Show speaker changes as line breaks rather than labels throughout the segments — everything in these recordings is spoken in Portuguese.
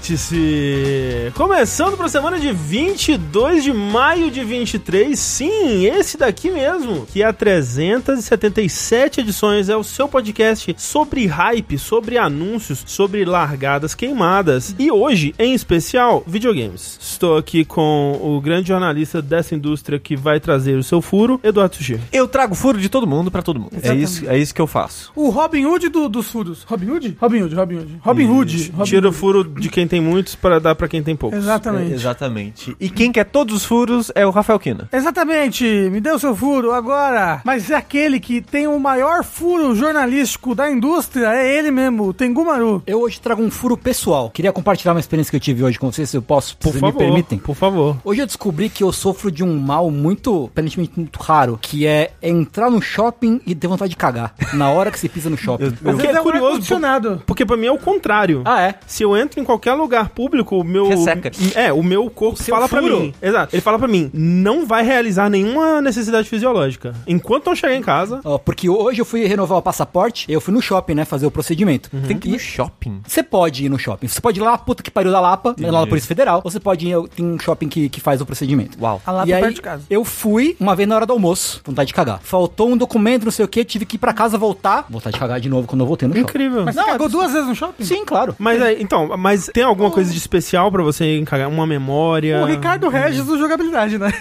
Vértice! Começando para a semana de 22 de maio de 23, sim, esse daqui mesmo, que há 377 edições, é o seu podcast sobre hype, sobre anúncios, sobre largadas queimadas e hoje, em especial, videogames. Estou aqui com o grande jornalista dessa indústria que vai trazer o seu furo, Eduardo Sushi.
Eu trago furo de todo mundo pra todo mundo. É
Exatamente.
isso, é isso que eu faço.
O Robin Hood do, dos furos. Robin Hood? Robin Hood, Robin Hood. Robin Hood. Robin
Tira o
Hood.
furo de quem tem muitos para dar para quem tem poucos.
Exatamente.
É, Exatamente. E quem quer todos os furos é o Rafael Kina.
Exatamente, me deu seu furo agora. Mas é aquele que tem o maior furo jornalístico da indústria, é ele mesmo, o Tengu Maru.
Eu hoje trago um furo pessoal. Queria compartilhar uma experiência que eu tive hoje com vocês, se eu posso,
Por
se
favor,
me permitem.
por favor.
Hoje eu descobri que eu sofro de um mal muito, aparentemente muito raro, que é entrar no shopping e ter vontade de cagar na hora que você pisa no shopping.
O
Às
que
vezes
é
um
curioso,
ar-condicionado.
Porque pra mim é o contrário.
Ah, é?
Se eu entro em qualquer lugar público, o meu.
Resseca.
É, o meu corpo
seu
fala pra
furo.
mim. Exato. Ele fala pra mim, não vai realizar nenhuma necessidade fisiológica. Enquanto eu chegar em casa.
Ó, porque hoje eu fui renovar o passaporte, eu fui no shopping, né, fazer o procedimento.
Tem que ir no
E-
shopping.
Você pode ir no shopping. Você pode ir lá, puta que pariu da Lapa, né, lá na Polícia Federal, ou você pode ir, eu- tem um shopping que, que faz o procedimento.
Uau.
A lata
e aí,
perto de casa.
eu fui uma vez na hora do almoço, vontade de cagar. Faltou um documento, não sei o que, tive que ir pra casa voltar. Vontade de cagar de novo quando eu voltei no shopping.
Incrível.
Mas
Mas,
você cagou duas vezes no shopping?
Sim, claro.
aí, então, mas tem alguma coisa de especial pra você encagar? Uma memória?
O Ricardo Regis do Jogabilidade, né?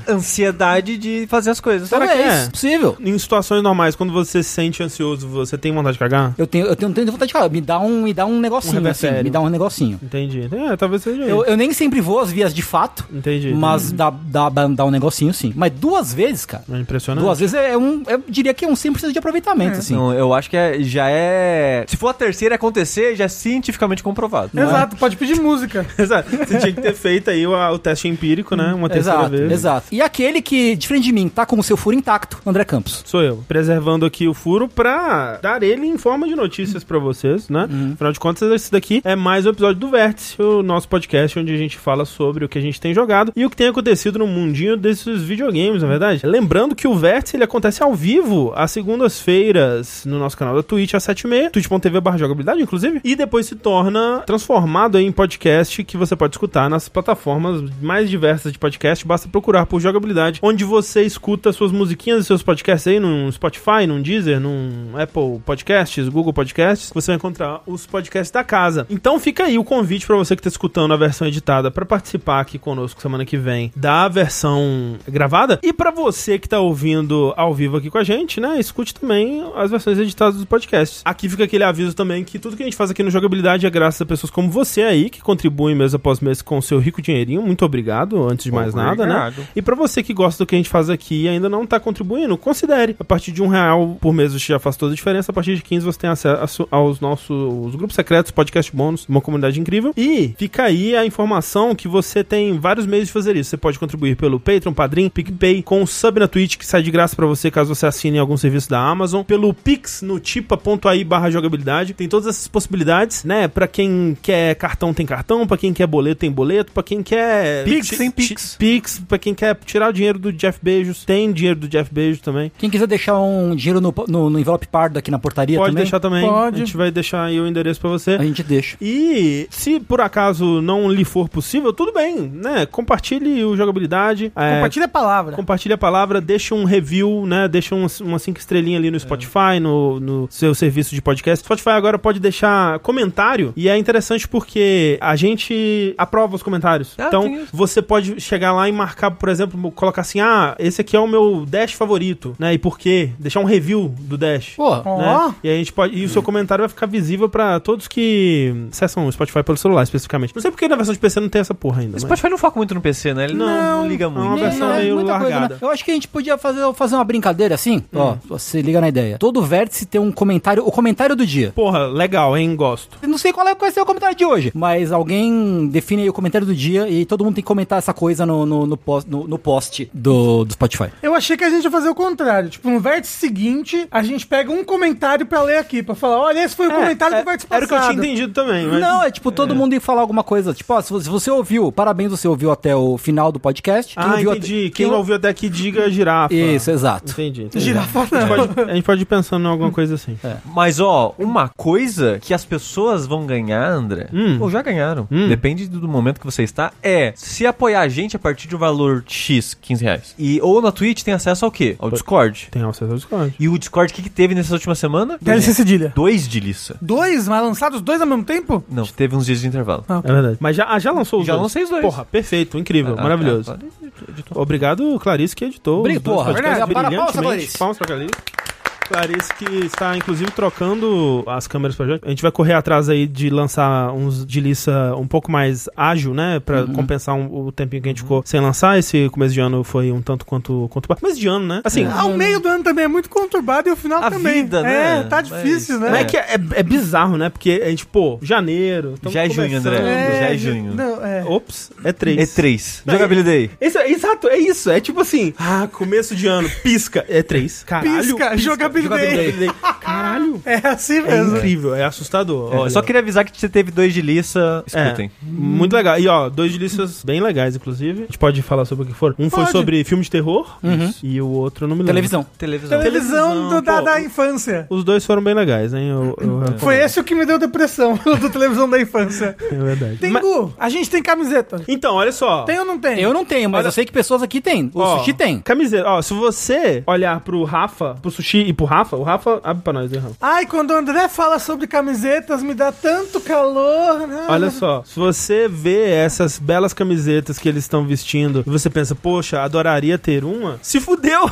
É.
Ansiedade de fazer as coisas.
Será que
Talvez,
é?
possível.
Em situações normais, quando você se sente ansioso, você tem vontade de cagar?
Eu tenho, eu tenho, tenho vontade de cagar. Me dá um, me dá um negocinho, assim.
revertério.
Me dá um negocinho.
Entendi. É, talvez seja
Eu,
isso.
eu nem sempre vou às vias de fato,
Entendi.
mas dá, dá, dá um negocinho, sim. Mas duas vezes, cara.
É impressionante.
Duas vezes é um. Eu diria que é um 100% de aproveitamento, assim.
Não, eu acho que é- já é. Se for a terceira acontecer, já é cientificamente comprovado.
é?
Exato, pode pedir música.
Exato. Você tinha que ter feito aí o, o teste empírico, né? Uma terceira
Exato,
vez.
exato. E aquele que, diferente de mim, tá com o seu furo intacto, André Campos.
Sou eu, preservando aqui o furo pra dar ele em forma de notícias pra vocês, né? Afinal de contas, esse daqui é mais um episódio do Vértice, o nosso podcast onde a gente fala sobre o que a gente tem jogado e o que tem acontecido no mundinho desses videogames, na verdade. Lembrando que o Vértice ele acontece ao vivo às segundas-feiras no nosso canal da Twitch às 7h30, twitch.tv/jogabilidade, inclusive, e depois se torna transformado aí em podcast que você pode escutar nas plataformas mais diversas de podcast, basta procurar por jogabilidade, onde você escuta suas musiquinhas e seus podcasts aí num Spotify, num Deezer, num Apple Podcasts, Google Podcasts, você vai encontrar os podcasts da casa. Então fica aí o convite pra você que tá escutando a versão editada pra participar aqui conosco semana que vem da versão gravada e pra você que tá ouvindo ao vivo aqui com a gente, né, escute também as versões editadas dos podcasts. Aqui fica aquele aviso também que tudo que a gente faz aqui no Jogabilidade é graças a pessoas como você aí que contribuem mês após mês com o seu rico dinheirinho. Muito obrigado, antes de mais nada, né?
Obrigado.
E pra você que gosta do que a gente faz aqui e ainda não tá contribuindo, considere. A partir de um real por mês você já faz toda a diferença. A partir de 15 você tem acesso aos nossos grupos secretos, podcast bônus, uma comunidade incrível. E fica aí a informação que você tem vários meios de fazer isso. Você pode contribuir pelo Patreon, Padrim, PicPay, com o sub na Twitch, que sai de graça pra você caso você assine algum serviço da Amazon, pelo Pix no tipa.ai barra jogabilidade. Tem todas essas possibilidades, né? Pra quem quer cartão, tem cartão. Pra quem quer boleto, tem boleto. Pra quem quer...
Pix,
ti-
tem
ti-
Pix.
Pix, pra quem quer tirar o dinheiro do Jeff Bezos, tem dinheiro do Jeff Bezos também.
Quem quiser deixar um dinheiro no, no- no envelope pardo aqui na portaria
Pode
também,
deixar também.
Pode.
A gente vai deixar aí o endereço pra você.
a gente deixa.
E se por acaso não lhe for possível, tudo bem, né? Compartilhe o jogabilidade. é,
Compartilha a palavra.
Compartilha a palavra, deixa um review, né? Deixa um- uma cinco estrelinha ali no
É.
Spotify, no, no seu serviço de podcast. Spotify agora pode deixar comentário e é interessante porque a gente aprova os comentários.
Ah,
então
tem isso.
você pode chegar lá e marcar, por exemplo, colocar assim: ah, esse aqui é o meu Dash favorito, né? E por quê? Deixar um review do Dash.
Pô,
Ó.
Né? E aí a gente pode. E o seu comentário vai ficar visível pra todos que acessam o Spotify pelo celular, especificamente. Não sei porque na versão de PC não tem essa porra ainda.
O
mas-
Spotify não foca muito no PC, né? Ele não, não liga
não,
muito.
uma versão
É,
meio
muita coisa,
largada. Hum.
né? Eu acho que a gente podia fazer, fazer uma brincadeira assim. Ó, você liga na ideia. Todo vértice tem um comentário, o comentário do dia.
Porra, legal, hein? Gosto.
Eu Não sei qual é, vai ser o comentário de hoje, mas alguém define aí o comentário do dia e todo mundo tem que comentar essa coisa no, no, no post, no, no post do, do Spotify.
Eu achei que a gente ia fazer o contrário. Tipo, no vértice seguinte, a gente pega um comentário pra ler aqui, pra falar, olha, esse foi o comentário do vértice
É, Era o
passado.
que eu tinha entendido também, mas.
Não, é tipo todo mundo ir falar alguma coisa. Tipo, ó, se você- se você ouviu, parabéns, você ouviu até o final do podcast. Quem
ah,
ouviu
entendi.
até-
Quem ouviu até aqui, diga girafa.
Isso, exato.
Entendi. entendi. A
Girafa não.
gente, Tipo, pode, a gente pode ir pensando em alguma coisa assim.
Mas, ó, uma coisa que as pessoas vão ganhar, André,
Hum.
Ou já ganharam.
Hum.
Depende do momento que você está. É se apoiar a gente a partir de um valor X, 15 reais. E, ou na Twitch tem acesso ao quê? Ao Discord.
Tem acesso ao Discord.
E o Discord, o que, que teve nessa última semana?
DLC Cedilha.
Dois de liça.
Dois, mas lançados dois ao mesmo tempo?
Não, teve uns dias de intervalo.
Ah,
É verdade. Mas já, ah, já lançou os
Já
dois? É,
lancei os dois.
Porra, perfeito, incrível,
Ah,
maravilhoso.
ah, ah, editor.
Obrigado, Clarice, que editou.
Obrigado,
os dois
porra.
podcasts
Obrigado. Para-
brilhantemente.
palmas pra Clarice.
Palmas pra Clarice. Clarice que está, inclusive, trocando as câmeras pra gente. A gente vai correr atrás aí de lançar uns de liça um pouco mais ágil, né? Pra
Uhum.
compensar um- o tempinho que a gente ficou sem lançar. Esse começo de ano foi um tanto quanto... quanto... Começo de ano, né? Assim,
Ao meio do ano também é muito conturbado e o final
A
também.
vida, né?
É, tá
Mas-
difícil,
Não
né?
é que é, é bizarro, né? Porque a gente, pô, janeiro. tamo
Já é junho,
começando.
André. já é junho.
Não, é.
Ops, é três.
É três. Jogabilidade.
Esse é- exato, é isso. É tipo assim, ah, começo de ano, pisca. É três. Caralho.
Pisca, jogabilidade.
jogabilidade. Caralho.
É assim
É
mesmo.
incrível, é assustador.
Eu
olha. É.
Só queria avisar que você teve dois de liça. Escutem.
Muito legal. E ó, dois listas bem legais, inclusive. A gente pode falar sobre o que for. Um
Pode.
foi sobre filme de terror e o outro eu não me lembro.
Televisão.
Televisão.
Televisão do- da,
pô.
da infância.
Os dois foram bem legais, hein? Eu, eu recomendo.
Foi esse o que me deu depressão, o do televisão da infância.
É verdade. Mas-
Tengu, a gente tem camiseta.
Então, olha só.
Tem ou não tem?
Eu não tenho, mas eu sei que pessoas aqui têm. O
Ó,
sushi tem.
Camiseta. Ó, se você olhar pro Rafa, pro Sushi e pro Rafa, o Rafa abre pra nós, hein, Rafa?
Ai, quando o André fala sobre camisetas, me dá tanto calor. né?
Olha só, se você vê essas belas camisetas que eles estão vestindo e você pensa, poxa, adoraria ter uma, se fudeu!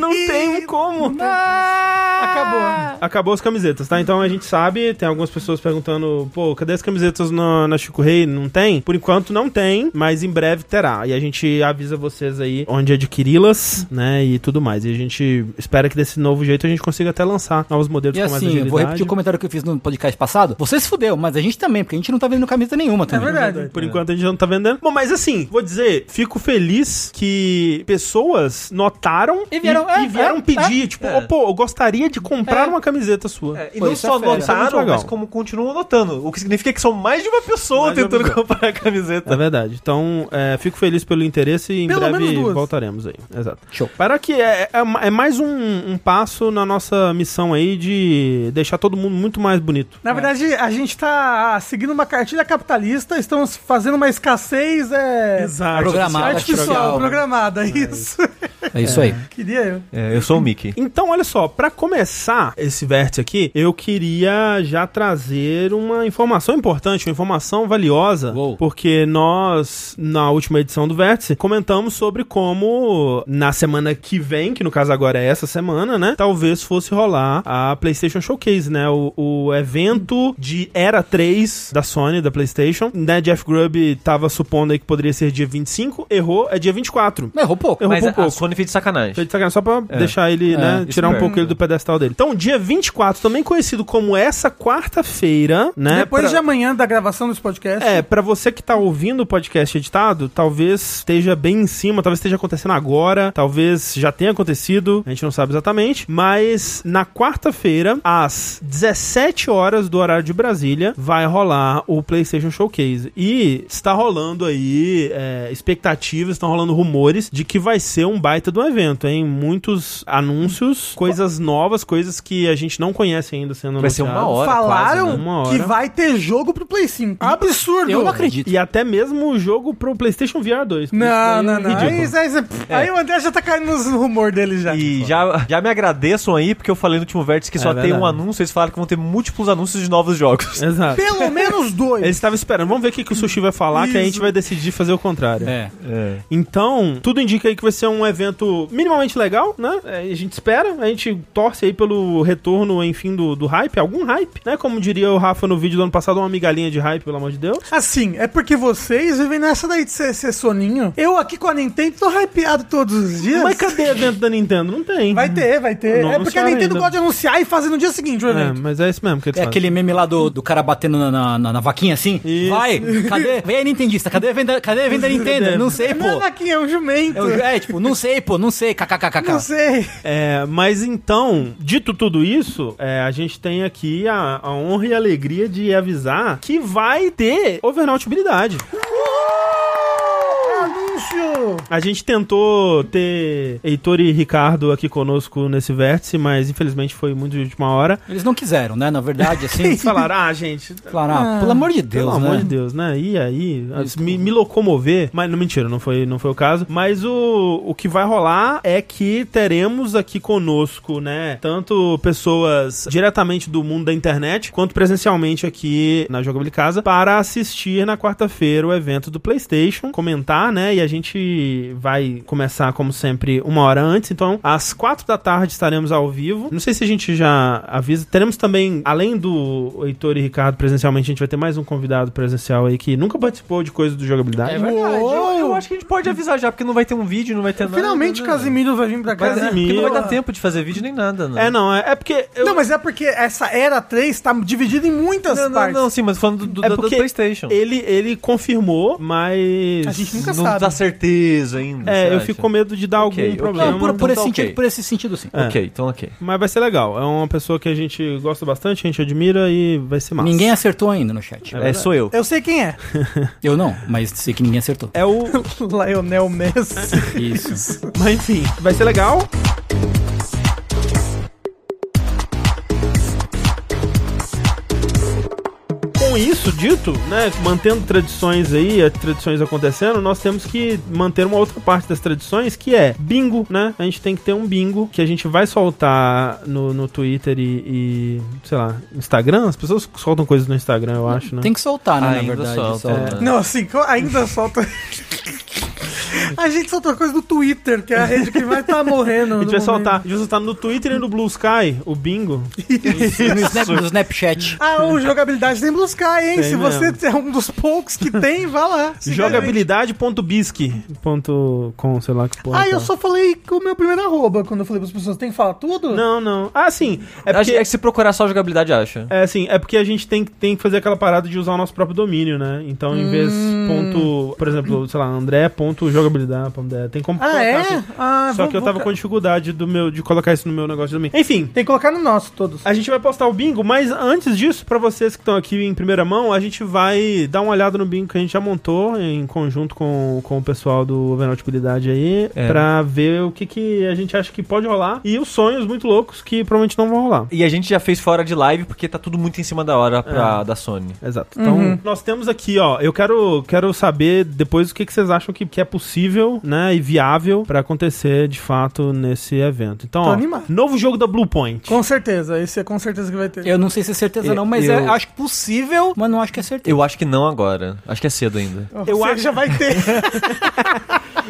Não tem como!
Acabou. É
Acabou as camisetas, tá? Então a gente sabe, tem algumas pessoas perguntando, pô, cadê as camisetas na, na Chico Rei? Não tem? Por enquanto não tem, mas em breve terá. E a gente avisa vocês aí onde adquiri-las, né? E tudo mais. E a gente espera que desse novo jeito a gente consiga até lançar novos modelos
E
com mais
assim, eu
agilidade.
vou repetir o comentário que eu fiz no podcast passado. Você se fudeu, mas a gente também, porque a gente não tá vendendo camisa nenhuma
É
também.
verdade.
Por enquanto a gente não tá vendendo. Bom, mas assim, vou dizer, fico feliz que pessoas notaram
E vieram, é,
e vieram
é,
pedir, tipo,
é.
"Ô, pô, eu gostaria de comprar
É.
uma camiseta sua.
É, e
Pô,
não
isso é
só
fera.
Isso é muito
notaram,
legal.
mas como continuam notando. O que significa que são mais de uma pessoa
Mais de uma
tentando
pessoa.
comprar a camiseta.
É verdade. Então, é, fico feliz pelo interesse e em
Pelo menos
breve
duas.
voltaremos aí. Exato.
Show.
Para que é, é ma- é mais um, um passo na nossa missão aí de deixar todo mundo muito mais bonito.
Na verdade, a gente tá seguindo uma cartilha capitalista, estamos fazendo uma escassez é...
Exato.
Programado.
artificial,
Artificial,
programada, isso.
É isso aí.
Queria eu.
É, eu sou o Mickey.
Então, olha só, pra começar esse vértice aqui, eu queria já trazer uma informação importante, uma informação valiosa,
Uou.
porque nós, na última edição do vértice, comentamos sobre como na semana que vem, que no caso agora é essa semana, né, talvez fosse rolar a PlayStation Showcase, né, o, o evento de Era 3 da Sony, da PlayStation, né, Jeff Grubb tava supondo aí que poderia ser dia 25, errou, é dia 24.
Mas errou pouco.
Errou
Mas
por
a, a
pouco.
Sony fez de
Tô
sacanagem.
de sacanagem, só pra
É.
deixar ele,
É,
né?
isso
Tirar um
mesmo.
pouco ele do pedestal dele. Então, dia 24, também conhecido como essa quarta-feira, né?
Depois
pra...
de amanhã da gravação desse podcast,
É, pra você que tá ouvindo o podcast editado, talvez esteja bem em cima, talvez esteja acontecendo agora, talvez já tenha acontecido, a gente não sabe exatamente, mas na quarta-feira, às 17 horas do horário de Brasília, vai rolar o PlayStation Showcase. E está rolando aí é, expectativas, estão rolando rumores de que vai ser um baita de um evento, hein? Muitos anúncios, coisas novas, coisas que a gente não conhece ainda sendo
Vai ser um
anunciadas.
uma hora.
falaram
quase, né?
Uma hora. Ah,
que vai ter jogo pro Play 5. Absurdo!
Eu não acredito.
E até mesmo o jogo pro PlayStation VR 2.
Não, não, É não. Aí,
é Ridículo. É.
aí- aí o André já tá caindo nos rumor dele já.
E já, já me agradeçam aí, porque eu falei no último vértice que só tem
verdade.
um anúncio. Eles falaram que vão ter múltiplos anúncios de novos jogos.
Exato.
Pelo menos dois.
Eles estavam esperando. Vamos ver o que, que o Sushi vai falar, que a gente
Isso.
vai decidir fazer o contrário.
É.
É.
Então, tudo indica aí que vai ser um evento minimamente legal, né? É, A gente espera, a gente torce aí pelo retorno, enfim, do, do hype, algum hype, né? Como diria o Rafa no vídeo do ano passado, uma migalhinha de hype, pelo amor de Deus.
Assim, é porque vocês vivem nessa daí de ser, ser soninho. Eu aqui com a Nintendo tô hypeado todos os dias.
Mas cadê evento da Nintendo? Não tem.
Vai ter, vai ter.
Não
é porque a
anunciaram
Nintendo
ainda.
gosta de anunciar e fazer no dia seguinte o
É,
evento.
mas é isso mesmo que eles
É
fazem.
aquele meme lá do, do cara batendo na, na, na- na vaquinha assim?
Isso.
Vai! Cadê? Vem aí, Nintendista. Cadê a venda, cadê a venda Nintendo? Não sei,
Não é
pô.
vaquinha, é um jumento.
É o- É, tipo, não sei, pô. Não sei.
Não
KKKKK.
sei.
É, mas então, dito tudo isso, é, a gente tem aqui a, a honra e a alegria de avisar que vai ter overnautibilidade.
Eu não Silêncio!
A gente tentou ter Heitor e Ricardo aqui conosco nesse vértice, mas infelizmente foi muito de última hora.
Eles não quiseram, né? Na verdade, assim.
Eles falaram, ah, gente,
Falaram, ah,
Ah,
pelo amor de
Pelo
Deus,
amor
né?
de Deus, né? E aí, me, me locomover. Mas não, mentira, não foi, não foi o caso. Mas o, o que vai rolar é que teremos aqui conosco, né? Tanto pessoas diretamente do mundo da internet, quanto presencialmente aqui na Jogabilidade Casa, para assistir na quarta-feira o evento do PlayStation, comentar, né? E a gente vai começar, como sempre, uma hora antes. Então, às quatro da tarde estaremos ao vivo. Não sei se a gente já avisa. Teremos também, além do Heitor e Ricardo presencialmente, a gente vai ter mais um convidado presencial aí que nunca participou de coisa do jogabilidade.
É verdade. Eu,
Uou!
eu acho que a gente pode avisar já, porque não vai ter um vídeo, não vai ter nada.
Finalmente
né?
Casimiro vai vir pra cá.
Mas é, porque não
Casimiro.
vai dar tempo de fazer vídeo nem nada, né?
É, não, é, é porque. eu-
Não, mas é porque essa era 3 tá dividida em muitas
não, não,
partes.
não, sim, mas falando do, do,
É
do
porque
PlayStation.
ele, ele confirmou, mas.
A gente nunca
não
sabe.
dá certeza ainda.
É,
você
eu
acha?
fico com medo de dar
Ok,
algum
ok.
problema.
Não, por, por
Então tá
esse
ok.
sentido, por esse sentido, sim.
É.
Ok, então ok.
Mas vai ser legal. É uma pessoa que a gente gosta bastante, a gente admira e vai ser massa.
Ninguém acertou ainda no chat.
É, sou eu.
Eu sei quem é.
Eu não, mas sei que ninguém acertou.
É o.
Lionel Messi.
Isso.
Mas enfim, vai ser legal. Com isso dito, né, mantendo tradições aí, as tradições acontecendo, nós temos que manter uma outra parte das tradições, que é bingo, né? A gente tem que ter um bingo que a gente vai soltar no, no Twitter e, e, sei lá, Instagram. As pessoas soltam coisas no Instagram, eu acho, né?
Tem que soltar, né?
Ainda
na verdade.
solta,
solta.
é.
Não, assim, co- ainda solta. A gente solta coisa do Twitter, que é a rede que vai tá morrendo.
A gente
no
vai
momento.
soltar, a gente vai soltar no Twitter e no Blue Sky o bingo. é.
No, Snap- no Snapchat.
Ah, o jogabilidade tem Blue Sky, hein?
Tem
Se você é um dos poucos que tem, vá lá. Siga
Jogabilidade.bisque.com, sei lá que
a
porra.
gente. Ah,
que é.
eu só falei com o meu primeiro arroba quando eu falei pras pessoas. Tem que falar tudo?
Não, não. Ah, sim. É
Acho- É
porque,
que se procurar só jogabilidade, acha.
é, assim, é porque a gente tem, que- tem que fazer aquela parada de usar o nosso próprio domínio, né? Então, em vez
Hum.
ponto, por exemplo, sei lá, André ponto jogabilidade, ponto André. tem como
Ah, é?
assim.
Ah,
Só
vou-
que eu
vou-
tava com dificuldade do meu, de colocar isso no meu negócio de domínio. Enfim,
Tem que colocar no nosso todos.
A gente vai postar o bingo, mas antes disso, pra vocês que estão aqui em primeira mão, a gente vai dar uma olhada no bingo que a gente já montou em conjunto com, com o pessoal do Overnautibilidade aí,
É.
pra ver o que, que a gente acha que pode rolar e os sonhos muito loucos que provavelmente não vão rolar.
E a gente já fez fora de live porque tá tudo muito em cima da hora pra, da Sony.
Exato. Então,
Uhum.
nós temos aqui, ó, eu quero, quero saber depois o que, que vocês acham que, que é possível, né, e viável pra acontecer de fato nesse evento. Então,
Tô
ó,
animado.
novo jogo da Blue Point.
Com certeza, esse é com certeza que vai ter.
Eu não sei se é certeza,
Eu-
não, mas
eu-
é- acho possível, mas não acho que é certeza.
Eu acho que não agora. Acho que é cedo ainda.
Ou
eu
seja,
acho-
já vai ter.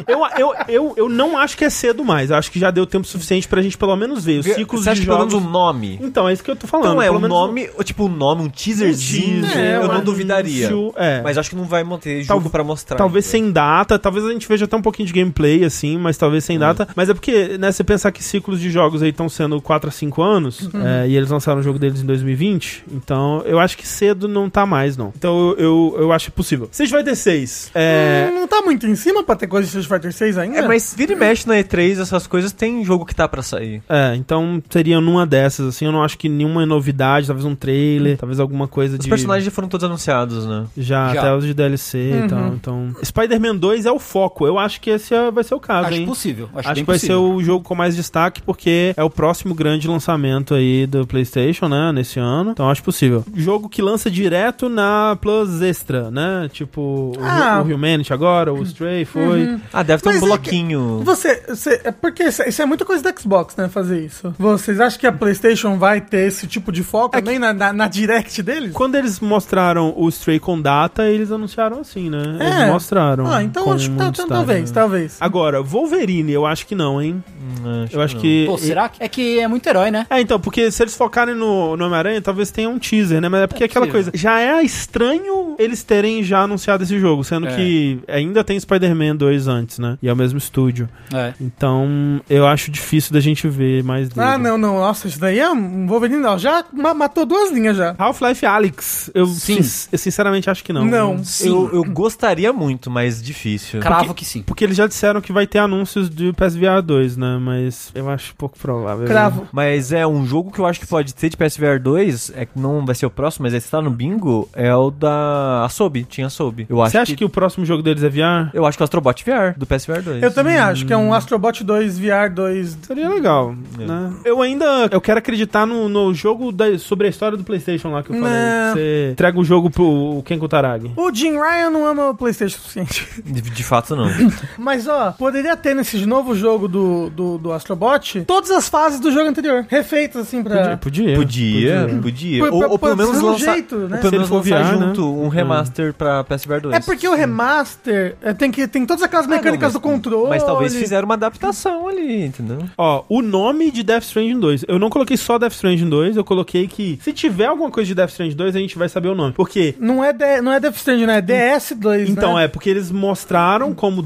Eu, eu, eu, eu não acho que é cedo mais. Eu acho que já deu tempo suficiente pra gente pelo menos ver os ciclos
Você
de
acha que pelo menos
jogos.
um nome?
Então, é isso que eu tô falando.
Não é
pelo
um
menos
nome, ou tipo um nome, um teaserzinho,
teaser,
eu
um
não duvidaria.
anúncio, É.
Mas acho que não vai manter
Tal-
jogo pra mostrar.
Talvez
ainda.
sem data, talvez a gente veja até um pouquinho de gameplay, assim, mas talvez sem data. Mas é porque, né, você pensar que ciclos de jogos aí estão sendo 4 a 5 anos,
Uhum.
é, e eles lançaram o jogo deles em 2020, então eu acho que cedo não tá mais, não. Então eu, eu, eu acho possível. Street Fighter 6, é...
Hum, Não tá muito em cima pra ter coisa de Street Fighter 6 ainda?
É, mas vira e mexe na E3, essas coisas, tem jogo que tá pra sair.
É, então seria numa dessas, assim, eu não acho que nenhuma novidade, talvez um trailer, talvez alguma coisa
Uhum. Os
de...
personagens já foram todos anunciados, né?
Já,
Já.
até os de DLC e
Uhum.
tal, então... Spider-Man 2 é o foco, eu acho que esse é- vai ser o caso,
acho
hein?
possível. Acho,
Acho,
bem
que vai
possível.
ser o jogo com mais destaque, porque é o próximo grande lançamento aí do PlayStation, né? Nesse ano. Então acho possível. Jogo que lança direto na Plus Extra, né? Tipo, o,
Ah.
o Humanity agora, o Stray foi.
Ah, deve ter
Mas
um
é
bloquinho.
Você, você, é porque isso isso é muita coisa da Xbox, né? Fazer isso. Vocês acham que a PlayStation vai ter esse tipo de foco
É
também na, na, na direct deles?
Quando eles mostraram o Stray com data, eles anunciaram assim, né?
É.
Eles mostraram.
Ah, então
com
acho que tá-
um
tá-
destaque,
talvez,
né?
talvez.
Agora, Wolverine, eu acho que não, hein?
Hum,
eu acho
não.
que.
Pô, será que... É que é muito herói, né?
É, então, porque se eles focarem no, no Homem-Aranha, talvez tenha um teaser, né? Mas é porque
É
aquela coisa.
possível.
Já é estranho eles terem já anunciado esse jogo, sendo
É.
que ainda tem Spider-Man 2 antes, né? E é o mesmo estúdio.
É.
Então, eu acho difícil da gente ver mais dele.
Ah, não, não. Nossa, isso daí é um Wolverine, não. Já ma- matou duas linhas já.
Half-Life Alex, eu,
Sim.
sin- eu sinceramente acho que não.
Não.
Sim.
Eu, eu gostaria muito, mas difícil.
Cravo que sim.
Porque eles já disseram que vai ter anúncios do PSVR 2, né? Mas eu acho pouco provável.
Cravo.
Mas é um jogo que eu acho que pode ter de PSVR 2, é que não vai ser o próximo, mas esse tá no bingo, é o da Açoube, tinha Açoube. Eu acho
Você acha que... o próximo jogo deles é VR?
Eu acho que o Astrobot VR, do PSVR 2.
Eu também acho que é um Astrobot 2 VR 2.
Seria legal, né? Eu ainda... Eu quero acreditar no, no jogo da- sobre a história do Playstation lá que eu falei.
Né.
Você entrega o jogo pro Ken Kutaragi.
O Jim Ryan não ama o PlayStation o suficiente.
De, de fato, não.
Mas, ó, poderia ter nesse novo jogo do, do, do Astrobot todas as fases do jogo anterior, refeitas, assim, pra.
É. Podia.
podia, podia.
Pô,
Ou,
pô,
ou pelo
pô,
menos
precisa de um
lançar,
jeito, né?
ou
Se
pelo menos
ele for
lançar
VR, né?
junto um remaster pra PSVR 2.
É porque o remaster é, tem, que, tem todas aquelas mecânicas
não,
do controle.
Mas talvez fizeram uma adaptação ali, entendeu?
Ó, o nome de Death Stranding 2. Eu não coloquei só Death Stranding 2, eu coloquei que se tiver alguma coisa de Death Stranding 2, a gente vai saber o nome. Porque
Não é, de, não é Death Stranding, né? É DS2.
então
né?
é porque eles mostraram como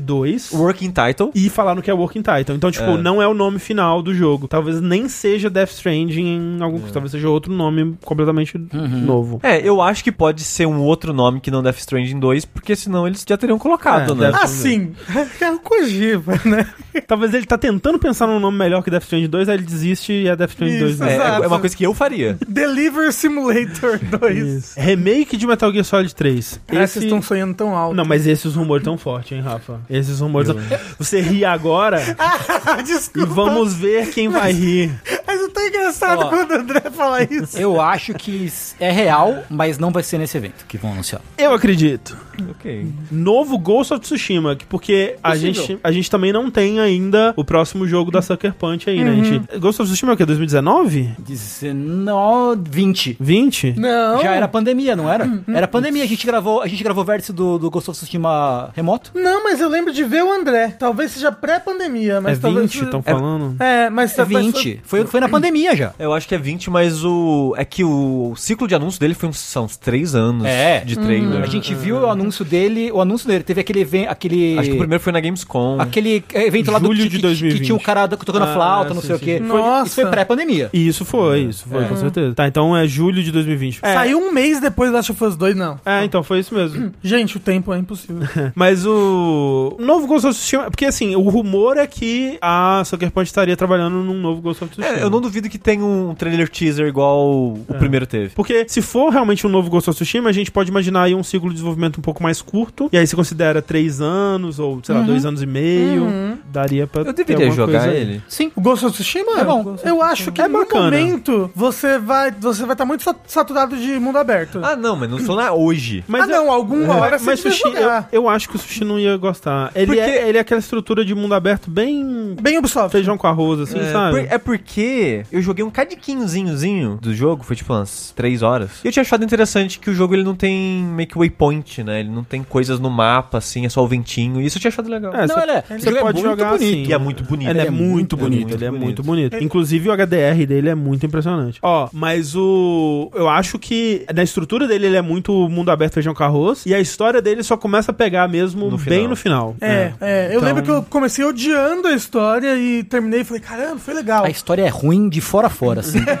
DS2
Working Title.
e falaram que é Working Title. Então, tipo,
É.
não é o nome final do jogo. Talvez nem seja Death Stranding em algum, talvez seja outro nome completamente novo.
É, eu acho que pode ser um outro nome que não Death Stranding 2, porque senão eles já teriam colocado,
É,
né?
deve-
Ah, sim. É o Kojima, né?
Talvez ele tá tentando pensar num nome melhor que Death Stranding 2, aí ele desiste e é Death Stranding
Isso,
2
É,
mesmo.
exato.
é uma coisa que eu faria.
Deliver Simulator 2.
Isso. Remake de Metal Gear Solid 3.
Cara, É vocês estão sonhando tão alto.
Não, mas esses rumores tão fortes, hein, Rafa? Esses rumores. Tão... Você ri agora e
Ah, Desculpa.
vamos ver quem vai rir.
Mas eu tô engraçado
Ó.
quando o André fala isso.
Eu acho que s- é real, mas não vai ser nesse evento que vão anunciar.
Eu acredito.
ok.
Novo Ghost of Tsushima, que- porque a
Possível.
gente, a gente também não tem ainda o próximo jogo da Sucker Punch aí, né? A gente- Ghost of Tsushima é o quê? 2019?
19, 20.
20?
Não.
Já era pandemia, não era? Era pandemia, a gente gravou, a gente gravou o vértice do, do Ghost of Tsushima remoto.
Não, mas eu lembro de ver o André. Talvez seja pré-pandemia, mas
é
talvez.
20, estão falando?
É, mas
É
talvez-
20. Foi, foi na pandemia já.
Eu acho que é 20, mas o. É que o ciclo de anúncio dele foi uns, são uns 3 anos
É.
de trailer.
né?
A gente viu o anúncio dele, o anúncio dele, teve aquele evento, aquele...
Acho que o primeiro foi na Gamescom.
Aquele evento lá
Julho
do que-
de
que-
2020.
que tinha o cara do- tocando
Ah,
flauta,
é,
não
sim,
sei o
sim,
quê.
sim.
Foi- Isso foi
Nossa.
pré-pandemia.
E Isso foi, isso foi, com certeza. Tá, então é julho de 2020. É,
Saiu um mês depois do Last of Us 2, não.
Ah.
É, então foi isso mesmo.
Gente, o tempo é impossível.
Mas o o novo Ghost of Tsushima, porque assim, o rumor é que a Sucker Punch estaria trabalhando num novo Ghost of Tsushima.
É, eu não duvido que tenha um trailer teaser igual o primeiro teve.
Porque se for realmente um novo Ghost of Tsushima, a gente pode imaginar aí um ciclo de desenvolvimento um pouco mais curto. E aí você considera três anos, ou sei lá, dois anos e meio. Daria pra.
Uhum. Eu
ter
deveria
alguma
jogar
coisa aí.
ele.
Sim.
O Ghost of Tsushima?
É bom.
Eu acho que
É
no
bacana.
momento você vai você vai estar muito sa- saturado de mundo aberto. Ah,
Ah, não, mas não sou lá hoje.
Mas eu- É,
não, alguma
é
hora você
mas
vai
sushi, eu,
jogar.
eu acho que o sushi não ia gostar. Ele,
Porque- Uhum.
é, ele é aquela estrutura de mundo aberto bem
Bem Ubisoft.
feijão com arroz, assim,
É,
sabe?
por- é porque eu joguei um cadiquinhozinhozinho do jogo, foi tipo umas 3 horas. E eu tinha achado interessante que o jogo ele não tem meio que waypoint, né? Ele não tem coisas no mapa, assim, é só o ventinho. E isso eu tinha achado legal.
É,
Não,
você-
ele é-
você
ele é
pode
muito
jogar
bonito.
assim.
E é muito bonito.
Ele é, muito bonito,
muito
ele é muito bonito. Inclusive o HDR dele é muito impressionante. Ó, mas o. Eu acho que na estrutura dele ele é muito mundo aberto feijão com arroz. E a história dele só começa a pegar mesmo bem
No final.
no final.
É, é. Eu
Então-
lembro que eu comecei odiando a história e terminei e falei, caramba, foi legal.
Ah,
A história é ruim de fora a fora, assim.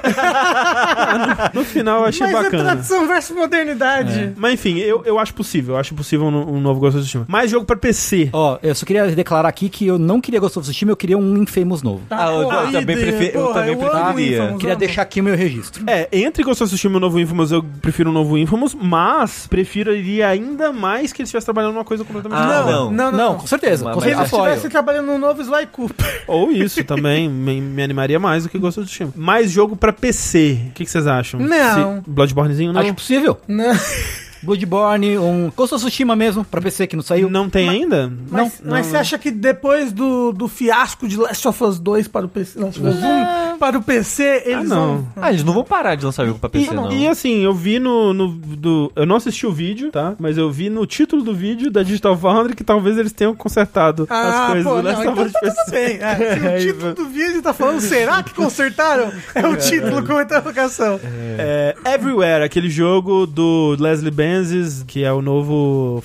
No final eu achei
Mas é
bacana.
tradição versus modernidade.
Mas enfim, eu, eu acho possível. Eu acho possível um, um novo Ghost of Tsushima. Mais jogo pra PC.
Ó, eu só queria declarar aqui que eu não queria Ghost of Tsushima, eu queria um Infamous novo.
Tá
Ah, eu
corrida,
também prefe- eu também
amo
preferia.
Infamous,
Queria
amo.
deixar aqui o meu registro.
É, entre Ghost of Tsushima e o novo Infamous, eu prefiro o novo Infamous, mas preferiria ainda mais que eles estivessem trabalhando numa coisa completamente
Ah,
nova.
não.
Não, não, não.
com certeza.
Mas-
com
Se
mas-
certeza
eles
apoio.
estivessem trabalhando no novo Sly Cooper.
Ou isso também, me, me animaria mais do que Ghost of Tsushima. Mais jogo pra PC. O que que vocês acham?
Não.
Se- Bloodbornezinho não.
Acho possível.
Não,
Bloodborne, um Ghost of Tsushima mesmo, pra PC que não saiu.
Não tem ainda?
mas,
não,
mas
não.
você acha que depois do, do fiasco de Last of Us 2 para o PC, Last of Us 1 para o PC, eles
não.
vão...
Ah, eles não vão parar de lançar jogo pra
E,
PC, não.
e assim, eu vi no, no- do, eu não assisti o vídeo, tá? Mas eu vi no título do vídeo da Digital Foundry que talvez eles tenham consertado as coisas né? do Last
então
of Us
tá tudo
PC.
bem. É, se
É,
o título do vídeo tá falando, será que consertaram? É o título com interrogação.
É, Everywhere, aquele jogo do Leslie Benzies, que é o novo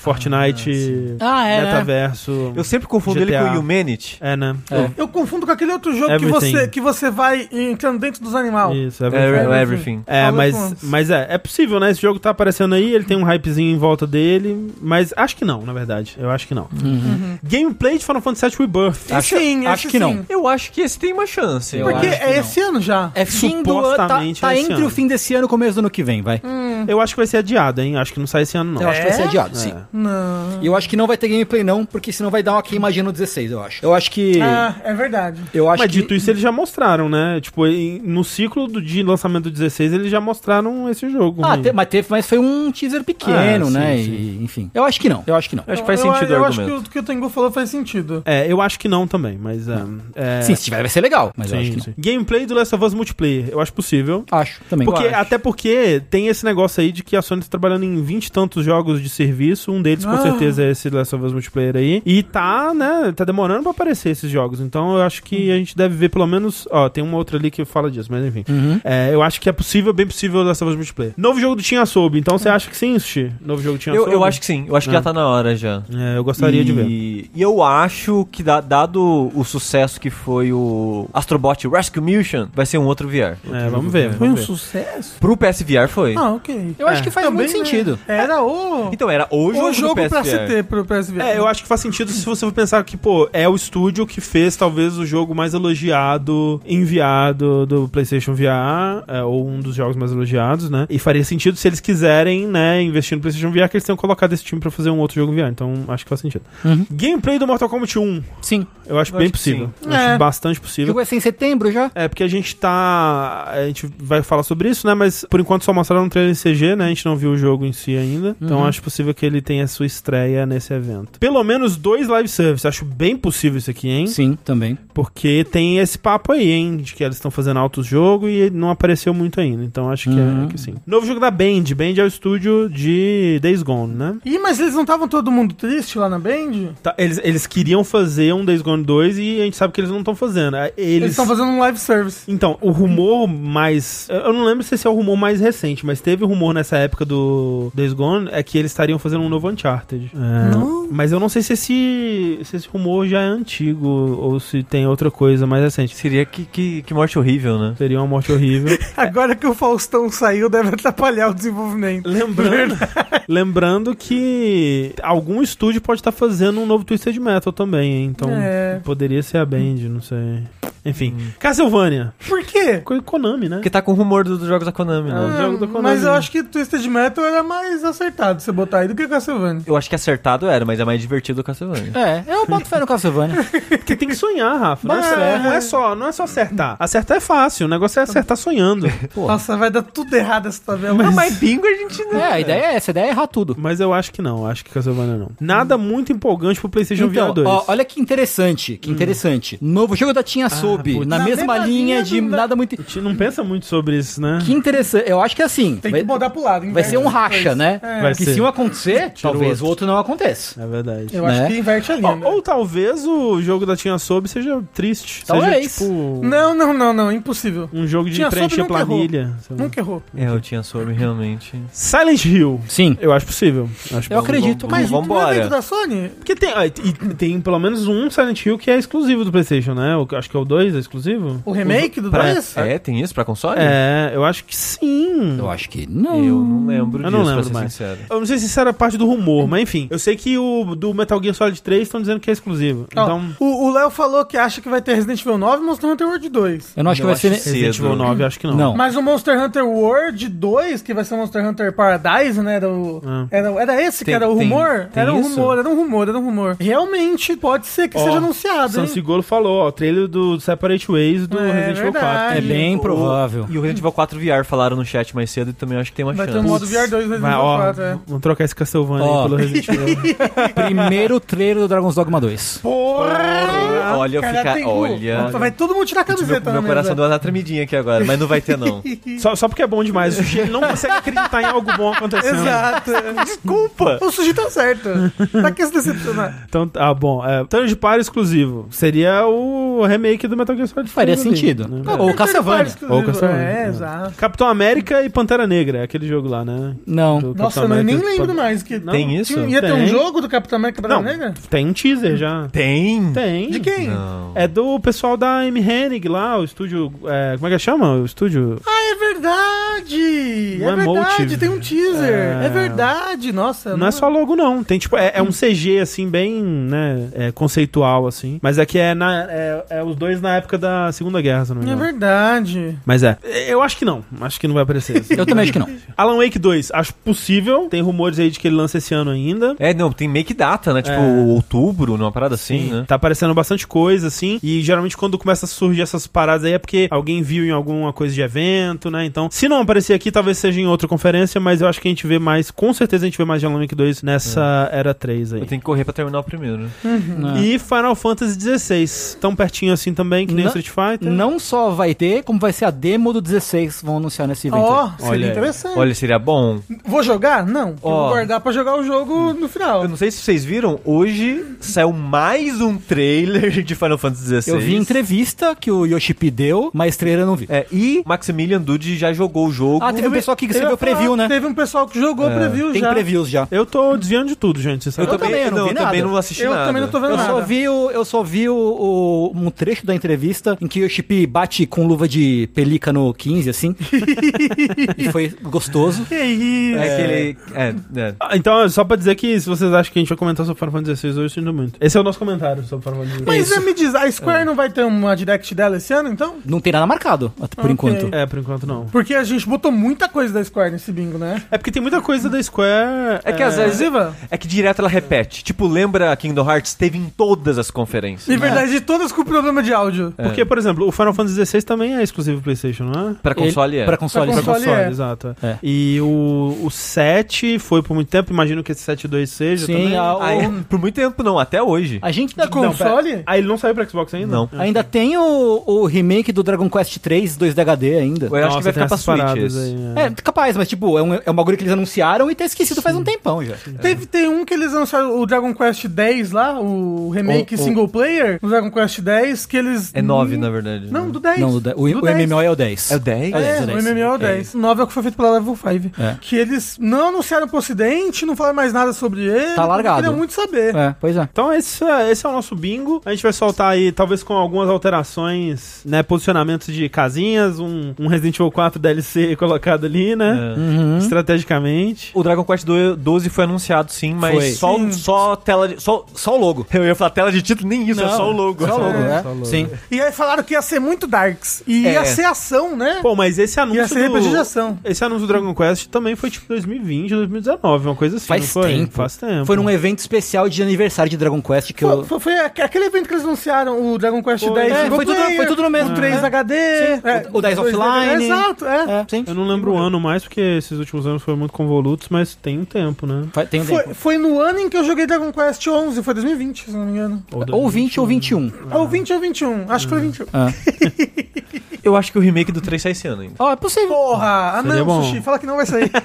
Fortnite
Ah, é, né?
metaverso.
Eu sempre confundo ele
GTA.
com o Humanity.
É, né?
É.
Eu confundo com aquele outro jogo que
Everything.
você, que você vai entrando dentro dos animais.
Isso,
É,
Everywhere.
é Everything.
É,
Fala
mas,
com antes.
mas é, é possível, né? Esse jogo tá aparecendo aí, ele tem um hypezinho em volta dele, mas acho que não, na verdade. Eu acho que não.
Hum.
Uhum.
Gameplay de Final Fantasy VII Rebirth.
Uhum. Acho- acho que não.
Eu acho que esse tem uma chance.
Eu
Porque
acho que
é
não.
esse ano já.
É fim do ano, tá,
Supostamente
tá
esse
entre
ano.
o fim desse ano e o começo do ano que vem, vai.
Eu acho que vai ser adiado, hein? Acho que não sai esse ano, não.
Eu acho que vai
É?
ser adiado, sim.
É.
Não.
E eu acho que não vai ter gameplay não, porque senão vai dar uma queimadinha no 16, eu acho. Eu acho que...
Ah, é verdade.
eu acho
Mas
que...
dito isso, eles já mostraram, né? Tipo, em- no ciclo do, de lançamento do 16, eles já mostraram esse jogo.
Ah,
né?
te- mas, teve, mas foi um teaser pequeno,
Ah, sim,
né?
sim.
E, enfim. Eu acho que não. Eu acho que não.
Eu acho que faz
Eu-
sentido
Eu,
o
acho que
argumento.
o que o Tengu falou faz sentido.
É, eu acho que não também, mas. é, é,
Sim, se tiver vai ser legal, mas eu acho
sim,
que não.
sim. Gameplay do Last of Us Multiplayer, eu acho possível.
Acho também.
Porque,
Eu acho.
até porque tem esse negócio aí de que a Sony tá trabalhando em 20 e tantos jogos de serviço. Um deles, com
Ah.
certeza, é esse Last of Us Multiplayer aí. E tá, né? Tá demorando pra aparecer esses jogos. Então eu acho que a gente deve ver pelo menos. Ó, tem uma outra ali que fala disso, mas enfim.
Uhum.
É, eu acho que é possível, bem possível, o Last of Us Multiplayer. Novo jogo do Tinha Soube, então você acha que sim, Sushi? Novo jogo do Tinha
É. Eu,
Soube?
eu acho que sim, eu acho que
É.
já tá na hora já.
É, eu gostaria de ver.
E e eu acho que, da- dado o sucesso que foi o Astrobot Rescue Mission, vai ser um outro VR.
É, vamos ver.
Foi um
Vamos ver.
sucesso?
Pro PSVR foi.
Ah, ok.
Eu
É.
acho que faz
Também,
muito
né?
sentido.
Era o,
Então era o jogo,
o jogo
do
pra
PSVR.
se ter pro PSV.
É, eu acho que faz sentido se você for pensar que, pô, é o estúdio que fez talvez o jogo mais elogiado, enviado do PlayStation VR, é, ou um dos jogos mais elogiados, né? E faria sentido se eles quiserem, né, investir no PlayStation VR, que eles tenham colocado esse time pra fazer um outro jogo VR. Então, acho que faz sentido.
Uhum.
Gameplay do Mortal Kombat 1,
Sim.
eu acho
Eu
bem
acho que
possível.
sim.
Eu Acho
É.
bastante
O
possível.
jogo vai ser em setembro já?
É, porque a gente tá. A gente vai falar sobre isso, né? Mas por enquanto só mostraram um trailer em CG, né? A gente não viu o jogo em si ainda. Então
Uhum.
acho possível que ele tenha sua estreia nesse evento. Pelo menos dois live service. Acho bem possível isso aqui, hein?
Sim, também.
Porque tem esse papo aí, hein? De que eles estão fazendo altos jogo e não apareceu muito ainda. Então acho que,
Uhum.
é, que sim. Novo jogo da Band. Band é o estúdio de Days Gone, né?
Ih, mas eles não estavam todo mundo triste lá na Band?
Tá, eles, eles queriam fazer um Days Gone 2 e a gente sabe que eles não estão fazendo. né? Eles
Eles estão fazendo um live service.
Então, o rumor mais. Eu eu não lembro se esse é o rumor mais recente, mas teve rumor nessa época do Days Gone é que eles estariam fazendo um novo Uncharted. É,
Não.
Mas eu não sei se esse, se esse rumor já é antigo ou se tem outra coisa mais recente.
Seria que, que, que morte horrível, né?
Seria uma morte horrível.
Agora que o Faustão saiu, deve atrapalhar o desenvolvimento.
Lembrando, lembrando que algum estúdio pode estar fazendo um novo Twisted Metal também, hein? Então
É.
poderia ser a Band, não sei. Enfim, Castlevania.
Por quê?
Co- Konami, né?
Porque tá com rumor do- dos jogos da Konami, né?
Ah.
Ah,
jogo da Konami.
mas eu acho que Twisted Metal era mais acertado você botar aí do que Castlevania.
Eu acho que acertado era, mas é mais divertido o Castlevania.
É, eu boto fé no Castlevania.
Porque tem que sonhar, Rafa. Não é,
Mas
só-
é.
não é só, não é só acertar. Acertar é fácil, o negócio é acertar sonhando.
Nossa, vai dar tudo errado essa tabela.
Mas-
Não, mas bingo a gente não.
é, a ideia é essa, a ideia é errar tudo.
Mas eu acho que não, acho que Castlevania não. Nada muito empolgante pro PlayStation VR
Então,
2.
ó, olha que interessante, que interessante. Novo jogo da Tinha Sob,
putz.
na,
Na
mesma,
mesma
linha
linha
de
do-
nada muito.
A gente não pensa muito sobre isso, né?
Que interessante. Eu acho que assim.
Tem
vai,
que mudar pro lado,
vai
inverte
ser um
os dois.
racha, né?
É.
Vai
Porque
ser.
se um acontecer,
Tira o
talvez
outro.
o outro não aconteça.
É verdade.
Eu
né?
acho que inverte ali.
Ó,
né?
ou talvez o jogo da Tinha Sob seja triste.
Talvez.
Seja tipo
Não, não, não, não. Impossível.
um jogo de
Tinha Sob
preencher
nunca errou.
planilha. sei lá.
Nunca errou.
É, eu tinha sobre realmente.
Silent Hill.
Sim.
Eu acho possível. Acho
Eu acredito.
vamos-
Mas não é
vambora.
dentro da Sony?
Porque tem, ah, e e tem pelo menos um Silent Hill que é exclusivo do PlayStation, né? O- acho que é o 2 é exclusivo.
O remake do
Pra-
2?
é, tem isso pra console?
É, eu acho que sim.
Eu acho que não.
Eu não lembro
Eu
disso,
não lembro
pra ser
mais.
sincero.
Eu não sei se isso era parte do rumor, mas enfim. Eu sei que o do Metal Gear Solid 3 estão dizendo que é exclusivo.
Ó,
Então,
o o Léo falou que acha que vai ter Resident Evil 9 e Monster Hunter World 2.
Eu não acho
Eu
que vai
acho
ser.
que sim.
Resident Evil
cedo.
9 acho que não.
Não.
Mas o Monster Hunter World 2, que vai ser o Monster Hunter Paradise, né? Era, o-
Ah.
era, era esse
Tem-
que era o
tem-
rumor?
tem
era um
isso?
rumor, era um rumor, era um rumor. Realmente, pode ser que
Ó,
seja
O
anunciado,
Sam
hein?
Cigolo falou, ó, o trailer do Separate Ways do
É
Resident Evil 4.
verdade.
É bem provável.
E o Resident Evil 4 VR falaram no chat mais cedo e também acho que tem uma
Vai ter
chance.
um modo VR 2 no
Vai,
Resident Evil
ó,
4, é.
vamos trocar esse Castlevania aí
Ó.
pelo Resident Evil.
Primeiro trailer do Dragon's Dogma 2.
Porra!
Olha, eu
Cara,
fica-
tem Gu.
olha.
Nossa, vai todo mundo tirar a
Meu,
camiseta né,
meu
na
coração
mesa.
deu uma tremidinha aqui agora, mas não vai ter não.
só, só porque é bom demais. O Gênio não consegue acreditar em algo bom acontecendo.
Exato.
Desculpa!
o sujeito tá certo. Pra que se decepcionar?
Então, ah, bom. É, Tanjo de Par exclusivo. Seria o remake do Metal Gear Solid 3.
Faria
ali,
sentido.
né?
Ou Castlevania.
Ou Castlevania,
É,
é.
exato.
Capitão América e Pantera Negra. é Aquele jogo lá, né?
Não.
Do
Nossa,
Capitão
eu nem
América e
lembro
Pan-
mais que...
Não,
Tem isso?
Tinha- Ia ter um
Tem.
jogo do Capitão América
Não,
Capitão Negra?
tem um teaser já.
Tem?
Tem.
De quem?
Não.
É do pessoal da M. Hennig lá, o estúdio. é, como é que chama? O estúdio.
Ah, é verdade!
Não
é
é
verdade,
motive.
tem um teaser.
É.
É, verdade, nossa.
não é só logo, não. Tem tipo. É, é um CG, assim, bem, né? é, conceitual, assim. Mas é que é, na, é, é os dois na época da Segunda Guerra, se eu um, não me
É
engano.
verdade.
Mas é, eu acho que não. Acho que não vai aparecer. assim.
Eu também acho que não.
Alan Wake 2, acho possível. Tem rumores aí de que ele lança esse ano ainda.
É, não, tem make data, né? Tipo,
É.
outubro, numa parada assim, né?
Tá aparecendo bastante coisa, assim. E geralmente quando começa a surgir essas paradas aí é porque alguém viu em alguma coisa de evento, né? Então, se não aparecer aqui, talvez seja em outra conferência, mas eu acho que a gente vê mais, com certeza a gente vê mais de Alan Wake 2 nessa era 3 aí.
É. Eu tenho que correr pra terminar o primeiro, né?
Uhum.
E Final Fantasy XVI, tão pertinho assim também, que nem
Não-
Street Fighter.
Não só vai ter, como vai ser a demo do 16 vão anunciar nesse evento.
Ó,
aí.
Olha
seria
aí.
interessante.
Olha, seria bom.
Vou jogar? Não. Eu
Ó.
Vou guardar pra jogar o jogo no final.
Eu não sei se vocês viram, hoje saiu mais um trailer de Final Fantasy XVI.
Eu vi entrevista que o Yoshipi deu, mas trailer eu não vi.
É, e Maximilian Dude já jogou o jogo.
Ah, teve um pessoal que
Teve-
recebeu preview, né?
Teve um pessoal que jogou preview
Tem
já.
previews já.
Eu tô desviando de tudo, gente. Você sabe.
eu também, eu não vi
também
nada.
não assisti
Eu
nada.
também não tô vendo
Eu
nada.
só vi, o, eu só vi o, o- um trecho da entrevista em que o Yoshipi bate com luva de pelica no 15, assim. e foi gostoso.
Que isso?
É aquele... É, é.
Ah, Então, só pra dizer que se vocês acham que a gente vai comentar sobre Final Fantasy XVI, hoje, eu sinto muito. Esse é o nosso comentário sobre Final Fantasy XVI.
Mas é, me diz, a Square não vai ter uma direct dela esse ano, então?
Não tem nada marcado, até por
Ok.
enquanto.
É, por enquanto não.
Porque a gente botou muita coisa da Square nesse bingo, né?
É porque tem muita coisa da Square.
É que às vezes-
Ziva?
É que direto ela repete. Tipo, lembra Kingdom Hearts? Teve em todas as conferências.
Né?
Na verdade, todas com problema de áudio.
É.
É.
Porque, por exemplo, o Final Fantasy XVI também é exclusivo PlayStation, não é?
Pra console é.
Pra console.
Pra
Pra
sim.
console,
é.
exato. é.
É.
E o, o 7 foi por muito tempo, imagino que esse 7.2 seja
Sim,
também.
a, o-
Ah, é? por muito tempo não, até hoje.
a gente...
Da console?
Ah, ele não saiu pra Xbox ainda? É.
Não.
Ainda tem o, o remake do Dragon Quest 3 2DHD ainda.
Eu acho que vai ficar tá pra Switch
paradas
esse.
aí, é.
É, capaz, mas tipo, é um, é um bagulho que eles anunciaram e tá esquecido faz um tempão já.
Teve, tem um que eles lançaram, o Dragon Quest X lá, o remake
O- o-
single player, o Dragon Quest X, que eles...
É 9,
Hum.
na verdade.
Não,
né?
do 10.
Não, o, o, o
10.
MMO é o 10.
É o 10?
É,
É,
o
o
10.
MMO é o 10. O 9 é o que foi feito pela Level 5.
É.
Que eles não anunciaram pro ocidente, não falaram mais nada sobre ele.
Tá largado.
Eu queria muito saber.
É, pois é.
Então esse, é- esse é o nosso bingo. A gente vai soltar aí, talvez com algumas alterações, né? Posicionamentos de casinhas, um, um Resident Evil 4 DLC colocado ali, né?
É.
Estrategicamente.
O Dragon Quest 12 foi anunciado sim, mas
Foi.
Só, só tela de, só, só o logo. Eu ia falar tela de título, nem isso, é só o logo.
Só o logo,
É,
né?
só o logo.
Sim.
E aí falaram que ia ser muito Darks. E
É.
ia ser ação, né?
Pô, mas esse anúncio.
ia ser
do-
RPG de ação.
Esse anúncio do Dragon Quest também foi tipo 2020, 2019, uma coisa assim.
Faz
não foi?
tempo.
Faz tempo.
Foi num evento especial de aniversário de Dragon Quest que
Foi,
eu.
foi- foi aqu- aquele evento que eles anunciaram, o Dragon Quest
Foi.
10
É,
single
foi tudo-
player,
foi tudo no mesmo.
O 3
É.
HD,
Sim. O- o 10
dois
offline.
Exato, é.
É, sim.
Eu não lembro o ano mais, porque esses últimos anos foram muito convolutos, mas tem um tempo, né?
Fa- Tem um
Foi,
tempo.
foi no ano em que eu joguei Dragon Quest 11, foi 2020, se não me engano.
Ou 20 ou 21.
Ah.
Ou 20 ou 21, acho que
Hum.
foi 21.
Eu acho que o remake do 3 sai esse ano ainda.
Ó, é possível.
Porra! Ah,
Seria
não,
bom.
Sushi, fala que não vai sair.
É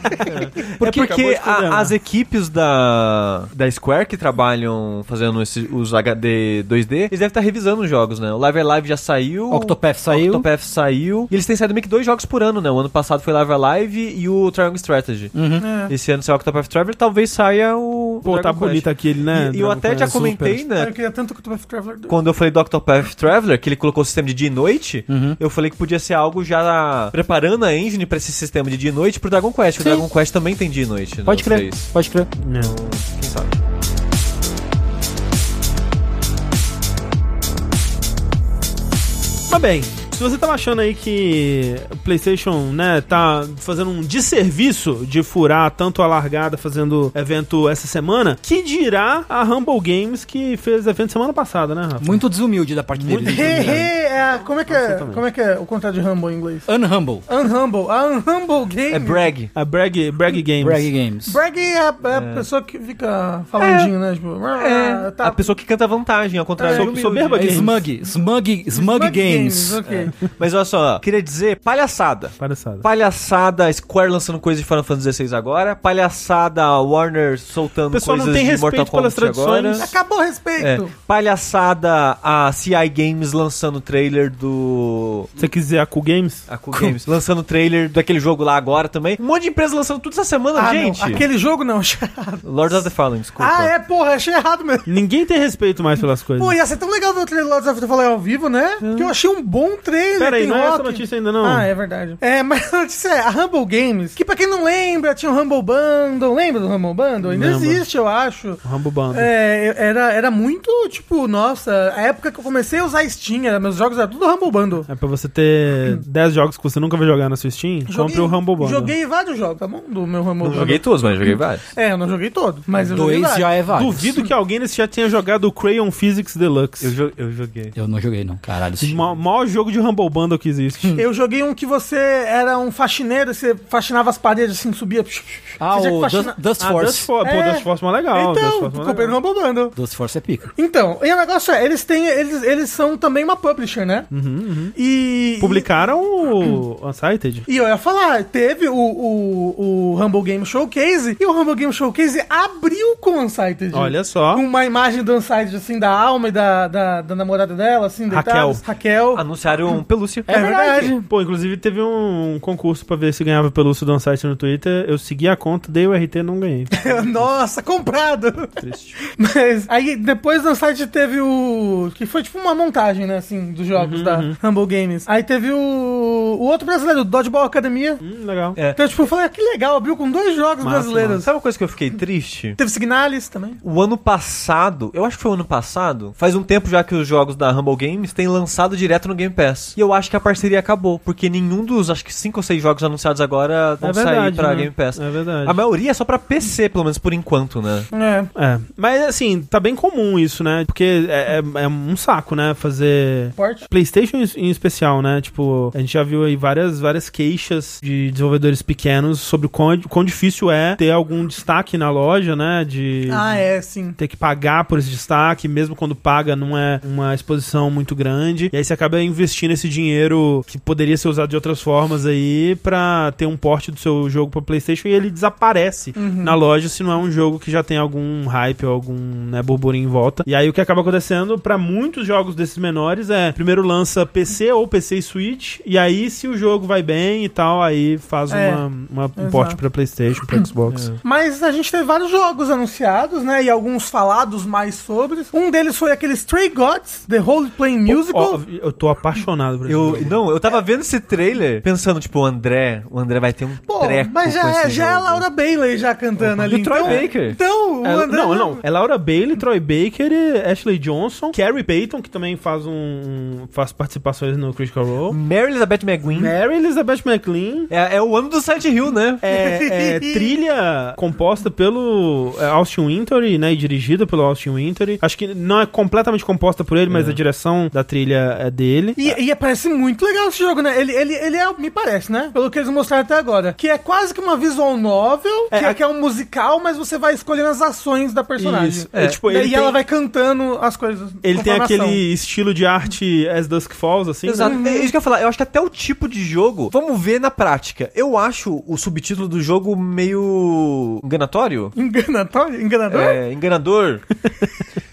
porque
Porque,
acabou de
a-
programar.
as equipes da, da Square que trabalham fazendo esse- os HD 2D, eles devem estar revisando os jogos, né? O Live Alive já saiu.
Octopath saiu.
Octopath saiu. E eles têm saído meio que dois jogos por ano, né? O ano passado foi Live Alive e o Triangle Strategy.
Uhum.
É.
Esse ano saiu o Octopath Traveler, talvez saia o.
Pô,
Dragon
tá
Quest.
bonito aquele, né?
E, e eu
Dragon
até já
Quest.
comentei, né?
Eu queria tanto que o Tupaf Traveler 2.
Quando eu falei do Octopath Traveler, que ele colocou o sistema de dia e noite,
uhum.
eu falei que podia ser algo já preparando a engine pra esse sistema de dia e noite pro Dragon Quest. porque O
Sim.
Dragon Quest também tem dia e noite. né,
Pode
o
crer,
três.
pode crer.
É.
Quem sabe?
Mas bem, se você tava achando aí que o PlayStation, né, tá fazendo um desserviço de furar tanto a largada fazendo evento essa semana, que dirá a Humble Games que fez evento semana passada, né, Rafa?
Muito desumilde da parte né?
Muito
dele.
He,
né?
he, é a- como é que é,
Absolutamente.
como é que é o contrário de Humble em inglês?
Unhumble.
Unhumble. A Unhumble Game.
É brag.
A Bragg, Bragg Games.
Brag Games.
Brag é a, é a pessoa que fica falandinho, né? Tipo, ah, tá.
É. A pessoa que canta vantagem, ao contrário.
Sou-
do humilde.
soberba
É
Games.
Smug, Smug, Smug
Smug
Games.
ok.
Mas olha só, queria dizer palhaçada.
Palhaçada.
Palhaçada, Square lançando coisa de Final Fantasy XVI agora. Palhaçada, Warner soltando
O pessoal não
coisas
tem
de
respeito
Mortal
pelas
Kombat agora.
tradições.
Acabou o
É,
respeito.
palhaçada, a CI Games lançando o trailer do.
Se você quiser a Cool Games,
A Cool Games. Lançando o trailer daquele jogo lá agora também. Um monte de empresa lançando tudo essa semana,
Ah,
gente.
não. Aquele jogo não.
Lords of the Fallen, desculpa.
ah, é, porra, achei errado mesmo.
ninguém tem respeito mais pelas coisas.
Pô, ia ser tão legal ver o trailer Lords of the Fallen ao vivo, né? Porque eu achei um bom trailer,
Pera aí,
tem
não é essa
rock.
notícia ainda não.
Ah, é verdade. É, mas a notícia é a Humble Games, que pra quem não lembra, tinha o Humble Bundle. Lembra do Humble Bundle? Ainda
Lembro.
existe, eu acho.
Rambo Bando.
É, eu- era, era muito, tipo, nossa, a época que eu comecei a usar Steam, era, meus jogos eram tudo Humble Bundle.
É pra você ter 10 jogos que você nunca vai jogar na sua Steam, compre o Humble Bundle.
Joguei vários jogos, tá bom? Do meu Humble
Não
Bundle.
joguei todos, mas joguei vários.
É, eu não joguei todo, mas eu joguei
Dois
vários.
já é válido.
Duvido que alguém nesse chat tenha jogado o Crayon Physics Deluxe.
joguei.
Eu não joguei, não. Caralho. isso-
O ma- maior jogo de Humble Bundle que existe.
Eu joguei um que você era um faxineiro, você faxinava as paredes assim, subia.
Ah,
você tinha que
o
faxinar-
Dust, Dust
Ah, Dust
Force.
Force. Pô,
É.
Dust Force é mais legal. Dust
Então,
Force é mó
comprei no
legal.
Humble Bundle.
Dust Force é pica.
Então, e o negócio é, eles têm. Eles, eles são também uma publisher, né?
Hum.
E.
Uhum, Publicaram o Unsighted.
E eu ia falar, teve o, o, o Humble Game Showcase e o Humble Game Showcase abriu com o Unsighted.
Olha só.
Com Uma imagem do Unsighted, assim, da alma e da, da, da namorada dela, assim, deitadas. Raquel.
Anunciaram um pelúcia.
É verdade.
Pô, inclusive teve um concurso pra ver se ganhava pelúcio do Unsighted no Twitter. Eu segui a conta, dei o RT e Ah, não ganhei.
Nossa, comprado!
Triste.
Mas aí depois do site teve o. Que foi tipo uma montagem, né, assim, dos jogos
Uhum,
da Humble Games. Aí teve o. O outro brasileiro, Dodgeball Academia.
Hum, legal.
É.
Então, tipo, eu falei, ah, que legal, abriu com dois jogos
Massa,
brasileiros.
Sabe uma coisa que eu fiquei triste?
Teve Signalis também.
O ano passado, eu acho que foi o ano passado, faz um tempo já que os jogos da Humble Games têm lançado direto no Game Pass. E eu acho que a parceria acabou, porque nenhum dos, acho que cinco ou seis jogos anunciados agora vão
É verdade,
sair pra
né?
Game Pass.
É verdade.
A maioria é só pra PC, pelo menos por enquanto, né?
É.
É, mas assim, tá bem comum isso, né? Porque é, é- é um saco, né? Fazer.
Porte.
PlayStation em- em especial, né? Tipo, a gente já viu aí várias, várias queixas de desenvolvedores pequenos sobre o quão, quão difícil é ter algum destaque na loja, né? De.
Ah, é, sim.
Ter que pagar por esse destaque, mesmo quando paga, não é uma exposição muito grande. E aí você acaba investindo esse dinheiro que poderia ser usado de outras formas aí pra ter um porte do seu jogo pra PlayStation e ele desaparece
Uhum.
na loja se não é um jogo que já tem algum hype ou algum né, burburinho em volta. E aí o que acaba acontecendo pra muitos jogos desses menores é primeiro lança PC ou PC e Switch, e aí se o jogo vai bem e tal, aí faz
É.
uma, uma- um
Exato.
porte pra PlayStation, pra Xbox.
Mas a gente teve vários jogos anunciados, né? E alguns falados mais sobre. Um deles foi aquele Stray Gods, The Role Playing Musical.
Ó, eu tô apaixonado por É. esse
Eu,
jogo.
não, eu tava vendo esse trailer pensando, tipo, o André, o André vai ter um
Pô,
treco
mas
com
já é,
esse
já é a
jogo.
Laura Bailey já cantando ali.
E o Troy
então,
Baker.
Então, o
É,
André...
não, não. É Laura Bailey, Troy Baker, e Ashley Johnson, Carrie Payton, que também faz um. faz participações no Critical Role.
Mary Elizabeth
Hum.
McGuinn. É.
Mary Elizabeth McLean.
É, o ano do Silent Hill, né?
É, é, trilha composta pelo é, Austin Wintory, né? E dirigida pelo Austin Wintory. Acho que não é completamente composta por ele, mas a direção da trilha é dele.
É. E, e parece muito legal esse jogo, né? Ele, ele, ele é, me parece, né? Pelo que eles mostraram até agora. Que é quase que uma visual novel, que, é, que é um musical, mas você vai escolhendo as ações da personagem.
Isso. É, tipo,
e
ele tem-
ela vai cantando as coisas.
Ele tem
conforme a ação.
aquele estilo de arte As Dusk Falls, assim. né?
Exato. É isso que eu ia falar. Eu acho que até o tipo de jogo. Vamos ver na prática. Eu acho o subtítulo do jogo meio. enganatório?
Enganatório? Enganador?
É, enganador.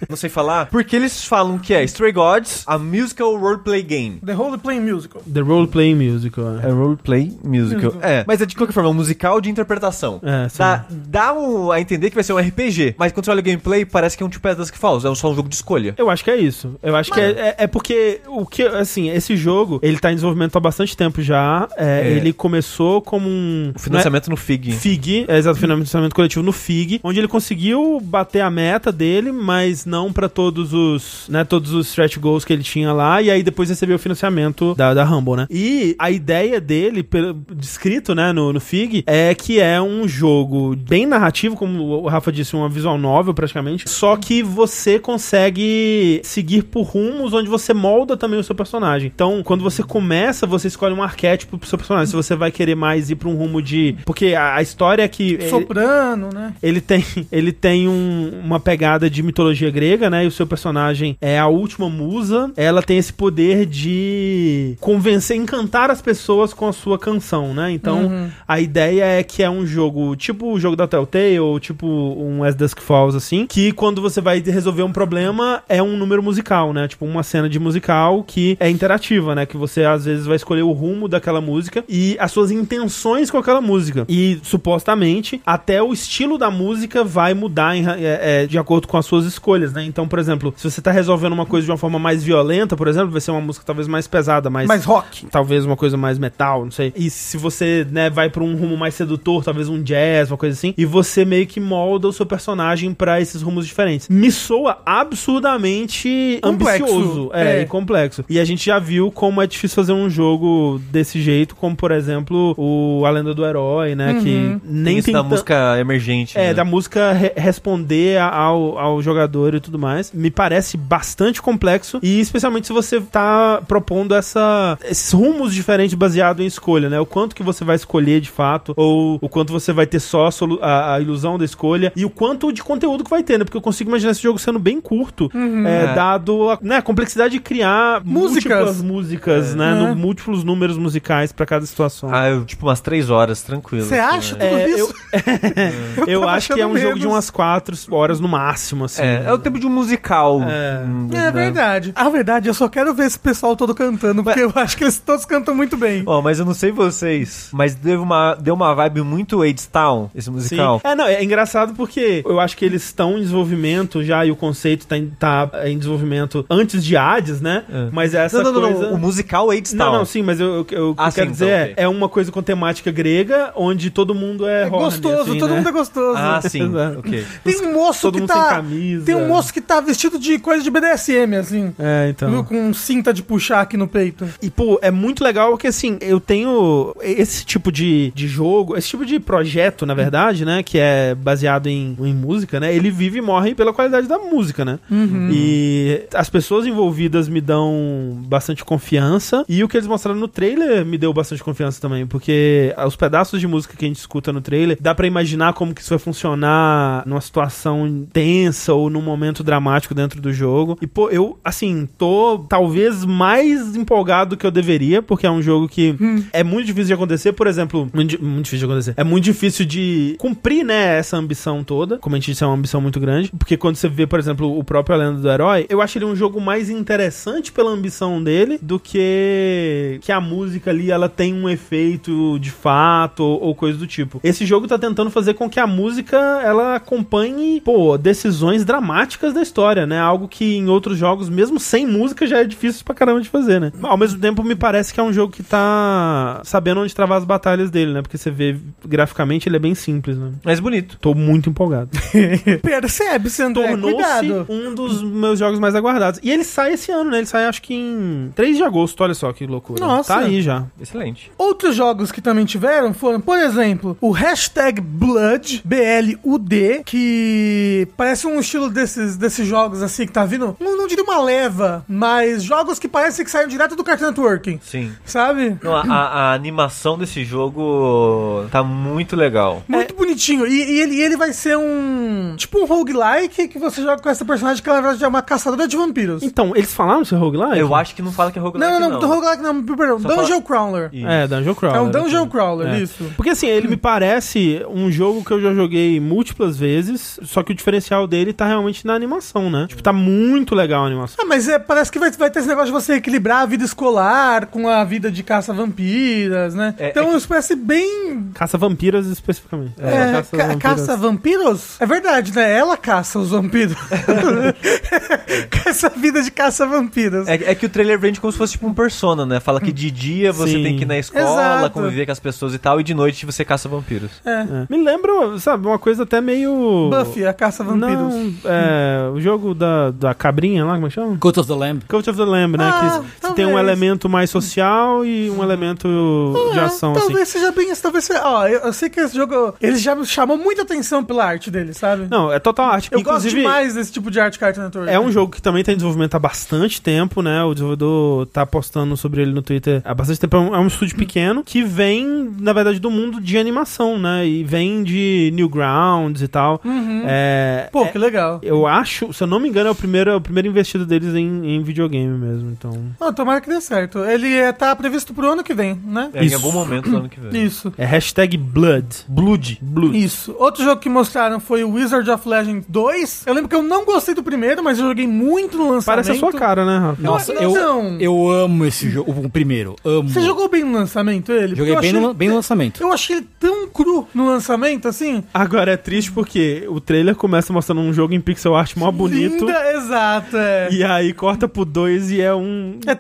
Não sei falar. Porque eles falam que é Stray Gods, a musical roleplay game.
The Holy Play Musical.
The Role Playing Musical. né?
roleplay musical. É, mas é de qualquer forma, é um musical de interpretação.
É, sim.
Dá, dá um- a entender que vai ser um RPG, mas quando você olha o gameplay, parece que é um tipo das que falls, é só um jogo de escolha.
Eu acho que é isso. Eu acho que é, é, é porque o que, assim, esse jogo, ele tá em desenvolvimento há bastante tempo já. É,
É.
Ele começou como um.
O financiamento no FIG.
Né? FIG, é, exato, financiamento coletivo no FIG, onde ele conseguiu bater a meta dele, mas não pra todos os, né, todos os stretch goals que ele tinha lá, e aí depois recebeu o financiamento da, da Humble, né? E a ideia dele, pelo- descrito, né, no, no FIG, é que é um jogo bem narrativo, como o Rafa disse, uma visual novel praticamente, só que você consegue seguir por rumos onde você molda também o seu personagem. Então, quando você começa, você escolhe um arquétipo pro seu personagem, se você vai querer mais ir pra um rumo de... Porque a, a história é que... ele-
Soprano, né?
ele tem, ele tem um- uma pegada de mitologia grega, né? E o seu personagem é a última musa. Ela tem esse poder de convencer, encantar as pessoas com a sua canção, né? Então, a ideia é que é um jogo tipo o jogo da Telltale, ou tipo um mais Dusk Falls, assim, que quando você vai resolver um problema, é um número musical, né? Tipo, uma cena de musical que é interativa, né? Que você às vezes vai escolher o rumo daquela música e as suas intenções com aquela música. E supostamente, até o estilo da música vai mudar em ra- é, é, de acordo com as suas escolhas, né? Então, por exemplo, se você tá resolvendo uma coisa de uma forma mais violenta, por exemplo, vai ser uma música talvez mais pesada, mais.
Mas rock.
Talvez uma coisa mais metal, não sei. E se você, né, vai pra um rumo mais sedutor, talvez um jazz, uma coisa assim, e você meio que molda o seu personagem pra esses rumos diferentes. Me soa absurdamente
Complexo.
ambicioso é,
É.
e complexo. E a gente já viu como é difícil fazer um jogo desse jeito, como por exemplo o A Lenda do Herói, né?
Uhum.
Que nem
Tem isso
tem
da
tan-
música emergente.
é,
né?
da música re- responder a- ao, ao jogador e tudo mais. Me parece bastante complexo. E especialmente se você tá propondo essa, esses rumos diferentes baseado em escolha, né? O quanto que você vai escolher de fato, ou o quanto você vai ter só a, solu- a- a ilusão da escolha, e o quanto de conteúdo que vai ter, né? Porque eu consigo imaginar esse jogo sendo bem curto, é,
É.
dado a né, a complexidade de criar
Músicas.
múltiplas músicas, né?
É.
No- múltiplos números musicais pra cada situação.
Ah, eu, tipo, umas três horas, tranquilo.
Você
assim,
acha
né?
É,
tudo
eu-
isso?
Eu
tava
acho que é um
achando
jogo de
menos.
umas 4 horas no máximo, assim.
É, é o tempo de um musical.
É.
Hum,
É
né?
verdade. A verdade, eu só quero ver esse pessoal todo cantando, porque eu acho que eles todos cantam muito bem.
Ó, mas eu não sei vocês, mas deu uma, deu uma vibe muito Aidstown, esse
Sim.
musical.
É, não, é engraçado porque eu acho que eles estão em desenvolvimento já e o conceito tá em, tá em desenvolvimento antes de Hades, né?
É.
Mas essa
não, não,
coisa...
não, o musical Aidstown.
Não, não, sim, mas eu, eu, eu- o que
Ah,
eu quero
sim,
dizer
então,
é,
ok.
é uma coisa com temática grega, onde todo mundo é,
É
horny,
gostoso,
assim,
todo
né?
mundo é gostoso.
Ah, sim,
Exato.
ok.
Tem um moço
Todo
que
mundo
tá.
sem camisa.
Tem um moço que tá vestido de coisa de BDSM, assim.
É, então.
viu? Com cinta de puxar aqui no peito.
E, pô, é muito legal porque, assim, eu tenho esse tipo de, de jogo, esse tipo de projeto, na verdade, né? Que é baseado em, em música, né? Ele vive e morre pela qualidade da música, né? E as pessoas envolvidas me dão bastante confiança. E o que eles mostraram no trailer me deu bastante confiança também. Porque os pedaços de música que a gente escuta no trailer, dá pra imaginar como que isso vai funcionar numa situação tensa ou num momento dramático dentro do jogo. E, pô, eu, assim, tô talvez mais empolgado do que eu deveria, porque é um jogo que é muito difícil de acontecer. Por exemplo, muito, di- muito difícil de acontecer. É muito difícil de cumprir, né, essa ambição toda. Como a gente disse, é uma ambição muito grande. Porque quando você vê, por exemplo, o próprio A Lenda do Herói, eu acho ele um jogo mais interessante pela ambição dele do que que a música ali, ela tem um efeito de fato ou, ou coisa do tipo. Esse jogo tá tentando fazer com que a música, ela acompanhe, pô, decisões dramáticas da história, né? Algo que em outros jogos, mesmo sem música, já é difícil pra caramba de fazer, né? Ao mesmo tempo, me parece que é um jogo que tá sabendo onde travar as batalhas dele, né? Porque você vê graficamente, ele é bem simples, né?
Mas bonito.
Tô muito empolgado.
Percebe-se, André?
Então. Tornou-se
É, Cuidado.
um dos meus jogos mais aguardados. E ele sai esse ano, né? Ele sai acho que em 3 de agosto. Olha só que loucura.
Nossa.
Tá aí já.
Excelente.
Outros jogos que também tiveram foram, por exemplo, o hashtag Blood, B-L-U-D, que parece um estilo desses, desses jogos assim que tá vindo. Não, não diria uma leva, mas jogos que parecem que saíram direto do Cartoon Network,
Sim.
sabe?
Não, a, a- a animação desse jogo tá muito legal.
É.
Muito bonitinho. E, e ele, e ele vai ser um. Tipo um roguelike que você joga com essa personagem que ela na verdade, é uma caçadora de vampiros.
Então, eles falaram seu roguelike?
Eu acho que não fala que é roguelike,
Não, não, não, roguelike não, perdão.
Só
Dungeon Crawler.
Isso.
É, Dungeon Crawler.
É um Dungeon Hum. Crawler,
É.
isso.
Porque assim, ele me parece um jogo que eu já joguei múltiplas vezes, só que o diferencial dele tá realmente na animação, né? Tipo, tá muito legal a animação.
Ah, mas é, parece que vai, vai ter esse negócio de você equilibrar a vida escolar com a vida de caça-vampiras, né?
É,
então isso parece bem.
Caça vampiras especificamente.
É, ca- caça-vampiros? é verdade, né? Ela caça os vampiros. com essa vida de caça-vampiros.
É, é que o trailer vende como se fosse tipo um persona, né? Fala que de dia você
Sim.
tem que ir na escola,
Exato.
conviver com as pessoas e tal, e de noite você caça vampiros.
É.
É. Me lembra, sabe, uma coisa até meio.
Buffy, a caça-vampiros.
Não, é, o jogo da, da cabrinha lá, como é que chama?
Cult of the Lamb.
Cult of the Lamb, né?
Ah,
que você tem um
talvez.
elemento mais social e um elemento de
É,
ação, assim.
talvez seja bem isso, talvez seja. Ó, eu, eu sei que esse jogo. Ele já me chamou muita atenção pela arte dele, sabe?
Não, é total arte.
eu gosto
Inclusive,
demais desse tipo de arte Cartoon Network.
É um jogo que também tá em desenvolvimento há bastante tempo, né? O desenvolvedor tá postando sobre ele no Twitter há bastante tempo. É um, é um estúdio pequeno que vem, na verdade, do mundo de animação, né? E vem de Newgrounds e tal. É,
Uhum. Pô,
é-
que legal.
eu acho, se eu não me engano, é o primeiro, é o primeiro investido deles em, em videogame mesmo, então...
Não, tomara que dê certo. Ele é, tá previsto pro ano que vem, né?
É, em
Isso.
algum momento do ano que vem.
Isso.
É hashtag Blood. Blood. Blood.
Isso. Outro jogo que mostraram comentaram foi o Wizard of Legend 2. Eu lembro que eu não gostei do primeiro, mas eu joguei muito no lançamento.
Parece a sua cara, né, Rafa?
Nossa,
não,
eu,
não.
eu amo esse jogo, o primeiro. Amo.
Você jogou bem no lançamento ele?
Joguei
Porque eu
bem
achei
no,
ele-
bem no lançamento.
Eu achei ele tão cru no lançamento, assim.
Agora é triste porque o trailer começa mostrando um jogo em pixel art mó bonito.
Linda, exato, é.
E aí corta pro 2 e é um
É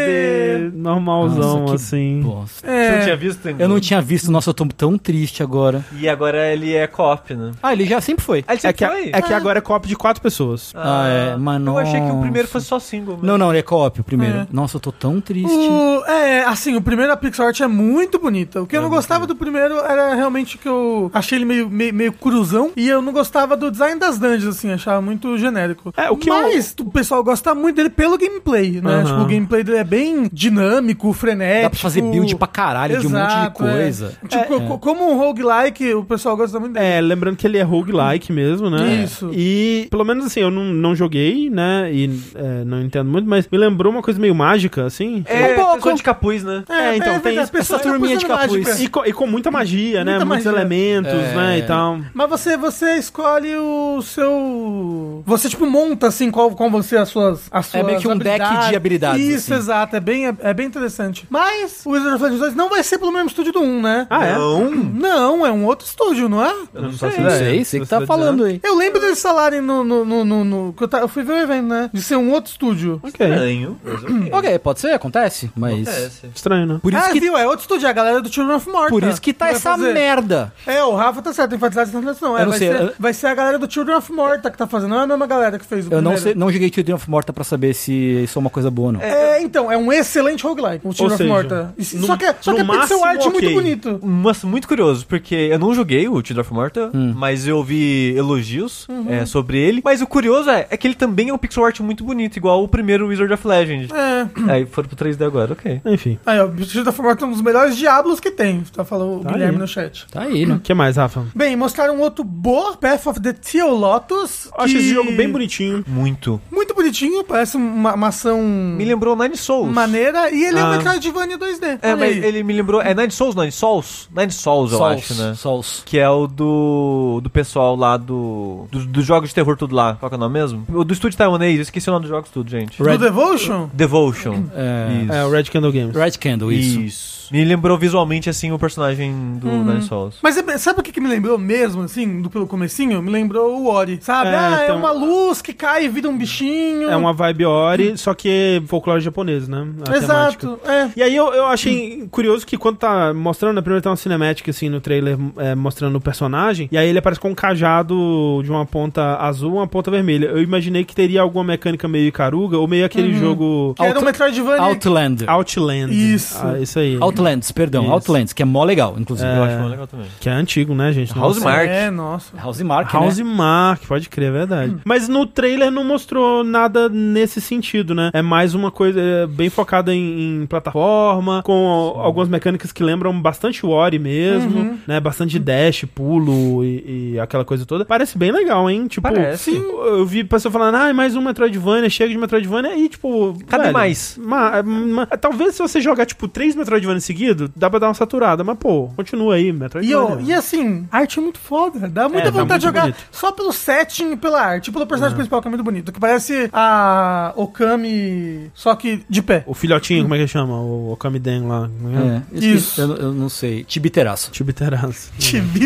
3D.
normalzão,
Nossa, que
assim.
Você
Bosta.
não
É,
tinha visto? Tango?
Eu não tinha visto, nossa, eu tô tão triste agora.
E agora ele é co-op, né?
Ah, ele já sempre foi.
Ah, ele
É
sempre
que,
foi?
é que agora é copo de quatro pessoas.
Ah, é, mas
Eu achei que o
nossa.
primeiro fosse só single. mas-
Não, não, ele é co-op o primeiro.
É.
Nossa, eu tô tão triste.
o, é, assim, o primeiro da Pixar Art é muito bonito.
É
O que eu não gostava do primeiro era realmente que eu achei ele meio, meio, meio cruzão. E eu não gostava do design das dungeons, assim, achava muito genérico.
É, o que eu-
Mas o pessoal gosta muito dele pelo gameplay, né?
Aham.
Tipo, o gameplay dele é bem dinâmico, frenético.
Dá pra fazer build pra caralho de um monte de
é tipo- Exato, é.
coisa. é.
Tipo, co- como um roguelike, o pessoal gosta muito dele.
É, lembrando que ele é roguelike mesmo, né?
Isso.
E, pelo menos assim, eu não, não joguei, né? E é, não entendo muito, mas me lembrou uma coisa meio mágica, assim.
É,
Um pouco.
pessoa de capuz, né?
É, então,
verdade, tá
tem
as pessoas
essa
ficam
turminha de
postando
capuz.
mágica.
E, co- e com muita magia, né?
É. Muita
Muitos
magia.
elementos,
É.
né? E tal.
Mas você, você escolhe o seu. Você, tipo, monta assim qual, qual vão ser as suas. As
É
suas
meio que um deck de habilidades,
Isso,
assim.
exato. É bem, é, é bem interessante. Mas o Wizard of Legends 2 não vai ser pelo mesmo estúdio do 1, né?
Ah, é?
Não.
Não, é um outro estúdio, não é?
Eu não
faço
sei.
Não
ideia.
sei, sei
Se
que tá
você
falando aí.
Eu lembro deles falarem no. no, no, no- no- que eu, ta- eu fui ver o evento, né? De ser um outro estúdio.
Ok.
Estranho. mas ok.
Ok, pode ser, acontece, mas.
Acontece.
Estranho, né?
Por isso
ah,
que
viu? É outro estúdio, é a galera do Children of Morta.
Por isso que tá
Vai
essa
fazer.
merda.
É, o Rafa tá certo, enfatizar essa não. É,
Eu não
vai,
sei,
ser,
eu-
vai ser a galera do Children of Morta que tá fazendo, não é a mesma galera que fez o
Eu não,
primeiro.
sei, não joguei Children of Morta pra saber se isso é uma coisa boa ou não.
É, então, é um excelente roguelike, o Children of
seja,
Morta. E se-
no-
só que, é- só
no
que é pixel
máximo,
art muito
ok.
bonito.
Mas muito curioso, porque eu não joguei o Children of Morta, mas eu ouvi elogios é, sobre ele. Mas o curioso é, é que ele também é um pixel art muito bonito, igual o primeiro Wizard of Legend.
É.
Aí foram pro 3D agora, ok.
Enfim.
Aí, ó, o Children of Morta é um dos melhores diablos que tem, tá falando o
Tá
Guilherme
aí.
no chat.
Tá aí, né?
O que mais, Rafa?
Bem, mostraram um outro Bo, Path of the Theolotus.
Eu acho
que-
esse jogo bem bonitinho.
Muito.
Muito bonitinho, parece uma, uma ação
Me lembrou Nine Souls.
maneira. E ele é um
um Ah.
Metroidvania 2D.
É,
olha
mas
aí.
ele me lembrou. É Nine Souls, Nine Souls? Nine Souls, eu acho, né?
Souls.
Que é o do. do pessoal lá do. do- dos jogos de terror tudo lá. Qual que é o nome mesmo? O do estúdio taiwanês, eu esqueci o nome dos jogos tudo, gente.
Do Devotion?
Devotion.
É,
Isso.
É, o Red Candle Games.
Red Candle, isso.
Me lembrou visualmente, assim, o personagem
Uhum.
do Nine Souls.
Mas é bem- sabe o que, que me lembrou mesmo, assim, do, pelo comecinho? Me lembrou o Ori, sabe?
É,
ah, é
então-
uma luz que cai e vira um bichinho.
É uma vibe Ori, só que folclore japonês, né? A temática.
Exato, é.
E aí eu, eu achei curioso que quando tá mostrando, na primeira tem uma cinemática assim no trailer é, mostrando o personagem, e aí ele aparece com um cajado de uma ponta azul uma ponta vermelha. Eu imaginei que teria alguma mecânica meio Icaruga, ou meio aquele jogo
Que era um
Out-
Metroidvania.
Outlander.
Outland.
Isso.
Ah, isso aí.
Outlands, perdão.
Isso.
Outlands, que é mó legal, inclusive.
Eu
É.
acho muito legal também.
Que é antigo, né, gente?
House
Nossa.
Mark.
É, nossa.
House Mark,
House
né?
Mark, pode crer, é verdade. Mas no trailer não mostrou nada nesse sentido, né? É mais uma coisa é, bem focada em, em plataforma, com algumas mecânicas que lembram bastante o Ori mesmo, né? Bastante dash, pulo e, e aquela coisa toda. Parece bem legal, hein? Tipo,
Parece.
sim, eu vi pessoa falando, ah, mais um Metroidvania, chega de Metroidvania e, tipo.
Cadê
velho,
mais?
ma- é, ma- talvez se você jogar, tipo, três Metroidvania seguido, dá pra dar uma saturada, mas, pô, continua aí,
E,
Metroidvania.
eu, e assim, a arte é muito foda. Dá muita
É, tá
vontade
muito
de jogar
bonito. Uhum.
só pelo setting e pela arte. Pelo personagem principal, que é muito bonito. Que parece a Okami, só que de pé.
O filhotinho, como é que chama? O Okamiden lá. né?
É, esqueci-
Isso.
Eu, eu não sei. Tibiteraço.
Tibiteraço.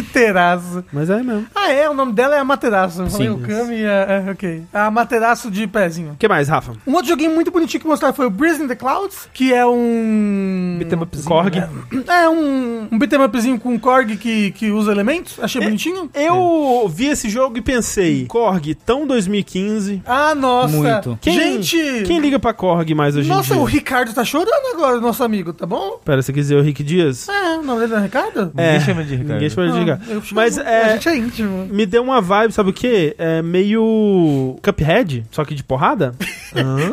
Tibiteraço.
Mas é mesmo.
Ah, é, o nome dela é Amaterasu. Eu falei
Sim.
Okami, é, é, ok. A Amaterasu de pezinho.
O que mais, Rafa?
Um outro joguinho muito bonitinho que mostraram foi o Breeze in the Clouds, que é um...
Beat'em upzinho.
Korg.
É um, um beat'em upzinho com Korg que, que usa elementos. Achei
É.
bonitinho.
Eu vi esse jogo e pensei, Korg, tão 2015.
Ah, nossa.
Muito.
Quem-
Gente...
Quem liga pra Korg mais hoje
Nossa,
em dia?
o Ricardo tá chorando agora, o nosso amigo, tá bom?
Pera, você quer dizer o Rick Dias?
É, o nome dele não é Ricardo? Ah,
Ninguém
É,
chama de Ricardo.
Ninguém chama de ligar.
eu chamo-
Mas
A
é,
gente é íntimo.
me deu uma vibe, sabe o quê? É meio Cuphead, só que de porrada.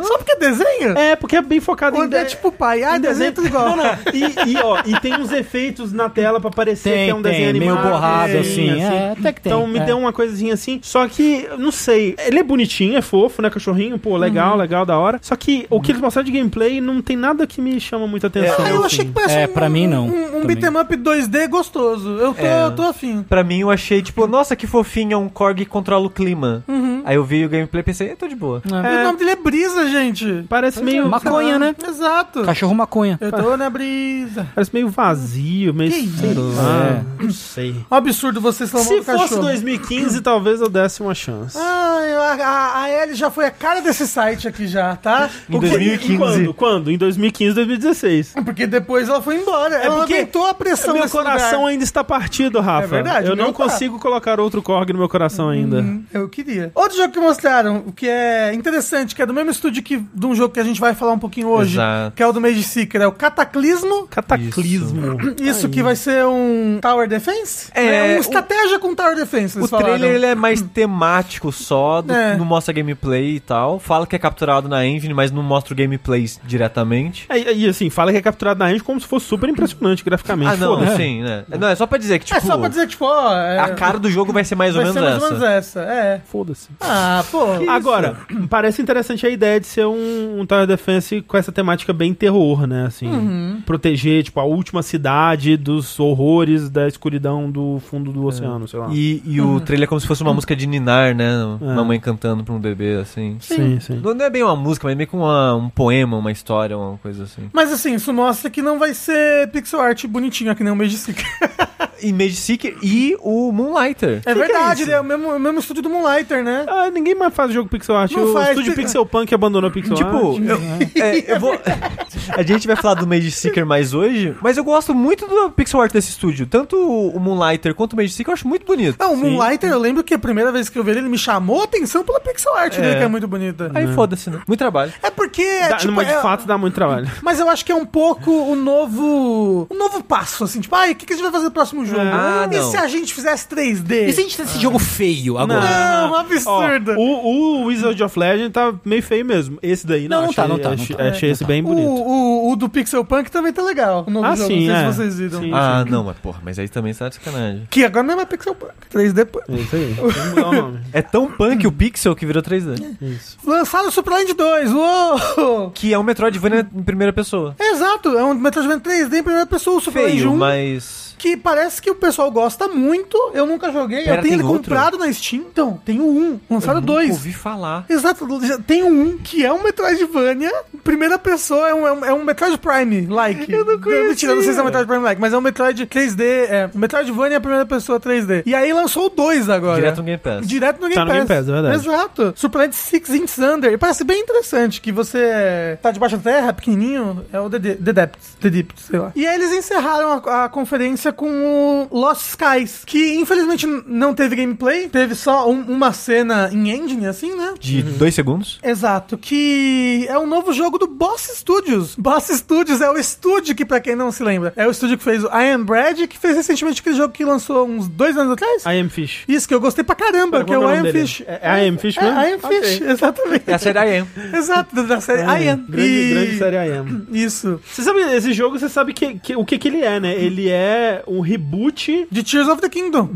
Só porque desenha?
É, porque é bem focado
Ah. Quando é
de-
tipo o pai, ah,
em
desenha tudo igual.
Não, não. E, e, ó, e tem uns efeitos na tela pra parecer
Tem,
que é um
tem,
desenho
meio
animado.
borrado, assim, é, até que tem,
Então me
é.
deu uma coisinha assim. Só que, eu não sei, ele é bonitinho, é fofo, né? Cachorrinho, pô,
Uhum.
legal, legal, da hora. Só que o que eles mostraram de gameplay não tem nada que me chama muita atenção.
Ah, eu
assim.
achei que parece
É,
um,
pra mim, não.
um, um
Também.
beat'em up 2D gostoso. Eu tô,
É.
eu tô afim.
Pra mim, eu achei, tipo, nossa, que fofinho, é um Korg que controla o clima.
Uhum.
Aí eu vi o gameplay e pensei, "Eh, tô de boa.
O nome dele é Brisa, gente.
Parece meio,
Maconha, né?
Exato.
Cachorro maconha.
Eu tô na brisa.
parece meio vazio, meio,
Que
sei
isso?
lá,
É.
não sei.
Um absurdo você reclamando
Se
do cachorro.
fosse 2015, talvez eu desse uma chance.
Ah, eu- a, a, a Ellie já foi a cara desse site aqui já, tá?
Em
O quê?
2015.
Quando? Quando? Em 2015, 2016.
Porque depois ela foi embora.
É
ela
porque
aumentou a pressão
Meu
nesse
coração
lugar.
ainda está partido, Rafa.
É verdade,
Eu
o meu
não
tá.
consigo colocar outro Korg no meu coração ainda.
Hum, Eu queria. Outro jogo que mostraram, o que é interessante, que é do mesmo estúdio que, de um jogo que a gente vai falar um pouquinho hoje,
Exato.
que é o do Mage Seeker, é o Cataclismo.
Cataclismo.
Isso que vai ser um Tower Defense?
É,
um
o-
estratégia com Tower Defense,
O
eles falaram.
trailer ele é mais temático só, do-
É.
não mostra gameplay e tal. Fala que é capturado na engine, mas não mostra o gameplay diretamente.
É, e assim, fala que é capturado na Engine como se fosse super impressionante graficamente.
Ah, não,
Foda-se.
sim, né? Não, é só pra dizer que, tipo,
É só pra dizer, tipo, ó... é-
a cara do jogo vai ser mais ou
vai
menos
ser mais
essa.
ou menos essa, é.
Foda-se.
Ah, pô...
Agora, parece interessante a ideia de ser um, um Tower Defense com essa temática bem terror, né? Assim,
Uhum.
proteger, tipo, a última cidade dos horrores da escuridão do fundo do oceano, sei lá.
E, e
Uhum.
o trailer é como se fosse uma música de Ninar, né?
É.
Mamãe cantando pra um bebê, assim.
Sim, sim.
Não não é bem uma música, mas meio que uma- um poema, uma história, uma coisa assim.
Mas assim, isso mostra que não vai ser pixel art bonitinho, que nem o É Mage Seeker.
E Mage Seeker e o Moonlighter.
É verdade, né? O mesmo, o mesmo estúdio do Moonlighter, né?
Ah, ninguém mais faz jogo Pixel Art.
Não
o
faz,
estúdio
fica-
Pixel Punk abandonou Pixel Art.
Tipo, eu, é, eu vou. A gente vai falar do Mage Seeker mais hoje, mas eu gosto muito do pixel art desse estúdio. Tanto o Moonlighter quanto o Mage Seeker eu acho muito bonito.
Não, Ah, o Moonlighter, eu lembro que a primeira vez que eu vi ele, ele me chamou a atenção pela pixel art dele, que é muito bonita.
Aí foda-se, né? Muito trabalho.
É porque, é,
Dá-
tipo,
mas
é-
de fato dá muito trabalho.
mas eu acho que é um pouco o novo o novo passo, assim, tipo, ai, o que, que a gente vai fazer no próximo jogo?
Ah,
e
não.
se a gente fizesse 3D?
É. E se a gente tivesse esse jogo feio agora?
Não, um
Ó,
absurdo.
o, o Wizard of Legend tá meio feio mesmo. Esse daí não,
Não, não tá, não tá, não
Achei,
tá.
achei esse bem bonito.
O, o, o do Pixel Punk também tá legal. O novo
Ah,
jogo,
sim,
não sei
é.
se vocês viram.
Sim.
Ah, não, mas porra, mas aí também tá de sacanagem.
Que agora não é mais Pixel Punk, 3D Punk.
É isso aí. Vamos mudar o nome.
É tão punk o pixel que virou
É.
3D.
Isso.
Lançaram o Superland 2, uou!
Que é um Metroidvania em primeira pessoa.
Exato, é um Metroidvania 3D em primeira pessoa, o Superland
Feio,
1.
mas.
Que parece que o pessoal gosta muito, eu nunca joguei,
Pera,
eu tenho
tem
ele
outro?
comprado na Steam, então, tem o 1, lançaram o 2.
Ouvi falar.
Exato, já tem um que é um Metroidvania, primeira pessoa, é um, é um, é um Metroid Prime-like. Eu não conheço. Mentira, não sei se é um Metroid Prime-like, mas é um Metroid 3D, é. Metroidvania é a primeira pessoa 3D. E aí lançou o 2 agora.
Direto no Game Pass.
Direto no Game
Tá no
Pass.
Game Pass, é verdade.
Exato. Superland Six Inch Under. E parece bem interessante que você tá debaixo da terra, pequenininho. É o The, De- The Depths. The Depths, sei lá. E aí eles encerraram a, a conferência com o Lost Skies, que infelizmente n- não teve gameplay. Teve só um- uma cena em engine, assim, né?
De dois segundos?
Exato, que é um novo jogo do Boss Studios. Boss Studios é o estúdio que, pra quem não se lembra, é o estúdio que fez o I Am Bread, que fez recentemente aquele jogo que lançou uns dois anos atrás.
I am Fish.
Isso que eu gostei pra
Pera,
caramba, que é
qual
o
que é o
I Am
nome dele?
Fish.
É- é I Am Fish
É
mesmo?
I Am
Ok.
Fish, exatamente.
É a série I Am.
Exato, da- da série I Am.
Grande,
E-
grande série I am.
Isso.
Você sabe, esse jogo você sabe que, que- o que, que ele é, né? Ele é um reboot
De Tears of the Kingdom.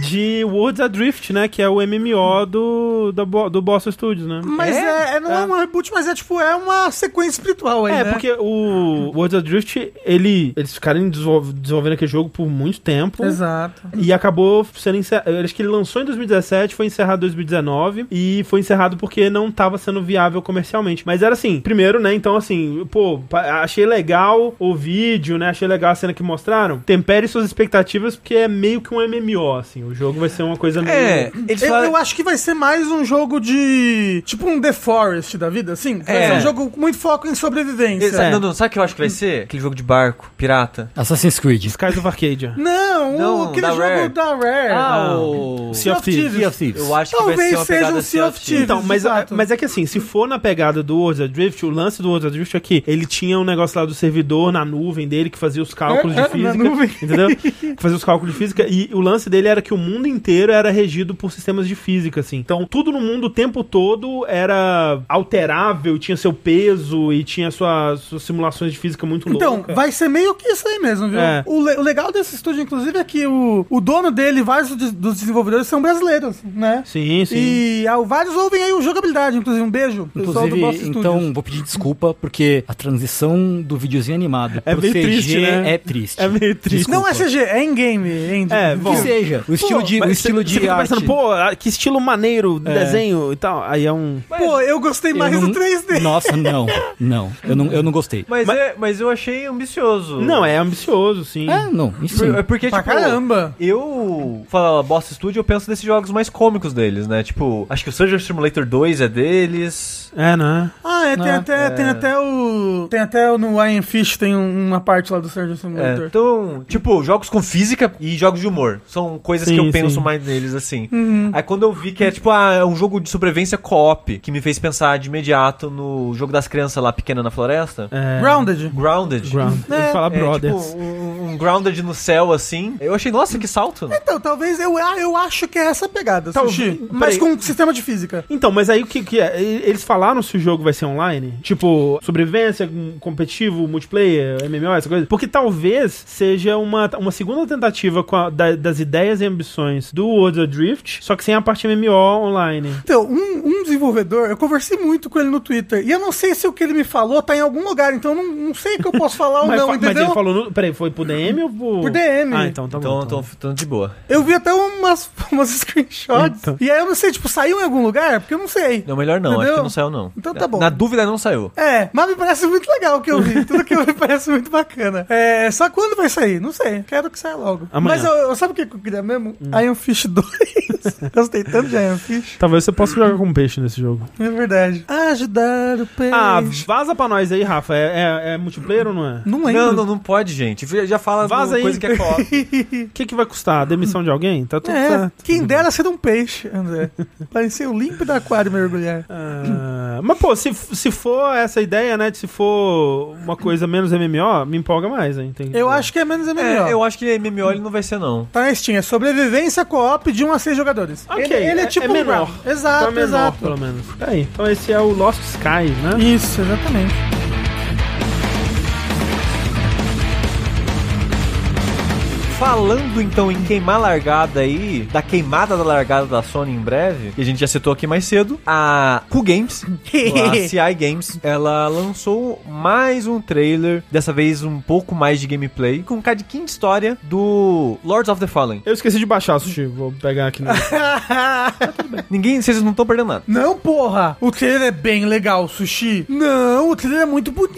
de Worlds Adrift, né? Que é o MMO do, da Bo- do Boss Studios, né?
Mas é, é- não é.
É.
um reboot, mas é tipo, é uma sequência espiritual aí,
É,
né?
porque o World of Drift, ele, eles ficaram desenvol- desenvolvendo aquele jogo por muito tempo.
Exato.
E acabou sendo encerrado. Acho que ele lançou em 2017, foi encerrado em 2019. E foi encerrado porque não tava sendo viável comercialmente. Mas era assim, primeiro, né? Então, assim, pô, pa- achei legal o vídeo, né? Achei legal a cena que mostraram. Tempere suas expectativas, porque é meio que um MMO, assim. O jogo vai ser uma coisa meio.
É, eles
Eu,
falaram.
eu acho que vai ser mais um jogo de. Tipo um The Forest da vida, assim. Vai
É.
ser um jogo com muito foco em sobrevivência.
Sabe- Não, não, sabe o que eu acho que vai ser? Aquele jogo de barco, pirata.
Assassin's Creed.
Skies of Arcadia.
Não,
Não,
o- aquele
da
jogo
Rare.
da Rare.
Ah,
o...
Sea of Thieves.
Sea of Thieves.
Eu acho que vai
Talvez
ser uma
seja
pegada assim, tipo,
um Sea of Thieves.
Então, mas,
exato.
mas é que assim, se for na pegada do World of Drift, o lance do World of Drift é que ele tinha um negócio lá do servidor na nuvem dele que fazia os cálculos de
É, é, na
física.
nuvem.
Entendeu? Que fazia os cálculos de física. E o lance dele era que o mundo inteiro era regido por sistemas de física, assim. Então, tudo no mundo o tempo todo era alterável, tinha seu peso e tinha sua- suas simulações de física muito
Então,
louca.
vai ser meio que isso aí mesmo, viu?
É.
O, le- o legal desse estúdio, inclusive, é que o, o dono dele e vários de- dos desenvolvedores são brasileiros, né?
Sim, sim.
E ah, vários ouvem aí o jogabilidade, inclusive. Um beijo, pessoal do Boss
Inclusive, então,
Studios.
vou pedir desculpa, porque a transição do videozinho animado
É meio triste, né?
é triste.
É meio triste.
Não é CG, é em-game, Andy.
É, bom.
Que seja, o estilo de, o estilo
você
de
fica
arte.
pensando, pô, ah, que estilo maneiro, desenho e tal. Aí é um.
Pô, eu gostei
Eu
mais
não-
do 3D.
Nossa, não, não. Eu não, eu não gostei.
Mas, é- mas eu achei ambicioso.
Não, é ambicioso, sim.
É, não, isso
Por-
sim.
É porque,
Pra
tipo,
caramba.
eu falo Boss Studio, eu penso nesses jogos mais cômicos deles, né? Tipo, acho que o Surgeon Simulator 2 é deles.
É, né?
Ah, é, tem,
Ah,
até,
é.
tem até o... Tem até o- no Iron Fish, tem um- uma parte lá do Surgeon
É,
Simulator.
então, tipo, jogos com física e jogos de humor. São coisas que
Sim,
eu penso
sim.
mais neles, assim.
Uhum.
Aí quando eu vi que é tipo, ah, é um jogo de sobrevivência co-op, que me fez pensar de imediato no jogo das crianças lá, Pequena na Floresta.
É...
Grounded.
Grounded.
Ground. Eu ia
É,
falar
é,
Brothers.
tipo, um, um Grounded no céu, assim. Eu achei, nossa, que salto. né?
Então, talvez eu, ah, eu acho que é essa a pegada,
Talvez-
Sushi.
peraí.
Mas com sistema de física.
Então, mas aí o que, que é? E- Eles falaram se o jogo vai ser online? Tipo, sobrevivência, com- competitivo, multiplayer, MMO, essa coisa? Porque talvez seja uma, uma segunda tentativa com a- da- das ideias e ambições do World of Drift, só que sem a parte MMO online.
Então, um, um desenvolvedor, eu conversei muito com ele no Twitter, e eu não sei se o que ele me falou tá em algum lugar, então eu não, não sei o que eu posso falar ou
mas,
não,
fa- mas
entendeu?
ele falou. No, peraí, foi por DM ou por.
Por DM.
Ah, então tá bom.
Então,
tá bom.
então, então de boa.
Eu vi até umas, umas screenshots,
Então.
e aí eu não sei, tipo, saiu em algum lugar? Porque eu não sei.
Não, melhor não.
Entendeu?
Acho que não saiu, não.
Então tá bom.
Na dúvida, não saiu.
É, mas me parece muito legal o que eu vi. Tudo que eu vi parece muito bacana. É, só quando vai sair? Não sei. Quero que saia logo.
Amanhã. Hum.
Mas eu, eu- sabe o que eu queria mesmo? Iron Fish 2. Gostei tanto de Iron Fish.
Talvez você possa jogar com peixe nesse jogo.
É verdade. Ajudar o peixe.
Ah, vaza pra nós aí, Rafa. É, é- é multiplayer ou não é?
não lembro.
Não, não, não pode, gente. Já fala
Vaza
do-
aí.
coisa que é co-op.
O que, que vai custar? A demissão de alguém? Tá tudo
É,
certo.
quem dera ser um peixe, André. Parecia o límpido aquário mergulhar.
Ah, mas, pô, se, se for essa ideia, né? Se for uma coisa menos MMO, me empolga mais, hein? Tem que-
Eu acho que é menos MMO.
É, eu acho que MMO ele não vai ser, não.
Tá na Steam, é sobrevivência co-op de 1 a 6 jogadores.
Ok,
ele, ele é
é-
tipo
é
um
menor.
Ground.
Então
Exato,
é menor,
exato.
pelo menos. Tá aí. Então esse é o Lost Sky, né?
Isso, exatamente.
Falando então em queimar largada aí, da queimada da largada da Sony em breve, que a gente já citou aqui mais cedo, a Cool Games, a CI Games, ela lançou mais um trailer, dessa vez um pouco mais de gameplay, com um cadiquinho de história do Lords of the Fallen.
Eu esqueci de baixar, Sushi. Vou pegar aqui no...
Ah,
Ninguém, vocês não estão perdendo nada.
Não, porra! O trailer é bem legal, sushi. Não, o trailer é muito bonito.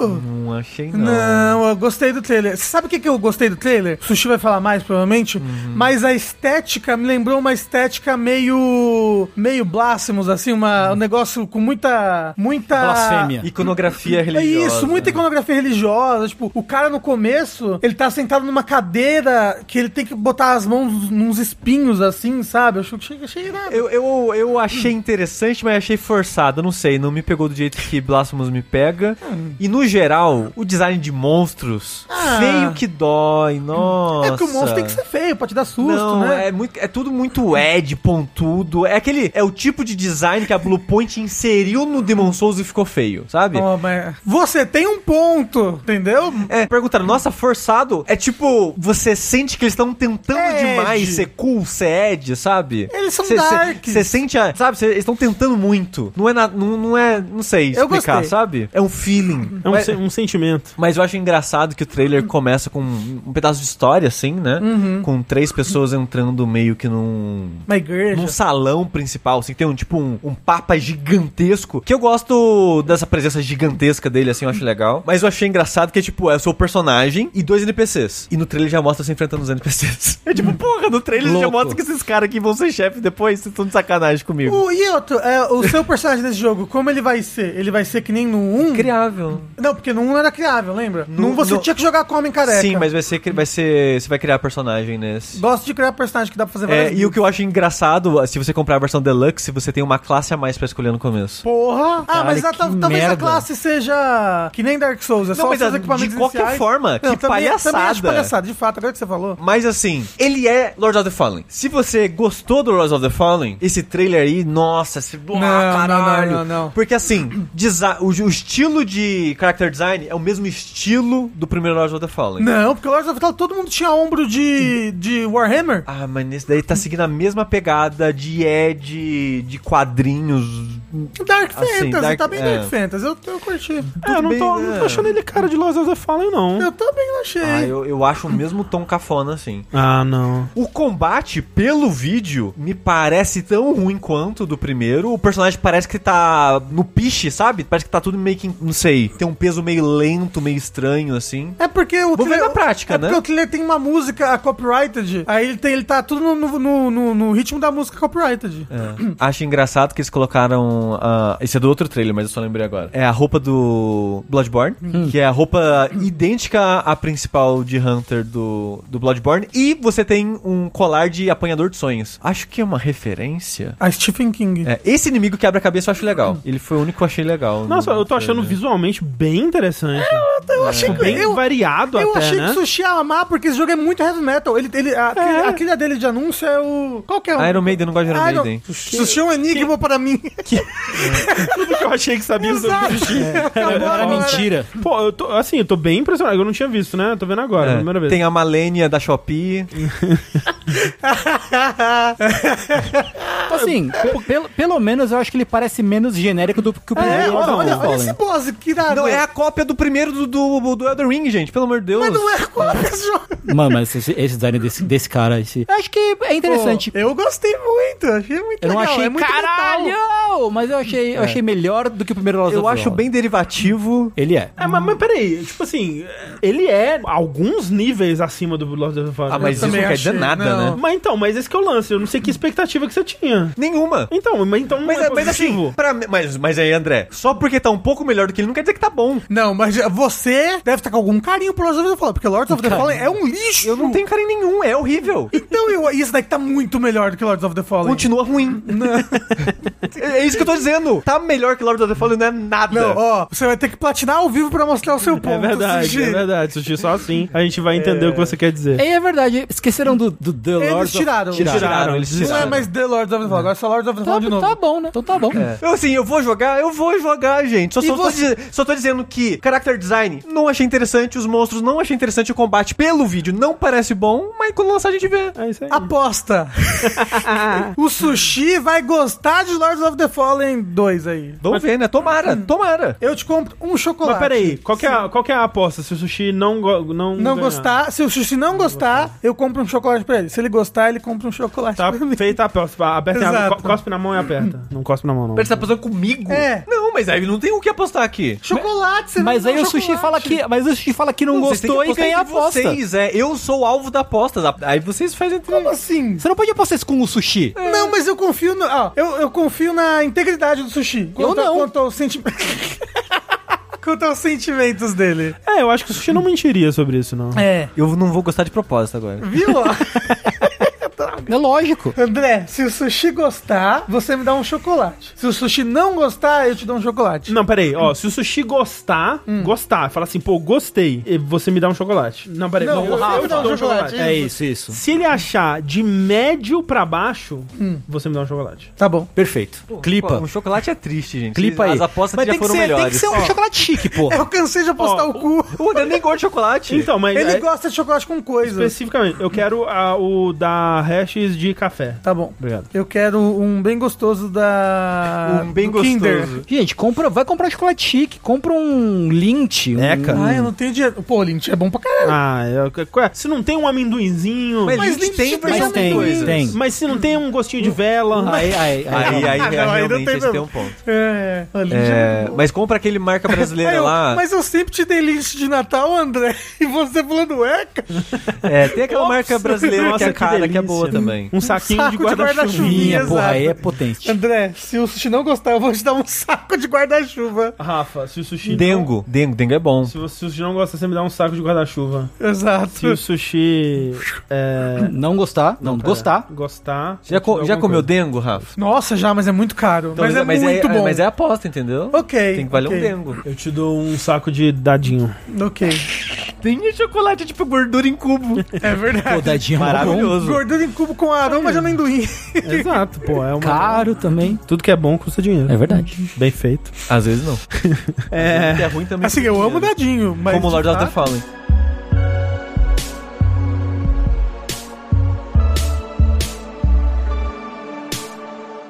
Não achei não.
Não, eu gostei do trailer. Você sabe o que, que eu gostei do trailer? O Sushi vai falar mais, provavelmente.
Uhum.
Mas a estética me lembrou uma estética meio. meio blasphemous, assim, uma, um negócio com muita. muita.
Blasfêmia.
Iconografia
É
religiosa.
isso, muita iconografia religiosa. Tipo, o cara no começo, ele tá sentado numa cadeira que ele tem que botar as mãos nos espinhos, assim, sabe? Eu achei, achei né? irado.
Eu, eu, eu achei interessante, mas achei forçado. Não sei, não me pegou do jeito que Blasphemous me pega. E no geral, o design de monstros,
Ah.
feio que dói, nossa.
É porque o monstro tem que ser feio pra te dar susto,
não,
né?
é, muito, é tudo muito Ed, pontudo. É aquele. É o tipo de design que a Bluepoint inseriu no Demon Souls e ficou feio, sabe?
Ó, mas Você tem um ponto, entendeu?
É, perguntaram, nossa, forçado. É tipo, você sente que eles estão tentando
É
demais
edgy.
ser cool, ser Ed, sabe?
Eles são
Cê- cê-
darks.
Você sente a. Sabe, cê- eles estão tentando muito. Não é na, não, não é. Não sei
Eu
explicar,
gostei.
sabe? É um feeling.
É um,
mas,
se- um sentimento.
mas eu acho engraçado que o trailer começa com um um pedaço de história, assim, né?
Uhum.
Com três pessoas entrando meio que num.
Uma igreja.
Num salão principal, assim, que tem um tipo um, um papa gigantesco. Que eu gosto dessa presença gigantesca dele, assim, eu acho legal. Mas eu achei engraçado que é tipo, é o seu personagem e dois NPCs. E no trailer já mostra você enfrentando os NPCs. É
Hum.
tipo, porra, no trailer já
Louco.
mostra que esses caras aqui vão ser chefe depois, vocês estão de sacanagem comigo.
O, e outro, é, o seu personagem desse jogo, como ele vai ser? Ele vai ser que nem no 1?
Criável.
Não, porque no 1 não era criável, lembra?
No-
Num você
no-
tinha que jogar Comem Careca.
Sim, mas vai ser, cri- vai ser. Você vai criar personagem nesse.
Gosto de criar personagem que dá pra fazer
É,
várias
e o que eu acho engraçado, se você comprar a versão deluxe, você tem uma classe a mais pra escolher no começo.
Porra! Ah, mas
Cara,
a- tal-
que
talvez a
merda.
classe seja que nem Dark Souls, é só os seus
a-
equipamentos
de qualquer
iniciais.
forma,
Não,
que
também-
palhaçada.
Também acho palhaçada, de fato, agora que você falou.
Mas assim, ele é Lords of the Fallen. Se você gostou do Lords of the Fallen, esse trailer aí, nossa, esse... Não, caralho.
não, não, não.
Porque assim, desa- o, o estilo de character design é o mesmo estilo do primeiro Lords of the Fallen.
Não, porque o Lords of the Fallen todo mundo tinha ombro de, de Warhammer.
Ah, mas nesse daí tá seguindo a mesma pegada de Ed, de quadrinhos.
Dark
Assim,
Fantasy,
Dark-
tá bem
é.
Dark Fantasy, eu, eu curti.
É, eu não
bem,
tô, não
né?
tô achando ele cara de Los Angeles Fallen, não.
Eu também não achei.
Ah, eu, eu acho o mesmo tom cafona, assim.
Ah, não.
O combate, pelo vídeo, me parece tão ruim quanto o do primeiro. O personagem parece que tá no piche, sabe? Parece que tá tudo meio que, não sei, tem um peso meio lento, meio estranho, assim.
É porque o
Vou ver na prática,
é
né?
porque o Killer tem uma música a copyrighted, aí ele, tem, ele tá tudo no, no- no- no- no ritmo da música copyrighted.
É. Acho engraçado que eles colocaram. ah, esse é do outro trailer, mas eu só lembrei agora. É a roupa do Bloodborne,
Hum.
que é a roupa idêntica à principal de Hunter do, do Bloodborne. E você tem um colar de apanhador de sonhos. Acho que é uma referência.
A Stephen King.
É, esse inimigo quebra-cabeça eu acho legal. Ele foi o único que eu achei legal. É.
Nossa,
no
eu tô achando
trailer.
visualmente bem interessante.
Eu achei que...
Bem
eu-
variado
Eu
até,
achei
né?
que o Sushi ia amar, porque esse jogo é muito heavy metal. Ele, ele, a, trilha- a trilha dele de anúncio é o. Qual que é o.
Iron Maiden, eu não gosto de Iron
Iron-
Maiden.
Sushi é um enigma para mim.
Tudo que eu achei que sabia
Exato. É. Acabou
Era
agora.
mentira.
Pô, eu tô, assim, eu tô bem impressionado. Eu não tinha visto, né? Eu tô vendo agora, é,
É,
primeira vez.
Tem a Malenia da Shopee.
Assim, pe- pelo, pelo menos eu acho que ele parece menos genérico do que o primeiro.
É,
Lords
olha,
of the
olha, olha
Fallen.
esse boss que dá.
Não, é a cópia do primeiro do, do, do Elden Ring, gente. Pelo amor de Deus.
Mas não é qual é esse jogo.
Mano, mas esse, esse design desse, desse cara, esse... Eu Acho que é interessante.
Pô, eu gostei muito, achei muito
eu não
legal.
achei
é muito
caralho,
metal.
mas eu achei, eu achei melhor do que o primeiro Lords
Eu
of the
acho
Fallen.
bem derivativo.
Ele é.
É, mas, mas peraí, tipo assim, ele é alguns níveis acima do Lord of the Fallen.
Ah, mas isso não
também
quer
achei,
dizer nada,
não.
né?
Mas então, mas esse que é o lance. Eu não sei que expectativa que você tinha.
Nenhuma.
Então, mas então não
Mas,
é
é- mas assim,
positivo.
pra, mim- mas, mas aí, André, só porque tá um pouco melhor do que ele, não quer dizer que tá bom.
Não, mas já- você deve estar com algum carinho pro Lords of the Fallen, porque Lords of the Fallen é um lixo.
Eu não tenho carinho nenhum, é horrível.
Então, eu, isso daqui tá muito melhor do que Lords of the Fallen.
Continua ruim. é isso que eu tô dizendo. Tá melhor que Lord of the Fallen, não é nada.
Não, ó, você vai ter que platinar ao vivo pra mostrar o seu ponto.
É verdade,
Sushi.
é verdade. Sushi, só assim a gente vai entender o que você quer dizer.
É, é verdade, esqueceram do, do The
Eles
Lords of-
tiraram.
Tiraram,
Tiraram,
eles
tiraram.
Não
tiraram.
é mais The Lords of the Fallen, agora é só Lords of the Fallen de
Tá,
novo.
tá bom, né? Então tá bom.
Eu assim, eu vou jogar, eu vou jogar, gente. Só,
E
só, tô
você-
dize- só tô dizendo que character design não achei interessante, os monstros não achei interessante, o combate pelo vídeo não parece bom, mas quando lançar a gente vê.
É isso aí.
Aposta! o Sushi vai gostar de Lords of the Fallen 2 aí.
Vamos ver, né? Tomara,
Hum.
tomara.
Eu te compro um chocolate.
Mas peraí, qual que, é a, qual que é a aposta? Se o sushi não go- Não,
Não
ganhar?
gostar, se o Sushi não gostar, eu compro um chocolate pra ele. Se ele gostar, ele compra um chocolate
Tá
pra mim.
feita a aposta. Aperta, em-
Exato.
co- cospe na mão e aperta. Não cospe na mão, não.
Pera, você tá postando comigo?
É.
Não, mas aí não tem o que apostar aqui.
Chocolate, você
Mas
vai
aí
dar
o
um
sushi
chocolate.
fala que, mas o sushi fala que não,
Vocês têm que
gostou e
apostar
ganha a
entre
aposta.
Vocês, é, eu sou alvo da aposta. da- Aí vocês fazem entre
Como assim?
Você não pode apostar isso com o sushi.
Não, mas eu confio no. ó, eu, eu confio na integridade do sushi. Quanto,
não.
Quanto aos sentimentos. quanto aos sentimentos dele.
É, eu acho que o sushi não mentiria sobre isso, não.
É.
Eu não vou gostar de propósito agora.
Viu? ó?
É lógico.
André, se o sushi gostar, você me dá um chocolate. Se o sushi não gostar, eu te dou um chocolate.
Não, peraí, ó, se o sushi gostar, gostar, fala assim, pô, gostei, e você me dá um chocolate. Não, peraí,
Não,
não,
eu- eu
Rafa,
vou dar um
dou
chocolate.
né?
É isso, isso.
Se ele achar de médio pra baixo, você me dá um chocolate.
Tá bom.
Perfeito. Hum. Clipa.
Um chocolate é triste, gente.
Clipa aí.
As apostas
Mas
já
tem que
foram
ser, Tem que
melhores.
ser um chocolate chique, pô.
É.
Eu cansei de apostar
Ó,
o cu.
O André nem gosta de chocolate.
Então, mas
Ele
é,
gosta de chocolate com coisa.
especificamente, eu quero a- o da Hashes de café.
Tá bom.
Obrigado.
Eu quero um bem gostoso da.
um bem
do Kinder.
gostoso.
Gente, compra, vai comprar um chocolate chique, compra um lint. Um...
Eca.
Ah, eu não tenho dinheiro. Pô, Lint, é bom pra caralho.
Ah, eu- qual é? se não tem um amendoinzinho, mas,
Mas
Lynch
Lynch tem
versão
tem,
coisas.
tem.
se não tem um gostinho de vela,
Aí, aí,
Aí, aí,
Ah, não, aí não
realmente,
tem
esse tem
mesmo.
um ponto.
É, a Lynch é
É,
muito boa.
mas compra aquele marca
Aí
brasileira
eu-
lá.
Mas eu sempre te dei Lynch de Natal, André. E você falando, eca.
É, tem aquela marca brasileira
Nossa,
que é
que
cara, que é
delícia.
boa também.
Um saquinho
saco
de
de
guarda-chuvinha.
guarda-chuvinha.
Minha, porra, aí é
Exato.
potente.
André, se o sushi não gostar, eu vou te dar um saco de guarda-chuva.
Rafa, se o sushi. não-
Dengo. Dengo. Dengo é bom.
Se você se o sushi não gosta, você me dá um saco de guarda-chuva. Se
Exato.
o sushi. É,
Não gostar, não,
pera,
gostar.
Gostar.
Já, co- já
alguma
comeu
coisa.
dengo, Rafa?
Nossa, já, mas é muito caro.
Então,
mas é muito bom.
Mas é aposta, entendeu?
Ok.
Tem que valer
ok,
um dengo.
Eu te dou um saco de dadinho.
Ok.
Tem chocolate, tipo gordura em cubo.
É
Pô,
verdade.
dadinho é mó bom.
Maravilhoso.
Gordura em cubo com aroma de amendoim.
Exato, pô. É uma...
Caro também.
Tudo que é bom custa dinheiro.
É verdade.
Bem feito.
Às vezes não.
É.
É ruim também.
Assim, eu amo dadinho, mas.
Como o Lord of the Fallen.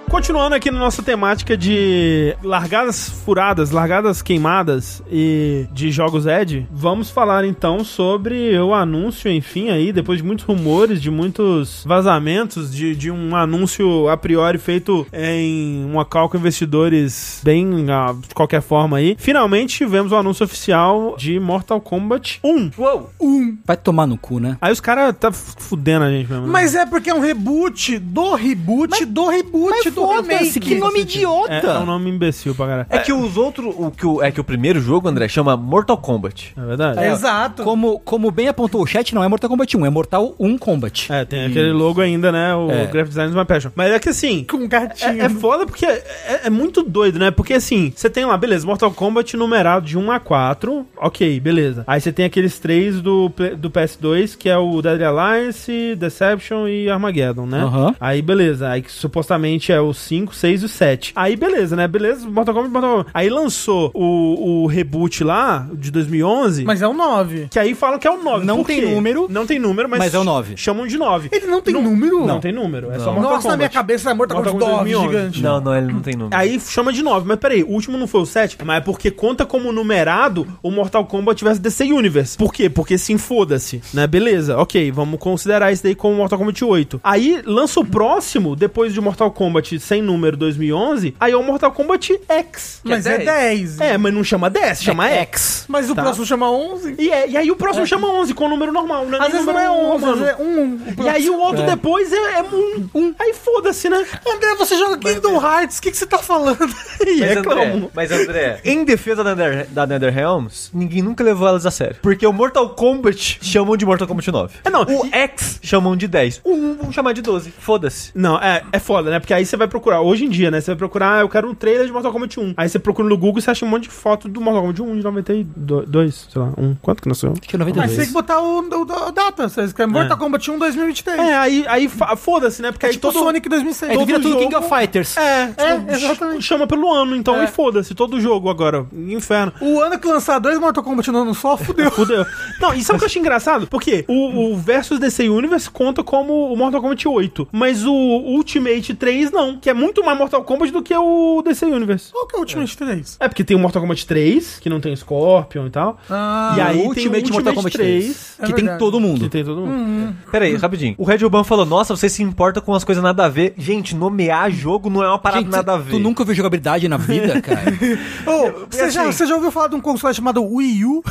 Continuando aqui na nossa temática de largadas furadas, largadas queimadas e de jogos Ed, vamos falar então sobre o anúncio, enfim, aí, depois de muitos rumores, de muitos vazamentos, de, de um anúncio a priori feito em uma call com investidores bem ah, de qualquer forma aí. Finalmente tivemos o anúncio oficial de Mortal Kombat 1.
Uou!
um.
Vai tomar no cu, né?
Aí os caras tá fudendo a gente mesmo. né?
Mas é porque é um reboot do reboot do reboot do remake.
idiota!
é, é um nome imbecil pra caralho.
É que os outros. O, que o, é que o primeiro jogo, André, chama Mortal Kombat.
É verdade?
Exato.
Como, como bem apontou o chat, não é Mortal Kombat 1, é Mortal 1 Kombat.
É, tem aquele logo ainda, né? O
É.
Graphic Design is My Passion. Mas é que assim.
Com um gatinho.
É, é foda porque é, é- é muito doido, né? Porque assim, você tem lá, beleza, Mortal Kombat numerado de 1 a 4, ok, beleza. Aí você tem aqueles três do, Play- do PS2, que é o Deadly Alliance, Deception e Armageddon, né?
Aham.
Aí beleza, aí que supostamente é o 5, 6 e o 7. Aí beleza, né? Beleza, Mortal Kombat, Mortal Kombat. Aí lançou o, o reboot lá, de 2011.
Mas é um 9.
Que aí falam que é o 9.
Não tem número.
Não tem número, mas,
Mas é o nove.
Chamam de 9.
Ele não tem número?
Não, tem número. É só Mortal
Nossa, na minha
Kombat.
cabeça é Mortal,
Mortal
Kombat
Kombat
9
2011.
gigante.
Não, não, ele não tem número.
Aí chama de 9, mas peraí, o último não foi o 7? Mas é porque conta como numerado o Mortal Kombat vs DC Universe. Por quê? Porque sim, foda-se, né? Beleza, ok, vamos considerar isso daí como Mortal Kombat 8. Aí lança o próximo, depois de Mortal Kombat sem número 2011, aí é o Mortal Kombat X.
Mas é 10.
É, mas não chama 10, chama X.
Mas o
Tá.
próximo chama 11.
E, é- e aí o próximo chama 11 com o número normal, né?
Às vezes não é 11, às vezes é 1.
E aí o outro depois é, é um, um. Aí foda-se, né?
André, você joga Kingdom Hearts, o que, que você tá falando?
E é
Mas, André,
reclamam.
mas André, é em defesa da, Nether, da NetherRealms, ninguém nunca levou elas a sério. Porque o Mortal Kombat chamam de Mortal Kombat 9.
É, não,
O
e-
X chamam de 10. O 1 vão chamar de 12. Foda-se.
Não, é, é foda, né? Porque aí você vai procurar, hoje em dia, né? Você vai procurar, ah, eu quero um trailer de Mortal Kombat 1. Aí você procura no Google e você acha um monte de foto do Mortal Kombat 1 de 92, sei lá, 1. Quanto que nasceu?
Acho que é
Mas você tem
92.
que botar o, o- o data. Você escreve Mortal Kombat 1 2023.
É, aí, aí fa- foda-se, né? Porque aí
tipo
todo...
Sonic 2006.
É, ele
todo
vira tudo
jogo-
King of Fighters.
É, é, exatamente. Chama pelo ano, então,
É.
e foda-se, todo jogo agora, inferno. Ah,
O ano que lançar dois Mortal Kombat no ano só, fudeu.
Fudeu. Não, isso é o que eu achei engraçado, porque o, o Versus DC Universe conta como o Mortal Kombat 8, mas o Ultimate 3 não, que é muito mais Mortal Kombat do que o DC Universe.
Qual que é o Ultimate 3?
É porque tem o Mortal Kombat 3, que não tem Scorpion e tal.
Ah,
e aí
É o
tem o
Ultimate Mortal Kombat 3.
É
Que tem
verdade.
todo
Que
mundo.
tem todo mundo.
Pera aí, rapidinho. O Red Urban falou, nossa, você se importa com as coisas nada a ver. Gente, nomear jogo não é uma parada
Gente,
nada a ver.
tu nunca viu jogabilidade na vida, cara?
Ô, você, já, você já ouviu falar de um console chamado Wii U?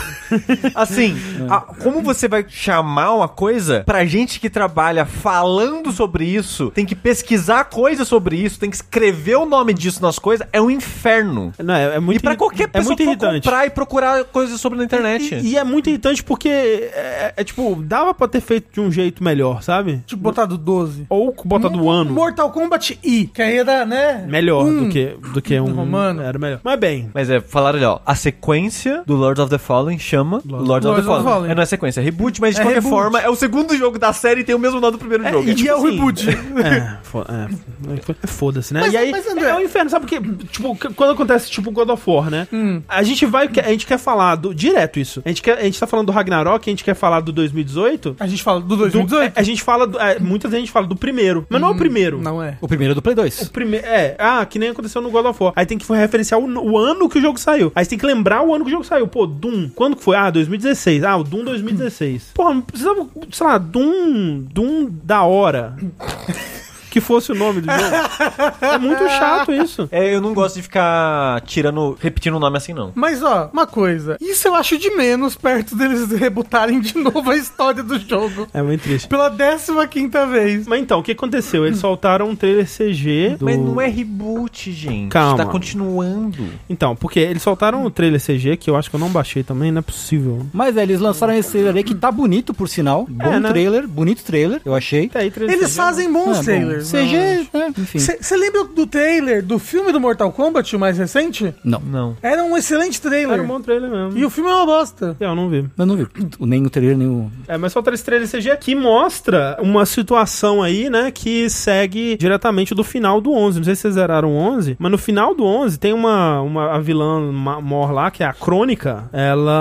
Assim, a- como você vai chamar uma coisa pra gente que trabalha falando sobre isso, tem que pesquisar coisa sobre isso, tem que escrever o nome disso nas coisas, é um inferno.
Não, é, é muito
e pra
irri-
qualquer pessoa
é muito
que for
irritante.
comprar e procurar coisas sobre na internet.
E, e é muito irritante porque é, é, tipo, dava pra ter feito de um jeito melhor, sabe?
Tipo, botar do 12.
Ou bota do ano.
Mortal Kombat I, que aí é da, né?
Melhor do que do que um
Romano.
Era melhor. Mas bem,
Mas é, falaram ali, ó, a sequência do Lords of the Fallen chama Lords, of the
Lords of the
Fallen.
Fallen.
É, não é sequência, é reboot, mas de
É
qualquer
reboot.
forma, é o segundo jogo da série e tem o mesmo nome do primeiro jogo.
E,
tipo
é o
assim,
reboot.
É, fo- é, é, foda-se, né?
Mas-
e aí
mas, André-
é o inferno, sabe? Porque, tipo, c- quando acontece, tipo, God of War, né? A gente vai, a gente quer falar do, direto isso. A gente, quer, a gente tá falando do Ragnarok, a gente quer falar do 2018.
A gente fala do
Do-
2018?
a, a gente fala, do, é, muitas vezes a gente fala do primeiro, mas não é o primeiro.
Não é.
O primeiro é do Play 2.
O primeiro, é, ah, que nem aconteceu no God of War. Aí tem que referenciar o, o ano que o jogo saiu. Aí você tem que lembrar o ano que o jogo saiu. Pô, Doom, quando que foi? Ah, 2016. Ah, o Doom Hum. 2016. Porra, não precisava, sei lá, Doom, Doom da hora. que fosse o nome do jogo. é muito chato isso.
É, eu não gosto de ficar tirando, repetindo o nome assim, não.
Mas ó, uma coisa, isso eu acho de menos perto deles rebutarem de novo a história do jogo.
É muito triste.
Pela 15 quinta vez.
Mas então, o que aconteceu? Eles soltaram um trailer CG do...
Mas não é reboot, gente.
Calma.
Tá continuando.
Então, porque eles soltaram o trailer CG, que eu acho que eu não baixei também, não é possível.
Mas é, eles lançaram esse trailer aí que tá bonito, por sinal. Bom
né?
trailer, bonito trailer, eu achei.
Até aí, trailer
Eles
CG
fazem bons
É, bom,
trailers.
CG, né? enfim.
Você lembra do trailer do filme do Mortal Kombat, o mais recente?
Não,
Não.
Era um excelente trailer.
Era um bom trailer mesmo.
E o filme é uma bosta.
Eu não vi.
eu não vi nem o trailer, nem o...
É, mas falta esse trailer CG que mostra uma situação aí, né, que segue diretamente do final do 11. Não sei se vocês zeraram o 11, mas no final do 11 tem uma, uma a vilã ma- mor lá, que é a Crônica.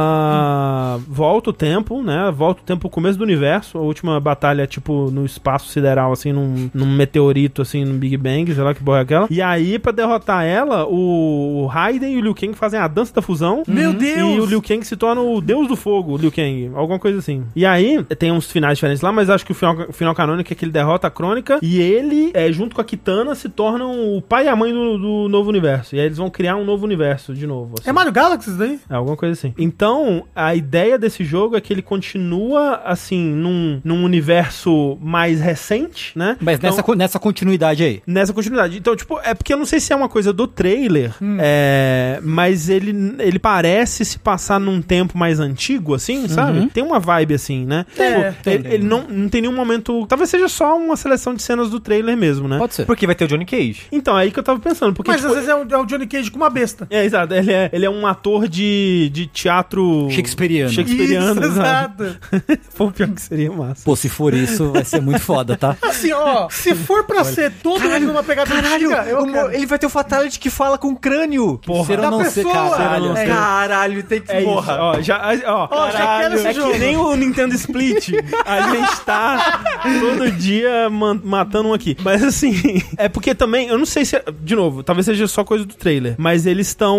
Ela volta o tempo, né, volta o tempo pro começo do universo. A última batalha é, tipo, no espaço sideral, assim, num, num meteorito, assim, num Big Bang, sei lá que porra é aquela. E aí, pra derrotar ela, o Raiden e o Liu Kang fazem a dança da fusão.
Meu Deus!
Uhum. E o Liu Kang se torna o deus do fogo, o Liu Kang, alguma coisa assim. E aí, tem uns finais diferentes lá, mas acho que o final, o final canônico é que ele derrota a Crônica e ele, é, junto com a Kitana, se tornam o pai e a mãe do, do novo universo. E aí eles vão criar um novo universo de novo. assim.
É Mario Galaxy isso daí?
É, alguma coisa assim. Então, a ideia desse jogo é que ele continua, assim, num, num universo mais recente, né?
Mas
Então-
nessa, co- nessa continuidade aí.
Nessa continuidade. Então, tipo, é porque eu não sei se é uma coisa do trailer,
Hum.
é, mas ele, ele parece se passar num tempo mais antigo, assim, sabe? Tem uma vibe assim, né?
Uhum. É,
Tipo, ele, ele não, não tem nenhum momento. Talvez seja só uma seleção de cenas do trailer mesmo, né?
Pode ser.
Porque vai ter o Johnny Cage.
Então, é aí que eu tava pensando. Porque,
Mas
tipo,
às vezes é o, é o Johnny Cage com uma besta.
é, exato. Ele é, ele é um ator de, de teatro.
Shakespeareano.
Shakespeareano,
Isso,
exato.
exato.
Pô, pior que seria massa.
Pô, se for isso, vai ser muito foda, tá?
Assim, ó, se for pra ser todo ele numa pegada antiga, eu
o mo-
quero.
ele vai ter o Fatality que fala com o crânio.
Porra.
Ser ou
Da
não ser,
pessoa.
cara.
Ser ou não
É.
Caralho, tem que.
É isso, ó, já, ó,
Ó, já quero esse
é
jogo.
que nem o Nintendo Split. A gente tá todo dia man- matando um aqui. Mas assim, é porque também, eu não sei se, é- de novo, talvez seja só coisa do trailer, mas eles estão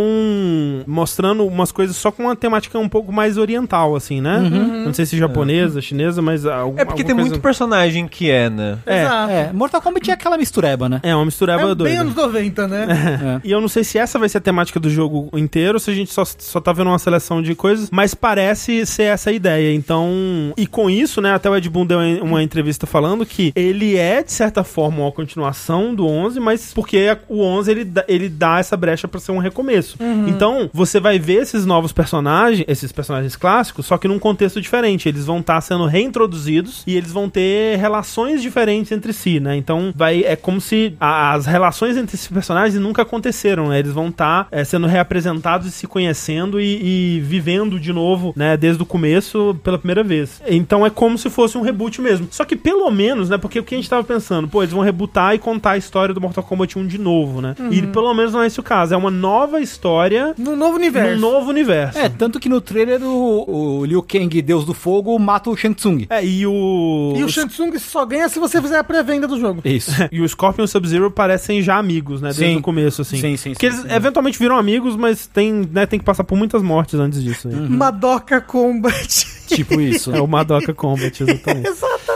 mostrando umas coisas só com uma temática um pouco mais oriental, assim, né?
Uhum.
Não sei se japonesa, chinesa, mas algum,
É porque tem
alguma
muito
coisa-
personagem que é, né?
É.
Exato.
É, Mortal Kombat é aquela mistureba, né?
É,
É.
uma mistureba
É bem
doida. É.
anos 90, né?
E eu não sei se essa vai ser a temática do jogo inteiro, se a gente só, só tá vendo uma seleção de coisas, mas parece ser essa a ideia. Então, e com isso, né, até o Ed Boon deu em- uma entrevista falando que ele é, de certa forma, uma continuação do 11, mas porque a- o 11 ele, dá- ele dá essa brecha pra ser um recomeço. Então, você vai ver esses novos personagens, esses personagens clássicos, só que num contexto diferente. Eles vão estar sendo reintroduzidos e eles vão ter relações diferentes entre si, né? Então, vai é como se a- as relações entre esses personagens nunca aconteceram, né? Eles vão estar sendo reapresentados e se conhecendo e, e vivendo de novo, né? Desde o começo pela primeira vez. Então, é como se fosse um reboot mesmo. Só que pelo menos, né? Porque o que a gente tava pensando, pô, eles vão rebootar e contar a história do Mortal Kombat 1 de novo, né? E
Uhum.
pelo menos não é esse o caso. É uma nova história
Num novo universo.
num novo universo.
É, tanto que no trailer o, o Liu Kang, Deus do Fogo, mata o Shang Tsung.
É, e o.
E o Shang Tsung só ganha se você fizer a pré-venda do
É
jogo.
Isso.
e o Scorpion e o Sub-Zero parecem já amigos, né? Desde
Sim.
o começo, assim.
Sim, sim,
Porque
sim,
eles
sim.
eventualmente viram amigos, mas tem, né, tem que passar por muitas mortes antes disso. aí.
Madoka Combat.
tipo isso.
É o Madoka Combat, exatamente.
Exatamente.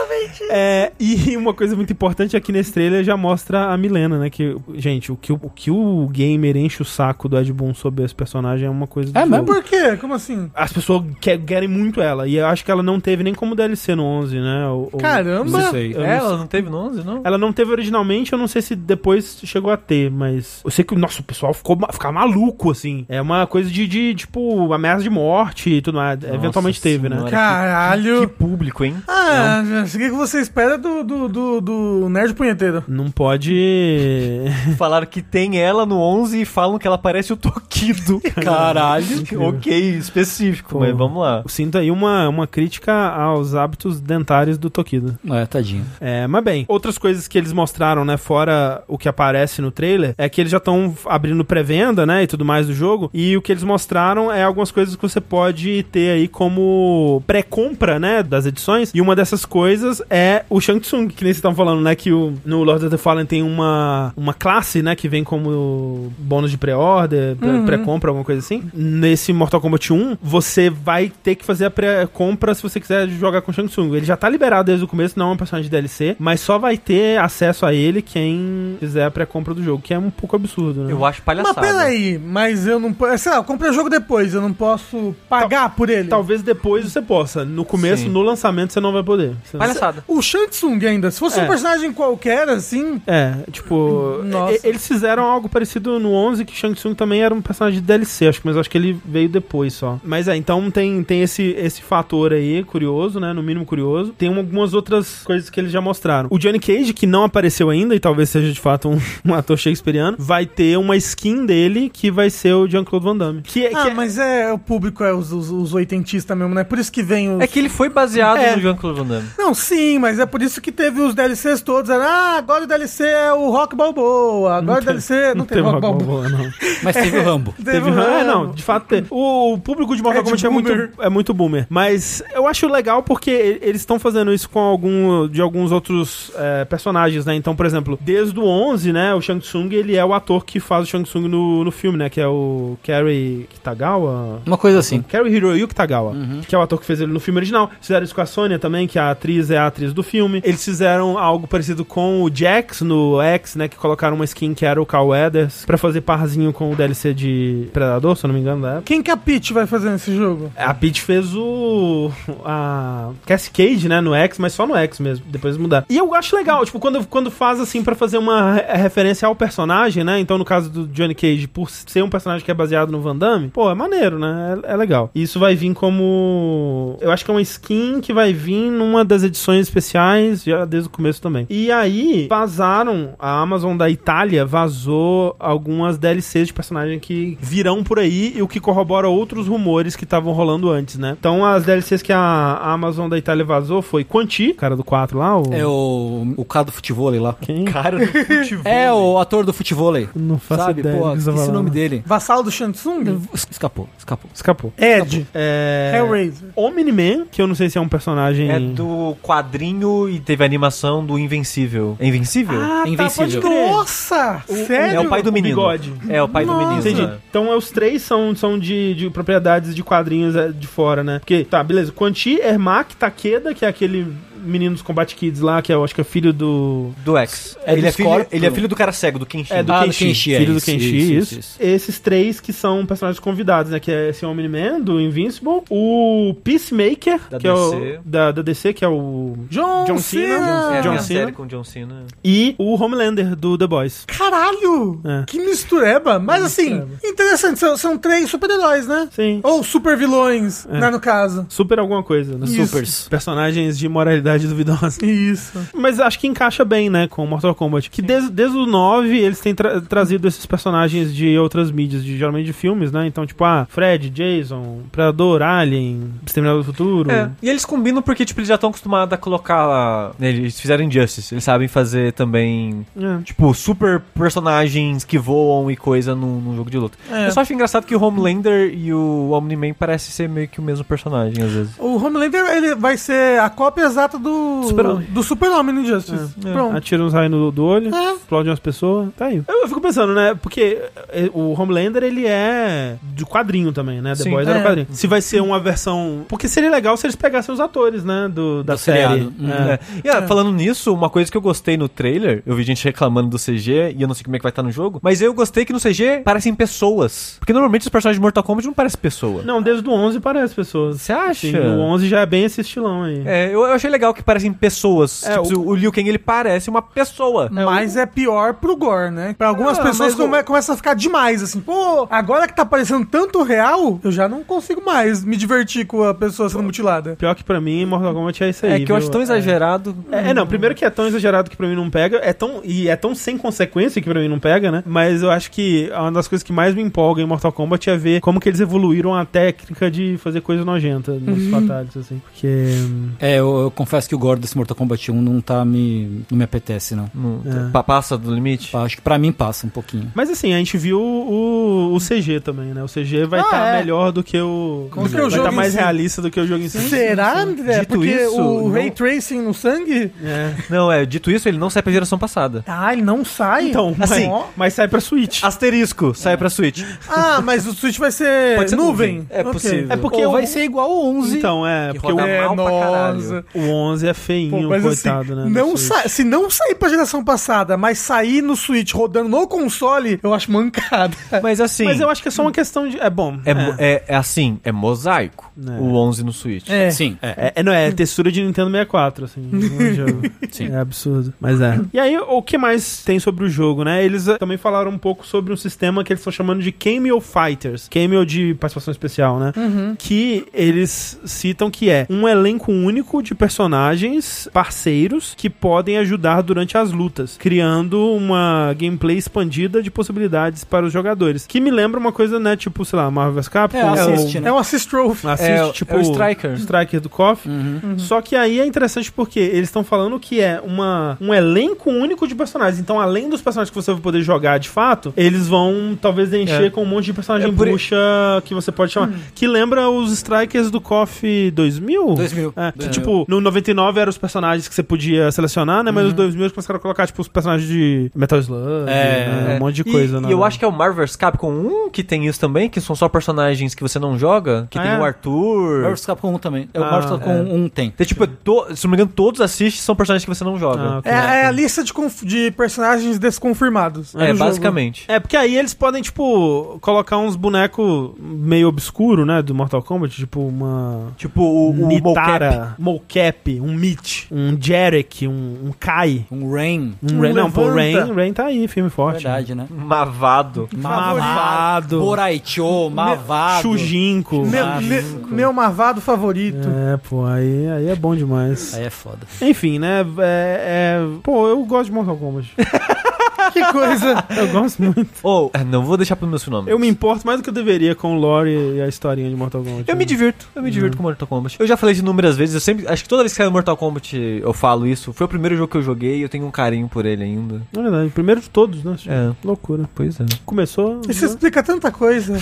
É, e uma coisa muito importante aqui nesse trailer já mostra a Milena, né? Que, gente, o que o, o que o gamer enche o saco do Ed Boon sobre esse personagem é uma coisa do
É
jogo.
mesmo?
Por quê? Como assim?
As pessoas que- querem muito ela. E eu acho que ela não teve nem como DLC no 11, né? Ou- ou-
Caramba.
Isso aí.
Eu não
É, Ela não teve no 11, não?
Ela não teve originalmente, eu não sei se depois chegou a ter, mas. Eu sei que, nossa, o pessoal ficou ma- ficar maluco, assim. É uma coisa de, de, tipo, ameaça de morte e tudo mais. Eventualmente teve, né?
Senhora.
Caralho.
Que público, hein?
Ah, o que que você espera do, do, do, do Nerd Punheteiro?
Não pode.
Falaram que tem ela no 11 e falam que ela parece o Tokido.
Caralho.
ok, específico,
Pô.
mas vamos lá.
Sinto aí uma, uma crítica aos hábitos dentários do Tokido.
É, tadinho.
É, mas bem, outras coisas que eles mostraram, né, fora o que aparece no trailer, é que eles já estão abrindo pré-venda, né, e tudo mais do jogo, e o que eles mostraram é algumas coisas que você pode ter aí como pré-compra, né, das edições, e uma dessas coisas delas é o Shang Tsung, que nem vocês estavam falando, né? Que o, no Lord of the Fallen tem uma, uma classe, né? Que vem como bônus de pré-order, pré- pré-compra, alguma coisa assim. Nesse Mortal Kombat 1, você vai ter que fazer a pré-compra se você quiser jogar com o Shang Tsung. Ele já tá liberado desde o começo, não é um personagem de DLC, mas só vai ter acesso a ele quem fizer a pré-compra do jogo, que é um pouco absurdo, né?
Eu acho
Mas
palhaçada.
peraí, mas eu não posso. Sei lá, eu comprei o jogo depois, eu não posso pagar por ele.
Talvez depois você possa. No começo,
Sim.
no lançamento, você não vai poder. Você-
Palhaçada.
O Shang Tsung ainda, se fosse
É.
um personagem qualquer, assim,
É, tipo,
Nossa.
e- eles fizeram algo parecido no 11, que Shang Tsung também era um personagem de DLC, acho, que- mas acho que ele veio depois só. Mas é, então tem, tem esse, esse fator aí, curioso, né, no mínimo curioso. Tem algumas outras coisas que eles já mostraram. O Johnny Cage, que não apareceu ainda, e talvez seja de fato um, um ator shakespeariano, vai ter uma skin dele que vai ser o Jean-Claude Van Damme. Que, é- que
Ah,
é-
mas é o público, é os, os, os oitentistas mesmo, né? Por isso que vem os.
É que ele foi baseado
É.
no Jean-Claude Van Damme.
Não, sim, mas é por isso que teve os DLCs todos. Era, ah, agora o DLC é o Rock Balboa, agora o DLC. Não, tem, Rock Balboa.
não.
Mas teve o Rambo.
Teve um
Teve
o
é,
Rambo.
não, de fato teve. O, o público de Mortal
É de
Kombat é,
boomer.
muito, é muito boomer. Mas eu acho legal porque e- eles estão fazendo isso com algum de alguns outros é, personagens, né? Então, por exemplo, desde o 11, né? O Shang Tsung, ele é o ator que faz o Shang Tsung no, no filme, né? Que é o Kerry Kitagawa.
Uma coisa assim.
Kerry Uhum. Hiroyuki Tagawa, que é o ator que fez ele no filme original. Fizeram isso com a Sônia também, que a atriz é a atriz do filme. Eles fizeram algo parecido com o Jax no X, né? Que colocaram uma skin que era o Carl Weathers pra fazer parrazinho com o DLC de Predador, se eu não me engano, né? da época.
Quem que a Peach vai fazer nesse jogo?
É, A Peach fez o. a. Cascade, né? No X, mas só no X mesmo. Depois mudar. E eu acho legal, tipo, quando, quando faz assim pra fazer uma re- referência ao personagem, né? Então, no caso do Johnny Cage, por ser um personagem que é baseado no Van Damme, pô, é maneiro, né? É, é legal. E isso vai vir como. Eu acho que é uma skin que vai vir numa das edições especiais, já desde o começo também. E aí, vazaram. A Amazon da Itália vazou algumas DLCs de personagem que virão por aí e o que corrobora outros rumores que estavam rolando antes, né? Então, as DLCs que a a Amazon da Itália vazou foi Quanti, cara do 4 lá, o.
É o, o cara do futebol lá.
Quem?
Um Cara do futebol.
É o ator do futebol aí.
Não faço
Sabe,
ideia. do
pô,
que você tá
esqueci o
falando.
nome dele.
Vassal do Shang Tsung?
Es- Escapou, escapou.
Escapou.
Ed.
É.
Hellraiser.
Omni-Man, que eu não sei se é um personagem.
É do quadrinho e teve a animação do Invencível. É Invencível?
Invencível.
Ah, tá, crer.
Nossa! sério?
é o pai do
Com
menino.
bigode.
É o pai do
Nossa.
menino.
Entendi.
né?
Então é, os três são, são de, de propriedades de quadrinhos é, de fora, né? Porque, tá, beleza. Quanti, Ermac, Takeda, que é aquele menino dos Combat Kids lá, que eu acho que é filho do.
Do X.
É do
ele, é filho,
Scorpio.
ele é filho do cara cego, do Kenshin.
É, do
Ah, do
Kenshi.
Kenshi, é
filho do
isso,
Kenshi,
isso,
isso,
isso, isso.
Esses três que são personagens convidados, né? Que é esse Omni-Man, do Invincible. O Peacemaker,
Da
que é
DC.
o, da, da DC, que é o...
John,
John
Cena.
Cena.
É,
John
tem a
Cena.
série com John Cena.
E o Homelander, do The Boys.
Caralho!
É.
Que mistureba! Mas assim, interessante, são, são três super-heróis, né?
Sim.
Ou super-vilões,
É.
né, no caso.
Super alguma coisa, né?
Isso.
Supers. Personagens de moralidade duvidosa.
Isso.
Mas acho que encaixa bem, né, com Mortal Kombat. Que desde, desde o 9 eles têm tra- trazido esses personagens de outras mídias, de, geralmente de filmes, né? Então, tipo, ah, Fred, Jason, Predador, Alien, Exterminador do Futuro.
É, e eles combinam porque, tipo, eles já estão acostumados a colocar... né, Eles fizeram Injustice, eles sabem fazer também,
É.
tipo, super personagens que voam e coisa num, num jogo de luta.
É.
Eu só acho engraçado que o Homelander e o Omni-Man parecem ser meio que o mesmo personagem, às vezes.
O Homelander ele vai ser a cópia exata do
Super-Homem.
do Super-Homem no Injustice.
É, é.
Pronto.
Atira uns raios no- do olho,
É.
explode umas pessoas, tá aí. Ah. Eu, eu fico pensando, né? Porque eh, o Homelander, ele é de quadrinho também, né? The
Sim.
Boys
É.
era quadrinho. Se vai ser uma versão... Porque seria legal se eles pegassem os atores, né? Do, da
Do
série.
seriado. Hum.
É.
É. E ah, falando nisso, uma coisa que eu gostei no trailer, eu vi gente reclamando do CG e eu não sei como é que vai estar no jogo, mas eu gostei que no CG parecem pessoas. Porque normalmente os personagens de Mortal Kombat não parecem pessoa.
Não, desde o 11 parece pessoas.
Você acha?
Sim, o 11 já é bem esse estilão aí.
É, eu, eu achei legal que parecem pessoas.
É,
Tipo, o... Liu Kang ele parece uma pessoa.
Mas é pior pro gore, né? Pra algumas
Ah, mas
pessoas come-
o-
começa a ficar demais, assim. Pô, agora que tá parecendo tanto real, eu já não consigo mais me divertir com a pessoa sendo mutilada.
Pior que pra mim, Mortal Kombat é isso aí.
é que
viu?
eu acho tão exagerado.
É, é, não, primeiro que é tão exagerado que pra mim não pega, é tão, e é tão sem consequência que pra mim não pega, né? Mas eu acho que uma das coisas que mais me empolga em Mortal Kombat é ver como que eles
Uhum.
evoluíram a técnica de fazer coisa nojenta nos fatalities, assim. Porque. hum,
É, eu, eu confesso confesso que o gore desse Mortal Kombat 1 não tá me. não me apetece, não.
Não-
É.
pa- Passa do limite?
Acho que pra mim passa um pouquinho.
Mas assim, a gente viu o, o CG também, né? O CG vai
Ah,
estar
é.
melhor do que o.
Com
vai
certeza.
estar
Sim.
mais realista do que o jogo em si.
Será, André?
Dito
Porque
isso,
o
não-
ray tracing no sangue.
É.
Não, é, dito isso, ele não sai pra geração passada.
Ah, ele não sai.
Então,
assim.
mas, mas sai pra Switch.
Asterisco, sai pra Switch.
Ah, mas o Switch vai ser,
Pode ser
nuvem.
nuvem. É
Ok.
possível.
É porque
Ou
o-
vai ser igual o 11.
Então, é, porque
roda
É,
mal pra caralho.
nossa.
o, o 11 é feinho,
Pô, mas
coitado,
assim,
né?
não
da Switch.
sa- se não sair pra geração passada, mas sair no Switch rodando no console, eu acho mancada.
Mas assim.
Mas eu acho que é só uma questão de. É bom.
é, mo- é- é assim, é mosaico
É.
o 11 no Switch.
Sim, é.
É, é, não, é textura de Nintendo 64, assim. no jogo.
Sim.
É absurdo. Mas é. E aí, o que mais tem sobre o jogo, né? Eles eh, também falaram um pouco sobre um sistema que eles estão chamando de Cameo Fighters. Cameo de participação especial, né? Que eles citam que é um elenco único de personagens parceiros que podem ajudar durante as lutas, criando uma gameplay expandida de possibilidades para os jogadores. Que me lembra uma coisa, né? Tipo, sei lá, Marvel vs. Capcom.
É, assiste,
ou-
né?
É um assist trophy.
Assiste,
É,
tipo,
é o Striker.
Striker do KOF.
Uhum.
Só que aí é interessante porque eles estão falando que é uma, um elenco único de personagens. Então, além dos personagens que você vai poder jogar de fato, eles vão talvez encher
É.
com um monte de personagem
É por i-
bucha que você pode chamar.
Hum.
Que lembra os Strikers do KOF 2000?
2000.
É, que,
2000.
tipo, no 99 eram os personagens que você podia selecionar, né? Mas
Uhum.
os 2000 eles começaram a colocar, tipo, os personagens de Metal Slug,
É,
né? um monte de
E-
coisa,
E
né?
eu acho que é o Marvel vs. Capcom 1 que tem isso também, que são só personagens que você não joga, que
Ah,
tem
é?
o Arthur.
Marvel vs. Capcom 1 também. É, o
Ah,
Marvel vs. Capcom
é.
1 tem.
Tem, tipo, to- se não me engano, todos assistem são personagens que você não
Ah,
joga.
ok.
É, é a lista de, conf- de personagens desconfirmados.
é,
do jogo.
basicamente.
É, porque aí eles podem, tipo, colocar uns bonecos meio obscuro, né? Do Mortal Kombat, tipo uma.
Tipo, o, o mocap.
Nitara, mocap, um Mitch, um Jarek, um, um Kai.
Um Rain.
Um
Um
Ren, não, pô, o
Levanta.
Rain, Rain tá aí, filme forte.
Verdade, né?
Mavado.
Mavado.
Boraicho, Mavado.
Chujinko.
Meu,
Ah,
me- meu marvado favorito.
É, pô, aí, aí é bom demais.
Aí é foda.
Enfim, né? É, é- pô, eu gosto de Mortal Kombat. É.
Que coisa.
Eu gosto muito.
Ou, é, não vou deixar pros meus finalmente.
Oh. Eu me importo mais do que eu deveria com o lore e a historinha de Mortal Kombat. né.
Eu me
divirto.
divirto, eu me divirto com Mortal Kombat. Eu já falei isso inúmeras vezes, eu sempre. Acho que toda vez que sai Mortal Kombat eu falo isso. Foi o primeiro jogo que eu joguei e eu tenho um carinho por ele ainda.
Na É verdade, primeiro de todos, né?
É,
Loucura.
pois é.
Começou.
Isso
né?
explica tanta coisa.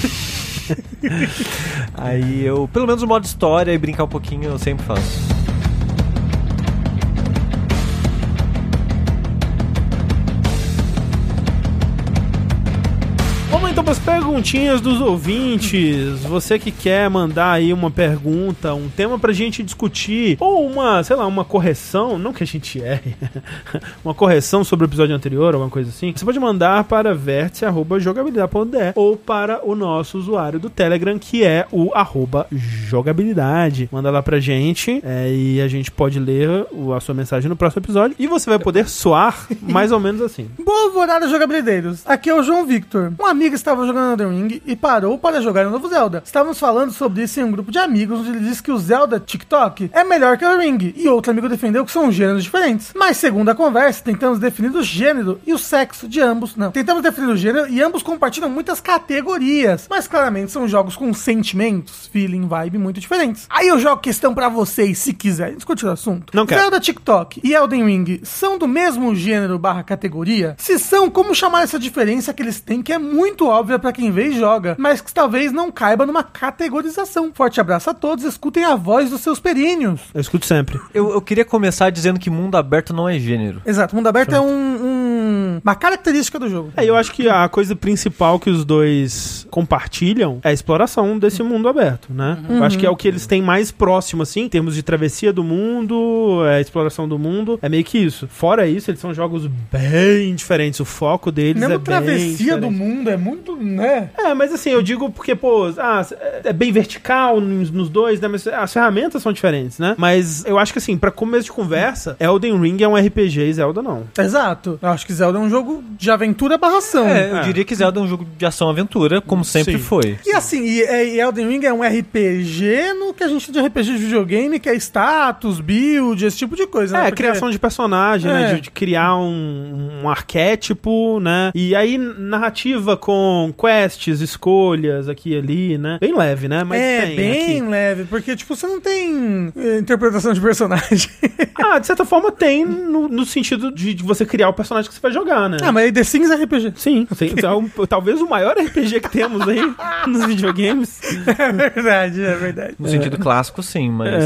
Aí eu, pelo menos o modo história e brincar um pouquinho, eu sempre faço.
Vamos então para as perguntinhas dos ouvintes. Você que quer mandar aí uma pergunta, um tema pra gente discutir, ou uma, sei lá, uma correção, não que a gente erre, uma correção sobre o episódio anterior, alguma coisa assim, você pode mandar para vértice.jogabilidade.de ou para o nosso usuário do Telegram, que é o arroba jogabilidade. Manda lá pra gente é, e a gente pode ler o- a sua mensagem no próximo episódio. E você vai poder soar mais ou menos assim.
Boa horário, jogabilideiros. Aqui é o João Victor. Um amigo estava jogando Elden Ring e parou para jogar o novo Zelda. Estávamos falando sobre isso em um grupo de amigos, onde ele disse que o Zelda TikTok é melhor que o Ring. E outro amigo defendeu que são gêneros diferentes. Mas, segundo a conversa, tentamos definir o gênero e o sexo de ambos. Não, tentamos definir o gênero e ambos compartilham muitas categorias. Mas, claramente, são jogos com sentimentos, feeling, vibe muito diferentes. Aí eu jogo questão pra vocês, se quiserem discutir o assunto.
Não quero.
Zelda TikTok e Elden Ring são do mesmo gênero barra categoria? Se são, como chamar essa diferença que eles têm que é muito óbvia pra quem vê e joga, mas que talvez não caiba numa categorização? Forte abraço a todos, escutem a voz dos seus perinhos.
Eu escuto sempre.
Eu, eu queria começar dizendo que mundo aberto não é gênero.
Exato, mundo aberto é um- um- uma característica do jogo.
É, eu acho que a coisa principal que os dois compartilham é a exploração desse
Uhum.
mundo aberto, né? Eu acho que é o que eles têm mais próximo, assim, em termos de travessia do mundo, é, exploração do mundo, é meio que isso. Fora isso, eles são jogos bem diferentes, o foco deles é
Mesmo
bem
travessia do
diferente.
mundo é muito, né?
É, mas assim, eu digo porque, pô, ah, é bem vertical nos, nos dois, né? Mas as ferramentas são diferentes, né? Mas eu acho que assim, pra começo de conversa, Elden Ring é um RPG e Zelda não.
Exato. Eu acho que Zelda é um jogo de aventura barra ação.
É, eu
É.
diria que Zelda é um jogo de ação-aventura, como sempre
Sim.
foi.
E assim, e, é- e Elden Ring é um RPG no que a gente chama de RPG de videogame, que é status, build, esse tipo de coisa, né?
É,
Porque-
criação de personagem,
É.
né? De, de criar um, um arquétipo, né? E aí, narrativa com quests, escolhas aqui e ali, né? Bem leve, né? Mas
é,
tem
bem
aqui.
leve, porque, tipo, você não tem eh, interpretação de personagem.
Ah, de certa forma tem, no, no sentido de, de você criar o personagem que você vai jogar, né?
ah, mas aí The Sims é RPG.
Sim, sim. é um- talvez o maior RPG que temos aí nos videogames.
É verdade, é verdade.
No sentido clássico, sim, mas.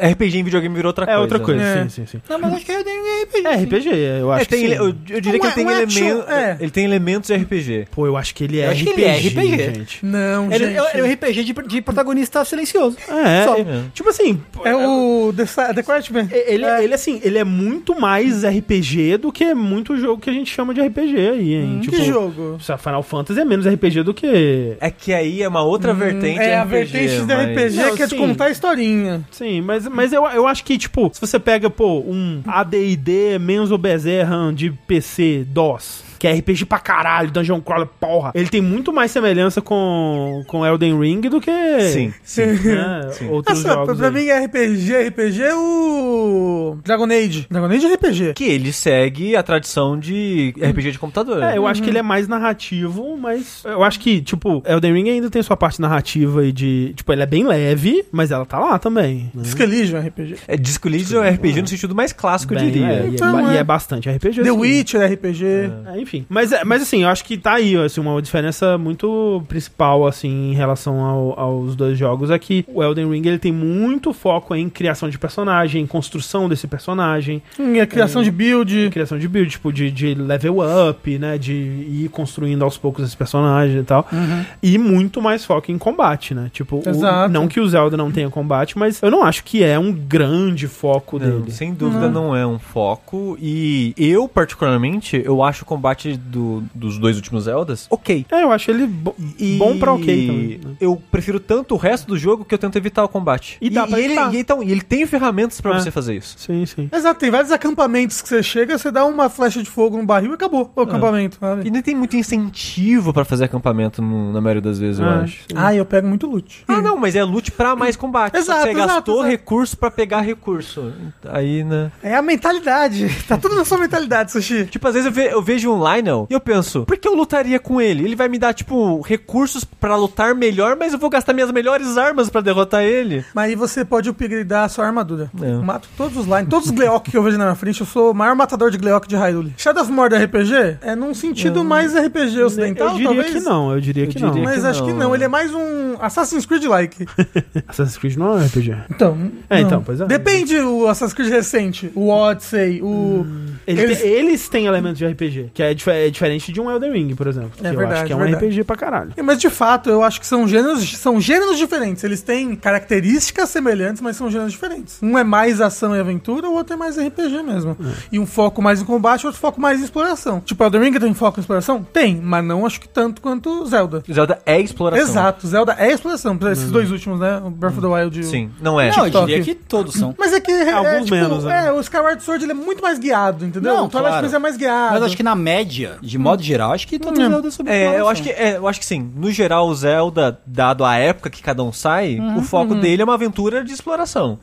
É,
RPG em videogame virou outra
é
coisa. né?
outra coisa,
É.
sim, sim, sim.
Não, mas acho que eu tenho RPG.
É RPG, eu acho
É, tem
que sim.
ele- eu, eu diria que
Um
ele tem,
a- um action,
elemen-
é.
ele tem elementos de RPG.
Pô, eu acho que ele é
Eu acho
RPG,
que ele é RPG.
gente.
Não,
Ele,
gente.
é, é um RPG de, de protagonista silencioso.
É,
Só.
é, tipo assim... pô,
É o The, Sa- The Quiet Man.
Ele, ele, assim, ele é muito mais RPG do que muito jogo que a gente chama de RPG aí, hein? tipo,
Hum, que jogo?
Final Fantasy é menos RPG do que...
É que aí é uma
Hum,
outra vertente.
é a
RPG,
vertente do
mas-
RPG
Não,
que é de
sim.
contar a historinha.
Sim, mas, mas eu, eu acho que, tipo, se você pega, pô, um AD&D Menzo Bezerra de PC DOS, que é RPG pra caralho, Dungeon Crawler, porra, ele tem muito mais semelhança com, com Elden Ring do que...
Sim.
né, outros
Nossa, pra-
jogos
pra
aí.
mim é RPG, RPG é o. Dragon Age. Dragon Age é RPG.
Que ele segue a tradição de RPG de computador.
É, eu acho que
Uhum.
ele é mais narrativo, mas eu acho que, tipo, Elden Ring ainda tem sua parte narrativa e de. Tipo, ele é bem leve, mas ela tá lá também. né?
Disco Elysium é RPG.
É Disco Elysium é RPG no sentido mais clássico, eu
Bem,
diria.
é, e,
Então,
é, ba-
é.
e é bastante RPG. sim.
The Witcher é RPG.
É, enfim. Mas, é- mas assim, eu acho que tá aí, assim, uma diferença muito principal, assim, em relação ao- aos dois jogos é que o Elden Ring, ele tem muito foco em criação de personagem, em construção desse personagem,
Hum, e a criação de build.
em criação de build, tipo, de, de level up, né, de ir construindo aos poucos esse personagem e tal. E muito mais foco em combate, né? Tipo, o-
Exato.
não que o Zelda não tenha combate, mas eu não acho que é um grande foco
Não,
dele.
sem dúvida não é um foco. E eu, particularmente, eu acho o combate do- dos dois últimos Zeldas ok.
É, eu acho ele bo-
E
bom pra ok também. né?
Eu prefiro tanto o resto do jogo que eu tento evitar o combate.
E dá pra
ele,
evitar.
e então, e ele tem ferramentas pra
É.
você fazer isso.
Sim, sim.
Exato, tem vários acampamentos que você chega, você dá uma flecha de fogo no barril e acabou o acampamento.
E
Sabe?
nem tem muito incentivo pra fazer acampamento no- na maioria das vezes, eu
É,
acho.
sim.
Ah, eu pego muito loot.
Ah, não, mas é loot pra mais combate.
Exato,
Você
exato,
gastou
exato.
recurso pra pegar recurso. Aí, né?
É a mentalidade. Tá tudo na sua mentalidade, Sushi.
Tipo, às vezes eu, ve- eu vejo um Lionel e eu penso, por que eu lutaria com ele? Ele vai me dar, tipo, recursos pra lutar melhor, mas eu vou gastar minhas melhores armas pra derrotar ele.
Mas aí você pode upgradear a sua armadura.
É.
Mato todos os line, todos os Gleok que eu vejo na minha frente. Eu sou o maior matador de Gleok de Hyrule. Shadow of Mordor RPG é num sentido mais RPG ocidental,
eu diria
então, talvez.
que não, eu diria que não.
diria
Mas
que
acho que
não.
não. Ele é mais um Assassin's Creed-like.
Assassin's Creed não é um RPG.
Então.
É,
não.
então, pois é.
Depende o Assassin's Creed recente, o Odyssey, o.
Ele
Eles-
tem- eles têm elementos de RPG, que é, dif- é diferente de um Elden Ring, por exemplo. que eu
verdade,
acho que é um
verdade.
RPG pra caralho.
É, Mas de fato, eu acho que são gêneros, são gêneros diferentes. Eles têm características semelhantes, mas são gêneros diferentes. Um é mais ação e aventura, o outro é mais RPG mesmo. E um foco mais em combate, outro foco mais em exploração. Tipo, Elden Ring tem foco em exploração? Tem, mas não acho que tanto quanto Zelda.
Zelda é exploração.
Exato, Zelda é exploração. Esses
Uhum.
dois últimos, né? O Breath of the Wild e o...
Sim, não é.
não, eu
TikTok.
diria que todos são.
Mas é que é,
Alguns
tipo,
menos, né?
é, o Skyward Sword ele é muito mais guiado, entendeu?
Não,
o Twilight
claro.
Princess é mais guiado.
Mas acho que na média, de modo geral, acho que todos os
Hum.
Zelda sobre
É, eu acho que é, eu acho que sim. No geral, o Zelda, dado a época que cada um sai, o foco dele é uma aventura de exploração.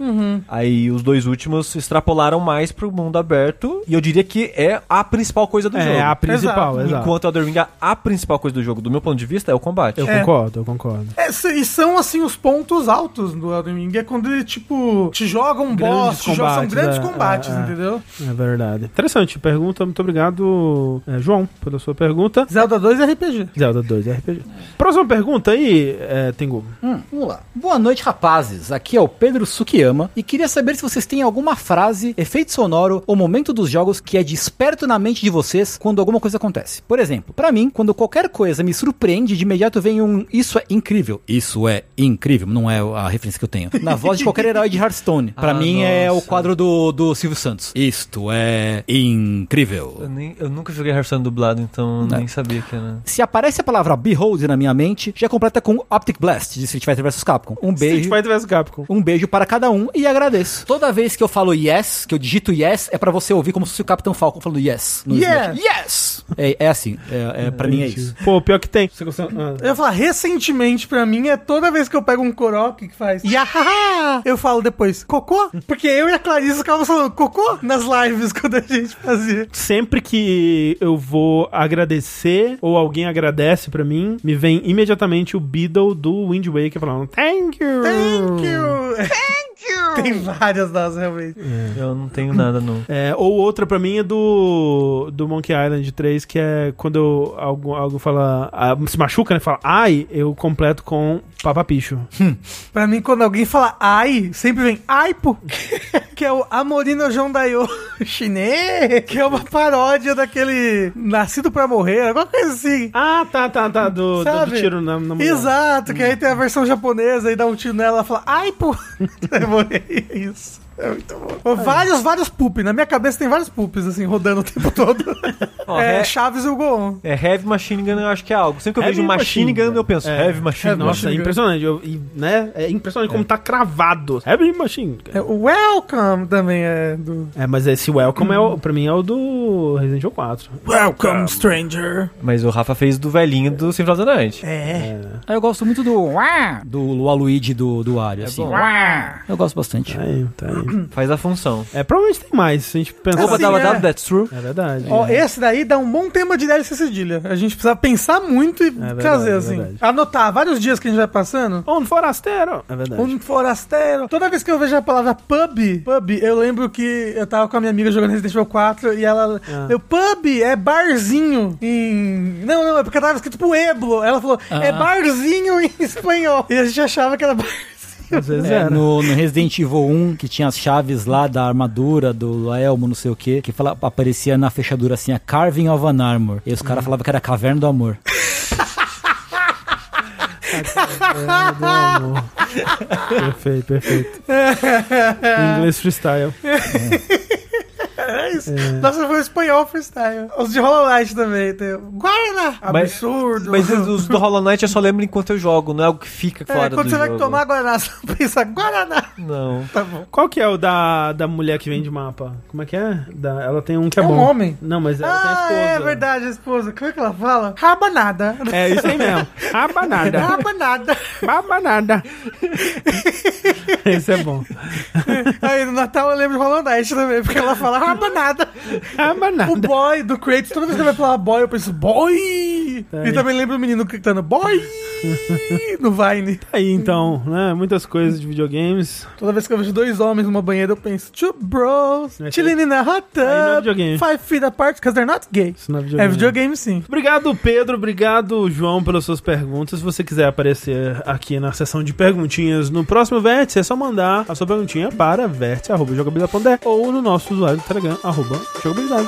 Aí os dois últimos extrapolaram mais pro mundo aberto, e eu diria que é a principal coisa do
É,
jogo.
a principal, exato.
Enquanto Elden Ring, é a- a principal coisa do jogo, do meu ponto de vista, é o combate.
Eu
É.
concordo, eu concordo.
É, se- e são, assim, os pontos altos do Elden Ring. É quando ele, tipo, te joga um
Grandes
boss, te joga, são
combates,
grandes
é,
combates,
é, é.
entendeu?
É verdade. Interessante pergunta, muito obrigado, é, João, pela sua pergunta.
Zelda 2 é RPG.
Zelda né? 2 RPG. Próxima pergunta aí, é, Tengu.
Hum, vamos lá. Boa noite, rapazes. Aqui é o Pedro Sukiyama e queria saber se vocês têm alguma frase, efeito sonoro ou momento dos jogos que é desperto na mente de vocês quando alguma coisa acontece. Por exemplo, pra mim, quando qualquer coisa me surpreende, de imediato vem um isso é incrível. Isso é incrível, não é a referência que eu tenho. Na voz de qualquer herói de Hearthstone. Pra
Ah,
mim é o
nossa.
quadro do, do Silvio Santos. Isto é incrível.
Eu, nem- eu nunca joguei Hearthstone dublado, então eu
Não.
nem sabia que era.
Se aparece a palavra Behold na minha mente, já completa com Optic Blast de Street Fighter vs Capcom. Um
Street
beijo.
Fighter vs Capcom.
Um beijo para cada um e agradeço. Toda vez que eu falo yes, que eu digito yes, é pra você ouvir como se fosse o Capitão Falcon falando yes. no
Yeah.
Smash. Yes! É, é assim, é, é, pra mim é isso.
Pô, pior que tem. Você consegue- ah.
Eu ia falar, recentemente pra mim é toda vez que eu pego um coroque que faz Yahaha! Eu falo depois, cocô? Porque eu e a Clarice ficávamos falando cocô nas lives quando a gente fazia.
Sempre que eu vou agradecer ou alguém agradece pra mim, me vem imediatamente o Beadle do Wind Waker falando Thank you!
Thank you! Thank you! Tem várias das realmente.
Eu não tenho nada, não.
É, ou outra pra mim é do, do Monkey Island 3, que é quando eu- algo, algo fala. ah, se machuca, né? Fala ai, eu completo com papapicho.
Pra mim, quando alguém fala ai, sempre vem ai, pô! que é o Amorino Jondayo chinês, que é uma paródia daquele Nascido pra Morrer, alguma coisa assim.
Ah, tá, tá, tá. Do, do- do
Sabe?
tiro na, na mulher.
Exato, que aí tem a versão japonesa e dá um tiro nela e ela fala, ai, pô. É Isso. É muito bom. Vários, vários poop. Na minha cabeça tem vários poops, assim, rodando o tempo todo.
Ó,
é,
é-
Chaves e o Goon.
É, Heavy Machine Gun eu acho que é algo. Sempre que eu
Heavy
vejo Machine
Machine
Gun, eu penso,
É.
Heavy Machine Gun.
Nossa, é impressionante. Eu- e, né? É impressionante como tá cravado. É bem machine.
É, o Welcome também é do...
É, mas esse Welcome, é o, pra mim, é o do Resident Evil 4.
Welcome, stranger.
Mas o Rafa fez do velhinho do Symphony of the Night.
É.
Aí Ah, eu gosto muito do uá, do Waluigi do, do Wario, assim.
bom.
uá. Eu gosto bastante.
Tá aí, tá aí.
Faz a função.
É, provavelmente tem mais, se a gente pensar.
Assim,
Opa, dava,
é.
dava, that's true.
É verdade.
Ó, esse daí dá um bom tema de DLC Cedilha. A gente precisa pensar muito e
verdade,
trazer,
é
assim.
verdade.
Anotar vários dias que a gente vai passando.
Um forasteiro. É verdade.
Um forasteiro. Toda vez que eu vejo a palavra pub, pub, eu lembro que eu tava com a minha amiga jogando Resident Evil 4 e ela.
Ah.
Eu, pub é barzinho em. Não, não, é porque tava escrito pueblo. Ela falou,
Ah.
é barzinho em espanhol. E a gente achava que era barzinho.
Às vezes
É,
era.
no, no Resident Evil 1, que tinha as chaves lá da armadura, do elmo, não sei o que, que fala, aparecia na fechadura assim, a Carving of an Armor. E os caras falavam que era a Caverna do Amor.
Meu amor. perfeito, perfeito. Inglês freestyle.
É isso. Nossa, foi espanhol freestyle. Os de Hollow Knight também. Tem... o Guaraná!
Mas-
Absurdo!
Mas os do Hollow Knight eu só lembro enquanto eu jogo, não é algo que fica
É,
fora do
quando você vai
jogo.
tomar Guaraná, você pensa Guaraná.
Não.
Tá bom.
Qual que é o da, da mulher que vende mapa? Como é que é? Da- ela tem um que é,
É um
bom.
homem.
Não, mas ela tem a
Ah,
esposa. né?
é verdade, a esposa. Como é que ela fala? Rabanada.
É isso aí mesmo. Rabanada.
Rabanada.
Rabanada. Esse é bom.
Aí no Natal eu lembro de Hollow Knight também, porque ela fala rabanada.
Ah,
O
Rabanada.
boy do Kratos, toda vez que ele vai falar boy, eu penso boy.
Tá
E também lembro o menino gritando boy no Vine.
Aí então, né? Muitas coisas de videogames.
Toda vez que eu vejo dois homens numa banheira, eu penso two bros,
Mas
chilling in a hot
aí não é
tub,
videogame.
five feet apart, because they're not gay.
Isso não é
Ah, É
videogame.
videogame sim.
Obrigado, Pedro. Obrigado, João, pelas suas perguntas. Se você quiser aparecer aqui na sessão de perguntinhas no próximo Vértice, é só mandar a sua perguntinha para vértice.jogabilidade.de ou no nosso usuário do Telegram, arroba jogabilidade.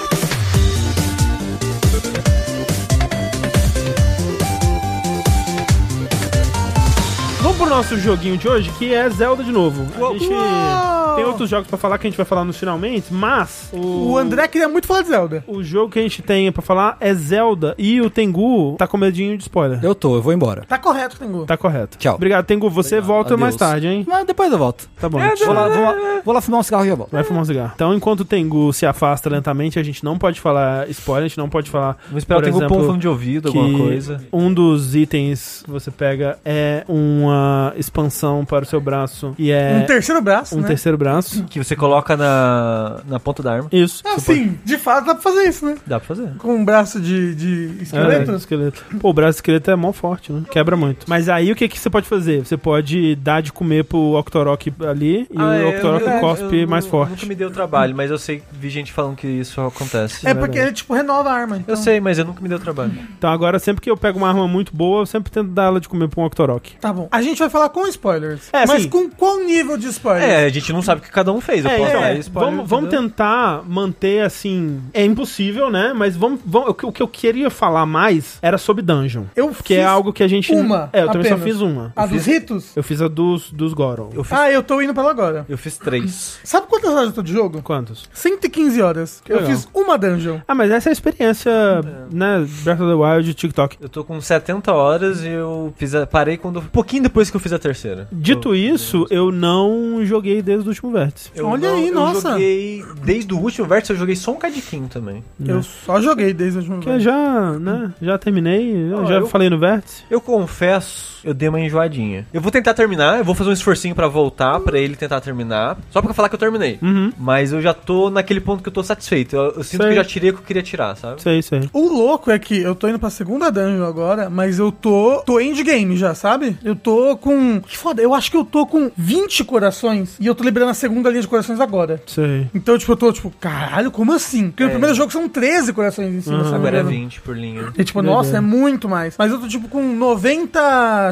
Vamos pro nosso joguinho de hoje, que é Zelda de novo. A gente
Uou!
tem outros jogos pra falar que a gente vai falar nos finalmente, mas
O André queria muito falar de Zelda.
o jogo que a gente tem pra falar é Zelda e o Tengu tá com medinho de spoiler.
Eu tô, eu vou embora.
Tá correto, Tengu.
Tá correto.
Tchau.
Obrigado, Tengu. Você volta mais
Adeus.
tarde, hein?
Mas depois eu volto.
Tá bom.
Vou lá, vou lá- vou lá fumar um cigarro e já volto.
Vai fumar um cigarro. Então, enquanto o Tengu se afasta lentamente, a gente não pode falar spoiler, a gente não pode falar
Vamos esperar
Por
ter um
exemplo,
fone de ouvido, alguma coisa.
um dos itens que você pega é uma expansão para o seu braço e
Um
é
terceiro braço,
um,
né?
terceiro braço.
Que você coloca na, na ponta da arma.
Isso.
Ah,
Você pode-
sim, de fato dá pra fazer isso, né?
Dá pra fazer.
Com um braço de, de
É,
esqueleto?
esqueleto. Pô, o braço de esqueleto é mó forte, né? Quebra muito. Mas aí o que, que você pode fazer? Você pode dar de comer pro Octorok ali
Ah,
Ah,
e
é,
é,
o Octorok cospe mais
Nunca
forte.
me deu trabalho, mas eu sei, vi gente falando que isso acontece.
É porque ele, tipo, renova a arma. então.
Eu sei, mas eu nunca me deu trabalho.
Então agora sempre que eu pego uma arma muito boa, eu sempre tento dar ela de comer pro um Octorok.
Tá bom. A gente vai falar com spoilers.
É,
mas
sim.
com qual nível de spoilers?
É, a gente não sabe o que cada um fez. Eu
É,
posso
então,
dar spoiler,
vamos, vamos
entendeu?
tentar manter assim. É impossível, né? Mas vamos, vamos- o que- o que eu queria falar mais era sobre dungeon.
Eu
Que é
fiz
algo que a gente.
uma,
É, eu também só
apenas.
fiz uma.
A
eu,
dos
fiz,
ritos?
eu fiz a dos, dos Goron.
Eu fiz,
Ah, eu tô indo pra ela agora.
eu fiz três.
Sabe quantas horas eu tô de jogo?
Quantos?
115 horas. eu
legal.
fiz uma dungeon.
Ah, mas essa é a experiência,
É.
né? Breath of the Wild TikTok.
Eu tô com 70 horas e eu fiz a- parei quando. Um pouquinho depois que eu fiz a terceira.
Dito isso, eu não joguei desde o último vértice.
Eu
Olha aí,
eu
nossa.
joguei. Desde o último verso eu joguei só um cadiquinho também.
Eu só joguei desde a última
né? Porque eu
vez.
já, né? Já terminei, eu
Ah,
já
eu-
falei no vértice.
Eu confesso, eu dei uma enjoadinha. Eu vou tentar terminar, eu vou fazer um esforcinho pra voltar, pra ele tentar terminar. Só pra falar que eu terminei.
Uhum.
Mas eu já tô naquele ponto que eu tô satisfeito. Eu, eu sinto
Sei.
que eu já tirei o que eu queria tirar, sabe?
Sei, sei.
O louco é que eu tô indo pra segunda dungeon agora, mas eu tô. tô endgame já, sabe? Eu tô com. Que foda, eu acho que eu tô com 20 corações e eu tô liberando a segunda linha de corações agora.
Sei.
Então, tipo, eu tô tipo, caralho, como assim? Porque no primeiro jogo são 13 corações em cima, sabe?
É. Agora é 20 por linha.
E tipo, nossa, é muito mais. Mas eu tô tipo com 90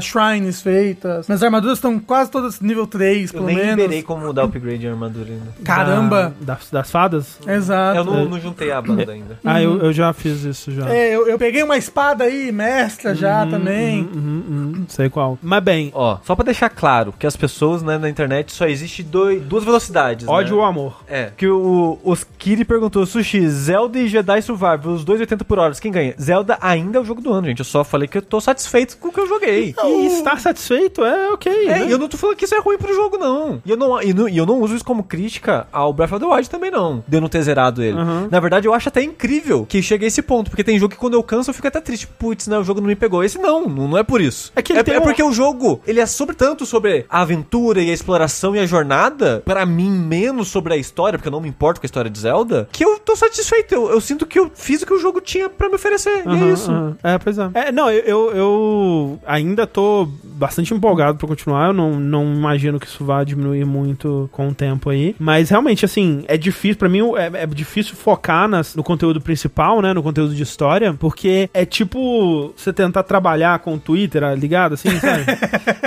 shrines feitas. Minhas armaduras estão quase todas nível 3,
Eu
pelo
nem
menos.
liberei como dar upgrade de armadura ainda.
Caramba! É.
Da- das, das fadas?
Exato.
Eu não, não juntei a banda ainda.
Ah, eu, eu já fiz isso já.
Uhum. É, eu, eu peguei uma espada aí, mestra já também.
Uhum, uhum, sei qual. Mas bem,
Ó, só pra deixar claro que as pessoas né, na internet só existe dois, duas velocidades.
ódio
né?
ou amor?
É. Que o Oskiri perguntou: Sushi, Zelda e Jedi Survival, os dois 80 por hora, quem ganha? Zelda ainda é o jogo do ano, gente. Eu só falei que eu tô satisfeito com o que eu joguei.
E estar satisfeito é ok.
É,
né?
e eu não tô falando que isso é ruim pro jogo, não. E eu não, e não- e eu não uso isso como crítica ao Breath of the Wild também, não. De eu não ter zerado ele.
Uhum.
Na verdade, eu acho até incrível que chegue a esse ponto. Porque tem jogo que quando eu canso, eu fico até triste. Putz, né? O jogo não me pegou. Esse não, não, não é por isso.
É que ele tem um-
porque o jogo, ele é sobre tanto sobre a aventura e a exploração e a jornada. Pra mim, menos sobre a história, porque eu não me importo com a história de Zelda. Que eu tô satisfeito. Eu, eu sinto que eu fiz o que o jogo tinha pra me oferecer. e é
Aham,
isso.
aham. É, pois é. É, não, eu, eu, eu ainda tô bastante empolgado pra continuar. Eu não, não imagino que isso vá diminuir muito com o tempo aí. Mas realmente, assim, é difícil. Pra mim, é, é difícil focar nas, no conteúdo principal, né? No conteúdo de história. Porque é tipo você tentar trabalhar com o Twitter, ah, ligado? Assim, sabe?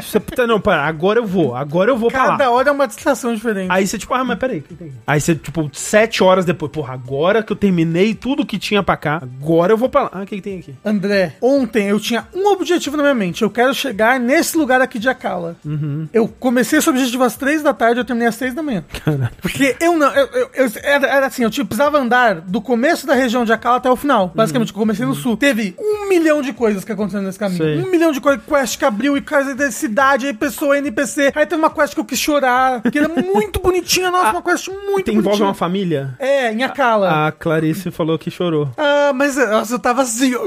você, puta, não, para, agora eu vou. Agora eu vou pra lá.
Cada hora é uma distração diferente.
Aí você, tipo, ah, mas peraí. o que tem aqui? Aí você, tipo, sete horas depois, porra, agora que eu terminei tudo que tinha pra cá, agora eu vou pra lá. Ah, o que, que tem aqui?
André, ontem eu tinha um objetivo na minha mente. Eu quero chegar nesse lugar aqui de Akala.
Uhum.
Eu comecei esse objetivo às três da tarde, eu terminei às três da manhã. Porque eu não. eu- eu- eu- era, era assim, eu tipo, precisava andar do começo da região de Akala até o final.
Uhum.
Basicamente, eu comecei no sul. Teve um milhão de coisas que aconteceram nesse caminho.
Sei.
Um milhão de coisas. Quest que abriu e coisa da cidade, aí pessoa, NPC. Aí teve uma quest que eu quis chorar. Que era muito bonitinha, nossa, uma quest muito
Tem- Ah, envolve
bonitinha.
uma Ah, família?
É, em Akala.
A Clarice falou que chorou.
Ah, mas nossa, eu tava assim. Eu,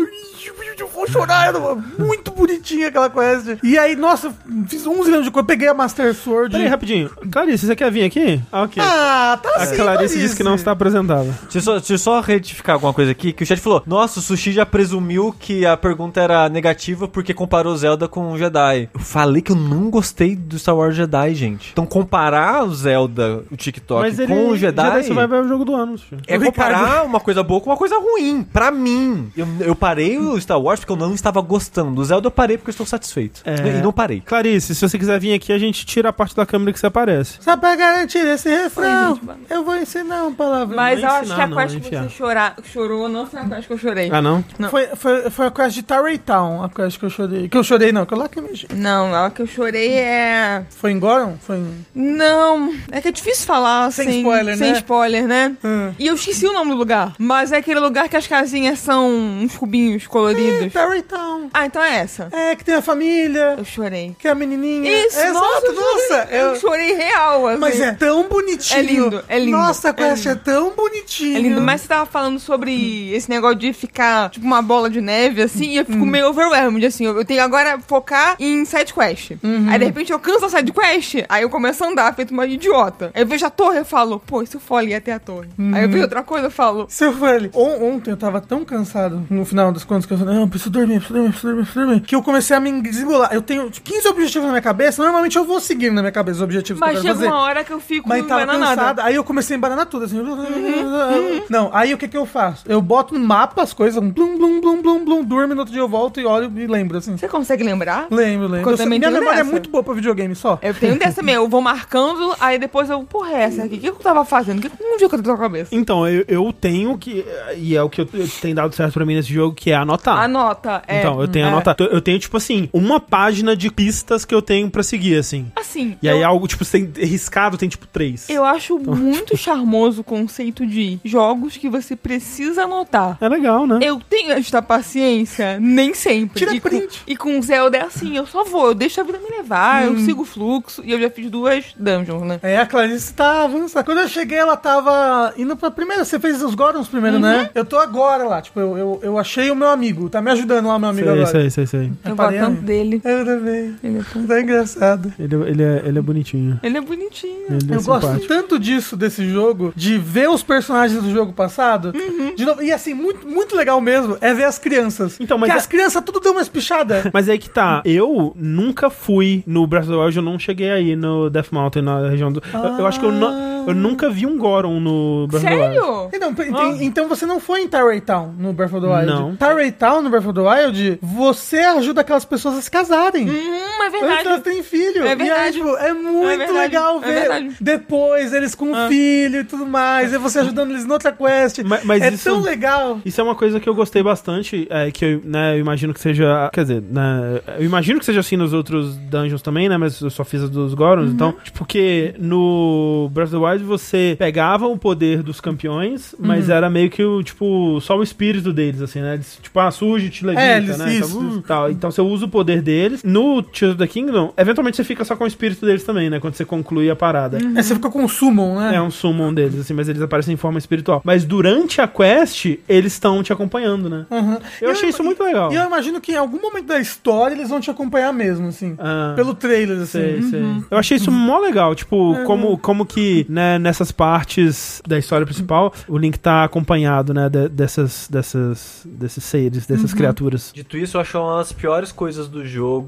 eu vou chorar, era uma- muito bonitinha aquela quest. E aí, nossa, eu fiz 11 anos de coisa, peguei a Master Sword.
Peraí, rapidinho. Clarice, você quer vir aqui? Ah, ok.
ah, tá
a
assim,
Clarice disse que não está apresentada.
Deixa eu, só, deixa eu só retificar alguma coisa aqui, que o chat falou, nossa, o Sushi já presumiu que a pergunta era negativa porque comparou Zelda com o Jedi. Eu falei que eu não gostei do Star Wars Jedi, gente. Então comparar o Zelda, o TikTok,
Mas ele.
com o Jedi...
Jedi Survivor é o jogo do ano. filho.
É
O Ricardo-
comparar uma coisa boa com uma coisa ruim, pra mim. Eu, eu parei o Star Wars porque eu não estava gostando. O Zelda eu parei porque eu estou satisfeito.
É.
E não parei.
Clarice, se você quiser vir aqui, a gente tira a parte da câmera que você aparece.
Só pra garantir esse refrão,
Oi, gente, boa noite.
tipo, eu vou ensinar um palavrão.
Mas eu
ensinar,
acho que a
não,
parte que
enfiar.
você chorar, chorou não foi a parte que eu chorei.
Ah, não?
não.
Foi, foi, foi a quest de Tarrytown, a quest que eu chorei. Que eu chorei, não, que eu lacrimejei.
Não, a que eu chorei é.
Foi em Goron? Foi em...
Não, é que é difícil falar
Sem
sem,
spoiler,
sem
né?
spoiler, né?
Hum.
E eu esqueci o nome do lugar. Mas é aquele lugar que as casinhas são uns cubinhos coloridos.
Tarrytown.
Ah, então é essa.
É, que tem a família,
Eu chorei.
que é a menininha.
Isso,
Exato,
nossa, eu chorei.
nossa.
Eu
eu-
chorei real, assim.
Mas é tão bonitinho.
É lindo, é lindo,
Nossa, a
é
quest é,
lindo.
tão bonitinha.
É lindo, mas você tava falando sobre esse negócio de ficar tipo uma bola de neve, assim, e eu
Hum.
fico meio overwhelmed, assim. Eu eu tenho agora focar em side quest.
Uhum.
Aí de repente eu canso a side quest, aí eu começo a andar feito uma idiota. Aí eu vejo a torre e falo, pô, e se eu for ali até a torre?
Uhum.
Aí eu vejo outra coisa e falo,
Seu velho, on- ontem eu tava tão cansado no final das contas que eu falei, não, eu preciso preciso dormir, preciso dormir, preciso dormir, preciso dormir. Que eu comecei a me desregular. Eu tenho tipo, 15 objetivos na minha cabeça, normalmente eu vou seguindo na minha cabeça os objetivos
Mas
que eu
chega
quero fazer.
uma hora que eu fico
Mas tava
embananada.
cansada, aí eu comecei a embananar tudo, assim.
Uhum,
Não, aí o que que eu faço? Eu boto no mapa as coisas, um blum, blum, blum, blum, blum, durmo, no outro dia eu volto e olho e lembro, assim.
Você consegue lembrar?
Lembro, lembro.
Eu
Eu sei-
também
minha
tenho
memória é
dessa.
muito boa pra videogame só.
Eu tenho dessa mesmo, eu vou marcando, aí depois eu, porra, é essa aqui, o que eu tava fazendo? O que um dia que eu tô com a cabeça?
Então, eu, eu tenho que. E é o que eu, tem dado certo pra mim nesse jogo, que é anotar.
Anota, é.
Então, eu tenho
é.
anotar. Eu tenho, tipo assim, uma página de pistas que eu tenho pra seguir, assim.
Assim,
E
eu,
aí algo, tipo, tem riscado, tem tipo três.
eu acho muito charmoso o conceito de jogos que você precisa anotar.
É legal, né?
Eu tenho esta paciência? Nem sempre.
Tira
e, com-
print. Hum.
e com Zelda é assim, eu só vou, eu deixo a vida me levar, eu sigo o fluxo, e eu já fiz duas dungeons, né?
É, a Clarice tá avançada. Quando eu cheguei, ela tava indo pra primeira. Você fez os Gorons primeiro, né? Eu tô agora lá. Tipo, eu, eu, eu achei o meu amigo. Tá me ajudando lá, o meu amigo
Sei,
agora.
sei, sei, sei.
Eu gosto
Parei,
tanto
amigo.
dele.
Eu também.
Ele é, tão-
Tá engraçado.
Ele, ele, é, ele é bonitinho.
ele é bonitinho.
Ele é
Eu gosto
simpático.
tanto disso, desse jogo, de ver os personagens do jogo passado. De novo, e assim, muito, muito legal mesmo é ver as crianças.
Então, mas
que
a-
as crianças tudo deu uma espichada.
Mas aí que tá, eu nunca fui no Breath of the Wild, eu não cheguei aí no Death Mountain, na região do... eu- Eu, acho que eu, não- eu nunca vi um Goron
é
no Breath of the Wild.
Sério?
Então, tem- tem- então você não foi em Tarrytown no Breath of the Wild?
Não.
Tarrytown no Breath of the Wild, você ajuda aquelas pessoas a se casarem.
Hum, é
Antes elas
verdade.
têm filho.
É
E aí,
verdade.
tipo, é muito
É verdade.
legal
É
ver
verdade.
depois eles com filho e tudo mais. E você ajudando eles noutra quest.
Ma- mas
é
isso-
tão legal.
Isso é uma coisa que eu gostei bastante, é, que eu, né, eu imagino que seja. Quer dizer, né, eu imagino que seja assim nos outros dungeons também, né? Mas eu só fiz a dos
Uhum.
Gorons, então. Tipo, porque no Breath of the Wild você pegava o poder dos campeões, mas
Uhum.
era meio que o, tipo, só o espírito deles, assim, né? Eles, tipo, ah, surge, te levita,
É, eles-
né?
isso.
Então, uh, tal. Então você usa o poder deles. No Tears of the Kingdom, eventualmente você fica só com o espírito deles também, né? Quando você conclui a parada.
É, você ficou com o Summon, né?
É um summon deles, assim, mas eles aparecem em forma espiritual. Mas durante a quest, eles estão te acompanhando, né?
Uhum.
Eu achei isso muito legal.
E eu imagino que em algum momento da história eles vão te acompanhar mesmo, assim.
Ah,
Pelo trailer, assim.
sei, sei. Eu achei isso mó legal, tipo, como, como que, né, nessas partes da história principal, o Link tá acompanhado, né, de- dessas, dessas, desses seres, dessas criaturas.
Dito isso, eu acho uma das piores coisas do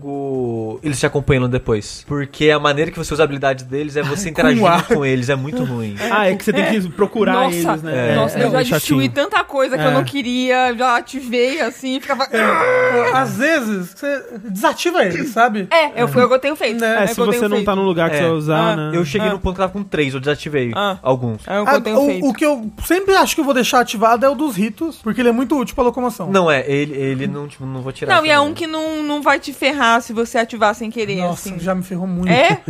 jogo eles te acompanhando depois. Porque a maneira que você usa a habilidade deles é você interagindo
ar.
com eles, é muito ruim.
Ah, é que você tem que procurar
Nossa,
eles, né?
Nossa,
é,
eu já
é
destruí
chatinho.
tanta coisa que
É.
eu não queria, já ativei assim, e ficava.
É, Às vezes, você desativa eles, sabe?
É, eu fui, eu tenho feito.
É,
É,
o
se
que eu tenho
você não
feito.
tá no lugar que
É.
você vai usar,
Ah,
né?
Eu cheguei no ponto que tava com três, eu desativei
Ah.
alguns.
É o que
Ah,
eu tenho feito.
o, o que eu sempre acho que eu vou deixar ativado é o dos ritos, porque ele é muito útil pra locomoção.
Não, é, ele, ele não, tipo, não vou tirar.
Não, e é
também.
um que não, não vai te ferrar se você ativar sem querer,
Nossa,
assim.
já me ferrou muito.
É?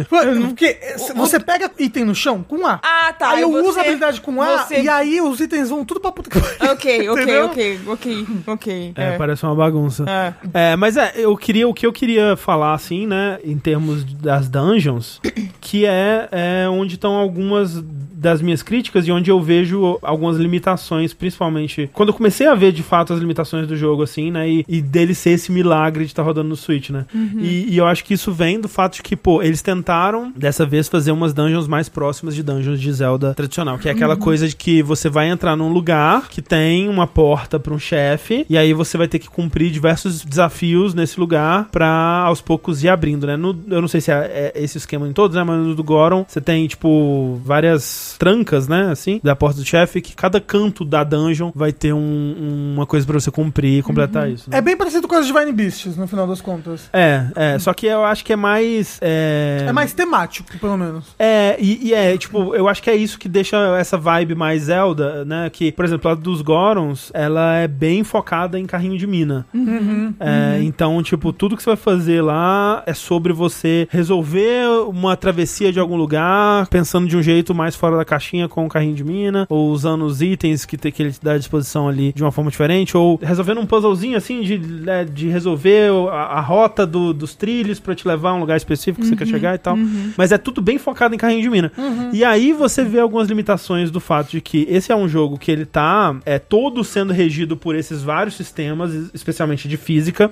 Porque se você pega item no chão com A.
Ah, tá.
aí eu
você-
uso a habilidade com A
você-
e aí os itens vão tudo pra puta que pariu.
Ok, ok,
Entendeu?
ok, ok, ok.
É,
é.
parece uma bagunça.
É.
É, mas é, eu queria, o que eu queria falar, assim, né, em termos das dungeons, que é, é onde estão algumas das minhas críticas e onde eu vejo algumas limitações, principalmente quando eu comecei a ver, de fato, as limitações do jogo, assim, né, e, e dele ser esse milagre de estar rodando no Switch, né. E, e eu acho que isso vem do fato de que, pô, eles tentaram, dessa vez, fazer umas dungeons mais próximas de dungeons de Zelda tradicional, que é aquela coisa de que você vai entrar num lugar que tem uma porta pra um chefe, e aí você vai ter que cumprir diversos desafios nesse lugar pra aos poucos ir abrindo, né? No- eu não sei se é, é esse esquema em todos, né? Mas no do Goron você tem, tipo, várias trancas, né? Assim, da porta do chefe, que cada canto da dungeon vai ter um- uma coisa pra você cumprir e completar isso. né?
É bem parecido com as Divine Beasts, no final das contas.
É, é, só que eu acho que é mais. É,
É mais temático, pelo menos.
É, e, e é, tipo, eu acho que é isso que deixa essa vibe mais Zelda, né? Que, por exemplo, a dos Gorons, ela é bem focada em carrinho de mina.
Uhum.
É, Então, tipo, tudo que você vai fazer lá é sobre você resolver uma travessia de algum lugar, pensando de um jeito mais fora da caixinha com o carrinho de mina, ou usando os itens que, te, que ele te dá à disposição ali de uma forma diferente, ou resolvendo um puzzlezinho assim de, né, de resolver a, a rota do- dos trilhos pra te levar a um lugar específico que você quer chegar e tal. Mas é tudo bem focado em carrinho de mina. E aí você vê algumas limitações do fato de que esse é um jogo que ele tá é, todo sendo regido por esses vários sistemas, es- especialmente de física,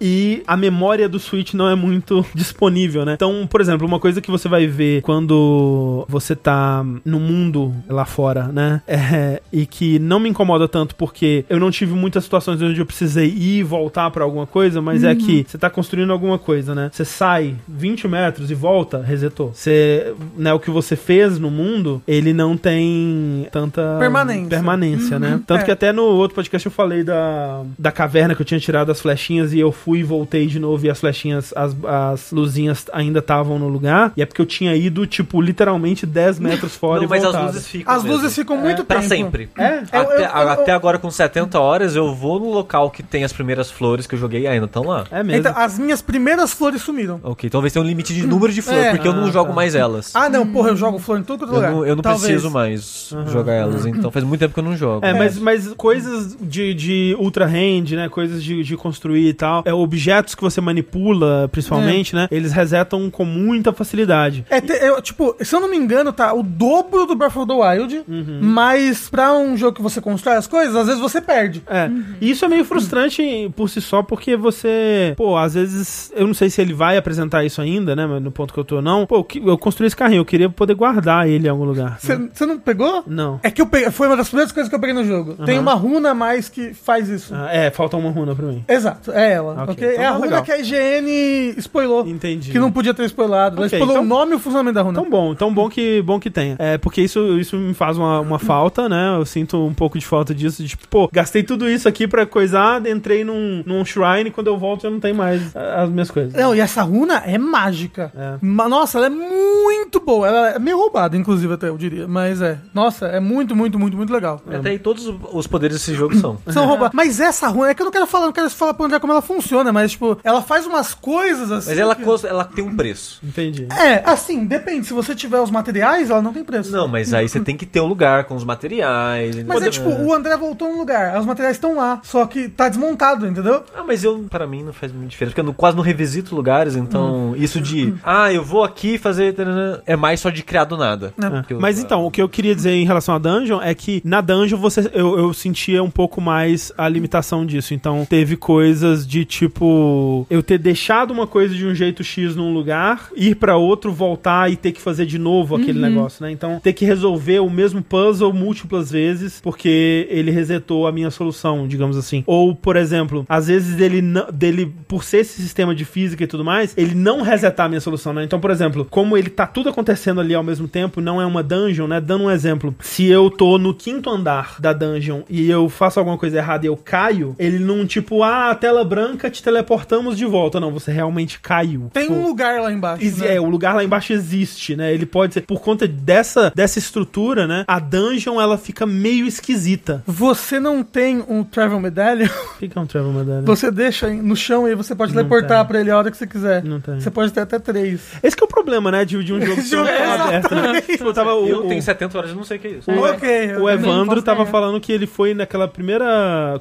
e a memória do Switch não é muito disponível, né? Então, por exemplo, uma coisa que você vai ver quando você tá no mundo lá fora, né? É, e que não me incomoda tanto porque eu não tive muitas situações onde eu precisei ir e voltar pra alguma coisa, mas é que você tá construindo alguma coisa, né? Você sai 20 metros e volta, resetou. Você, né, o que você fez no mundo, ele não tem tanta
Permanência.
permanência,
Uhum.
né? Tanto
é.
que até no outro podcast eu falei da, da caverna que eu tinha tirado as flechinhas e eu fui e voltei de novo e as flechinhas, as, as luzinhas ainda estavam no lugar. E é porque eu tinha ido, tipo, literalmente 10 metros fora e
Não, mas
voltado.
as luzes ficam.
As luzes
mesmo.
ficam muito
Pra
tempo.
sempre.
É,
Eu-
até,
eu-
a-
eu-
até agora, com 70 horas, eu vou no local que tem as primeiras flores que eu joguei e ainda estão lá.
é mesmo.
Então, as minhas primeiras flores sumiram.
Ok, talvez tenha um limite de número de flor,
É.
porque eu não
Ah,
jogo
tá.
mais elas.
Ah,
Hum.
não, porra, eu jogo flor em todo
eu
lugar.
não, eu não
Talvez.
preciso mais jogar elas, então faz muito tempo que eu não jogo.
É, mas, mas coisas de, de ultra hand, né? Coisas de, de construir e tal. É, objetos que você manipula, principalmente,
É.
né? Eles resetam com muita facilidade.
É, te- eu, tipo, se eu não me engano, tá o dobro do Breath of the Wild,
Uhum.
mas pra um jogo que você constrói as coisas, às vezes você perde.
É. E Isso é meio frustrante por si só, porque você. Pô, às vezes. Eu não sei se ele vai apresentar isso ainda, né? mas No ponto que eu tô, não. Pô, eu que- eu construí esse carrinho, eu queria poder guardar ele em algum lugar.
Você
né?
Uhum.
você não pegou?
Não.
É que eu peguei, foi uma das primeiras coisas que eu peguei no jogo. Tem uma runa a mais que faz isso.
Ah, é, falta uma runa pra mim.
Exato, é ela.
Ok,
ok?
então
é a
tá
runa
legal.
que a IGN spoilou.
Entendi.
Que não né? podia ter spoilado. Ela
Ok,
spoilou
então-
o nome e o funcionamento da runa.
Tão bom, tão bom que bom que tenha. É, porque isso, isso me faz uma, uma falta, né? Eu sinto um pouco de falta disso. De, tipo, pô, gastei tudo isso aqui pra coisar, entrei num, num shrine, quando eu volto eu não tenho mais a- as minhas coisas.
Não, e essa runa é mágica.
É.
Ma- Nossa, ela é muito boa. Ela é meio roubada, inclusive, até eu diria. Mas é. Nossa, é muito, muito, muito, muito legal.
É.
Até aí todos os poderes desse jogo são.
São roubadas. Mas essa runa, é que eu não quero falar, não quero falar pra André como ela funciona, mas, tipo, ela faz umas coisas assim.
Mas ela,
que-
cos- ela tem um preço.
Entendi.
É, assim, depende. Se você tiver os materiais, ela não tem preço.
Não, mas aí você tem que ter um lugar com os materiais.
Mas é
Poder-
tipo, o André voltou num lugar, os materiais estão lá, só que tá desmontado, entendeu?
Ah, mas eu, para mim, não faz muita diferença, porque eu não- quase não revisito lugares, então
Hum.
isso de, ah, eu vou aqui fazer. tarana, É mais só de criar do nada.
É.
Porque eu- ah,
Mas então, o que eu queria dizer em relação à dungeon é que na dungeon você, eu, eu sentia um pouco mais a limitação disso. Então, teve coisas de tipo eu ter deixado uma coisa de um jeito X num lugar, ir pra outro, voltar e ter que fazer de novo aquele negócio, né? Então, ter que resolver o mesmo puzzle múltiplas vezes porque ele resetou a minha solução, digamos assim. Ou, por exemplo, às vezes dele, não- dele por ser esse sistema de física e tudo mais, ele não resetar a minha solução, né? Então, por exemplo, como ele tá tudo acontecendo ali ao mesmo tempo, não é uma dungeon, né? Dando um exemplo, se eu tô no quinto andar da dungeon e eu faço alguma coisa errada e eu caio, ele não tipo, ah, tela branca, te teleportamos de volta. Não, você realmente caiu.
Tem
Tipo,
um lugar lá embaixo.
Exi-
né?
É, o lugar lá embaixo existe, né? Ele pode ser. Por conta dessa, dessa estrutura, né? A dungeon ela fica meio esquisita.
Você não tem um Travel Medallion,
Fica um Trevor Madara.
você deixa em- no chão e aí você pode teleportar
tem.
pra ele a hora que você quiser.
Não tem.
Você pode ter até três.
Esse que é o problema, né? De, de um jogo ser uma
É,
tela aberta, né? Tipo, tava o,
Eu
o-
tenho 70 horas, eu não sei o que é isso.
o-
Ok, eu
o
também é.
não
Evandro
faço
tava
ideia.
falando que ele foi naquela primeira.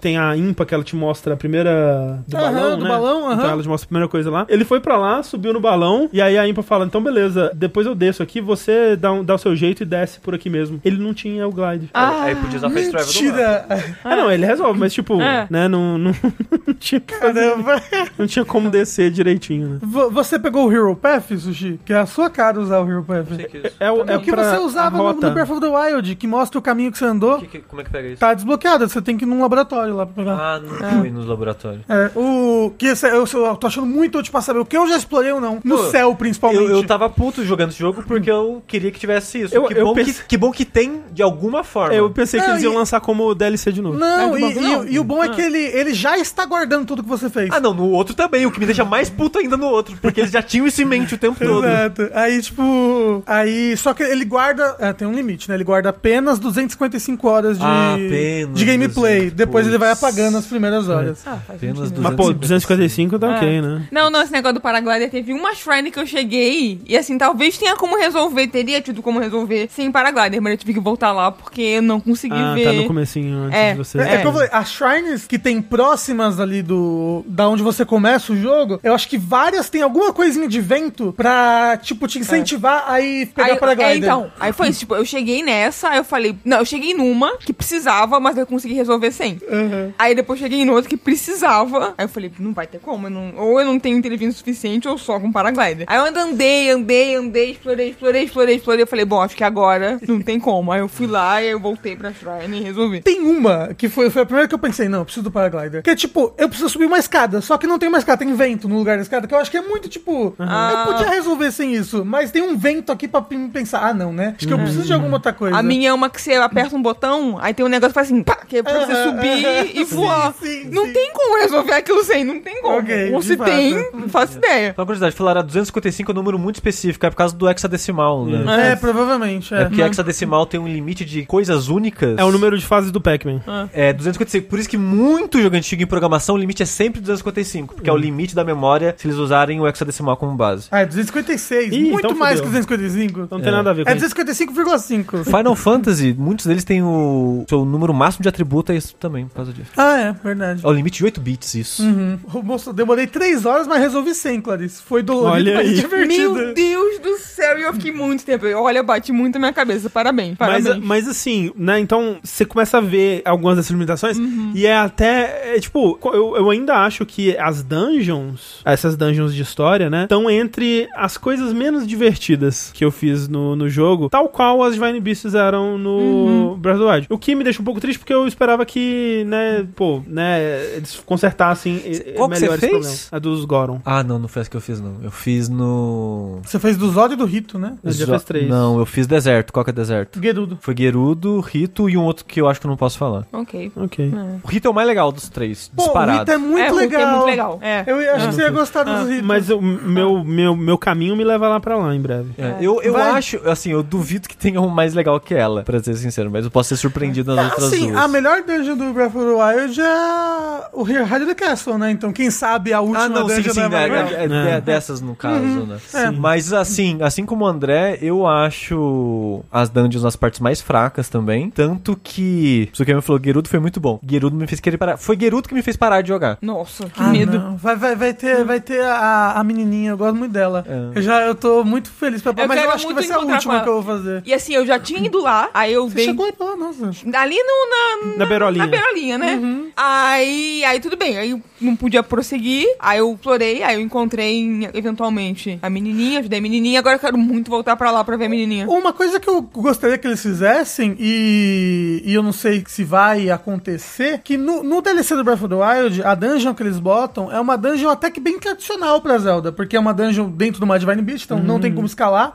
Tem a IMPA que ela te mostra a primeira. Do
Aham,
balão.
do
né?
balão, aham.
Então ela te mostra a primeira coisa lá. Ele foi pra lá, subiu no balão, e aí a IMPA fala: então beleza, depois eu desço aqui, você dá, um- dá o seu jeito e desce por aqui mesmo. Ele não tinha o glide.
Ah,
aí podia usar Fast Travel do lado.
Mentira!
Ah, não, ele resolve, mas tipo,
É.
né, não, não, não tinha, que fazer-
Caramba!
não tinha como descer direitinho, né?
Vo- Você pegou o Hero Path, Sushi? Que é a sua cara usar o Hero Path.
Não sei o que é isso.
É,
É, o que
pra-
você
a
usava no,
rota.
no Breath of the Wild, que mostra o caminho que você andou.
Que- que- como é que pega isso?
Tá desbloqueado, você tem que ir num laboratório lá pra pegar.
Ah, não fui nos laboratórios.
É, o. Que esse- eu, eu, tô achando muito útil pra saber o que eu já explorei ou não. No
Pô,
céu, principalmente.
Eu, eu tava puto jogando esse jogo porque eu queria que tivesse isso.
Eu-
que,
eu
bom
pense-
que, que bom que tem de alguma forma.
Eu pensei que
Não,
eles iam
e-
lançar como DLC de novo.
Não,
Ah,
e,
do bagulho
e-
não.
e o bom é que ele, ele já está guardando tudo que você fez.
Ah, não, no outro também, o que me deixa mais puto ainda no outro, porque eles já tinham isso em mente o tempo todo.
é.
Exato. Aí, tipo. Aí. Só que ele guarda. É, tem um limite, né? Ele guarda apenas 255 horas de,
Ah, Apenas
de gameplay.
200,
Depois ele vai
putz.
apagando as primeiras horas.
ah, faz
Apenas
sentido.
Mas pô, 255 tá
É.
ok, né?
Não, não, esse negócio do paraglider teve uma shrine que eu cheguei e assim, talvez tenha como resolver, teria tido como resolver sem paraglider, mas eu tive que voltar lá porque eu não consegui
Ah,
ver.
tá no comecinho antes
É.
de você...
É, é que eu falei, as shrines que tem próximas ali do. da onde você começa o jogo, eu acho que várias tem alguma coisinha de vento pra, tipo, te incentivar a ir pegar
aí,
paraglider.
é, então, aí foi isso, tipo, eu cheguei nessa, aí eu falei, não, eu cheguei numa que precisava, mas eu consegui resolver sem.
Uhum.
Aí depois cheguei em outra que precisava, aí eu falei, não vai ter como, eu não- ou eu não tenho intervento suficiente ou só com paraglider. Aí eu ainda andei, andei, andei, explorei, explorei, explorei, explorei, eu falei, bom, acho que agora não tem como. Aí eu fui lá e eu voltei pra Shrine e resolvi.
Tem uma que foi, foi a primeira que eu pensei, não, eu preciso do paraglider. Que é tipo, eu preciso subir uma escada, só que não tem uma escada, tem vento no lugar da escada, que eu acho que é muito tipo,
Ah.
eu podia resolver sem isso, mas tem um vento aqui pra pim- pensar, ah não, né? Acho que eu preciso de alguma outra coisa.
Uhum. A minha é uma que você aperta um botão, aí tem um negócio que faz assim, pá, que é pra você
Aham,
subir
aham.
e voar.
Uhum. Sim, sim,
não
sim.
tem como resolver aquilo sem, não tem como.
Ok,
Ou
de
se
fato.
tem, não faço ideia.
Só uma curiosidade, falaram ah, 255 é um número muito específico, é por causa do hexadecimal, né?
Hum.
É, provavelmente, é.
É porque hexadecimal tem um limite de coisas únicas.
Uhum. É o número de fases do Pac-Man.
É 255. Por isso que muito jogo antigo em programação, o limite é sempre 255,
Hum.
porque é o limite da memória se eles usarem o hexadecimal como base.
Ah, é 256,
Ih,
muito
então
mais que
fudeu.
255.
Então não tem nada a ver com
É
isso.
255,5.
Final Fantasy, muitos deles têm o seu número máximo de atributo, é isso também, por causa disso.
Ah, é, verdade.
É o limite de 8 bits, isso.
Uhum. Moço, eu demorei três horas, mas resolvi 100, Clarice. Foi dolorido,
Olha
mas
aí.
Meu
divertido.
Deus do céu, e eu fiquei muito tempo. Eu, Olha, bate muito na minha cabeça. Parabéns, parabéns.
Mas, mas assim, né? Então você começa a ver algumas dessas limitações
Uhum.
e é até. é, tipo, co- eu, eu ainda acho que as dungeons, essas dungeons de história, né? Estão entre as coisas menos divertidas que eu fiz no, no jogo, tal qual as Divine Beasts eram no
Uhum.
Breath of the Wild. O que me deixa um pouco triste porque eu esperava que, né, pô, né, eles consertassem e-
Qual
e
que
melhor
você
esse
fez?
problema. A dos Goron.
Ah, não, não foi essa que eu fiz, não. Eu fiz no.
Você fez do Zod e do Rito, né?
Eu já
Zo-
fiz três.
Não, eu fiz deserto. Qual que é deserto?
Gerudo.
Foi Gerudo, Rito e um outro que eu acho que eu não posso falar.
ah,
Ok.
Ok.
O Rito é o mais legal dos três,
Pô, o Rito
disparado. Ah,
é muito
é, o que
legal.
É muito legal. É.
Eu ia- acho que você ia gostar dos Ritos.
Mas o meu, meu, meu caminho me leva lá pra lá em breve.
É, eu eu
Vai.
acho, assim, eu duvido que tenha um mais legal que ela, pra ser sincero, mas eu posso ser surpreendido nas outras
Assim,
duas.
a melhor dungeon do Breath of the Wild é o Here Hide the Castle, né? Então, quem sabe a última
Ah, não, sim,
dungeon
sim,
não é
né,
mais legal.
é, é, é dessas no caso, né?
é.
Sim. Mas assim, assim como o André, eu acho as dungeons nas partes mais fracas também. Tanto que. Isso que me falou, Gerudo foi muito bom. Gerudo me fez querer parar. Foi Gerudo que me fez parar de jogar.
Nossa, que
Ah,
medo.
não. Vai, vai, vai ter, vai ter a, a menininha, eu gosto muito dela.
É.
Eu já eu tô muito feliz pra
Eu
mas eu
quero
acho que
muito
vai ser a
encontrar com
última
ela.
que eu vou fazer.
E assim, eu já tinha ido lá, aí eu
Você
dei.
chegou aí pra lá, nossa.
Ali no, na,
Na Berolinha.
na beirolinha, né?
Uhum.
Aí, aí tudo bem, aí eu não podia prosseguir, aí eu explorei, aí eu encontrei eventualmente a menininha, ajudei a menininha, agora eu quero muito voltar pra lá pra ver a menininha.
Uma coisa que eu gostaria que eles fizessem, e, e eu não sei se vai acontecer, que no, no DLC do Breath of the Wild, a dungeon que eles botam é uma dungeon até que bem tradicional pra Zelda, porque é uma dungeon dentro de uma Divine Beast, então não tem como escalar.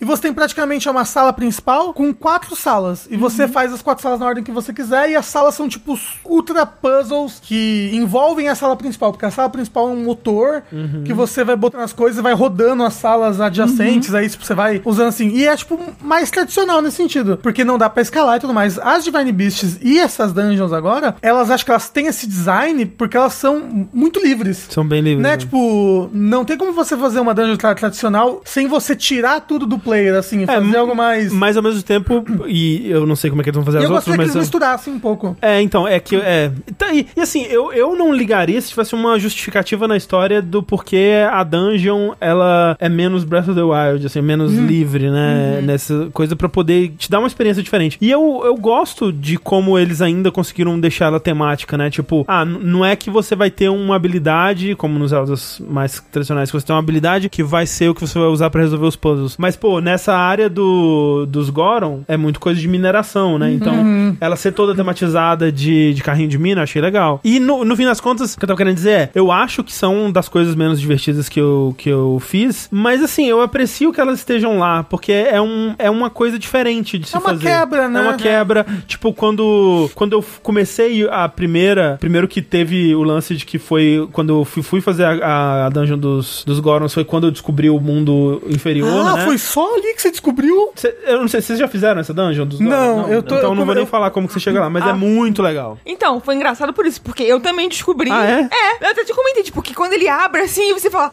E você tem praticamente uma sala principal com quatro salas, e você faz as quatro salas na ordem que você quiser, e as salas são tipo os ultra puzzles que envolvem a sala principal, porque a sala principal é um motor
Uhum.
que você vai botando as coisas e vai rodando as salas
Uhum.
adjacentes, aí tipo, você vai usando assim. E é tipo mais tradicional nesse sentido, porque não dá pra escalar e tudo mais. As Divine Beasts e essas dungeons agora, elas acho que elas têm esse design porque elas são muito livres.
São bem livres.
Né?
né?
Tipo, não tem como você fazer uma dungeon tra- tradicional sem você tirar tudo do player, assim,
m-
fazer algo mais.
É, Mas ao mesmo tempo, e eu não sei como é que eles vão fazer
E
as
eu gostaria
outras,
que
mas.
eles misturassem um pouco.
É, então, é que. É, tá aí. E assim, eu, eu não ligaria se tivesse uma justificativa na história do porquê a dungeon ela é menos Breath of the Wild, assim, menos
Uhum.
livre, né? Nessa coisa pra poder te dar uma experiência diferente. E eu, eu gosto de como eles ainda conseguiram deixar ela temática, né? Tipo, ah, n- não é que você vai ter uma habilidade, como nos Zeldas mais tradicionais, que você tem uma habilidade que vai ser o que você vai usar pra resolver os puzzles. Mas, pô, nessa área do, dos Goron, é muito coisa de mineração, né? Então, ela ser toda tematizada de, de carrinho de mina, achei legal. E no, no fim das contas, o que eu tava querendo dizer é, eu acho que são das coisas menos divertidas que eu, que eu fiz, mas assim, eu aprecio que elas estejam lá, porque é, um, é uma coisa diferente de se
É uma
fazer.
quebra, né?
É uma quebra. Tipo, quando, quando eu comecei a primeira, primeiro que teve o lance de que foi quando eu fui, fui fazer a, a dungeon dos, dos Gorons, foi quando eu descobri o mundo inferior,
ah,
né?
foi só ali que você descobriu?
Cê- eu não sei, vocês já fizeram essa dungeon dos Gorons?
Não, eu tô-
Então eu
eu
não vou nem
eu- Ah.
falar como que você chega lá, mas é muito legal.
Então, foi engraçado por isso, porque eu também descobri.
Ah, é?
É, eu até te comentei, tipo, que quando ele abre assim, você fala: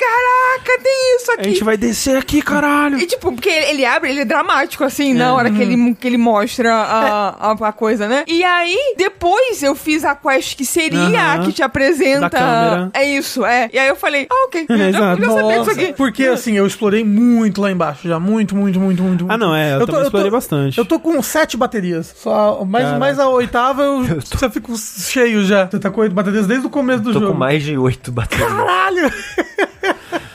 Caraca, tem isso
A
aqui.
gente vai descer aqui, caralho.
E tipo, porque ele abre, ele é dramático, assim, na hora
uhum.
que, ele, que ele mostra a, a, a coisa, né? E aí, depois eu fiz a quest que seria
Aham.
a que te apresenta.
Da câmera.
é isso, é. E aí eu falei, ah, ok, eu já,
Exato.
eu já sabia disso aqui.
Porque
É.
assim, eu explorei muito lá embaixo já. Muito, muito, muito, muito.
Ah, não, é, eu, também explorei bastante.
Eu tô com sete baterias. Só, mais,
Caraca.
mais a oitava eu, já fico cheio já. Você tá com oito baterias desde o começo do
Tô
jogo.
com mais de 8 baterias.
Caralho!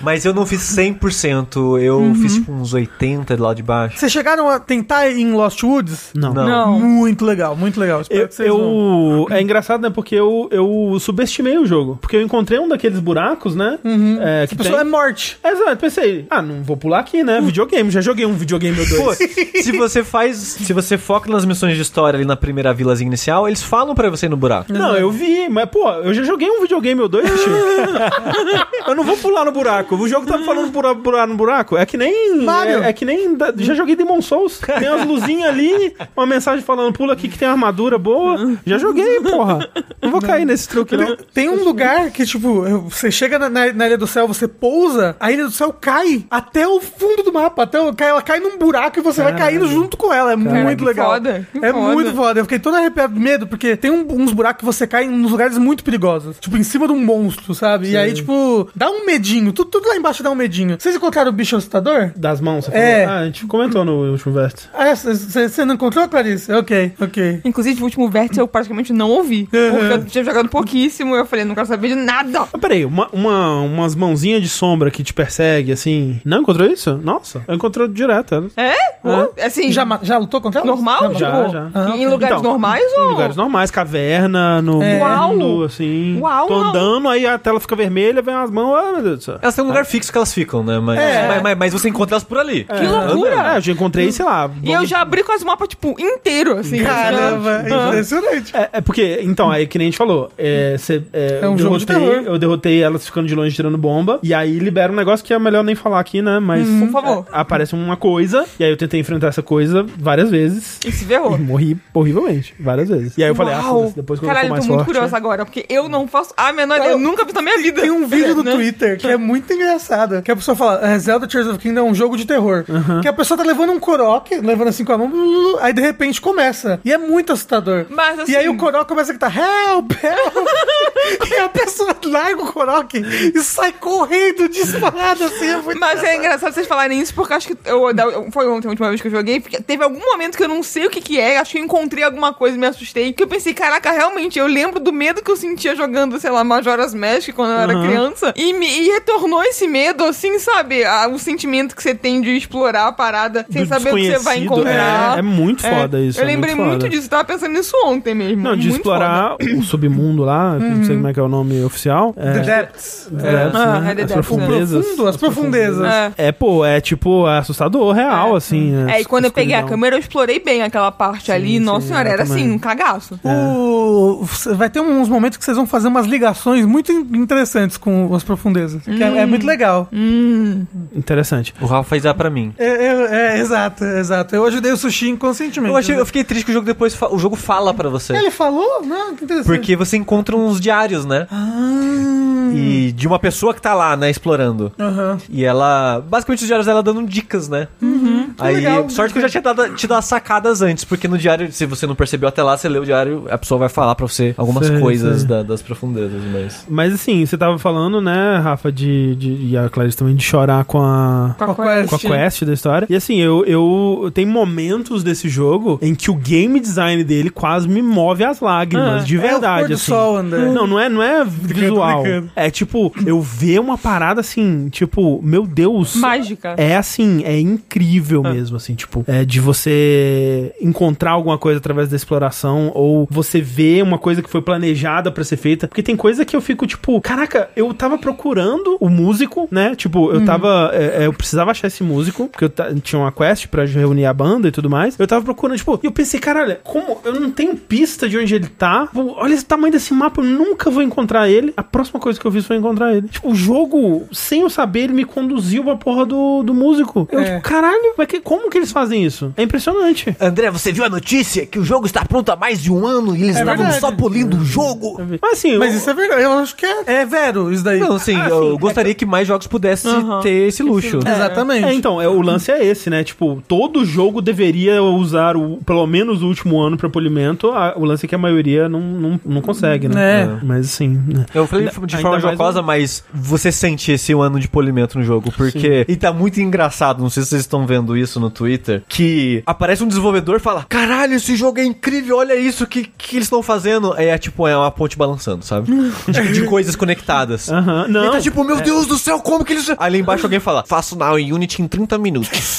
Mas eu não fiz 100%, eu fiz tipo uns 80 do lado de baixo.
Vocês chegaram a tentar ir em Lost Woods?
Não.
Não.
Não.
Muito legal, muito legal. Espero
Eu,
que vocês
eu-
vão.
é engraçado, né? Porque eu, eu subestimei o jogo. Porque eu encontrei um daqueles buracos, né? É, que
A pessoa é
tem...
morte.
Exato, pensei, ah, não vou pular aqui, né? Videogame, já joguei um videogame ou
Pô,
dois.
se você faz. Se você foca nas missões de história ali na primeira vilazinha inicial, eles falam pra você ir no buraco.
Não, eu vi, mas pô, eu já joguei um videogame ou dois, tio. eu não vou pular no buraco. O jogo tá me falando pular, pular no buraco. É que nem.
Mario.
É, é que nem. da- já joguei Demon Souls. Tem umas luzinhas ali, uma mensagem falando, pula aqui que tem armadura boa. Já joguei, porra. Não vou cair nesse truque, não.
Tem um lugar que, tipo, eu- você chega na, na- na Ilha do Céu, você pousa, a Ilha do Céu cai até o fundo do mapa, até o- cai- ela cai num buraco e você vai caindo junto com ela. É muito
que
legal.
foda, que
é
foda.
muito foda. Eu fiquei todo arrepiado de medo, porque tem um- uns buracos que você cai em uns lugares muito perigosos. Tipo, em cima de um monstro, sabe? E aí, tipo, dá um medinho. Tudo, tudo lá embaixo dá um medinho. Vocês encontraram o bicho assustador?
Das mãos, você falou.
É.
Ah, a gente comentou no último verso.
Ah, você não encontrou, Clarice? Ok, ok.
Inclusive, o último vértice eu praticamente não ouvi. Porque eu tinha jogado pouquíssimo. Eu falei, não quero saber de nada.
Mas Ah, peraí, uma, uma- umas mãozinhas de sombra que te persegue, assim. Não encontrou isso? Nossa, eu encontrei direto. né?
É? Uh, Assim,
Já, ma- já lutou contra ela?
normal?
Já,
Tipo,
já.
Ah, ok.
Em lugares
Então,
normais ou...
Em lugares normais, caverna, no
É.
mundo, assim.
Uau,
Tô
uau.
andando, aí a tela fica vermelha, vem umas mãos, ah, meu Deus do céu.
Elas têm um lugar fixo que elas ficam, né? Mas,
É.
mas, mas- mas você encontra elas por ali.
Que loucura! Hum.
É, eu já encontrei, sei lá.
E eu já abri quase o mapa, tipo, inteiro, assim.
Caramba, é impressionante.
É, é porque, então, aí que nem a gente falou, é, cê- é,
É um
eu,
jogo de
derrotei,
terror.
eu derrotei elas ficando de longe tirando bomba, e aí libera um negócio que é melhor nem falar aqui, né? Mas
Hum, Por favor.
é, aparece uma coisa, e aí eu tentei enfrentar essa coisa várias vezes.
E se ferrou.
E morri horrivelmente, várias vezes. E aí eu falei, ah,
Uau.
foda-se, depois que eu for
Caralho, eu
mais
tô muito
forte. né?
curiosa agora, porque eu não faço a menor ideia. Eu nunca vi na minha vida.
Tem um vídeo no
Né?
Twitter que é muito engraçado. Que a pessoa fala, "É, Zelda Tears of the Kingdom é um jogo de terror. Que a pessoa tá levando um coroque, levando assim com a mão, blu, blu, blu, aí de repente começa. E é muito assustador.
Mas, assim-
e aí o coroque começa a gritar, help, help. e a pessoa larga o coroque e sai correndo disparada assim. É muito...
Mas é engraçado vocês falarem isso, porque acho que eu, da- foi ontem a última vez que eu joguei. porque Teve algum momento que eu não sei o que que é, acho que eu encontrei alguma coisa e me assustei. Que eu pensei, caraca, realmente, eu lembro do medo que eu sentia jogando, sei lá, Majora's Mask quando eu era criança. E, me, e retornou esse medo, assim, sabe? A- o sentimento que você tem de explorar a parada sem
Do
saber o que você vai
desconhecido,
encontrar.
É, é muito foda isso.
Eu
é
lembrei muito,
foda.
disso, eu tava pensando nisso ontem mesmo.
Não, de
muito foda. Uhum.
explorar o submundo lá, não sei como é que é o nome oficial. É,
The Depths.
depths,
Ah,
né?
é The
As
depths, né?
profundezas.
Profundo, as profundezas.
É.
É, pô, é tipo assustador, real, assim.
É, e quando eu peguei a
escuridão.
câmera, eu explorei bem aquela parte ali.
sim,
Nossa senhora,
eu
era
também.
assim, um cagaço.
É,
O- vai ter uns momentos que vocês vão fazer umas ligações muito in- interessantes com as profundezas. que é, é muito legal.
Hum,
Interessante.
O Rafa faz dar pra mim.
É, é, é, exato, exato. Eu ajudei o sushi inconscientemente.
Eu, achei, eu fiquei triste que o jogo depois fa- o jogo fala pra você.
Ele falou? Não, que interessante. Ah,
Porque você encontra uns diários, né? E de uma pessoa que tá lá, né, explorando.
Aham.
E ela. Basicamente, os diários dela dando dicas, né? Aí,
legal.
sorte que eu já tinha dado, te dado as sacadas antes, porque no diário, se você não percebeu até lá, você lê o diário, a pessoa vai falar pra você algumas
Sei,
coisas
sei.
da- das profundezas, mas.
Mas assim, você tava falando, né, Rafa, de, de- e a Clarice também, de chorar com a.
Com a
Qual é?
quest.
Com a quest da história. E assim, eu, eu. Tem momentos desse jogo em que o game design dele quase me move às lágrimas, de
É o pôr
verdade.
do
assim.
sol, André.
Não, não é, não é visual.
brincando.
É tipo, eu ver uma parada assim, tipo, meu Deus.
Mágica.
É assim, é incrível
Ah.
mesmo, assim, tipo, é de você encontrar alguma coisa através da exploração ou você ver uma coisa que foi planejada pra ser feita, porque tem coisa que eu fico tipo, caraca, eu tava procurando o músico, né? Tipo, eu
Uhum.
tava, é, é, eu precisava achar esse músico, porque eu ta- tinha uma quest pra reunir a banda e tudo mais. Eu tava procurando, tipo, e eu pensei, caralho, como eu não tenho pista de onde ele tá? Pô, Olha esse tamanho desse mapa, eu nunca vou encontrar ele. A próxima coisa que eu fiz foi encontrar ele. Tipo, o jogo, sem eu saber, ele me conduziu pra porra do, do músico. Eu,
É.
tipo, caralho, mas que- como que eles fazem isso? É impressionante.
André, você viu a notícia que o jogo está pronto há mais de um ano e eles
estavam verdade. só
polindo o jogo?
Mas assim,
Mas
eu-
isso é verdade. Eu acho que é, é vero isso daí.
Não, sim, eu gostaria que mais jogos pudessem
Aham.
ter esse luxo.
Exatamente.
É, então, é, o lance é esse, né? Tipo, todo jogo deveria usar o, pelo menos o último ano pra polimento. A- o lance é que a maioria não, não, não consegue, né?
É.
Mas assim. né?
Eu falei de
Ainda
forma
mais
jocosa,
um-
mas você sente esse ano de polimento no jogo, porque. E tá muito engraçado, não sei se vocês estão vendo isso no Twitter, que aparece um desenvolvedor e fala: Caralho, esse jogo é incrível, olha isso, que, que eles estão fazendo? Aí é tipo, é uma ponte balançando, sabe? tipo, de coisas conectadas.
Aham,
E
Ah, não. É.
tá tipo, meu Deus do céu, como que eles. Aí lá embaixo alguém fala: Faço now em Unity em 30 minutos.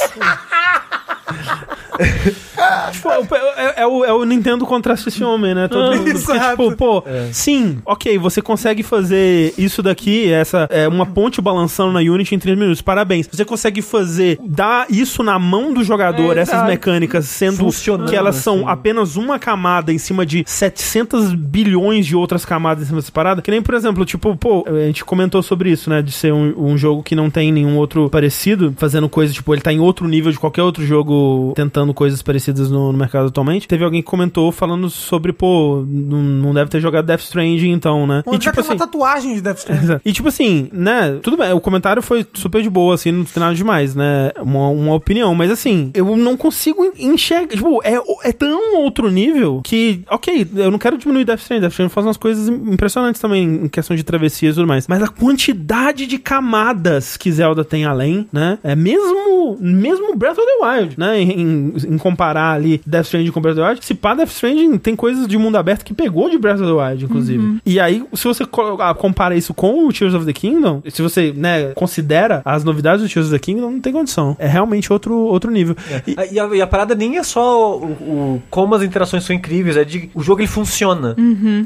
Tipo, é, é o, é o Nintendo contrasta esse homem, né? Todo mundo fica,
Exato.
tipo, pô, sim, ok, você consegue fazer isso daqui, essa é uma ponte balançando na Unity em 3 minutos, parabéns. Você consegue fazer, dar isso na mão do jogador,
É,
essas
exato.
mecânicas, sendo
Funcionando,
que elas são
assim.
apenas uma camada em cima de 700 bilhões de outras camadas em cima dessa parada. Que nem, por exemplo, tipo, pô, a gente comentou sobre isso, né? De ser um, um jogo que não tem nenhum outro parecido, fazendo coisas, tipo, ele tá em outro nível de qualquer outro jogo tentando coisas parecidas no, no mercado atualmente. Teve alguém que comentou falando sobre, pô, não, não deve ter jogado Death Stranding então, né?
Onde
tipo
já tem é
assim,
uma tatuagem de Death Stranding. né?
Exato. E tipo assim, né? Tudo bem, o comentário foi super de boa, assim, não tem nada demais, né? Uma, uma opinião, mas assim, eu não consigo enxergar. Tipo, é, é tão outro nível que, ok, eu não quero diminuir Death Stranding. Death Stranding faz umas coisas impressionantes também em questão de travessias e tudo mais. Mas a quantidade de camadas que Zelda tem além, né? É mesmo, mesmo Breath of the Wild, né? Em, em- em comparar ali Death Stranding com Breath of the Wild, se pá, Death Stranding tem coisas de mundo aberto que pegou de Breath of the Wild, inclusive. E aí, se você co- ah, compara isso com o Tears of the Kingdom, se você, né, considera as novidades do Tears of the Kingdom, não tem condição. É realmente outro, outro nível. E-
Ah, E, a, e a parada nem é só o, o- como as interações são incríveis, é de o jogo ele funciona.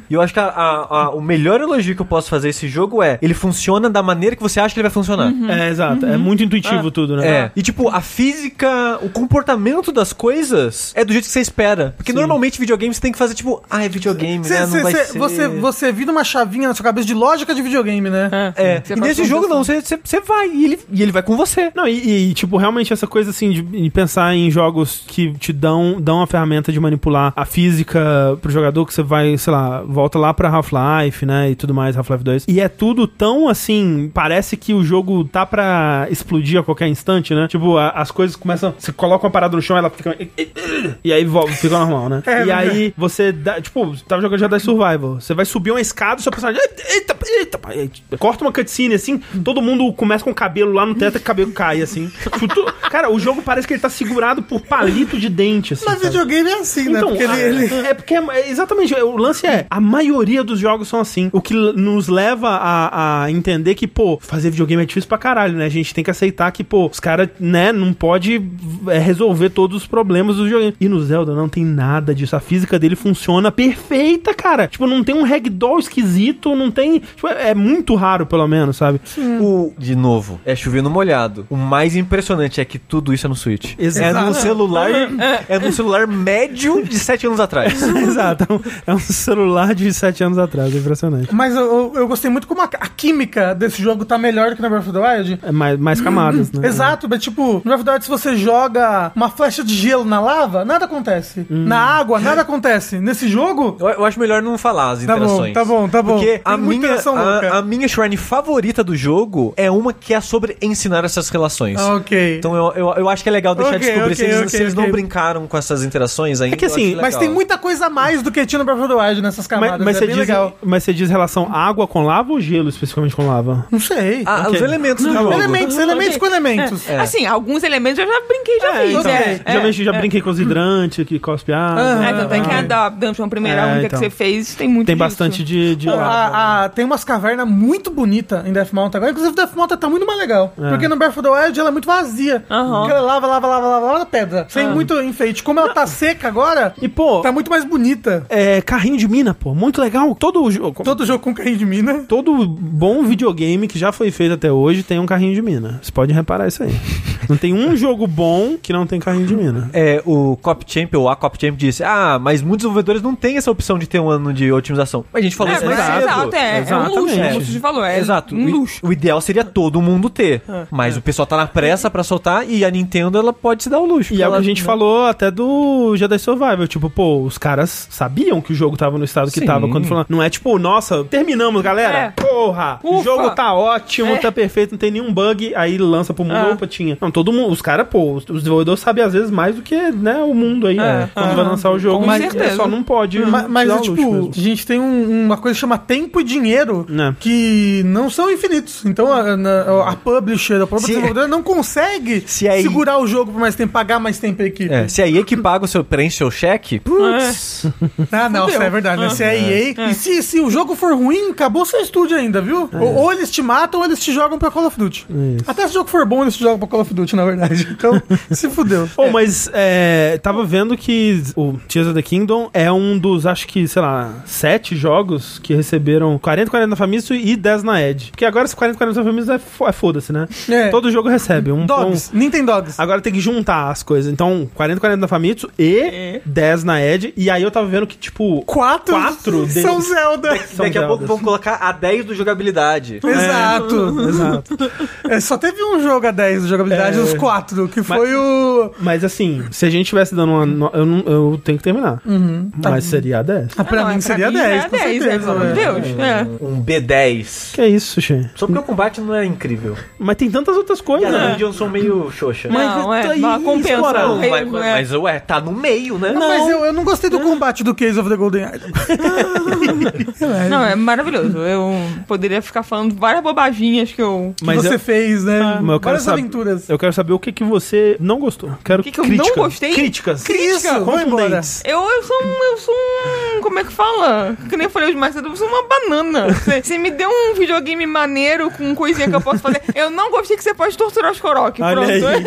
E eu acho que a- a- a- o melhor elogio que eu posso fazer a esse jogo é ele funciona da maneira que você acha que ele vai funcionar.
É, exato. É muito intuitivo tudo, né?
É. E tipo, a física, o comportamento das coisas é do jeito que você espera. Porque normalmente videogame você tem que fazer tipo, ah, é videogame,
Cê-
né? Não
cê-
vai
cê-
ser.
Você, você vira uma chavinha na sua cabeça de lógica de videogame, né?
É.
Você
E nesse
passou
jogo
dessa-
não, você, você, você vai e ele, e ele vai com você.
Não, e, e, tipo, realmente essa coisa assim de, de pensar em jogos que te dão, dão a ferramenta de manipular a física pro jogador, que você vai, sei lá, volta lá pra Half-Life, né? E tudo mais, Half-Life 2. E é tudo tão assim, parece que o jogo tá pra explodir a qualquer instante, né? Tipo, a- as coisas começam. Você coloca uma parada no chão, ela fica. E aí volta, fica normal, né? e aí você dá. Tipo, você tava jogando Jedi Survival. Você vai subir uma escada, seu personagem. Eita, eita, pá, eita. corta uma cutscene assim, todo mundo começa com o cabelo lá no teto e o cabelo cai, assim. Tipo, tu- Cara, o jogo parece que ele tá segurado por palito de dente, assim.
Mas
sabe?
videogame é assim, né?
Então,
Porque ele,
a-
ele-
é porque é- exatamente o lance é a maioria dos jogos são assim. O que l- nos leva a, a entender que pô, fazer videogame é difícil pra caralho, né? A gente tem que aceitar que pô, os caras né não pode é, resolver todos os problemas do videogame. E no Zelda não tem nada disso. A física dele funciona perfeita, cara. Tipo, não tem um ragdoll esquisito, não tem. tipo, é, é muito raro pelo menos, sabe?
O, de novo, é chovendo molhado. O mais impressionante é que tudo isso é no Switch.
Exato.
É num celular, é num celular médio de 7 anos atrás.
Exato. É um- É um celular de 7 anos atrás, é impressionante.
Mas eu, eu- eu gostei muito como a, a química desse jogo tá melhor que no Breath of the Wild.
É mais, mais camadas,
Uhum.
né?
Exato, mas tipo, no Breath of the Wild, se você joga uma flecha de gelo na lava, nada acontece.
Uhum.
Na água, nada acontece. Nesse jogo,
Eu, eu acho melhor não falar as
Tá bom,
interações.
tá bom, tá bom.
Porque
Tem
a
muita
minha,
interação louca.
a, a minha shrine favorita do jogo é uma que é sobre ensinar essas relações.
ah, ok.
Então eu, eu, eu acho que é legal deixar
Ok,
descobrir se
ok,
eles,
ok,
se eles não
ok.
brincaram com essas interações ainda.
É que
eu acho
assim,
mas
legal.
tem muita coisa a mais do que tinha no Breath of the Wild nessas
Mas,
camadas.
mas
é
você
bem
diz,
legal.
mas você diz relação água com lava ou gelo especificamente com lava?
Não sei.
Ah,
Ok.
Os elementos do jogo.
elementos, elementos com
É,
elementos.
Assim, alguns elementos eu já brinquei, já fiz.
É. então,
é. É.
geralmente eu já brinquei com os hidrantes, que cospe água.
É, tanto é que a da Dungeon, a primeira
né, É,
única
então.
que você fez, tem muito
Tem
disso.
bastante de, de
Pô,
tá
água.
Então, a- a- tem umas cavernas muito bonitas em Death Mountain agora. Inclusive, Death Mountain tá muito mais legal.
É.
Porque no Breath of the Wild ela é muito vazia.
Aham.
Porque ela lava, lava, lava, lava, lava pedra. Sem muito enfeite. Como ela tá seca agora,
E, pô,
tá muito mais bonita.
é, carrinho de mina, pô, muito legal. Todo, o
É.
jo-
Todo jogo com carrinho de mina.
todo bom videogame que já foi feito até hoje tem um carrinho de mina. Você pode reparar isso aí. não tem um jogo bom que não tem carrinho de mina.
É, o Cop Champion, ou a Cop Champion disse: Ah, mas muitos desenvolvedores não têm essa opção de ter um ano de otimização. Mas a gente falou
É,
isso
mas
mais
é,
cedo.
exato, é, é um luxo,
Exatamente.
um luxo de valor. É
Exato.
Um
O i-
luxo.
O ideal seria todo mundo ter. Mas o pessoal tá na pressa pra soltar e a Nintendo ela pode se dar o luxo.
E é o
ela,
que a
né?
gente falou até do Jedi Survival. Tipo, pô, os caras sabiam que o jogo tava no estado que
Sim.
tava. Quando falando, não é tipo, nossa, terminamos, galera.
É.
Porra! O
Ufa.
jogo tá ótimo,
É.
tá perfeito, não tem nenhum bug. Aí lança pro mundo,
É.
opa, tinha. Não, todo mundo, os caras, pô, os, os desenvolvedores sabem às vezes mais do que, né, o mundo aí, né, quando vai lançar o jogo.
É. Ah. Com
mas
certeza. Uhum.
só não pode.
Ma- Mas,
dar o
é,
luxo
tipo,
mesmo.
a gente tem um- uma coisa que chama tempo e dinheiro
É.
que não são infinitos. Então a, na- a publisher, a própria
Se-
é-
desenvolvedora não consegue
Se aí.
segurar o jogo por mais tempo, pagar mais tempo a equipe.
É, se a EA que paga o seu, preenche seu cheque, putz,
Ah, não, isso é verdade, né? Se é EA. E se, se o jogo for ruim, acabou seu estúdio ainda, viu?
É.
Ou, ou eles te matam ou eles te jogam pra Call of Duty. Até se o jogo for bom, eles te jogam pra Call of Duty, na verdade. Então, se fudeu.
Pô, mas é, tava vendo que o Tears of the Kingdom é um dos, acho que, sei lá, sete jogos que receberam 40, 40 na Famitsu e 10 na Edge. Porque agora esse 40, 40 na Famitsu é, fo- é foda-se, né?
É.
Todo jogo recebe. Um,
Dogs, Nintendo Dogs.
um- agora tem que juntar as coisas. Então, 40, 40 na Famitsu e
É.
10 na Edge. E aí eu tava vendo que, tipo,
Quatro,
Quatro
são
deles.
Zelda.
São
daqui a
Zeldas.
pouco vão colocar a 10 do jogabilidade.
É.
Exato.
Exato.
É, só teve um jogo a 10 de jogabilidade,
É.
os quatro, que
Mas-
foi o.
Mas assim, se a gente tivesse dando uma. no- Eu, não- eu tenho que terminar.
tá.
Mas seria a 10.
Ah, pra
Não, é
mim seria
mim
10,
é
com
10, né?
certeza.
Pelo amor de
velho.
Deus. É.
Um B10.
Que é isso, Xê?
Só porque o combate não é incrível.
Mas tem tantas outras
E
coisas.
as
né?
dungeons são meio xoxa.
Não,
tá
é,
aí,
não compensa.
explorar.
Aí,
mas,
é.
mas, ué, tá no meio, né?
Não, mas eu, eu não gostei do combate do Case of the Golden Idol.
Não, é maravilhoso. Eu poderia ficar falando várias bobaginhas que eu.
Que você
eu-
fez, né?
Ah, mas eu quero
Várias
saber-
aventuras.
Eu quero saber o que, que você não gostou. Quero
O que que eu
crítica.
não gostei?
Críticas.
Que isso? Vou embora.
Contundentes.
Eu, eu sou um. Eu sou um. Como é que fala? Que nem eu falei hoje mais cedo, eu sou uma banana. Você você me deu um videogame maneiro com coisinha que eu posso fazer. Eu não gostei que você pode torturar os Korok.
Olha
Pronto.
aí.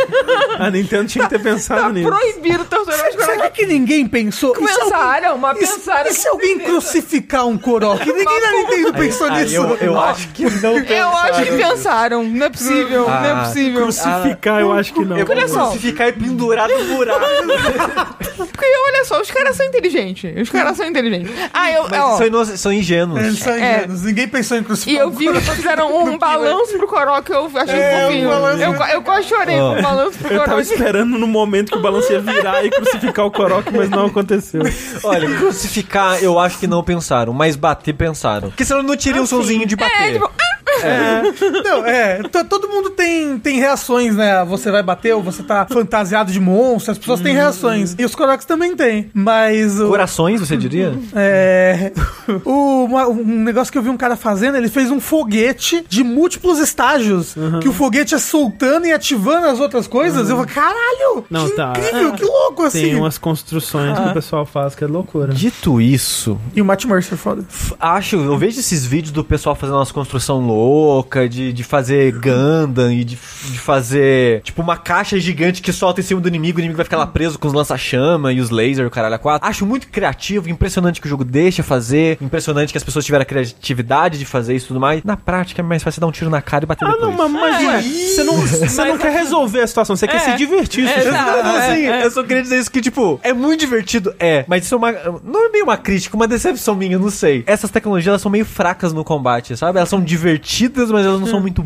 A Nintendo tinha que ter pensado
Tá
nisso.
proibido torturar os Korok.
Será é que é um- ninguém pensou? E se alguém-
Pensaram, mas
E se,
pensaram.
e se alguém crucificar um Korok? Ninguém na
Mas
Nintendo pensou
Aí
nisso.
eu, eu acho que não
Eu acho que pensaram. Não é possível, não é
um Ah,
possível.
Crucificar, eu acho que não.
Eu
Olha só.
crucificar e pendurar no buraco.
Porque olha só, os caras são inteligentes. Os caras são inteligentes. Ah, eu.
Mas é
ó,
são, ino- são ingênuos.
Eles são
É.
ingênuos. Ninguém pensou em
E
crucificar
eu vi que fizeram um balanço pro Korok, eu achei
É, um
fofinho.
balanço.
eu, eu quase chorei com o balanço pro
Eu tava
Korok.
esperando no momento que o balanço ia virar e crucificar o Korok, mas não aconteceu.
Olha, crucificar eu acho que não pensaram, mas bater pensaram. Porque senão não teria o somzinho de bater.
É, tipo, ah,
Não, é. to- Todo mundo tem, tem reações, né? Você vai bater ou você tá fantasiado de monstro. As pessoas têm reações. E os Koroks também têm. Mas o.
Corações, você diria?
É. o- uma- um negócio que eu vi um cara fazendo, ele fez um foguete de múltiplos estágios. Que o foguete é soltando e ativando as outras coisas. Eu falei, caralho!
Não,
que
tá.
incrível, que louco assim.
Tem umas construções
Ah.
que o pessoal faz que é loucura.
Dito isso,
E o Matt Mercer, é foda.
f- acho, eu vejo esses vídeos do pessoal fazendo umas construção louca, de, de fazer Gundam e de, de fazer, tipo, uma caixa gigante que solta em cima do inimigo, o inimigo vai ficar lá preso com os lança-chama e os lasers, o caralho a quatro. Acho muito criativo, impressionante que o jogo deixa fazer, impressionante que as pessoas tiveram a criatividade de fazer isso e tudo mais. Na prática, é mais fácil dar um tiro na cara e bater
Ah,
depois.
não, mas, mas ué, você não, você não quer resolver a situação, você quer
É.
se divertir.
É,
você já-
exato.
Não, assim,
é.
eu só queria dizer isso que, tipo, é muito divertido, é. Mas isso é uma. Não é meio uma crítica, uma decepção minha, eu não sei. Essas tecnologias, elas são meio fracas no combate, sabe? Elas são divertidas, mas elas não
Hum.
são muito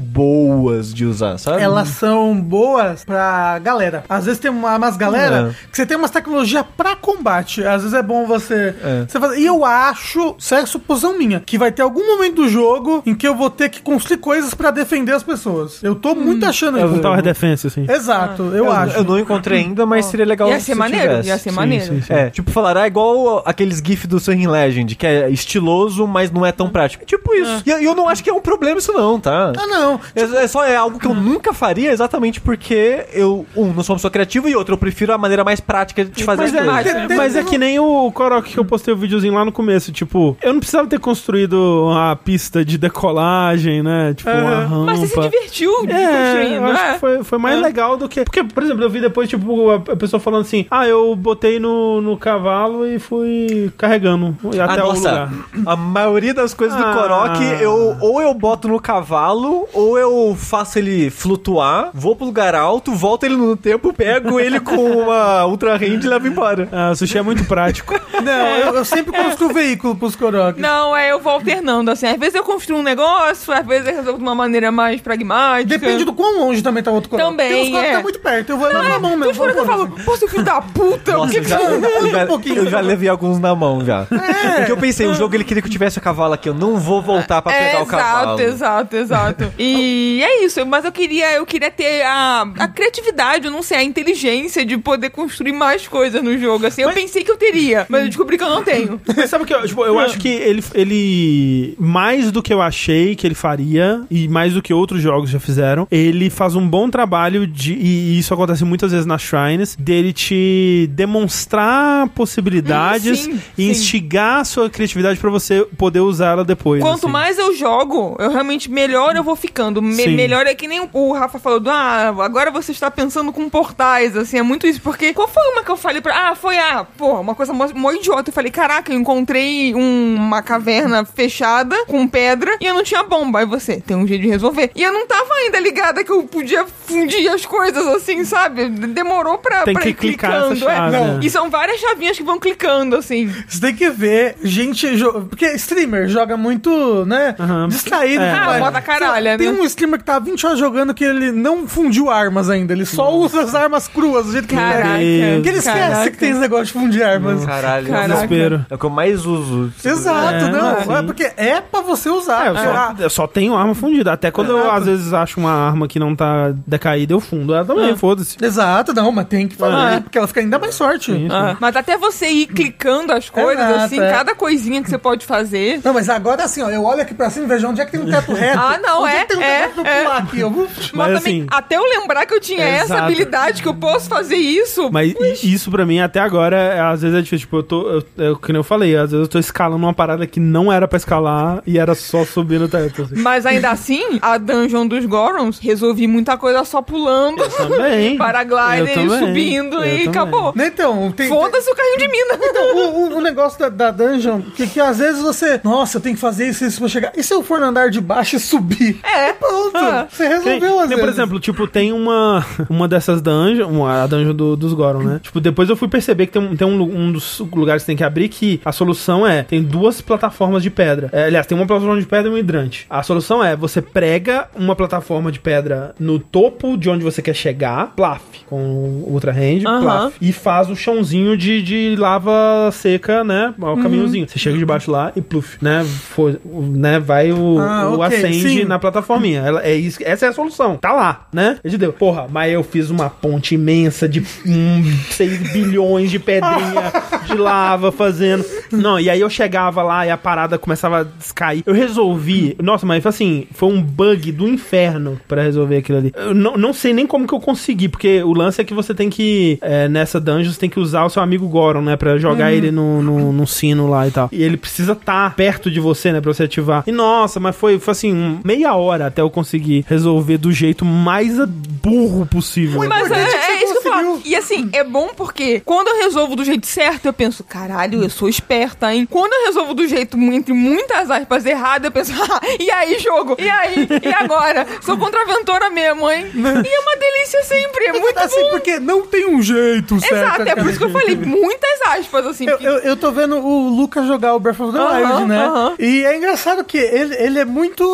boas de usar, sabe?
Elas são boas pra galera. Às vezes tem uma, umas galera
É.
que você tem umas tecnologias pra combate. Às vezes é bom você.
É.
você fazer. E eu acho, isso é suposição minha, que vai ter algum momento do jogo em que eu vou ter que construir coisas pra defender as pessoas. Eu tô
Hum.
muito achando
É um
isso.
Tower Defense, assim.
Exato, eu,
Ah. É
eu,
acho.
eu não encontrei ainda, mas seria legal
Ia ser
se
maneiro,
tivesse.
ia ser
Sim,
maneiro.
sim, sim.
É, tipo, falar, ah, é igual aqueles GIF do Sunny Legend, que é estiloso, mas não é tão prático. É tipo
Ah.
isso. E eu- eu não acho que é um problema isso, não, tá?
Ah, não.
É, é só é algo que eu nunca faria exatamente porque eu, um, não sou uma pessoa criativa e outro, eu prefiro a maneira mais prática de fazer
Mas
as
é,
coisas.
mas- mas é que nem o Korok que eu postei o videozinho lá no começo. Tipo, eu não precisava ter construído a pista de decolagem, né? Tipo, a rampa.
mas você se divertiu de
É,
construir,
eu
não
acho
é?
que foi, foi mais
É.
legal do que. Porque, por exemplo, eu vi depois, tipo, a a pessoa falando assim: Ah, eu botei no, no cavalo e fui carregando
Ah,
até o
nossa,
lugar.
a maioria das coisas
Ah.
do Korok, eu, ou eu boto no cavalo, ou eu faço ele flutuar, vou pro lugar alto, volto ele no tempo, pego ele com uma ultra hand e levo embora.
Ah, o sushi é muito prático.
Não, eu, eu sempre construo veículo pros Korok.
É. Não, é eu vou alternando, assim. Às vezes eu construo um negócio, às vezes eu resolvo de uma maneira mais pragmática.
Depende do quão longe também tá o outro Korok.
Também,
Tem uns Korok que
é.
tá muito perto. Eu vou lá na mão
Tu
mesmo.
jura que eu
vou-
falo, pô, seu filho da puta, o
Nossa,
Então, que
eu
que
já,
você...
eu já-
Um pouquinho.
eu já levei alguns na mão já. Porque eu pensei, o jogo ele queria que eu tivesse o cavalo aqui, eu não vou voltar pra pegar o cavalo.
exato, exato, exato. E é isso, mas eu queria, eu queria ter a, a criatividade, eu não sei, a inteligência de poder construir mais coisas no jogo. Assim, eu pensei que eu teria, mas eu descobri que eu não tenho.
Mas sabe o que eu, tipo,
É.
eu acho que ele, ele. Mais do que eu achei que ele faria, e mais do que outros jogos já fizeram, ele faz um bom trabalho de. E isso acontece muitas vezes nas Shrines, dele te demonstrar possibilidades
Hum, sim,
e
sim.
instigar a sua criatividade pra você poder usá-la depois.
Quanto
assim.
mais eu jogo, eu realmente melhor eu vou ficando. Me-
Sim.
melhor é que nem o- o Rafa falou do, ah, agora você está pensando com portais, assim, é muito isso. Porque qual foi uma que eu falei pra. Ah, foi a. Pô, uma coisa mó, mó idiota. Eu falei, caraca, eu encontrei um- uma caverna fechada com pedra e eu não tinha bomba. Aí você, tem um jeito de resolver. E eu não tava ainda ligada que eu podia fundir as coisas, assim, sabe? Demorou pra,
Tem
pra
que
ir
clicar essa
clicando. é.
chave, né?
E são várias chavinhas que vão clicando, assim.
Você tem que ver gente. jo- Porque streamer joga muito, né?
Aham.
Distraído.
É.
Ah,
vai.
moda caralho,
Tem
né?
um streamer que tá há 20 horas jogando que ele não fundiu armas ainda. Ele só usa as armas cruas do jeito que ele
Caraca.
pega. Porque ele esquece
caraca.
que tem esse negócio de fundir armas.
Caralho.
Caraca.
Desespero.
É o que eu mais uso.
Exato,
É,
não.
não,
é
sim.
porque é pra você usar.
É, eu
porque, ah,
só, eu só tenho arma fundida. Até quando eu, às vezes, acho uma arma que não tá decaída, eu fundo ela também,
Ah.
foda-se.
Exato, não, mas tem que fazer,
É.
porque ela fica ainda mais sorte.
Ah, mas até você ir clicando as coisas,
Exato,
assim,
é.
cada coisinha que você pode fazer.
Não, mas agora assim, ó, eu olho aqui pra cima e vejo onde é que tem um teto reto.
Ah, não,
onde
é,
que tem um teto
é,
reto pra eu
é.
pular aqui? Eu vou...
Mas,
Mas,
também,
assim,
até eu lembrar que eu tinha
é
essa
exato.
habilidade, que eu posso fazer isso.
Mas i- isso pra mim, até agora, é- às vezes é difícil. Tipo, eu tô. Eu, eu, que nem eu falei, às vezes eu tô escalando uma parada que não era pra escalar e era só subir no teto. Assim.
Mas ainda assim, a dungeon dos Gorons, resolvi muita coisa só pulando,
Também. Eu
paraglider,
também.
subindo
Eu
e
também.
acabou.
Né, Então, tem...
Foda-se o carrinho de mina.
Então, o, o- o negócio da, da dungeon, que, que às vezes você, nossa, eu tenho que fazer isso, isso pra chegar. E se eu for no andar de baixo e subir?
É.
Pronto,
Ah.
você
Tem,
resolveu às
tem,
vezes.
por exemplo, tipo, tem uma, uma dessas dungeons, uma, a dungeon do- dos Goron, né? Tipo, depois eu fui perceber que tem, um, tem um, lu- um dos lugares que tem que abrir que a solução é, tem duas plataformas de pedra. É, aliás, tem uma plataforma de pedra e um hidrante. A solução é, você prega uma plataforma de pedra no topo de onde você quer chegar, plaf, com o Ultra Hand,
Aham.
plaf, e faz o chãozinho de, de lava seca, né? O caminhozinho. Você chega debaixo lá e pluf, né? Foi, né? Vai o,
Ah,
o
ok,
acende
sim.
na plataforminha. Ela- é isso, essa é a solução. Tá lá, né? Ele deu. Porra, mas eu fiz uma ponte imensa de 6 bilhões de pedrinha de lava fazendo. Não, e aí eu chegava lá e a parada começava a cair. Eu resolvi. Nossa, mas assim, foi um bug do inferno pra resolver aquilo ali. Eu não, não sei nem como que eu consegui, porque o lance é que você tem que. é, nessa dungeon, você tem que usar o seu amigo Goron, né? Pra jogar ele no, no, no sino lá e tal. E ele precisa estar perto de você, né? Pra você ativar. E nossa, mas foi, foi assim, um- meia hora até eu conseguir resolver do jeito mais burro possível.
Mas é,
importante que
é
você
isso que eu falo.
conseguiu.
E assim, é bom porque quando eu resolvo do jeito certo, eu penso, caralho, eu sou esperta, hein? Quando eu resolvo do jeito, mu- entre muitas aspas, errado, eu penso, ah, e aí, jogo? E aí? E agora? Sou contraventora mesmo, hein? E é uma delícia sempre, é muito
assim,
bom.
porque não tem um jeito certo.
Exato, é por isso que eu falei muitas aspas, assim.
Eu,
que-
eu, eu tô vendo o Lucas jogar o Breath of the
Aham,
Wild, né?
aham.
E é engraçado que ele, ele é muito.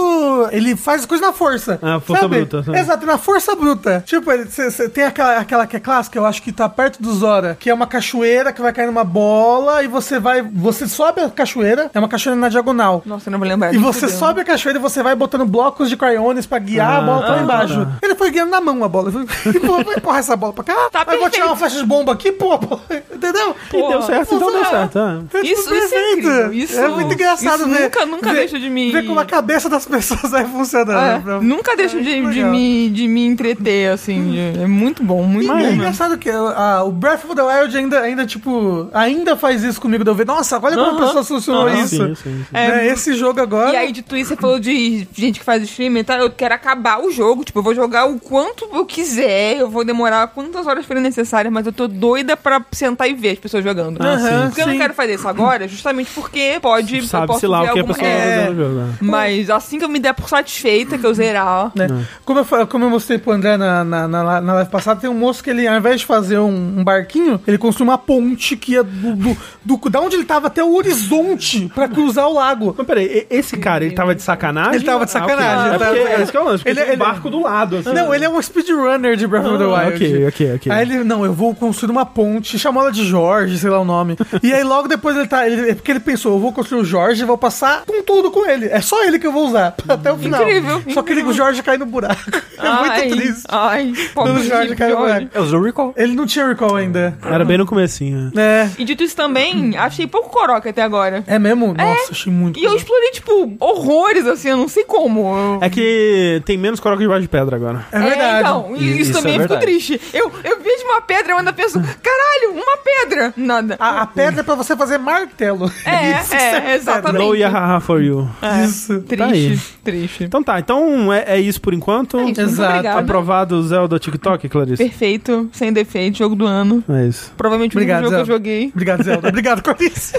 Ele faz as coisas na força.
Ah, força bruta, sabe?
Exato, na força bruta. Tipo, ele- cê- cê tem aquela, aquela que é clássica, eu acho que tá perto do Zora, que é uma cachoeira que vai cair numa bola e você vai. Você sobe a cachoeira, é uma cachoeira na diagonal.
Nossa, eu não vou lembrar.
E você
Fudeu.
sobe a cachoeira e você vai botando blocos de crayones pra guiar
Ah,
a bola pra
tá,
lá embaixo. Ele foi guiando na mão a bola. Ele foi, pô, vai empurrar essa bola pra cá. aí
Tá
eu vou
perfeito.
tirar uma flecha de bomba aqui, pô, pô. Entendeu?
E deu certo, então deu certo. é.
É, tipo,
Isso- isso é
perfeito.
incrível, isso-
é muito engraçado
isso
ver.
nunca- nunca
ver-
deixa de me-
Ver como a cabeça das pessoas vai funcionando.
É,
né? Pra-
nunca deixo de, de,
legal.
me, de me entreter, assim. de- é muito bom, muito
E
bom.
é
mesmo.
engraçado que ah, o Breath of the Wild ainda, ainda, tipo, ainda faz isso comigo. De eu ver, nossa, olha como a pessoa solucionou
Aham,
isso.
Ah, sim, sim, sim.
Né, Esse jogo agora.
É. E aí, de Twitter, você falou de gente que faz streaming e tal. Eu quero acabar o jogo. Tipo, eu vou jogar o quanto eu quiser. Eu vou demorar quantas horas forem necessárias. Mas eu tô doida pra sentar e ver as pessoas jogando.
Ah, sim.
Porque eu não
sim.
quero fazer isso agora, justamente porque pode. eu
Sabe-se
posso
lá
ver
o que a
alguma-
pessoa
É,
vai usar no jogo. né?
Mas assim que eu me der por satisfeita, que eu zerar.
né? Como, eu, fa- como eu mostrei pro André na, na, na, na live passada, tem um moço que ele, ao invés de fazer um, um barquinho, ele construiu uma ponte que ia do, do, do- da onde ele tava até o horizonte pra cruzar o lago.
Mas peraí, e- esse cara, ele tava de sacanagem?
Ele tava de
Ah, ok.
sacanagem,
É
tá-
porque, é isso que é o lance, porque
Ele-
ele, tem um
ele-
barco do lado,
Ah.
assim.
Não, ele é um speedrunner de Breath of the
Ah,
Wild.
ok, ok, ok.
Aí ele, não, eu vou construir uma ponte, chamou ela de Jorge, sei lá o nome. e aí logo depois ele tá. Ele, é porque ele pensou, eu vou construir o Jorge e vou passar com tudo com ele. É só ele que eu vou usar até o final.
Incrível,
Só que ele,
incrível.
o Jorge cai no buraco. É
Ai,
muito triste.
Ai,
O
pobre
Jorge
Jim
cai no
assim, Jorge.
buraco.
É, os o recall.
Ele não tinha recall ainda.
Era bem no comecinho. né?
É.
E dito isso também, achei pouco coroca até agora.
É mesmo? Nossa, achei muito.
E eu explorei, tipo, horrores, assim, eu não sei como. Eu-
É que tem menos coroca debaixo de pedra agora.
É verdade.
então,
Isso-
isso,
isso
também
é
ficou
verdade.
triste. Eu, eu vejo uma pedra e eu ainda penso, caralho, uma pedra. Nada.
A, a pedra é pra você fazer martelo.
É,
Isso que serve
é,
pedra.
exatamente.
No Yahaha for you.
É,
Isso.
Triste,
Tá aí.
triste.
Então tá, então é, é isso por enquanto.
É isso, muito
Exato.
obrigada.
Aprovado o Zelda TikTok, Clarice.
Perfeito, sem defeito, jogo do ano.
É isso.
Provavelmente o único
Obrigado,
jogo que eu
Zelda.
joguei.
Obrigado, Zelda. Obrigado, Clarice.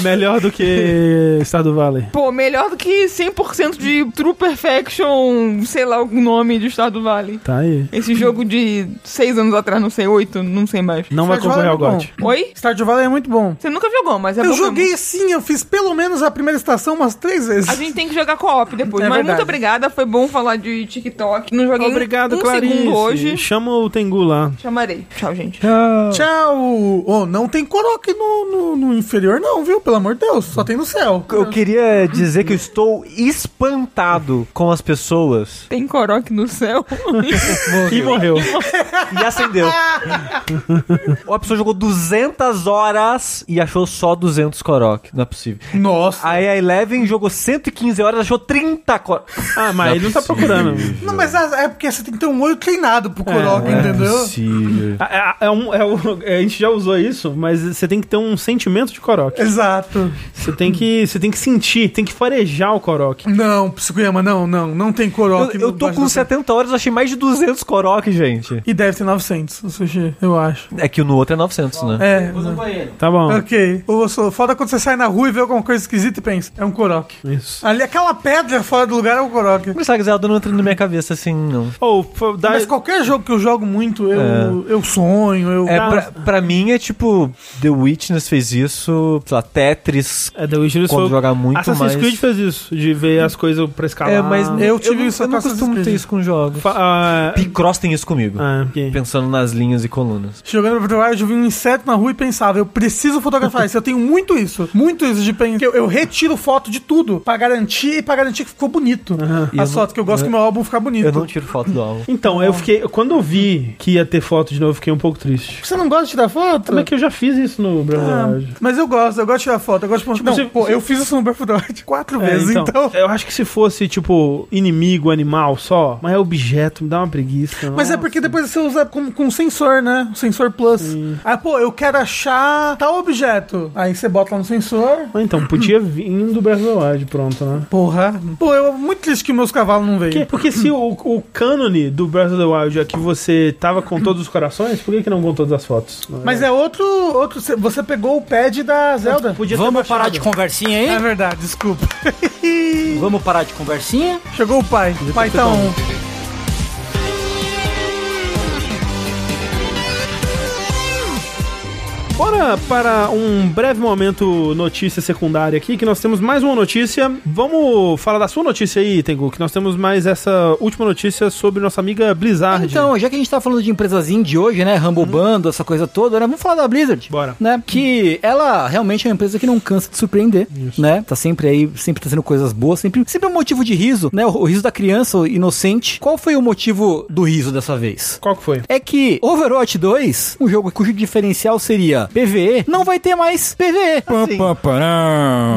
Melhor do que Estado Valley.
Pô, melhor do que 100% de True Perfection, sei lá o nome de Estado Vale.
Tá aí.
Esse jogo de seis anos atrás, não sei, oito, não sei mais.
Não vai
Stardew
concorrer ao
Valley é
GOT.
Oi?
Stardew Valley é muito bom.
Você nunca jogou, mas é
eu
bom mesmo.
joguei sim, eu fiz pelo menos a primeira estação umas três vezes.
A gente tem que jogar co-op depois.
É
mas
verdade.
muito obrigada, foi bom falar de TikTok. Não joguei
Obrigado,
um
Clarice.
segundo hoje.
Chama o Tengu lá.
Chamarei. Tchau, gente.
Tchau! Oh, não tem coroque no, no, no inferior, não, viu? Pelo amor de Deus, só tem no céu.
Eu queria dizer que eu estou espantado com as pessoas.
Tem coroque no céu.
E morreu.
E acendeu. a pessoa jogou 200 horas e achou só 200 Korok. Não é possível.
Nossa!
Aí a Eleven jogou 115 horas e achou 30 Korok.
Ah, mas ele não tá procurando.
Não, mas é é porque você tem que ter um olho treinado pro
É,
coroque, entendeu?
possível.
É, é um- é um- é, a gente já usou isso, mas você tem que ter um sentimento de coroque.
Exato.
Você tem que, você tem que sentir, tem que farejar o coroque.
Não, Psicuyama, não, não. Não tem
Eu,
coroque.
eu tô
embaixo
com
do céu.
70 horas, achei mais de 200 Korok, gente.
E deve ter 900, o sushi, eu acho.
É que no outro é 900, né?
É.
Tá bom.
Ok. Ou sou foda quando você sai na rua e vê alguma coisa esquisita e pensa, é um coroque.
Isso.
Ali, aquela pedra fora do lugar é um coroque.
Mas sabe, Zelda não entra na minha cabeça assim, não.
Ou f- dá,
Mas qualquer jogo que eu jogo muito, eu, eu sonho, eu.
É, pra, pra mim é tipo, The Witness fez isso, sei lá, Tetris,
é, The Witcher
quando
foi-
jogar muito
Assassin's
mais.
Creed fez isso, de ver as coisas pra escalar.
É, mas
Eu tive
não-
isso
eu
com
não
Assassin's
costumo ter
Creed.
isso com jogos.
Fa- ah,
Picross tem isso comigo,
ah, ok.
pensando nas linhas e colunas.
Jogando pro trabalho, eu vi um inseto na rua e pensava, eu preciso fotografar isso. Eu tenho muito isso. Muito isso de pensar. Eu, eu retiro foto de tudo pra garantir e pra garantir que ficou bonito.
E eu
As
não-
fotos, que eu gosto que meu álbum fica bonito.
Eu não tiro foto do álbum.
Então, eu fiquei. Quando eu vi que ia ter foto de novo, eu fiquei um pouco triste.
Você não gosta de tirar foto?
Como é que eu já fiz isso no
Ah,
Brotherhood?
mas eu gosto, eu gosto de tirar foto. Eu gosto de Não,
se-
pô,
se-
eu fiz isso no Breath of the Wild quatro
É,
vezes, então.
Eu acho que se fosse, tipo, inimigo, animal só, mas é objeto, me dá uma preguiça. né?
Mas é
nossa.
porque depois você usa com, com sensor, né? O sensor plus. Ah, pô, eu quero achar tal objeto. Aí você bota lá no sensor.
Ou então, podia vir do Breath of the Wild, pronto, né?
Porra. Pô, eu muito triste que meus cavalos não veio.
Porque, porque se o, o cânone do Breath of the Wild é que você tava com todos os corações, por que, que não com todas as fotos?
Mas é outro, outro. cê- Você pegou o pad da Zelda.
podia ter
Vamos parar
baixado.
de conversinha aí?
É verdade, desculpa.
Vamos parar de conversinha?
Chegou o pai. Pai tá
um-
on.
Bora para um breve momento notícia secundária aqui, que nós temos mais uma notícia. Vamos falar da sua notícia aí, Tengu, que nós temos mais essa última notícia sobre nossa amiga Blizzard.
Então, já que a gente tá falando de empresas indie hoje, né? Rumble Bando, essa coisa toda, né? Vamos falar da Blizzard.
Uhum. Bora.
Né? Que ela realmente é uma empresa que não cansa de surpreender, né? Tá sempre aí, sempre trazendo coisas boas, sempre, sempre é um motivo de riso, né? O, o riso da criança, o inocente. Qual foi o motivo do riso dessa vez?
Qual que foi?
É que Overwatch 2, um jogo cujo diferencial seria PVE, não vai ter mais
Assim.
PVE.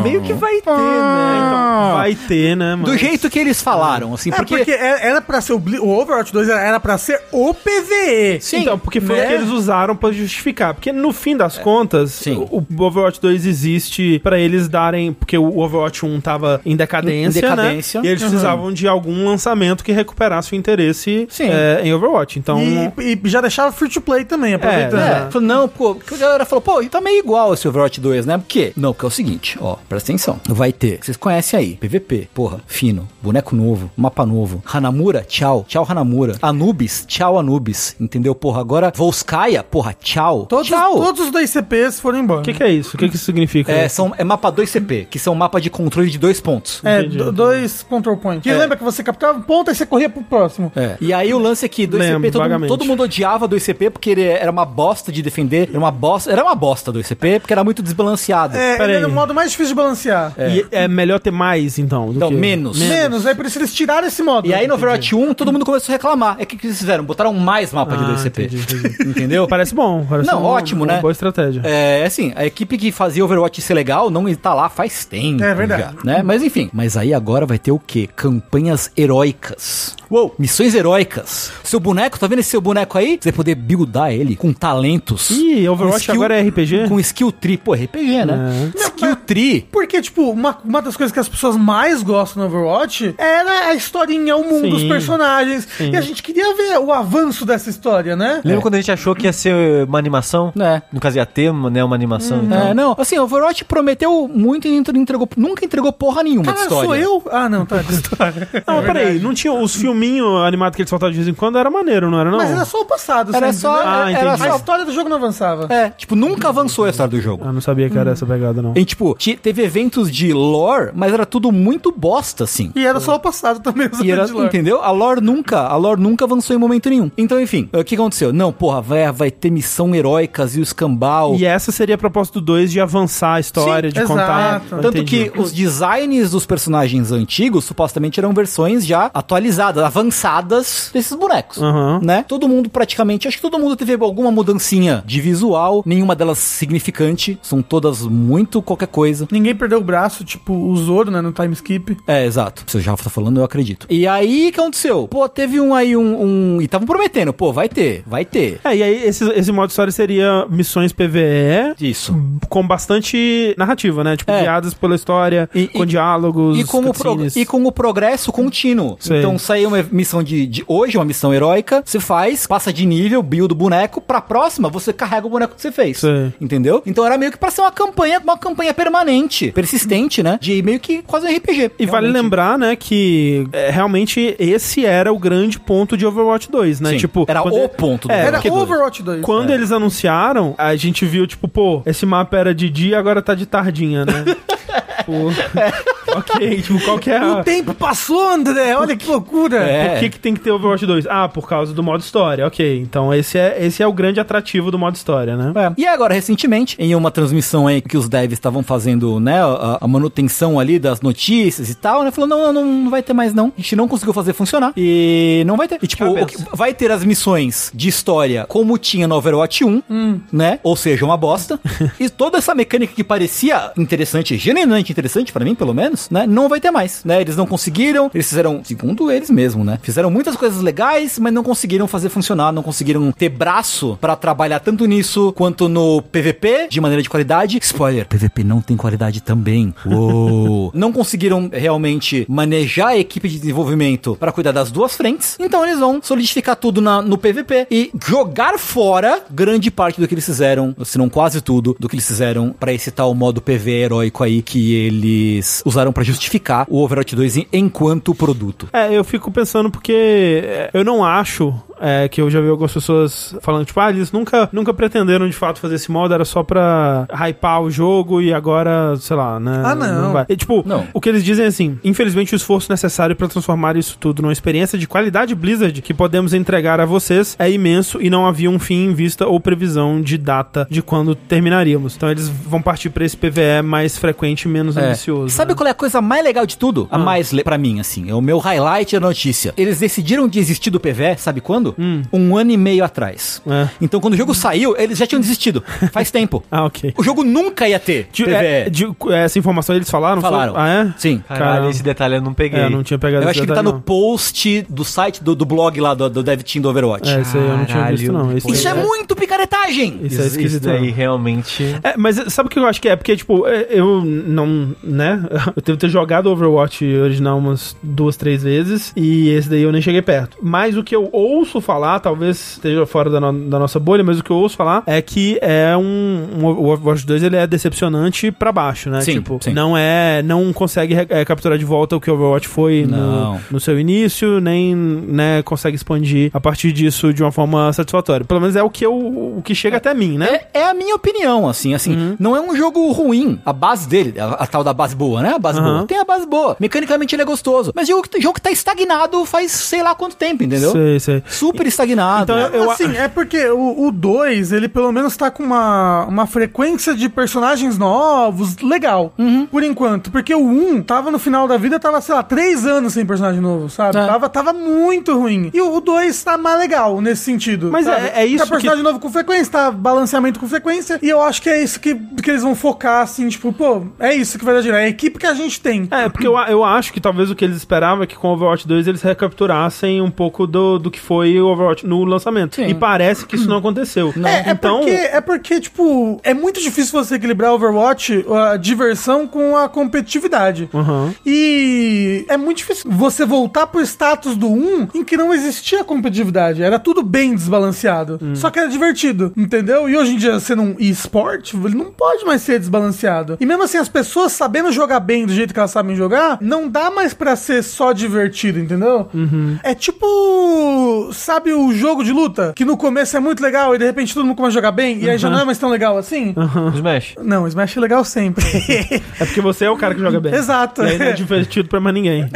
Meio que vai ter, né?
Então, vai ter, né, mano?
Do jeito que eles falaram, assim,
É porque,
porque...
era era pra ser o, Bli- o Overwatch 2, era- era pra ser o PVE.
Sim, É.
então, porque foi
né?
o que eles usaram pra justificar. Porque no fim das contas,
Sim.
o o Overwatch 2 existe pra eles darem. Porque o Overwatch 1 tava em decadência.
Em decadência.
Né? E eles
Uhum.
precisavam de algum lançamento que recuperasse o interesse
Sim.
eh, em Overwatch. Então.
E, e já deixava free to play também, aproveitando.
É.
É, falou, não, pô, porque a galera falou, pô, tá meio igual esse Overwatch 2, né? Por quê? Não, porque é o seguinte, ó, presta atenção. Vai ter, vocês conhecem aí, PVP, porra, fino, boneco novo, mapa novo, Hanamura, tchau, tchau Hanamura, Anubis, tchau Anubis, entendeu? Porra, agora Volskaya, porra, tchau,
Todos,
tchau.
todos os dois CPs foram embora.
O que, que é isso? O que, que isso significa?
É, são, é mapa 2CP, que são mapa de controle de dois pontos.
É,
Entendi.
do- dois control points. Que
É.
lembra que você capturava um ponto e você corria pro próximo.
É. E aí o lance é que 2CP,
Lembro,
todo, mundo-
vagamente.
todo mundo odiava 2CP porque ele era uma bosta de defender, era uma bosta. era uma bosta do ICP, porque era muito desbalanceado.
É,
Pera
ele era
aí.
o modo mais difícil de balancear.
E é melhor ter mais, então. do
Então,
que-
menos.
Menos, aí por isso eles tiraram esse modo.
E aí no Overwatch 1, todo mundo começou a reclamar. É o que, que eles fizeram? Botaram mais mapa de
Ah,
2CP.
entendi, entendi.
Entendeu?
Parece bom. Parece
Não,
uma-
ótimo,
uma
né?
Boa estratégia.
É, assim, a equipe que fazia Overwatch ser legal não está lá faz tempo.
É verdade.
já, né? Mas enfim. Mas aí agora vai ter o quê? Campanhas heróicas.
Uou.
Missões heróicas. Seu boneco, tá vendo esse seu boneco aí? Você vai poder buildar ele com talentos.
Ih, Overwatch
Com
agora é RPG?
Com skill tree. Pô, RPG, né? Skill tree.
Porque, tipo, uma, uma das coisas que as pessoas mais gostam no Overwatch era a historinha, o mundo,
Sim.
os personagens.
Sim.
E a gente queria ver o avanço dessa história, né?
É.
Lembra quando a gente achou que ia ser eh, uma animação?
É.
No caso ia ter, né, uma animação
Hum,
e tal.
É, não, assim, o Overwatch prometeu muito e não entregou, nunca entregou porra nenhuma de
Cara,
história.
sou eu? Ah, não, tá. história.
Não, peraí, não tinha os filminhos animados que eles soltavam de vez em quando? Era maneiro, não era não?
Mas era só o passado,
Era
sempre,
só,
né?
Ah,
era
entendi.
A
só
história do jogo não avançava.
É, tipo, nunca avançou a história do jogo.
Ah, não sabia que era essa pegada, não.
E, tipo, ti- teve eventos de lore, mas era tudo muito bosta, assim.
E era só o passado também. os
E era,
outros de lá.
entendeu? A lore nunca, a lore nunca avançou em momento nenhum. Então, enfim, o que aconteceu? Não, porra, vai, vai ter missão heróicas e o escambau.
E é, essa seria a proposta do 2 de avançar a história,
Sim,
de contar.
exato.
Eu
Tanto
entendi.
que os designs dos personagens antigos supostamente eram versões já atualizadas, avançadas desses bonecos,
Aham.
né? Todo mundo praticamente, acho que todo mundo teve alguma mudancinha de visual, nenhuma delas significante, são todas muito qualquer coisa.
Ninguém perdeu o braço, tipo, o Zoro, né, no time skip.
É, exato. Se o Java tá falando, eu acredito. E aí, o que aconteceu? Pô, teve um aí, um... um- E estavam prometendo, pô, vai ter, vai ter.
É, e aí esse, esse modo história seria missões PVE
Isso.
com bastante narrativa, né? Tipo,
É.
guiadas pela história,
E-
com
e-
diálogos,
E com, o pro-
cutscenes.
e com o progresso contínuo.
Sei.
Então saiu uma missão de, de hoje, uma missão heróica, você faz, passa de nível, build o boneco, pra próxima você carrega o boneco que você fez.
Sei.
Entendeu? Então era meio que pra ser uma campanha, uma campanha permanente, persistente, né? De meio que quase um RPG.
E vale
realmente.
lembrar, né, que é, realmente esse era o grande ponto de Overwatch 2, né?
Sim,
Tipo,
era
quando
o
ele-
ponto É. do
É,
Era
Overwatch dois.
Overwatch É. 2.
Quando eles anunciaram, a gente viu, tipo, pô, esse mapa era de dia, agora tá de tardinha, né? Tipo, ok, tipo, qual que é a...
O tempo passou, André. Olha que loucura.
É.
Por que, que tem que ter Overwatch 2? Ah, por causa do modo história, ok. Então esse é, esse é o grande atrativo do modo história, né?
É. E agora, recentemente, em uma transmissão aí que os devs estavam fazendo, né, a, a manutenção ali das notícias e tal, né, falou, não, não, não vai ter mais não. A gente não conseguiu fazer funcionar e não vai ter. E tipo, o que- vai ter as missões de história como tinha no Overwatch 1, né, ou seja, uma bosta. e toda essa mecânica que parecia interessante, genuinamente interessante pra mim, pelo menos, né, não vai ter mais, né, eles não conseguiram, eles fizeram, segundo eles mesmo, né, fizeram muitas coisas legais, mas não conseguiram fazer funcionar, não conseguiram ter braço pra trabalhar tanto nisso quanto no PVP de maneira de qualidade. Spoiler, PVP não tem qualidade também. Uou. não conseguiram realmente manejar a equipe de desenvolvimento pra cuidar das duas frentes. Então eles vão solidificar tudo na- no PVP e jogar fora grande parte do que eles fizeram, se não quase tudo do que eles fizeram pra esse tal modo PV heróico aí que eles usaram pra justificar o Overwatch 2 em- enquanto produto.
É, eu fico pensando porque é, eu não acho é, que eu já vi algumas pessoas falando, tipo, ah, eles nunca, nunca pretenderam de fato fazer esse modo, era só pra hypar o jogo e agora, sei lá, né?
Ah, não.
vai. E, tipo,
Não.
o que eles dizem é assim: infelizmente o esforço necessário pra transformar isso tudo numa experiência de qualidade Blizzard que podemos entregar a vocês é imenso e não havia um fim em vista ou previsão de data de quando terminaríamos. Então eles vão partir pra esse PVE mais frequente e menos
É.
ambicioso.
Sabe
né? Ah.
qual é a coisa mais legal de tudo? A mais le- pra mim, assim, é o meu highlight da notícia. Eles decidiram desistir do PV, sabe quando?
Hum.
Um ano e meio atrás.
É.
Então, quando o jogo saiu, eles já tinham desistido. Faz tempo.
Ah, ok.
O jogo nunca ia ter
De-
PVE.
é, de- essa informação eles falaram? foi?
Falaram.
Ah, é?
Sim.
Caralho,
Caramba.
esse detalhe eu não peguei.
É, eu não tinha pegado esse
Eu acho que ele tá
detalhe,
no post do site do, do blog lá do, do Dev Team do Overwatch.
não. É, isso aí eu não tinha
Caralho,
visto, não. Esse-
Isso é muito picaretagem!
Isso é esquisito.
Isso aí
não.
realmente...
É, mas sabe o que eu acho que é? Porque, tipo, é, eu não, né? Eu devo ter jogado Overwatch original umas duas, três vezes e esse daí eu nem cheguei perto. Mas o que eu ouço falar, talvez esteja fora da, no- da nossa bolha, mas o que eu ouço falar é que é um, um- o Overwatch 2 ele é decepcionante pra baixo, né?
Sim,
tipo,
sim.
não é, não consegue re- é, capturar de volta o que o Overwatch foi no,
Não.
no seu início, nem, né, consegue expandir a partir disso de uma forma satisfatória. Pelo menos é o que eu, o que chega até mim, né?
É, é a minha opinião, assim, assim,
Uhum.
não é um jogo ruim. A base dele, a, a tal da base boa, né? A base
Aham.
boa. Tem a base boa. Mecanicamente ele é gostoso. Mas jogo que, jogo que tá estagnado faz sei lá quanto tempo, entendeu?
Sei, sei.
super estagnado.
Então, eu-
assim, é porque o 2, ele pelo menos tá com uma, uma frequência de personagens novos legal,
Uhum.
por enquanto. Porque o 1 um tava no final da vida, tava, sei lá, 3 anos sem personagem novo, sabe?
É.
Tava, tava muito ruim. E o 2 tá mais legal nesse sentido.
Mas
sabe?
é- é isso
Tá personagem novo com frequência, tá balanceamento com frequência. E eu acho que é isso que, que eles vão focar, assim, tipo, pô, é isso que vai dar dinheiro. É a equipe que a gente tem.
É, porque eu, a- eu acho que talvez o que eles esperavam é que com o Overwatch 2 eles recapturassem um pouco do, do que foi o Overwatch no lançamento.
Sim.
E parece que isso não aconteceu.
É, é
então,
porque, é porque, tipo, é muito difícil você equilibrar Overwatch, a diversão com a competitividade.
Aham.
E é muito difícil você voltar pro status do 1 em que não existia competitividade. Era tudo bem desbalanceado.
Hum.
Só que era divertido, entendeu? E hoje em dia, sendo um e-sport, ele não pode mais ser desbalanceado. E mesmo assim, as pessoas sabendo jogar bem do jeito que elas sabem jogar, não dá mais pra ser só divertido, entendeu?
Uhum.
É tipo. Sabe o jogo de luta? Que no começo é muito legal e de repente todo mundo começa a jogar bem e aí
Uhum.
já não é mais tão legal assim?
Smash.
Não, Smash é legal sempre.
é porque você é o cara que joga bem.
Exato.
E aí não é divertido pra mais ninguém.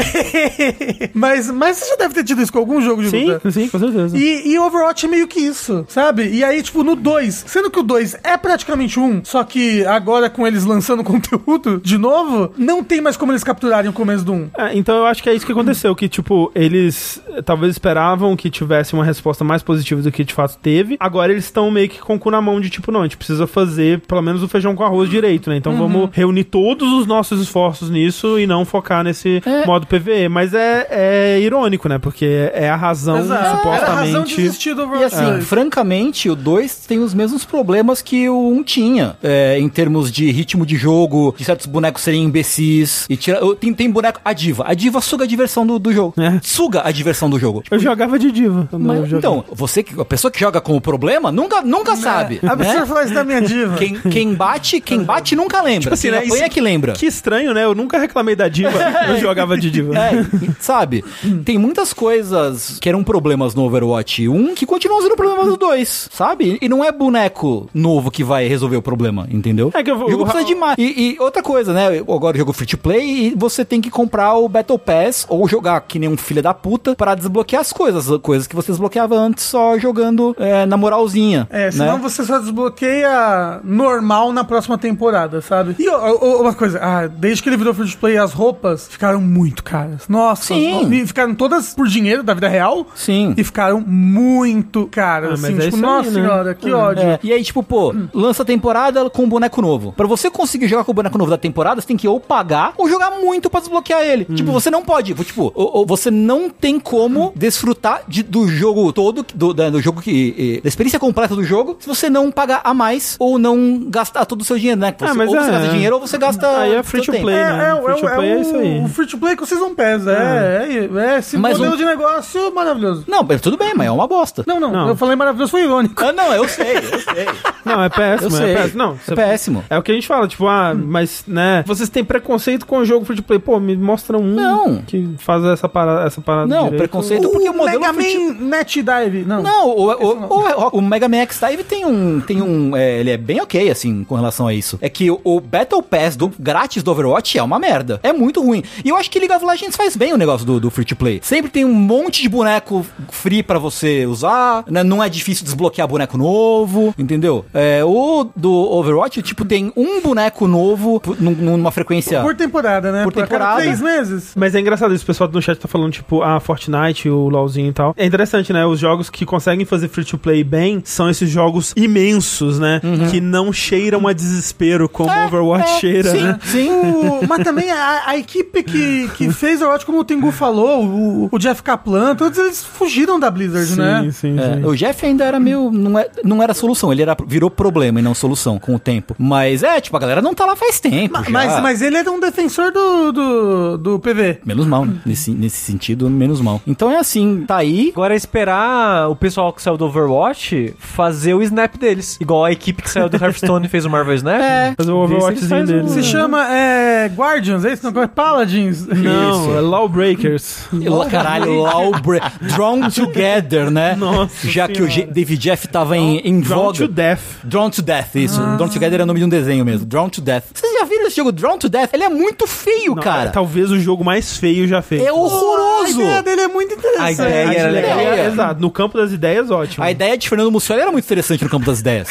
mas, mas você já deve ter tido isso com algum jogo de
sim,
luta.
sim, com certeza.
E, e Overwatch é meio que isso, sabe? E aí, tipo, no 2, sendo que o 2 é praticamente um, só que agora com eles lançando conteúdo de novo, não tem mais como eles capturarem o começo do 1. Um.
É, então eu acho que é isso que aconteceu, que tipo, eles eh, talvez esperavam que tivesse uma resposta mais positiva do que de fato teve. Agora eles estão meio que com o cu na mão de tipo, não, a gente precisa fazer pelo menos o feijão com arroz direito, né? Então vamos reunir todos os nossos esforços nisso e não focar nesse
É.
modo PVE. Mas é, é irônico, né? Porque é a razão,
Era a razão de
supostamente.
desistir do
E
Overwatch.
Ah.
assim, francamente, o 2 tem os mesmos problemas que o 1 um tinha. é, em termos de ritmo de jogo, de certos bonecos serem imbecis. E tira, eu- tem, tem boneco. A diva. A diva suga a diversão do, do jogo.
É.
Suga a diversão do jogo.
eu jogava de diva. quando eu
Mas,
jogava.
então, você que, a pessoa que joga com o problema nunca, nunca sabe.
A
né?
pessoa fala isso da minha diva.
Quem, quem bate, quem bate nunca lembra.
Tipo assim,
quem
né,
apanha é
isso-
que lembra.
Que estranho, né? Eu nunca reclamei da diva. eu jogava de diva.
É, e, sabe?
Hum.
Tem muitas coisas que eram problemas no Overwatch 1 que continuam sendo problemas do 2, sabe? E não é boneco novo que vai resolver o problema, entendeu?
É que eu vou-
o jogo
o-
precisa de mais. E, e outra coisa, né? Agora o jogo free to play e você tem que comprar o Battle Pass ou jogar que nem um filho da puta pra desbloquear as coisas, coisas que você desbloqueava antes só jogando é, na moralzinha.
É,
né?
senão você só desbloqueia normal na próxima temporada, sabe? E ó, ó, uma coisa, ah, desde que ele virou free to play, as roupas ficaram muito caras. Nossa,
Sim.
e ficaram todas por dinheiro da vida real
Sim.
e ficaram muito
Ah,
caras.
mas
assim,
é
tipo,
isso aí,
nossa
né?
senhora, que
Ah,
ódio.
É, E aí, tipo, pô, lança a temporada com um boneco novo. Pra você conseguir jogar com o boneco novo da temporada, você tem que ou pagar ou jogar muito pra desbloquear ele.
Hum.
Tipo, você não pode. Tipo, ou- ou você não tem como desfrutar de- do jogo todo, do, da- do jogo que. eh, Da experiência completa do jogo, se você não pagar a mais ou não gastar todo o seu dinheiro, né? Que
Ah,
Você,
mas
ou você
é.
gasta dinheiro ou você gasta.
Aí é free
seu
to
tempo.
play, né?
o-
Free to
o-
play é
o-
isso aí.
um, O free to play que vocês não pesam. É, é, é, esse
Mas
modelo
um-
de negócio maravilhoso.
Não, mas tudo bem, mas é uma bosta.
Não, não,
Não.
eu falei maravilhoso, foi irônico.
Ah, não, eu sei, eu sei.
Não, é péssimo,
Eu sei.
é péssimo. Não,
É
você-
péssimo.
É o que a gente fala, tipo,
Hum.
ah, mas, né, vocês têm preconceito com o jogo free to play. Pô, me mostra um
Não.
que faz essa parada, essa parada
Não,
direito.
preconceito porque o modelo
Mega
free to-
Man Net Dive. Não.
Não, o, o, o, o Mega Man X Dive tem um. Tem um é, ele é bem ok, assim, com relação a isso. É que o, o Battle Pass do, grátis do Overwatch é uma merda. É muito ruim. E eu acho que League of Legends faz bem o negócio do, do free to play. Sempre tem um monte de boneco free pra você usar. né? Não é difícil desbloquear boneco novo, entendeu? É, o do Overwatch, tipo, tem um boneco novo pu- num- numa frequência.
Por temporada, né?
Por
a cada
temporada.
Três meses.
Mas é engraçado isso, o pessoal no chat tá falando, tipo, ah, Fortnite, o LoLzinho e tal. É interessante, né? Os jogos que conseguem fazer free to play bem são esses jogos imensos, né?
Uhum.
Que não cheiram a desespero como o Overwatch cheira,
É, sim,
né?
sim.
O- mas também a, a equipe que, que fez o Overwatch, como o Tengu falou, o, o Jeff Kaplan, todos eles fugiram da Blizzard, né?
sim,
É,
sim.
o Jeff ainda era meio. Não, é, não era solução, ele era, virou problema e não solução com o tempo. Mas é, tipo, a galera não tá lá faz tempo. já.
Mas, mas ele era um defensor do, do, do PV.
Menos mal, né? nesse, nesse sentido, menos mal. Então é assim, tá aí.
Agora é esperar o pessoal que saiu do Overwatch fazer o snap deles. Igual a equipe que saiu do Hearthstone e fez o Marvel Snap. É.
Fazer o Overwatchzinho deles.
Se
Uhum.
um- chama é, Guardians, é isso? Não, é Paladins.
Não, é Lawbreakers.
Caralho, Lawbre Drawn Together, né?
Nossa
Já que o G- David Jeff tava em, em
Drawn
voga.
to Ah. Death.
Drawn to Death, isso. Drawn Together é o nome de um desenho mesmo. Drawn to Death. Vocês já viram esse jogo Drawn to Death? Ele é muito feio,
Não, é tá
cara.
Talvez o jogo mais feio já feito.
É
A
horroroso.
ideia dele é muito
A
interessante.
ideia era
acho
legal.
legal.
ideia.
é, Exato, no campo das ideias, ótimo.
A ideia de Fernando Mussoli era muito interessante no campo das ideias.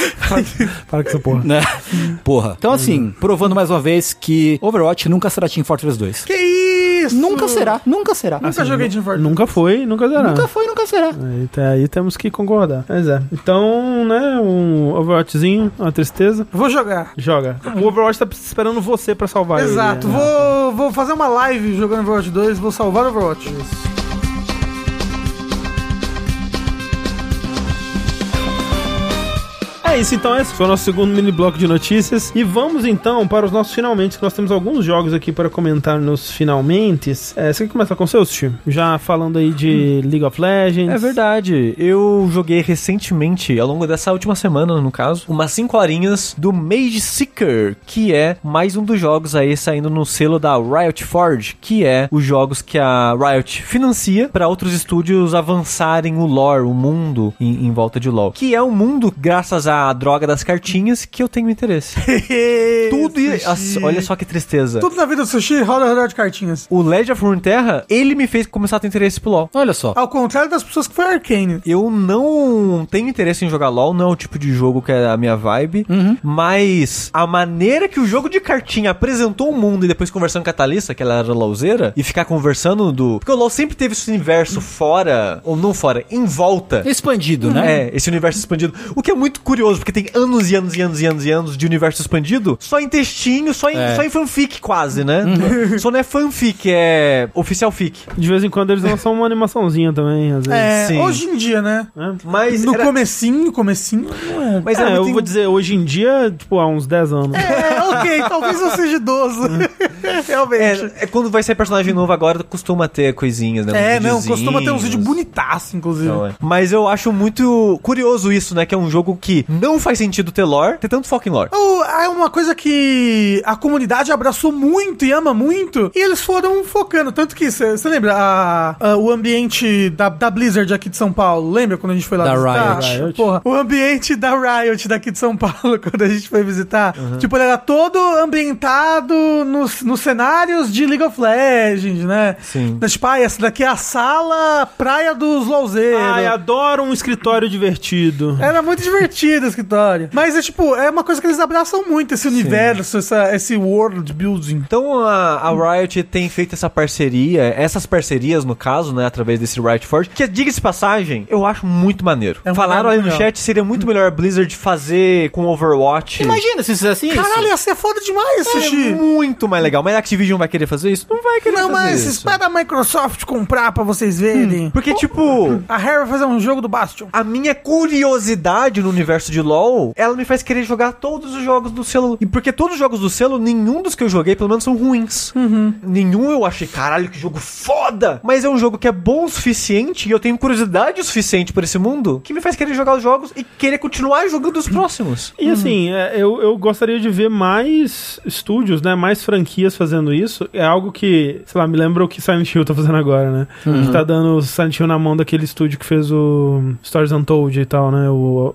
Para com essa porra.
né? Porra. Então, assim, provando mais uma vez que Overwatch nunca será Team Fortress 2.
Que isso?
Nunca será, nunca será. Assim,
Nunca joguei Team Fortress.
Nunca foi, nunca será.
Nunca foi, nunca será.
Aí, tá- aí temos que concordar. Pois é. Então, né, um Overwatchzinho, uma tristeza.
Vou jogar.
Joga. O Overwatch tá esperando você pra salvar ele,
Exato.
né?
Vou, vou fazer uma live jogando Overwatch 2, vou salvar o Overwatch.
É isso então, esse foi o nosso segundo mini bloco de notícias. E vamos então para os nossos finalmente, que nós temos alguns jogos aqui para comentar nos finalmente. É, você quer começar com o seu, Sushi? Já falando aí de League of Legends.
É verdade. Eu joguei recentemente, ao longo dessa última semana, no caso, umas 5 horinhas do Mage Seeker, que é mais um dos jogos aí saindo no selo da Riot Forge, que é os jogos que a Riot financia para outros estúdios avançarem o lore, o mundo em, em volta de LoL. Que é um mundo, graças à droga das cartinhas, que eu tenho interesse. Tudo e... As- olha só que tristeza.
Tudo na vida do sushi roda rodar de cartinhas.
O Legend of Runeterra, ele me fez começar a ter interesse pro LoL.
Olha só.
Ao contrário das pessoas que foi Arcane.
Eu não tenho interesse em jogar LoL, não é o tipo de jogo que é a minha vibe. Mas a maneira que o jogo de cartinha apresentou o mundo e depois conversando com a Thalissa, que ela era LoLzeira, e ficar conversando do. Porque o LoL sempre teve esse universo fora, ou não fora, em volta.
Expandido, né?
É, esse universo expandido. O que é muito curioso, porque tem anos e anos e anos e anos e anos de universo expandido, só em textinho, só em,
É.
só em fanfic quase, né? só não é fanfic, é oficial fic.
De vez em quando eles lançam uma animaçãozinha também, às vezes.
É,
Sim.
hoje em dia, né?
Mas
No
era-
comecinho, no comecinho, não é.
mas
É,
era muito
eu vou dizer, hoje em dia, tipo, há uns 10 anos.
É, ok, talvez eu seja idoso. Realmente.
É, é quando vai sair personagem novo agora, costuma ter coisinhas, né? Uns
É, não,
videozinhos.
costuma ter uns vídeos bonitaço, inclusive.
Então, é. Mas eu acho muito curioso isso, né? Que é um jogo que não faz sentido ter lore, ter tanto foco em lore.
Ou, É uma coisa que a comunidade abraçou muito e ama muito, e eles foram focando. Tanto que, você lembra, a- a- o ambiente da, da Blizzard aqui de São Paulo? Lembra quando a gente foi lá
Da
visitar?
Riot.
Riot.
Porra, o ambiente da Riot daqui de São Paulo, quando a gente foi visitar.
Uhum.
Tipo, ele era todo ambientado nos, nos cenários de League of Legends, né?
Sim.
Mas, tipo, ah, essa daqui é a sala praia dos LOLzeiros.
Ah, é
Ai, É, adoro um escritório divertido.
Era muito divertido o escritório. Mas é tipo, é uma coisa que eles abraçam muito, esse universo, essa, esse world building.
Então a, a Riot tem feito essa parceria, essas parcerias no caso, né, através desse Riot Forge, que diga-se de passagem, eu acho muito maneiro.
É um
Falaram
trabalho
aí no
legal.
chat, seria muito melhor a Blizzard fazer com Overwatch.
Imagina se fizesse isso. é assim,
Caralho, ia ser foda demais,
é
Sushi.
muito mais legal. Mas a Activision vai querer fazer isso? Não vai querer
Não,
fazer
mas
isso.
espera a Microsoft comprar pra vocês verem.
Porque, tipo,
A Harry vai fazer um jogo do Bastion.
A minha curiosidade no universo de LoL, ela me faz querer jogar todos os jogos do selo. E porque todos os jogos do selo, nenhum dos que eu joguei, pelo menos, são ruins.
Uhum.
Nenhum eu achei, caralho, que jogo foda! Mas é um jogo que é bom o suficiente e eu tenho curiosidade o suficiente por esse mundo que me faz querer jogar os jogos e querer continuar jogando os próximos.
E assim, é, eu, eu gostaria de ver mais estúdios, né? Mais franquias fazendo isso. É algo que, sei lá, me lembra o que Silent Hill tá fazendo agora, né? Que tá dando o Silent Hill na mão daquele estúdio que fez o Stories Untold e tal, né? O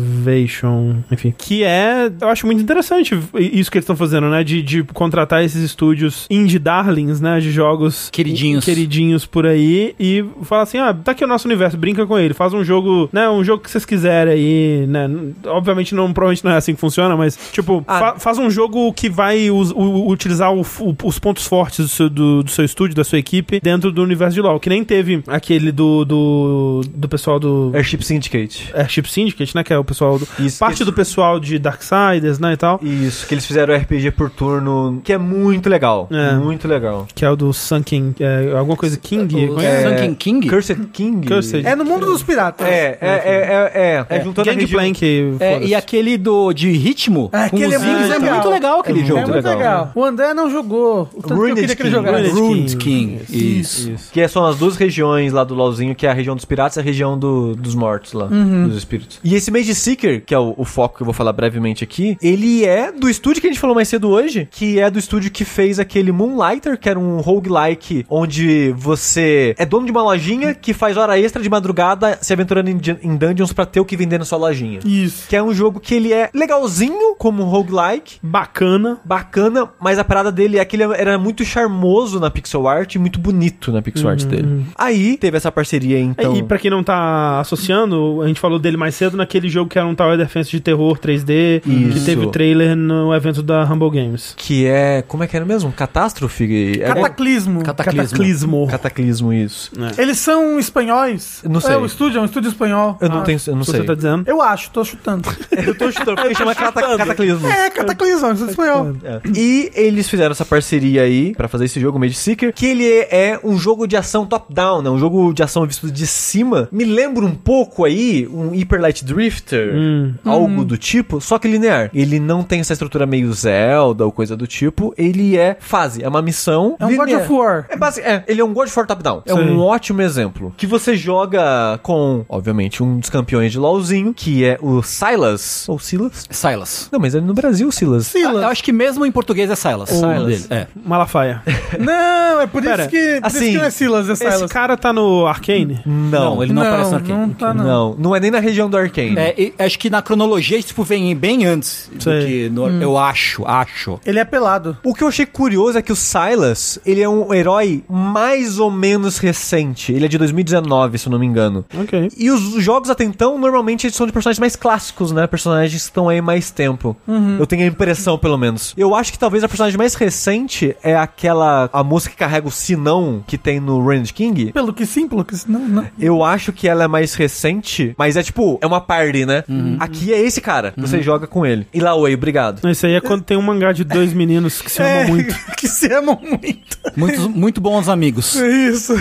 Observation, enfim. Que é, eu acho muito interessante isso que eles estão fazendo, né? De, de contratar esses estúdios indie darlings, né? De jogos
Queridinhos.
queridinhos por aí e fala assim, ah, tá aqui o nosso universo, brinca com ele, faz um jogo, né, um jogo que vocês quiserem aí, né, n- obviamente não, provavelmente não é assim que funciona, mas, tipo,
Ah.
fa- faz um jogo que vai us- u- utilizar o f- o- os pontos fortes do seu, do- do seu estúdio, da sua equipe, dentro do universo de LoL, que nem teve aquele do, do, do pessoal do...
Airship Syndicate.
Airship Syndicate, né? Que é o pessoal do.
Isso,
parte
que-
do pessoal de Darksiders, né? E tal.
Isso, que eles fizeram RPG por turno, que é muito legal.
É.
Muito legal.
Que é o do Sunken. é, alguma coisa King. como
O
é que é?
Sunken King?
Cursed King?
Cursed.
É no mundo dos piratas.
É, é, é, é, é, é, juntando a região-
Gangplank.
É,
foda-se.
e aquele do de ritmo
É,
com
aquele é
os
muito
índios,
legal.
muito legal aquele
É
jogo.
É muito legal.
legal.
O André não jogou. O tanto que eu
Ruined
queria que ele
King.
jogasse.
Ruined
Ruined
King.
King. Isso.
Que são as duas regiões lá do LoLzinho, que é a região dos piratas e a região do- dos mortos lá, dos espíritos. E esse Mage Seeker, que é o, o foco que eu vou falar brevemente aqui, ele é do estúdio que a gente falou mais cedo hoje, que é do estúdio que fez aquele Moonlighter, que era um roguelike, onde você é dono de uma lojinha que faz hora extra de madrugada se aventurando em, dun- em dungeons pra ter o que vender na sua lojinha.
Isso.
Que é um jogo que ele é legalzinho como um roguelike, like.
Bacana.
Bacana, mas a parada dele é que ele era muito charmoso na pixel art e muito bonito na pixel art dele. Aí teve essa parceria, então.
E pra quem não tá associando, a gente falou dele mais cedo naquele jogo que era um Tower Defense de terror 3D, que
Isso.
teve o trailer no evento da Humble Games.
Que é. Como é que era mesmo? Catástrofe? É-
Cataclismo.
Cataclismo.
é- Cataclismo, isso.
Eles são espanhóis?
Não sei.
É, o estúdio é um estúdio espanhol.
Eu não
Ah.
tenho. Eu não
Se
sei.
você tá dizendo.
Eu acho, tô chutando.
Eu tô chutando, porque chama cata- cataclismo.
é, Cataclismo, é um estúdio espanhol.
É. E eles fizeram essa parceria aí pra fazer esse jogo, Mage Seeker, que ele é é um jogo de ação top-down, né? Um jogo de ação visto de cima. Me lembra um pouco aí um Hyper Light Drifter,
Hum,
Hum.
algo do tipo, só que linear. Ele não tem essa estrutura meio Zelda ou coisa do tipo. Ele é fase, é uma missão.
É um God
linear.
of War.
É, basic, é, ele é um God of War top-down. É um ótimo exemplo. Que você joga com, obviamente, um dos campeões de LoLzinho, que é o Silas. Ou Silas?
Silas.
Não, mas é no Brasil, Silas.
Eu acho que mesmo em português é Silas.
Silas.
o nome dele. É.
Malafaia.
Não, é por
Pera,
isso que. Por isso
assim,
que não é Silas, é
Esse
Silas.
cara tá no Arcane?
Não,
ele não, aparece no arcade.
não tá, não.
Não, não é nem na região do Arkane.
É, e- acho que na cronologia, tipo, vem bem antes
Sei.
do que no- eu acho, acho.
Ele é pelado.
O que eu achei curioso é que o Silas, ele é um herói mais ou menos recente. Ele é de 2019, se eu não me engano.
Ok.
E os jogos até então, normalmente, eles são de personagens mais clássicos, né? Personagens que estão aí mais tempo. Eu tenho a impressão, pelo menos. Eu acho que talvez a personagem mais recente é aquela... A moça que carrega o sinão que tem no Range King.
Pelo que sim, pelo que sim. Não, não.
Eu acho que ela é mais recente, mas é tipo, é uma party, né? Aqui é esse cara. Você joga com ele. E Laoi, obrigado.
Isso aí é quando tem um mangá de dois meninos que se amam
É,
muito.
que se amam muito.
Muitos, muito bons amigos.
É isso.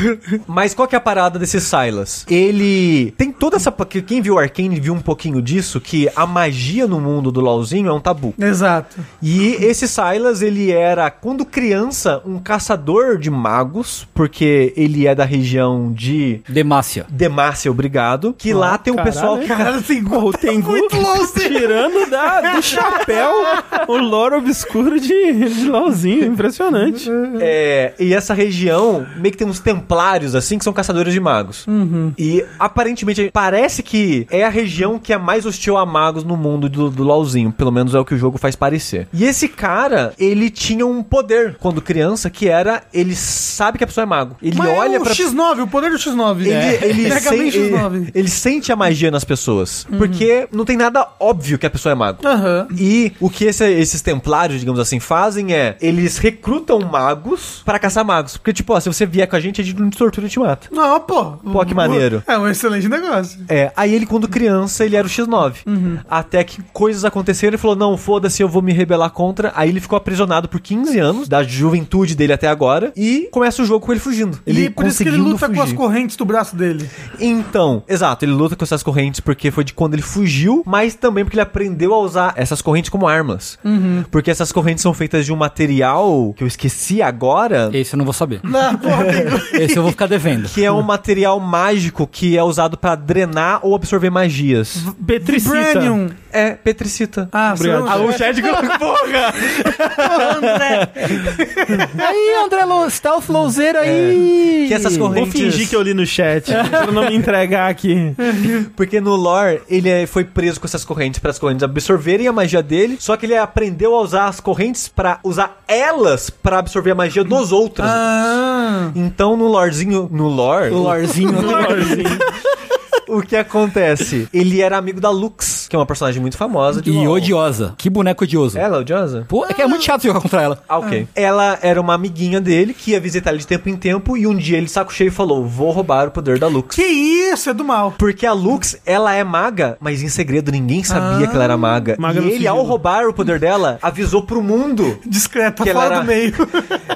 Mas qual que é a parada desse Silas? Ele tem toda essa. que Quem viu Arkane viu um pouquinho disso, que a magia no mundo do LoLzinho é um tabu.
Exato.
E esse Silas, ele era, quando criança, um caçador de magos, porque ele é da região de.
Demácia.
Demácia, obrigado. Que lá tem um
caralho.
pessoal que.
Cara, tem gol, tem
Tengu
é Muito longe.
tirando da, do chapéu o lore obscuro de, de LOLzinho. Impressionante.
É, e essa região meio que tem uns templários, assim, que são caçadores de magos.
Uhum.
E aparentemente parece que é a região que é mais hostil a magos no mundo do, do LOLzinho. Pelo menos é o que o jogo faz parecer. E esse cara, ele tinha um poder quando criança, que era ele sabe que a pessoa é mago. Ele
Mas
olha
é o
pra.
X9, o poder do É. X9.
Ele, é, ele,
Mega Man
sen- ele,
X9.
ele sente a magia nas pessoas.
Uhum.
Porque não tem nada óbvio que a pessoa é mago.
Aham.
E o que esse- esses templários, digamos assim, fazem é eles recrutam magos pra caçar magos. Porque, tipo, ó, se você vier com a gente, a gente não te tortura e te mata.
Não, pô.
Pô, que maneiro.
É um excelente negócio.
É, aí ele, quando criança, ele era o X9.
Uhum.
Até que coisas aconteceram, ele falou: não, foda-se, eu vou me rebelar contra. Aí ele ficou aprisionado por 15 anos, da juventude dele até agora, e começa o jogo com ele fugindo. Ele
e é por isso que ele
conseguindo
luta com as
fugir.
correntes do braço dele.
Então, exato, ele luta com essas correntes porque foi de quando ele fugiu, mas também porque ele aprendeu a usar essas correntes como armas. Porque essas correntes são feitas de um material que eu esqueci agora.
Esse eu não vou saber. Esse eu vou ficar devendo.
Que é um material mágico que é usado pra drenar ou absorver magias.
Petricita.
Branium.
É, petricita.
Ah,
Obrigado.
seu-
o Chad porra!
Aí, André Lo, Stealth Louzeiro aí.
Que essas
Vou
correntes.
fingir que eu li no chat, pra não me entregar aqui.
Porque no lore, ele é- foi preso com essas correntes para as correntes absorverem a magia dele. Só que ele aprendeu a usar as correntes pra usar elas pra absorver a magia dos outros.
Ah.
Então no lorezinho, no lore,
O Lorzinho.
o que acontece? Ele era amigo da Lux, que é uma personagem muito famosa de
e
LoL.
odiosa. Que boneco odioso.
Ela é odiosa?
Pô, é que é muito chato jogar contra ela.
Ah, ok. Ela era uma amiguinha dele que ia visitar ele de tempo em tempo e um dia ele de saco cheio e falou: "Vou roubar o poder da Lux".
Que isso, é do mal.
Porque a Lux, ela é maga, mas em segredo ninguém sabia que ela era maga.
Maga
e
no
ele, ao
sigilo.
roubar o poder dela, avisou pro mundo
Discreto,
Que ela
fora
era-
do meio.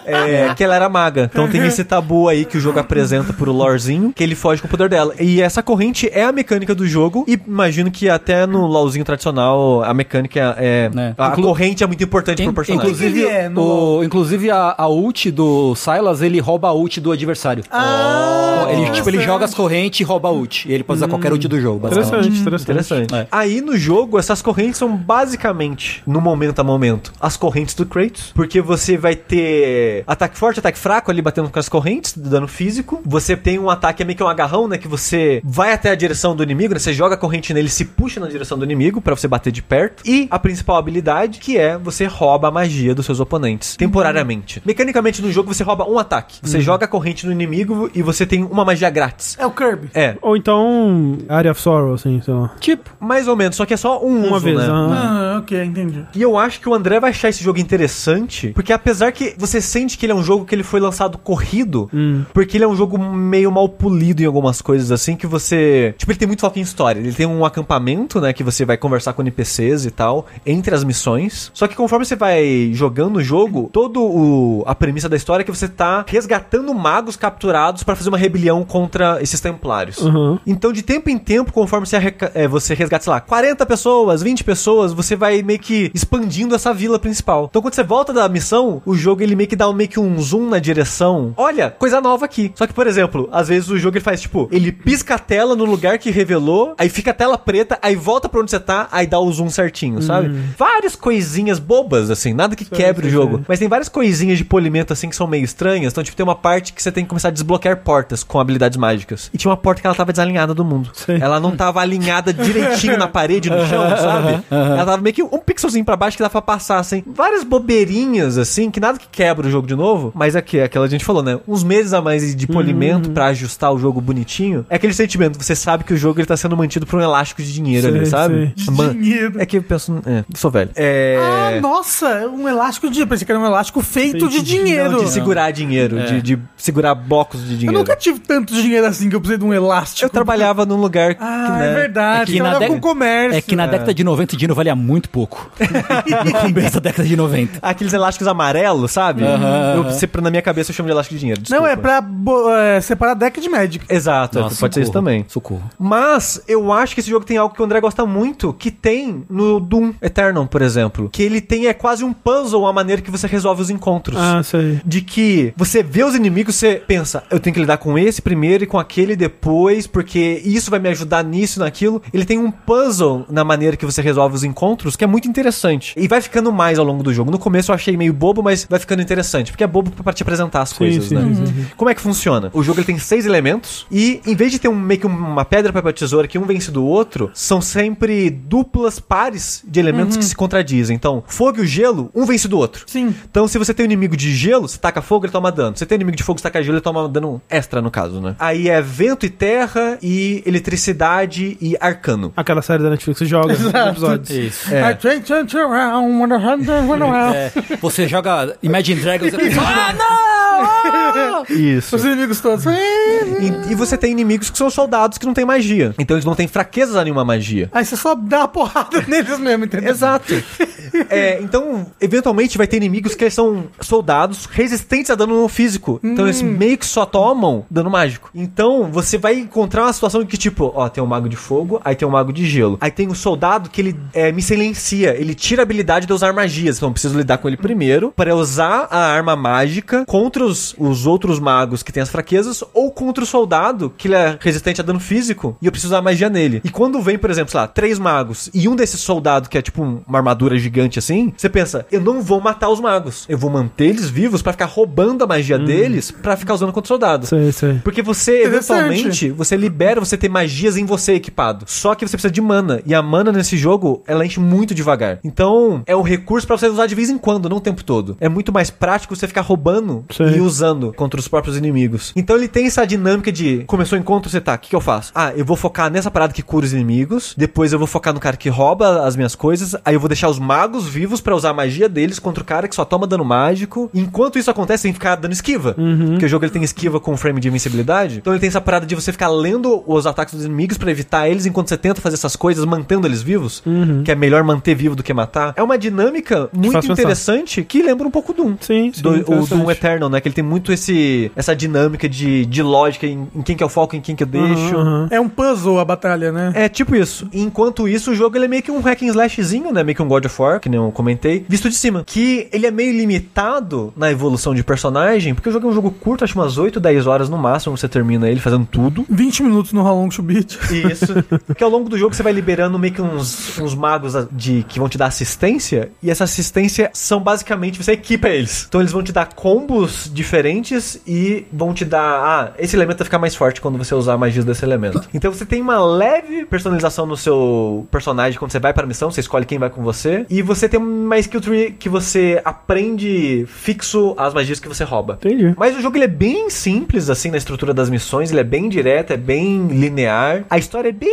É, que ela era maga. Então tem esse tabu aí que o jogo apresenta pro lorezinho, que ele foge com o poder dela. E essa corrente é a mecânica do jogo, e imagino que até no LoLzinho tradicional a mecânica é.
É.
A
Inclu-
corrente é muito importante pro personagem.
Inclusive,
Ele é, no
o, inclusive a, a ult do Silas, ele rouba a ult do adversário.
Ah,
ele, tipo, ele
interessante.
joga as correntes e rouba a ult. E ele pode usar qualquer ult do jogo, basicamente.
Interessante, interessante.
Tá Uhum. Interessante.
É.
Aí no jogo, essas correntes são basicamente, no momento a momento, as correntes do Kratos. Porque você vai ter ataque forte, ataque fraco ali batendo com as correntes, dano físico. Você é tem um ataque meio que um agarrão, né? Que você vai até a direção do inimigo, né? Você joga a corrente nele, se puxa na direção posição do inimigo pra você bater de perto. E a principal habilidade, que é você rouba a magia dos seus oponentes, temporariamente. Mecanicamente no jogo você rouba um ataque. Você joga a corrente no inimigo e você tem uma magia grátis.
É o Kirby.
É,
Ou então, Area of Sorrow, assim, sei lá.
tipo, mais ou menos, só que é só um
Uma
uso,
vez.
né?
ah.
Ah, ok, entendi.
E eu acho que o André vai achar esse jogo interessante, porque apesar que você sente que ele é um jogo que ele foi lançado corrido,
Hum,
porque ele é um jogo meio mal polido em algumas coisas assim, que você. Tipo, ele tem muito foco em história. Ele tem um acampamento, né, que você vai conversar com NPCs e tal, entre as missões. Só que conforme você vai jogando o jogo, todo o a premissa da história é que você tá resgatando magos capturados pra fazer uma rebelião contra esses templários.
Uhum.
Então, de tempo em tempo, conforme você, arreca- é, você resgata, sei lá, 40 pessoas, 20 pessoas, você vai meio que expandindo essa vila principal. Então, quando você volta da missão, o jogo ele meio que dá um, meio que um zoom na direção. Olha, coisa nova aqui. Só que, por exemplo, às vezes o jogo ele faz tipo, ele pisca a tela no lugar que revelou, aí fica a tela preta, aí volta pra onde você tá, aí dá o zoom certinho, sabe? Várias coisinhas bobas, assim, nada que quebre o jogo. Mas tem várias coisinhas de polimento, assim, que são meio estranhas. Então, tipo, tem uma parte que você tem que começar a desbloquear portas com habilidades mágicas. E tinha uma porta que ela tava desalinhada do mundo.
Sei.
Ela não tava alinhada direitinho na parede, no chão, sabe? Ela tava meio que um pixelzinho pra baixo que dava pra passar, assim. Várias bobeirinhas, assim, que nada que quebra o jogo de novo. Mas aqui, é aquela gente falou, né? Uns meses a mais de polimento pra ajustar o jogo bonitinho. É aquele sentimento, você sabe que o jogo ele tá sendo mantido por um elástico de dinheiro
Sei,
ali, sabe?
De
Man-
dinheiro.
É que eu penso. É, sou velho. É.
Ah, nossa, um elástico de. Pensei que era um elástico feito de dinheiro.
De segurar dinheiro, de, de segurar blocos de
É. Eu
dinheiro.
nunca tive tanto dinheiro assim que eu precisei de um elástico.
Eu trabalhava num lugar que,
Ah,
né,
é verdade.
É que na
trabalhava
década-
com comércio.
É que na década de 90 o dinheiro valia muito pouco. no começo da década de 90.
Aqueles elásticos amarelos, sabe?
Aham,
Eu,
aham.
se- na minha cabeça eu chamo de elástico de dinheiro.
Não,
desculpa.
é pra bo- é, separar a década de Magic.
Exato,
Nossa,
pode ser isso
socorro,
também.
Socorro.
Mas eu acho que esse jogo tem algo que o André gosta muito, que tem no Doom Eternal, por exemplo. Que ele tem é quase um puzzle a maneira que você resolve os encontros.
Ah, sei.
De que você vê os inimigos, você pensa, eu tenho que lidar com esse primeiro e com aquele depois, porque isso vai me ajudar nisso e naquilo. Ele tem um puzzle na maneira que você resolve os encontros que é muito interessante. E vai ficando mais ao longo do jogo. No começo eu achei meio bobo, mas vai ficando interessante, porque é bobo pra te apresentar as coisas,
sim,
né?
sim,
Como é que funciona? O jogo ele tem seis elementos e em vez de ter um, meio que uma pedra, papel, tesoura que um vence do outro, são sempre duplas pares de elementos que se contradizem. Então, fogo e o gelo, um vence do outro.
Sim.
Então, se você tem um inimigo de gelo, você taca fogo, ele toma dano. Se você tem um inimigo de fogo, você taca gelo, ele toma dano extra, no caso, né? Aí é vento e terra, e eletricidade e arcano.
Aquela série da Netflix que joga episódios.
Isso.
É.
I turned it around, when I had it, when I
É.
had it.
Você joga Imagine Dragons. Ah, não!
Isso.
Os inimigos todos.
E, e você tem inimigos que são soldados que não têm magia. Então, eles não têm fraquezas a nenhuma magia.
Aí você só dá uma porrada neles mesmo, entendeu?
Exato. É, então, eventualmente vai ter inimigos que eles são soldados resistentes a dano físico. Então eles meio que só tomam dano mágico. Então você vai encontrar uma situação que tipo, ó, tem um mago de fogo, aí tem um mago de gelo. Aí tem um soldado que ele é, me silencia, ele tira a habilidade de usar magias. Então eu preciso lidar com ele primeiro para usar a arma mágica contra os, os outros magos que têm as fraquezas ou contra o soldado que ele é resistente a dano físico e eu preciso usar magia nele. E quando vem, por exemplo, sei lá, três magos e um desses soldados que é tipo um- uma armadura gigante assim, você pensa, eu não vou matar os magos, eu vou manter eles vivos pra ficar roubando a magia deles pra ficar usando contra o soldado.
Sei, sei.
Porque você,
Interessante.
eventualmente, você libera você ter magias em você equipado. Só que você precisa de mana. E a mana nesse jogo, ela enche muito devagar. Então, é um recurso pra você usar de vez em quando, não o tempo todo. É muito mais prático você ficar roubando
Sim.
e usando contra os próprios inimigos. Então, ele tem essa dinâmica de: começou o encontro, você tá, o que, que eu faço? Ah, eu vou focar nessa parada que cura os inimigos. Depois, eu vou focar no cara que rouba as minhas coisas. Aí, eu vou deixar os magos vivos pra usar a magia deles contra o cara que só toma dano mágico. Enquanto isso acontece, tem que ficar dando esquiva.
Uhum.
Porque o jogo ele tem esquiva com frame de invencibilidade. Então ele tem essa parada de você ficar lendo os ataques dos inimigos pra evitar eles enquanto você tenta fazer essas coisas, mantendo eles vivos. Que é melhor manter vivo do que matar. É uma dinâmica muito
Uhum. faz pensar.
interessante que lembra um pouco do Doom.
Sim, sim.
Do, o
interessante.
Doom Eternal, né? Que ele tem muito esse, essa dinâmica de, de lógica em, em quem que eu foco, em quem que eu
Uhum,
deixo.
Aham.
É um puzzle a batalha, né?
É tipo isso. Enquanto isso, o jogo ele é meio que um hack and slashzinho, né? Meio que um God of War, que nem eu comentei, visto de cima. Que ele é meio limitado na evolução de personagem, porque o jogo é um jogo curto, acho umas 8, 10 horas no máximo você termina ele fazendo tudo.
20 minutos no How Long to Beat.
Isso. Porque ao longo do jogo você vai liberando meio que uns, uns magos de que vão te dar assistência. E essa assistência são basicamente você equipa eles. Então eles vão te dar combos diferentes e vão te dar. Ah, esse elemento vai ficar mais forte quando você usar magias desse elemento. Então você tem uma leve personalização no seu personagem quando você vai para a missão, você escolhe quem vai com você. E você tem uma skill tree que você aprende fixo as magias que você rouba.
Entendi.
Mas o jogo ele é bem simples, assim, na estrutura das missões. Ele é bem direto, é bem linear. A história é bem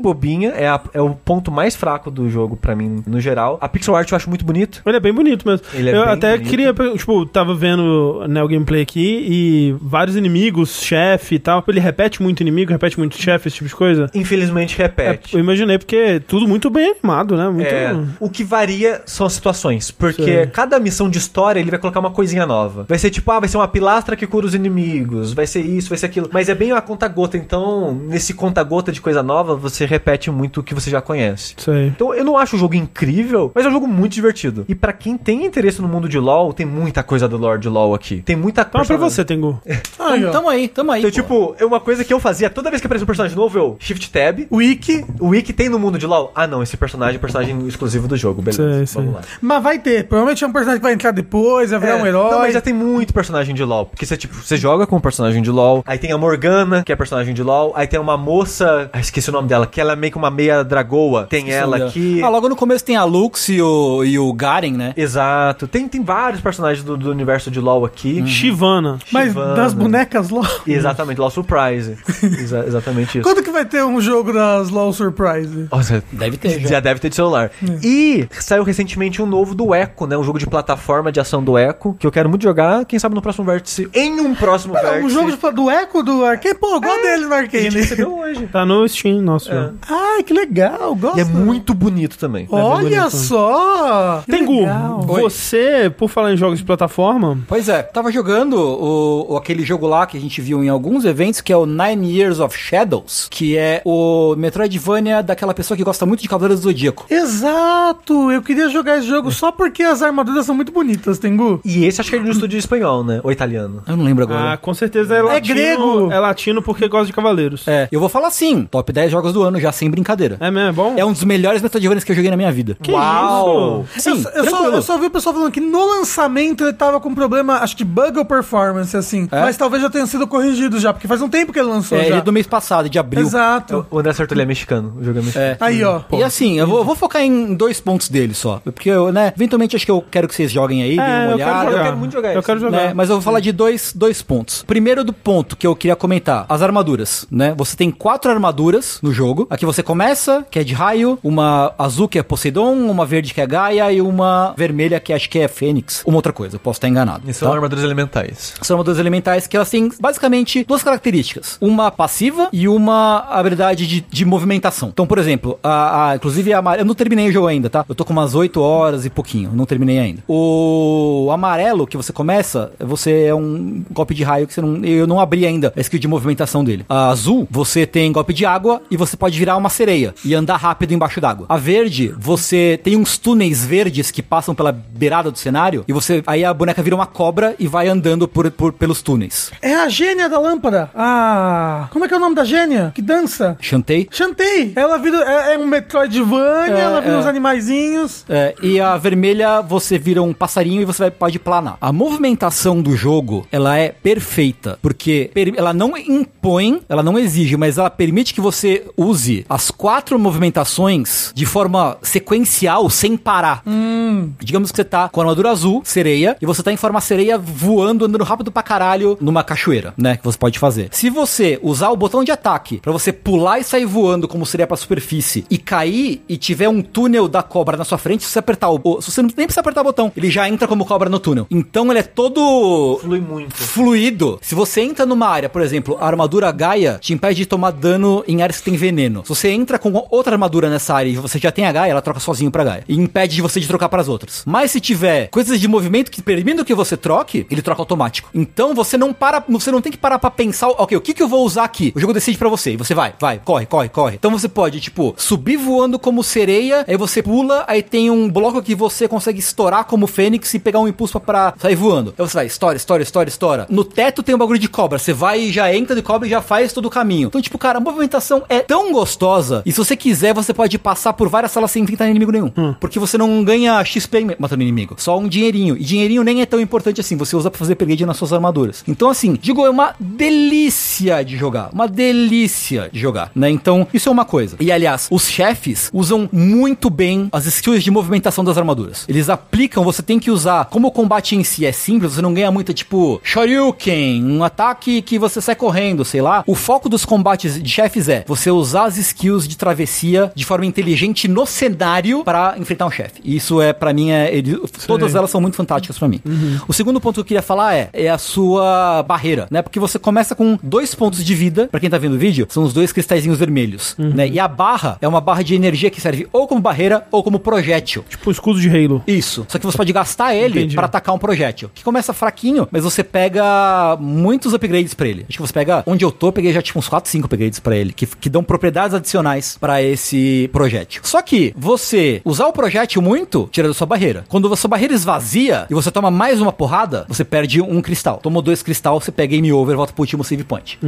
bobinha. É, a- é o ponto mais fraco do jogo pra mim, no geral. A pixel art eu acho muito bonito.
Ele é bem bonito mesmo.
Ele é
eu
bem
até
bonito.
queria, tipo, tava vendo né, o gameplay aqui e vários inimigos, chefe e tal. Ele repete muito inimigo, repete muito chefe, esse tipo de coisa. É,
Infelizmente repete.
Eu imaginei, porque tudo muito bem animado, né? Muito.
É, o que varia são as situações, porque
Sei.
cada missão de história ele vai colocar uma coisinha nova. Vai ser tipo, ah, vai ser uma pilastra que cura os inimigos, vai ser isso, vai ser aquilo. Mas é bem a conta-gota, então nesse conta-gota de coisa nova você repete muito o que você já conhece.
Isso aí.
Então eu não acho o jogo incrível, mas é um jogo muito divertido. E pra quem tem interesse no mundo de LoL, tem muita coisa do lore de LoL aqui. Tem muita
Então é
coisa.
pra você, Tengu.
Uhum.
Aí, ó.
Tamo aí, tamo aí.
Então,
pô.
tipo, é uma coisa que eu fazia toda vez que aparecia um personagem novo, eu shift tab,
Wiki,
o Wiki tem no mundo de LoL? Ah, não, esse personagem é personagem exclusivo do jogo, beleza.
Sei, sei.
vamos lá.
mas vai ter. Provavelmente é um personagem que vai entrar depois, vai virar
É,
um herói.
Não, mas já tem muito personagem de LoL. Porque você, tipo, você joga com um personagem de LoL. Aí tem a Morgana, que é personagem de LoL. Aí tem uma moça. Ah, esqueci o nome dela, que ela é meio que uma meia dragoa. Tem ela aqui.
Ah, logo no começo tem a Lux e o, e o Garen, né?
Exato. Tem, tem vários personagens do, do universo de LoL aqui.
Hum. Shivana.
Mas
Shivana.
das bonecas LOL.
Exatamente, LoL Surprise. Exa- exatamente isso.
Quando que vai ter um jogo das LOL Surprise?
Nossa,
Deve ter, já.
Já deve ter de celular. E saiu recentemente um novo do Echo, né? Um jogo de plataforma de ação do Echo, que eu quero muito jogar, quem sabe no próximo vértice. Em um próximo
Pera,
vértice.
um jogo tipo, do Echo do Arcane? Pô, eu gosto dele no
que a gente
Arcane.
recebeu hoje.
Tá no Steam, nosso.
É.
jogo.
Ai, que legal, gosto.
E é muito bonito também.
É
Olha
bonito.
só! Que
Tengu,
legal.
Oi.
você, por falar em jogos de plataforma,
Pois é, tava jogando o, o- aquele jogo lá que a gente viu em alguns eventos, que é o Nine Years of Shadows, que é o Metroidvania daquela pessoa que gosta muito de Cavaleiros do Zodíaco.
Exato! Eu queria jogar esse jogo só porque as armaduras são muito bonitas, Tengu.
E esse acho que é de um estúdio espanhol, né? Ou italiano.
Eu não lembro agora.
ah, com certeza é latino.
grego.
É latino porque gosta de cavaleiros.
É, eu vou falar sim, top 10 jogos do ano já, sem brincadeira.
É mesmo? É bom?
É um dos melhores Metroidvanias que eu joguei na minha vida.
Que isso?
Sim,
eu, eu, só,
tranquilo.
eu só vi o pessoal falando que no lançamento ele tava com problema, acho que bug ou performance, assim.
É?
Mas talvez já tenha sido corrigido já, porque faz um tempo que ele lançou
É,
já.
ele é do mês passado, de abril.
Exato.
O André Sartori é mexicano. O jogo é mexicano.
É.
Aí, ó.
E assim, eu vou, eu vou focar em dois pontos dele só. Porque eu, né, eventualmente acho que eu quero que vocês joguem aí, deem uma
É, eu quero
olhada.
jogar.
eu quero muito jogar
Eu
isso.
quero jogar. É,
né? Mas eu vou falar de dois, dois pontos. Primeiro do ponto que eu queria comentar, as armaduras, né? Você tem quatro armaduras no jogo. Aqui você começa, que é de raio, uma azul que é Poseidon, uma verde que é Gaia e uma vermelha que acho que é Fênix. Uma outra coisa, eu posso estar enganado.
E são
tá?
armaduras elementais.
São armaduras elementais que elas têm basicamente duas características: uma passiva e uma habilidade de, de movimentação. Então, por exemplo, a, a- inclusive a amarela. Eu não terminei o jogo ainda, tá? Eu tô com umas 8 horas e pouquinho, não terminei ainda. O amarelo que você começa, você é um golpe de raio que você não. Eu não abri ainda a skill de movimentação dele. A azul, você tem golpe de água e você pode virar uma sereia e andar rápido embaixo d'água. A verde, você tem uns túneis verdes que passam pela beirada do cenário e você. Aí a boneca vira uma cobra e vai andando por, por- pelos túneis.
É a gênia da lâmpada. Ah. Como é que é o nome da gênia? Que dança?
Chantei?
Chantei! Ela vira. É, é um Metroidvania,
É,
ela vira
é.
uns animaizinhos.
É, e a vermelha, você vira um passarinho e você vai, pode planar. A movimentação do jogo, ela é perfeita, porque per- ela não impõe, ela não exige, mas ela permite que você use as quatro movimentações de forma sequencial, sem parar. Digamos que você tá com a armadura azul, sereia, e você tá em forma sereia voando, andando rápido pra caralho numa cachoeira, né? Que você pode fazer. Se você usar o botão de ataque pra você pular e sair voando como seria pra superfície e cair e tiver um túnel da cobra na sua frente, se você apertar o. o- Se você não- nem precisa apertar o botão, ele já entra como cobra no túnel. Então ele é todo
Flui muito.
fluido. Se você entra numa área, por exemplo, a armadura Gaia te impede de tomar dano em áreas que tem veneno. Se você entra com outra armadura nessa área e você já tem a Gaia, ela troca sozinho pra Gaia. E impede de você de trocar pras outras. Mas se tiver coisas de movimento que permitem que você troque, ele troca automático. Então você não para, você não tem que parar pra pensar, ok, o que, que eu vou usar aqui? O jogo decide pra você. E você vai, vai, corre, corre, corre. Então você pode, tipo, subir voando como sereia, aí você pula, aí tem um bloco que você consegue estourar como fênix e pegar um impulso pra pra sair voando. Aí você vai, estoura, estoura, estoura, estoura. No teto tem um bagulho de cobra. Você vai e já entra de cobra e já faz todo o caminho. Então, tipo, cara, a movimentação é tão gostosa. E se você quiser, você pode passar por várias salas sem enfrentar inimigo nenhum. Porque você não ganha XP matando inimigo. Só um dinheirinho. E dinheirinho nem é tão importante assim. Você usa pra fazer upgrade nas suas armaduras. Então, assim, digo, é uma delícia de jogar. Uma delícia de jogar, né? Então, isso é uma coisa. E, aliás, os chefes usam muito bem as skills de movimentação das armaduras. Eles aplicam, você tem que usar. Como o combate em si é simples, você não ganha muito, tipo, Shoryuken, um ataque que você sai correndo, sei lá. O foco dos combates de chefes é você usar as skills de travessia de forma inteligente no cenário para enfrentar um chefe. E Isso é, para mim, é, ele- todas elas são muito fantásticas para mim. O segundo ponto que eu queria falar é, é a sua barreira, né? Porque você começa com dois pontos de vida, para quem tá vendo o vídeo, são os dois cristalzinhos vermelhos, né? E a barra é uma barra de energia que serve ou como barreira ou como projétil.
Tipo o escudo de Halo.
Isso. Só que você pode gastar ele
Entendi.
pra atacar um projétil. Que começa fraquinho, mas você pega muitos upgrades pra ele. Acho que você pega. Onde eu tô, eu peguei já tipo uns 4, 5 upgrades pra ele, que, que dão propriedades adicionais pra esse projétil. Só que você usar o projétil muito, tira da sua barreira. Quando a sua barreira esvazia e você toma mais uma porrada, você perde um cristal. Tomou dois cristal, você pega game over, volta pro último save point.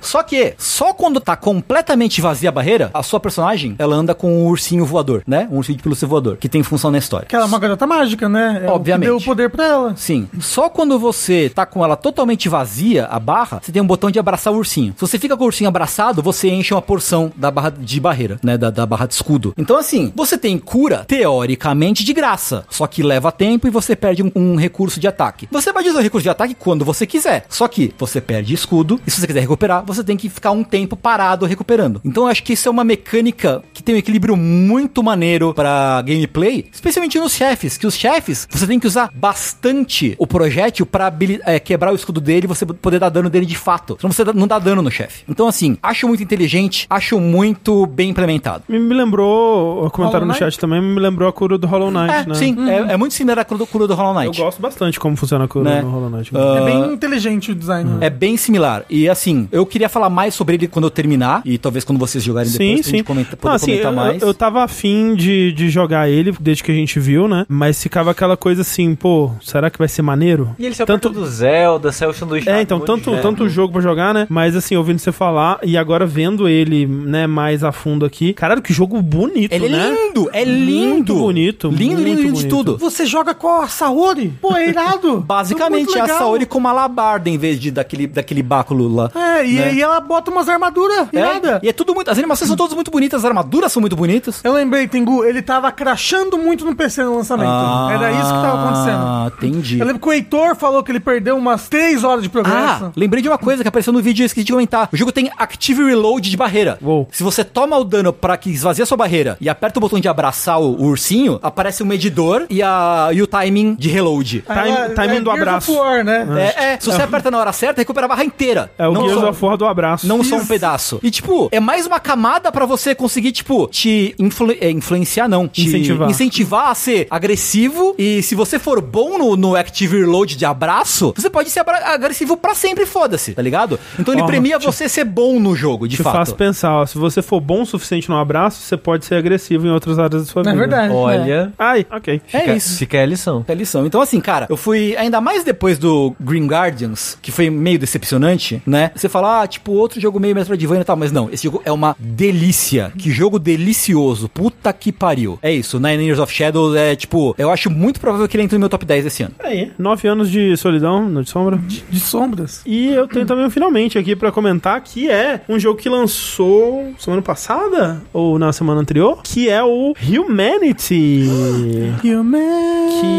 Só que, só quando tá completamente vazia a barreira, a sua personagem, ela anda com um ursinho voador, né? Um ursinho de pelúcia voador, que tem função na história.
Que ela é uma garota mágica, né? É o que
Obviamente.
deu o poder pra ela.
Sim. Só quando você tá com ela totalmente vazia, a barra, você tem um botão de abraçar o ursinho. Se você fica com o ursinho abraçado, você enche uma porção da barra de barreira, né? Da, da barra de escudo. Então, assim, você tem cura, teoricamente, de graça. Só que leva tempo e você perde um, um recurso de ataque. Você pode usar o recurso de ataque quando você quiser. Só que você perde escudo, e se você quiser recuperar, você tem que ficar um tempo parado recuperando. Então, eu acho que isso é uma mecânica que tem um equilíbrio muito maneiro pra gameplay, especialmente nos chefes, que os chefes você tem que usar bastante o projétil pra habili- é, quebrar o escudo dele e você poder dar dano dele de fato. Senão você dá- não dá dano no chefe. Então, assim, acho muito inteligente, acho muito bem implementado.
Me, me lembrou, comentaram no
Hollow Knight?
chat também, me lembrou a cura do Hollow Knight,
É,
né?
sim,
Uhum.
é, é muito similar à cura do- cura do Hollow
Eu
Knight.
gosto bastante como funciona a cura
Né?
no Hollow Knight.
É bem inteligente o design. né?
É bem similar. E assim, eu queria falar mais sobre ele quando eu terminar. E talvez quando vocês jogarem depois,
Sim,
pra gente
sim.
comenta, poder
Não, assim,
comentar
eu,
mais.
eu tava afim de, de jogar ele desde que a gente viu, né? Mas ficava aquela coisa assim, pô, será que vai ser maneiro?
E ele saiu
Tanto-
tanto do Zelda, saiu o sanduíche.
Tá
É, então, tanto,
né?
tanto jogo pra jogar, né? Mas assim, ouvindo você falar e agora vendo ele, né, mais a fundo aqui. Caralho, que jogo bonito,
Ele é
né?
lindo, é
Muito
lindo.
bonito,
Lindo, lindo,
muito
lindo de
bonito.
tudo.
Você joga com a Saori? Pô, é irado.
Basicamente,
Muito
é a
legal.
Saori com uma alabarda em vez de daquele, daquele báculo lá.
É, e
né?
aí ela bota umas armaduras
É,
irada.
e é tudo muito. As animações são todas muito bonitas, as armaduras são muito bonitas.
Eu lembrei, Tengu, ele tava crachando muito no PC no lançamento. Então, Era isso que tava acontecendo.
Ah, entendi.
Eu lembro que o Heitor falou que ele perdeu umas 3 horas de
Ah,
progresso.
lembrei de uma coisa que apareceu no vídeo e eu esqueci de comentar. O jogo tem Active Reload de barreira.
Uou.
Se você toma o dano pra que esvazia a sua barreira e aperta o botão de abraçar o, o ursinho, aparece o medidor e, a, e o timing de reload.
Time-
Ela-
timing do
é Gears
abraço. Ah.
of War, né?
É, é, se você aperta na hora certa, recupera a barra inteira.
É o
Não
Gears
só-
of War do abraço.
Não só um
Isso.
pedaço. E, tipo, é mais uma camada pra você conseguir, tipo, te influ- é, influenciar, não. Te
Incentivar.
incentivar a ser agressivo. E se você for bom no, no Active Reload de abraço, você pode ser abra- agressivo pra sempre, foda-se, tá ligado? Então ele
Ó,
premia você ser bom no jogo, de
Te faz
fato.
pensar, ó, se você for bom o suficiente no abraço, você pode ser agressivo em outras áreas da sua
É
vida.
verdade.
Olha.
Ai, ok.
É
fica-
isso.
Fica aí a lição.
É a lição. Então, assim, cara, eu fui ainda mais depois do Green Guardians, que foi meio decepcionante, né? Você fala, ah, tipo, outro jogo meio Metroidvania e tal, mas não, esse jogo é uma delícia. Que jogo delicioso. Puta que pariu. É isso, Nine Years of Shadows é, tipo, eu acho muito provável que ele entre no meu top 10 esse ano.
Aí, nove anos de solidão, Noite de sombra.
De sombras.
E eu tenho também um finalmente aqui pra comentar, que é um jogo que lançou semana passada, ou na semana anterior, que é o Humanity. que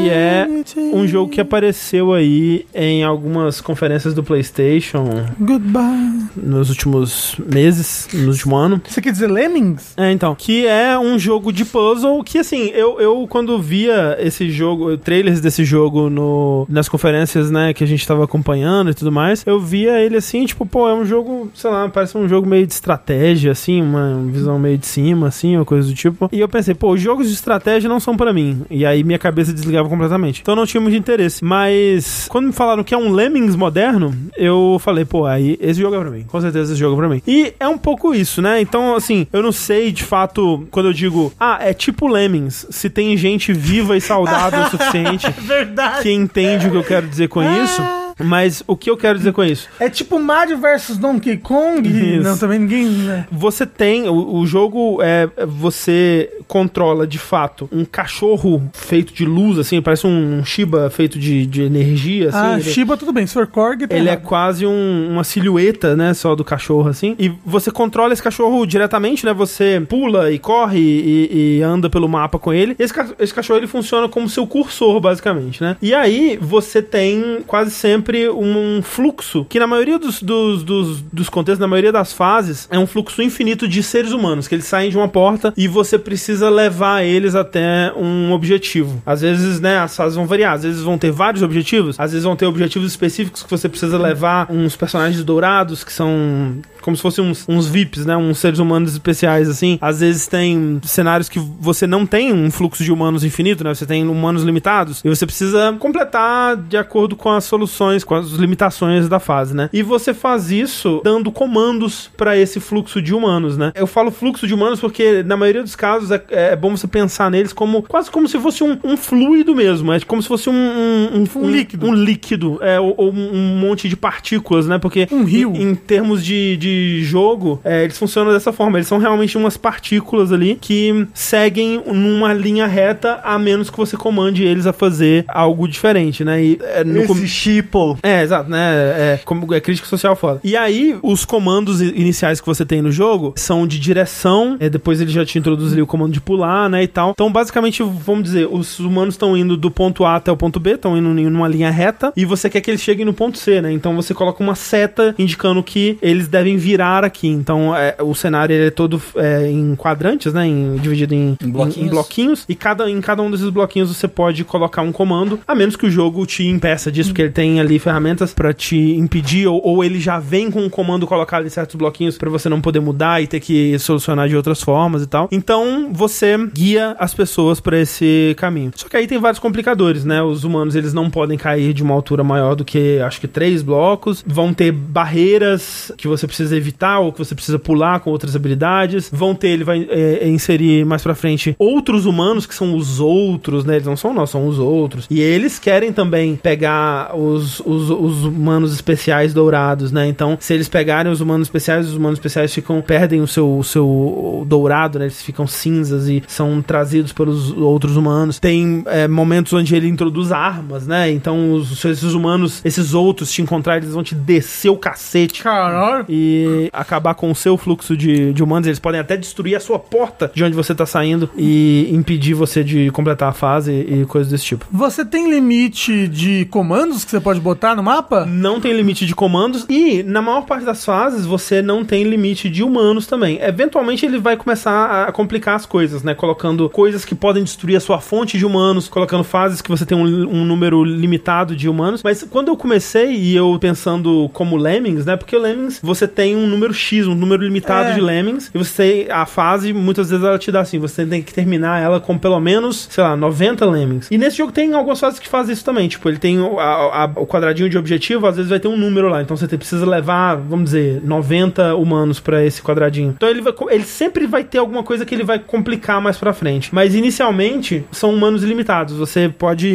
é um jogo que apareceu aí em algumas conferências do PlayStation
Goodbye.
nos últimos meses, no último ano.
Você quer dizer Lemmings?
É, então. Que é um jogo de puzzle que, assim, eu, eu quando via esse jogo, trailers desse jogo no, nas conferências, né, que a gente tava acompanhando e tudo mais, eu via ele assim, tipo, pô, é um jogo, sei lá, parece um jogo meio de estratégia, assim, uma visão meio de cima, assim, uma coisa do tipo. E eu pensei, pô, jogos de estratégia não são pra mim. E aí minha cabeça desligava completamente. Então eu não tinha muito interesse. Mas quando me falaram que é um Lemmings moderno, eu falei, pô, aí esse jogo é pra mim. Com certeza esse jogo é pra mim. E é um pouco isso, né? Então, assim, eu não sei de fato quando eu digo, ah, é tipo Lemmings, se tem gente viva e saudável o suficiente
Verdade.
que entende o que eu quero dizer com isso. Mas o que eu quero dizer com isso?
É tipo Mario versus Donkey Kong.
Isso.
Não, também ninguém. Né?
Você tem. O, o jogo é. Você controla de fato um cachorro feito de luz, assim, parece um, Shiba feito de, de energia, assim.
ah,
ele-
Shiba, tudo bem. Se for Korg, tá
Ele é
errado.
quase um- uma silhueta, né? Só do cachorro, assim. E você controla esse cachorro diretamente, né? Você pula e corre e, e anda pelo mapa com ele. Esse, ca- esse cachorro, ele funciona como seu cursor, basicamente, né? E aí, você tem quase sempre um fluxo, que na maioria dos, dos, dos, dos contextos, na maioria das fases, é um fluxo infinito de seres humanos, que eles saem de uma porta e você precisa levar eles até um objetivo. Às vezes, né, as fases vão variar. Às vezes vão ter vários objetivos, às vezes vão ter objetivos específicos que você precisa levar uns personagens dourados, que são como se fossem uns, uns VIPs, né? Uns seres humanos especiais, assim. Às vezes tem cenários que você não tem um fluxo de humanos infinito, né? Você tem humanos limitados. E você precisa completar de acordo com as soluções, com as limitações da fase, né? E você faz isso dando comandos pra esse fluxo de humanos, né? Eu falo fluxo de humanos porque, na maioria dos casos, é, é bom você pensar neles como quase como se fosse um, um fluido mesmo. É como se fosse um, um,
Um líquido.
Um líquido, é, ou, ou um um monte de partículas, né? Porque
Um rio.
em termos de, de jogo, é, eles funcionam dessa forma. Eles são realmente umas partículas ali que seguem numa linha reta, a menos que você comande eles a fazer algo diferente, né? E, é, no com-
sheeple.
é, exato, né? É, como, é crítico social foda. E aí, os comandos i- iniciais que você tem no jogo são de direção, é, depois ele já te introduz ali o comando de pular, né, e tal. Então, basicamente, vamos dizer, os humanos estão indo do ponto A até o ponto B, estão indo em uma linha reta, e você quer que eles cheguem no ponto C, né? Então, você coloca uma seta indicando que eles devem virar aqui. Então, é, o cenário ele é todo é, em quadrantes, né? Em, dividido em,
Em bloquinhos.
em bloquinhos, e cada, em cada um desses bloquinhos você pode colocar um comando, a menos que o jogo te impeça disso, porque ele tem ali ferramentas pra te impedir, ou, ou ele já vem com um comando colocado em certos bloquinhos pra você não poder mudar e ter que solucionar de outras formas e tal. Então você guia as pessoas pra esse caminho. Só que aí tem vários complicadores, né? Os humanos eles não podem cair de uma altura maior do que acho que três blocos, vão ter barreiras que você precisa evitar ou que você precisa pular com outras habilidades, vão ter ele vai é, inserir mais pra frente outros humanos que são os outros, né? Eles não são nós, são os outros. E eles querem também pegar os, os, os humanos especiais dourados, né? Então, se eles pegarem os humanos especiais, os humanos especiais ficam perdem o seu, o seu dourado, né? Eles ficam cinzas e são trazidos pelos outros humanos. Tem é, momentos onde ele introduz armas, né? Então, os, se esses humanos, esses outros te encontrar, eles vão te descer o cacete
Caralho.
e acabar com o seu fluxo de, de humanos. Eles podem até destruir a sua porta de onde você tá saindo e impedir você de completar a fase e coisas desse tipo.
Você tem limite de comandos que você pode botar no mapa?
Não tem limite de comandos e, na maior parte das fases, você não tem limite de humanos também. Eventualmente ele vai começar a complicar as coisas, né? Colocando coisas que podem destruir a sua fonte de humanos, colocando fases que você tem um, um número limitado de humanos. Mas quando eu comecei e eu pensando como Lemmings, né? Porque o Lemmings você tem um número X, um número limitado
É.
de Lemmings, e você tem a fase, muitas vezes ela te dá assim, você tem que terminar ela com pelo menos, sei lá, 90 Lemmings. E nesse jogo tem algumas fases que fazem isso também, tipo, ele tem o, a- a- o quadradinho de objetivo, às vezes vai ter um número lá, então você te- precisa levar, vamos dizer, 90 humanos pra esse quadradinho. Então ele, vai co- ele sempre vai ter alguma coisa que ele vai complicar mais pra frente, mas inicialmente são humanos ilimitados, você pode,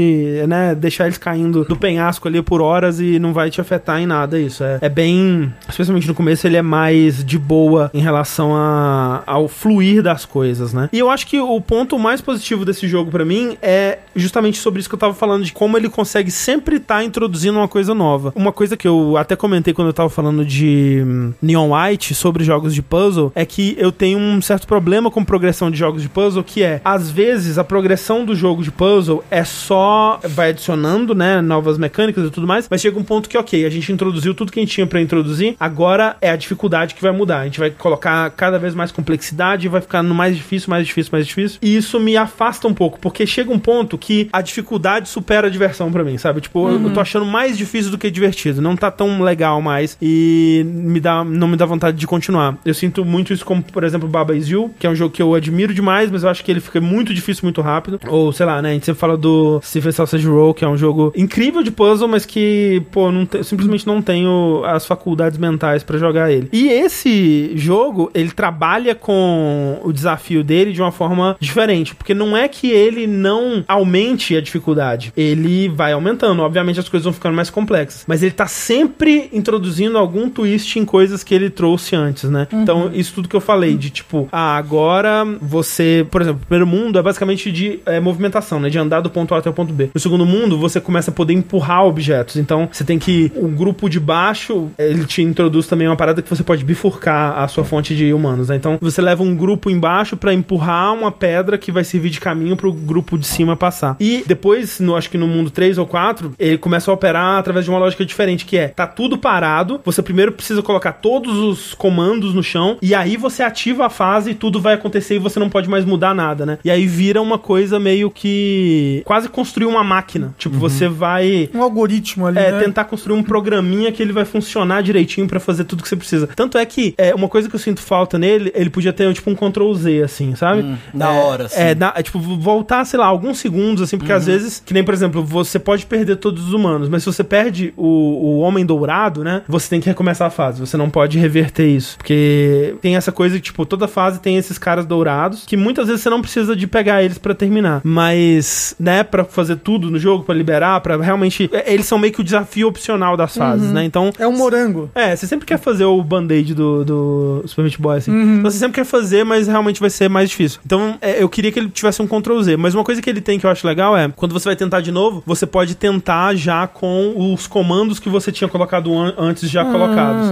né, deixar eles caindo do penhasco ali por horas e não vai te afetar em nada isso, é, é bem, especialmente no começo ele é mais de boa em relação a- ao fluir das coisas, né? E eu acho que o ponto mais positivo desse jogo pra mim é justamente sobre isso que eu tava falando, de como ele consegue sempre estar introduzindo uma coisa nova. Uma coisa que eu até comentei quando eu tava falando de hum, Neon White sobre jogos de puzzle é que eu tenho um certo problema com progressão de jogos de puzzle, que é, às vezes, a progressão do jogo de puzzle é só. vai adicionando, né? Novas mecânicas e tudo mais, mas chega um ponto que, ok, a gente introduziu tudo que a gente tinha pra introduzir, agora é a dificuldade que vai mudar. A gente vai colocar cada vez mais complexidade, vai ficar no mais difícil, mais difícil, mais difícil. E isso me afasta um pouco, porque chega um ponto que a dificuldade supera a diversão pra mim, sabe? Tipo, eu- eu tô achando mais difícil do que divertido, não tá tão legal mais e me dá, não me dá vontade de continuar. Eu sinto muito isso como, por exemplo, Baba Is You, que é um jogo que eu admiro demais, mas eu acho que ele fica muito difícil muito rápido. Ou, sei lá, né, a gente sempre fala do Stephen Sausage Roll, que é um jogo incrível de puzzle, mas que, pô, não te- eu simplesmente não tenho as faculdades mentais pra jogar jogar ele. E esse jogo, ele trabalha com o desafio dele de uma forma diferente, porque não é que ele não aumente a dificuldade, ele vai aumentando, obviamente as coisas vão ficando mais complexas, mas ele tá sempre introduzindo algum twist em coisas que ele trouxe antes, né? Então, isso tudo que eu falei, de tipo, ah, agora você, por exemplo, o primeiro mundo é basicamente de é, movimentação, né? De andar do ponto A até o ponto B. No segundo mundo, você começa a poder empurrar objetos, então você tem que, o grupo de baixo, ele te introduz também uma parada que você pode bifurcar a sua fonte de humanos, né? Então, você leva um grupo embaixo pra empurrar uma pedra que vai servir de caminho pro grupo de cima passar. E depois, no, acho que no mundo 3 ou 4, ele começa a operar através de uma lógica diferente, que é, tá tudo parado, você primeiro precisa colocar todos os comandos no chão, e aí você ativa a fase e tudo vai acontecer e você não pode mais mudar nada, né? E aí vira uma coisa meio que quase construir uma máquina. Tipo, você vai
Um algoritmo ali,
é,
né?
tentar construir um programinha que ele vai funcionar direitinho pra fazer tudo que você precisa. Tanto é que é, uma coisa que eu sinto falta nele, ele podia ter tipo um Ctrl Z, assim, sabe?
da
É,
hora, assim.
É, na- é, tipo, voltar, sei lá, alguns segundos, assim, porque às vezes, que nem, por exemplo, você pode perder todos os humanos, mas se você perde o, o Homem Dourado, né, você tem que recomeçar a fase, você não pode reverter isso, porque tem essa coisa, que, tipo, toda fase tem esses caras dourados, que muitas vezes você não precisa de pegar eles pra terminar, mas, né, pra fazer tudo no jogo, pra liberar, pra realmente, é, eles são meio que o desafio opcional das fases, né, então...
É um morango.
É, você sempre quer fazer o band-aid do, do Super Meat Boy, assim. Então você sempre quer fazer, mas realmente vai ser mais difícil. Então é, eu queria que ele tivesse um Ctrl Z. Mas uma coisa que ele tem que eu acho legal é, quando você vai tentar de novo, você pode tentar já com os comandos que você tinha colocado an- antes já colocados.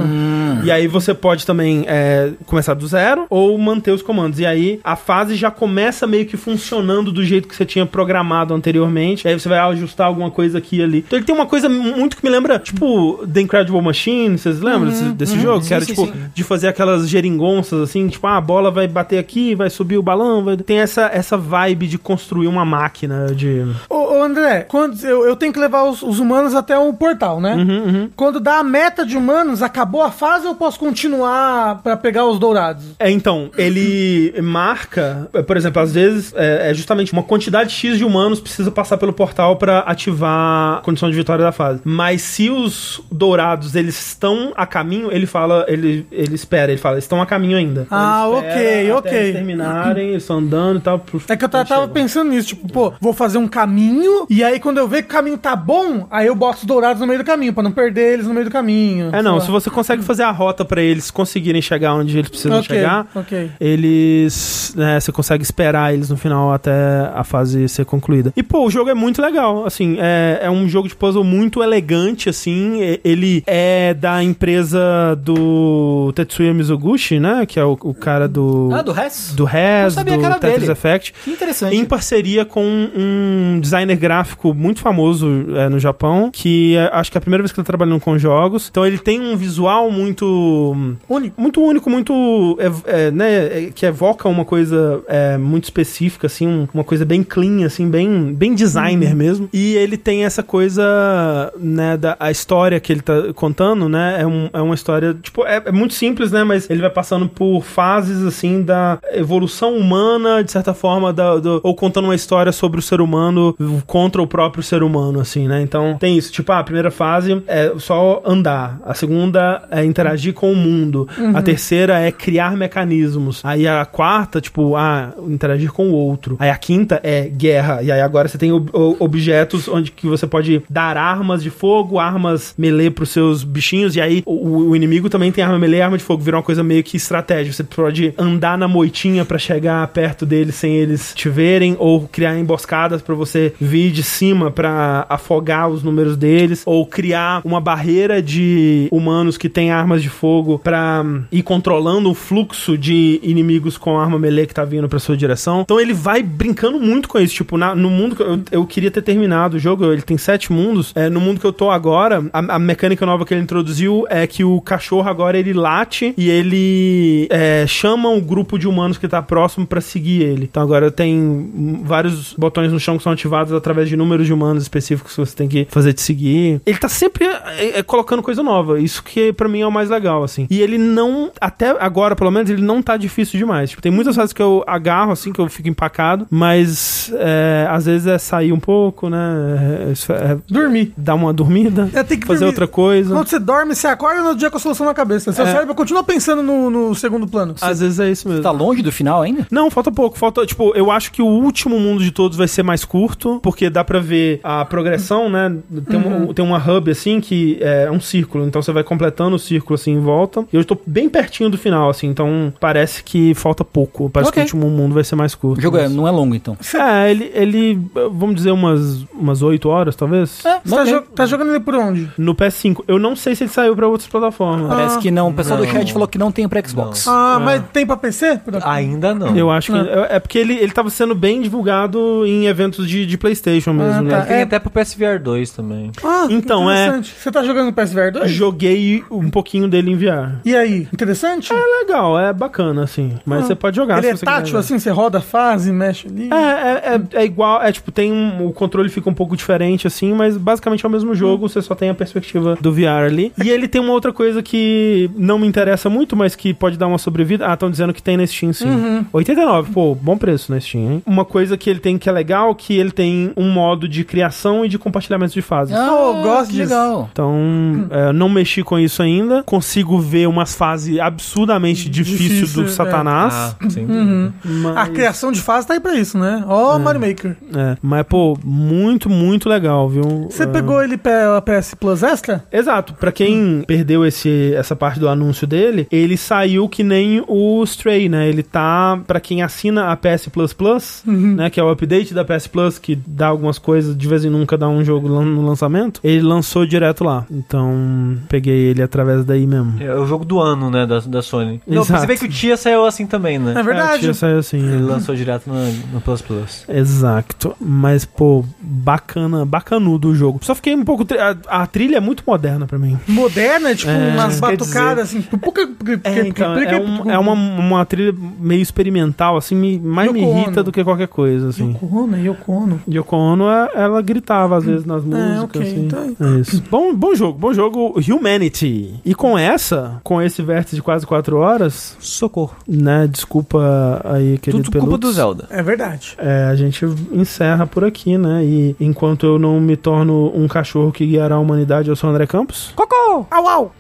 E aí você pode também é, começar do zero ou manter os comandos. E aí a fase já começa meio que funcionando do jeito que você tinha programado anteriormente. Aí você vai ajustar alguma coisa aqui e ali. Então ele tem uma coisa muito que me lembra, tipo, The Incredible Machine, vocês lembram desse, desse jogo? que era,
Uhum, sim,
tipo,
sim.
de fazer aquelas geringonças assim, tipo, ah, a bola vai bater aqui, vai subir o balão. vai- Tem essa, essa vibe de construir uma máquina de.
Ô, ô, André, quando eu, eu tenho que levar os, os humanos até o portal,
Uhum.
né?
Uhum,
Quando dá a meta de humanos, acabou a fase ou eu posso continuar pra pegar os dourados?
É, então, ele marca, é, por exemplo, às vezes é, é justamente uma quantidade X de humanos precisa passar pelo portal pra ativar a condição de vitória da fase. Mas se os dourados eles estão a caminho, ele fala, ele, ele espera, ele fala, estão a caminho ainda.
Ah,
Ele espera
ok,
até
ok.
Eles terminarem, eles estão andando e tal. pro-
É que eu
quando
tava, tava
chegam.
pensando nisso, tipo,
É.
pô, vou fazer um caminho, e aí quando eu ver que o caminho tá bom, aí eu boto os dourados no meio do caminho, pra não perder eles no meio do caminho.
É,
sei
não,
lá.
se você consegue fazer a rota pra eles conseguirem chegar onde eles precisam
Ok,
chegar,
ok.
eles. Né, você consegue esperar eles no final até a fase ser concluída. E, pô, o jogo é muito legal. Assim, é, é um jogo de puzzle muito elegante, assim. e- Ele é da empresa do Tetsuya Mizoguchi, né? Que é o, o cara do.
Ah, do resto?
Do Rez, do
sabia que era
Tetris
dele.
Effect
Que interessante.
em parceria com um designer gráfico muito famoso é, no Japão, que é, acho que é a primeira vez que ele tá trabalhando com jogos. Então ele tem um visual muito único, muito único, muito é, é, né, é, que evoca uma coisa é, muito específica, assim, um- uma coisa bem clean, assim, bem, bem designer mesmo. E ele tem essa coisa, né, da a história que ele tá contando, né, é, um- é uma história tipo é, é muito simples, né, mas ele vai passando por fases assim da evolução humana, de certa forma, da, do- ou contando uma história sobre o ser humano contra o próprio ser humano, assim, né? Então tem isso, tipo, ah, a primeira fase é só andar, a segunda é interagir com o mundo, a terceira é criar mecanismos, aí a quarta, tipo, ah, interagir com o outro, aí a quinta é guerra, e aí agora você tem ob- o- objetos onde que você pode dar armas de fogo, armas melee pros seus bichinhos, e aí o, o inimigo também tem arma melee e arma de fogo, virou uma coisa meio que estratégia, você pode andar na moitinha pra chegar perto deles sem eles te verem, ou criar emboscadas pra você vir de cima pra afogar os números deles, ou criar uma barreira de humanos que tem armas de fogo pra hum, ir controlando o fluxo de inimigos com arma melee que tá vindo pra sua direção. Então ele vai brincando muito com isso, tipo, na- no mundo que eu, eu queria ter terminado o jogo, ele tem sete mundos, é, no mundo que eu tô agora, a, a mecânica nova que ele introduziu é que o cachorro agora ele late e ele é, chama o grupo de humanos que tá próximo pra seguir ele. Então agora tem hum, vários botões no chão que são ativados através de números de humanos específicos que você tem que fazer te seguir. Ele tá sempre é, é, colocando coisa nova, isso que pra mim é o mais legal, assim. E ele não, até agora pelo menos, ele não tá difícil demais. Tipo, tem muitas fases que eu agarro, assim, que eu fico empacado, mas é, às vezes é sair um pouco, né? É, é, é,
Dormir.
dar uma dormida,
Eu tenho que
fazer
dormir.
outra coisa. É.
Quando você dorme, você acorda no outro dia com o solução na cabeça. Seu cérebro continua pensando no, no segundo plano.
Às vezes é isso mesmo.
Tá longe do final ainda?
Não, falta pouco. Falta, tipo, eu acho que o último mundo de todos vai ser mais curto, porque dá pra ver a progressão, né? Tem, uma, tem uma hub, assim, que é um círculo. Então você vai completando o círculo, assim, em volta. E eu estou bem pertinho do final, assim. Então parece que falta pouco. Parece
Ok.
que o último mundo vai ser mais curto.
O jogo é-
Mas-
não é longo, então.
É, ele, ele, vamos dizer, umas, umas 8 horas, talvez?
É,
Você tá, jo- tá jogando ele por onde?
No PS5. Eu não sei se ele saiu pra outras plataformas.
Parece que não. O pessoal do
Não.
chat falou que não tem pra Xbox.
Ah, mas tem pra PC?
Ah,
Ainda não.
Eu acho que. É é porque ele, ele tava sendo bem divulgado em eventos de, de PlayStation mesmo,
Ah,
né?
tá.
Tem
É.
até pro PSVR 2 também.
Ah,
Então, é-
interessante. Você tá jogando no PSVR 2?
Joguei um pouquinho dele em VR.
E aí, interessante?
É legal, é bacana, assim. Mas você pode jogar se
ele é
você quiser
tátil,
jogar.
assim? Você roda a fase, mexe ali?
É, é, é- é igual, é tipo, tem um. O controle fica um pouco diferente, assim, mas basicamente é o mesmo
Hum.
jogo, você só tem a perspectiva do VR ali. E ele tem uma outra coisa que não me interessa muito, mas que pode dar uma sobrevida. Ah, estão dizendo que tem na Steam, sim.
Uhum.
89, pô, bom preço na Steam, hein? Uma coisa que ele tem que é legal, que ele tem um modo de criação e de compartilhamento de fases.
eu gosto
Ah, que
disso.
legal.
Então, é, não mexi com isso ainda. Consigo ver umas fases absurdamente difíceis
Difícil,
do
é.
Satanás.
Ah, sim.
Uhum.
Mas...
uhum, A criação de fase tá aí pra isso, né? Ó, Mario Maker.
É, mas, pô, muito, muito legal, viu?
Você
É.
pegou ele pela PS Plus Extra?
Exato, pra quem perdeu esse, essa parte do anúncio dele, ele saiu que nem o Stray, né? Ele tá, pra quem assina a PS Plus Plus,
Uhum.
né, que é o update da PS Plus que dá algumas coisas, de vez em nunca dá um jogo lan- no lançamento, ele lançou direto lá. Então, peguei ele através daí mesmo.
É o jogo do ano, né, da, da Sony. Não,
Exato.
você vê que o Tia saiu assim também, né?
É
É, o
verdade.
tio saiu assim.
Ele
é.
lançou direto no, no Plus Plus.
Exato. Mas, pô, bacana, bacanudo o jogo. Só fiquei um pouco. tri- A, a trilha é muito moderna pra mim.
Moderna, tipo,
É,
umas
isso quer
batucadas, assim. puca, puca,
É,
puca,
então,
puca,
é, um- é uma, uma trilha meio experimental, assim, me, mais me
Yoko Ono.
irrita do que qualquer coisa, assim.
Yoko Ono, Yoko Ono.
Yoko Ono, é- ela gritava às vezes nas músicas,
ok,
assim.
então-
É isso. Bom, bom jogo, bom jogo, Humanity. E com essa, com esse vértice de quase 4 horas,
Socorro.
né, desculpa aí, querido
Tudo culpa
Pelux.
do Zelda.
É verdade.
É, a gente encerra por aqui, né? E enquanto eu não me torno um cachorro que guiará a humanidade, eu sou o André Campos.
Cocô!
Au, au.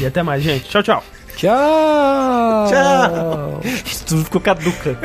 E até mais, gente. Tchau, tchau.
Tchau!
Isso tudo ficou caduca.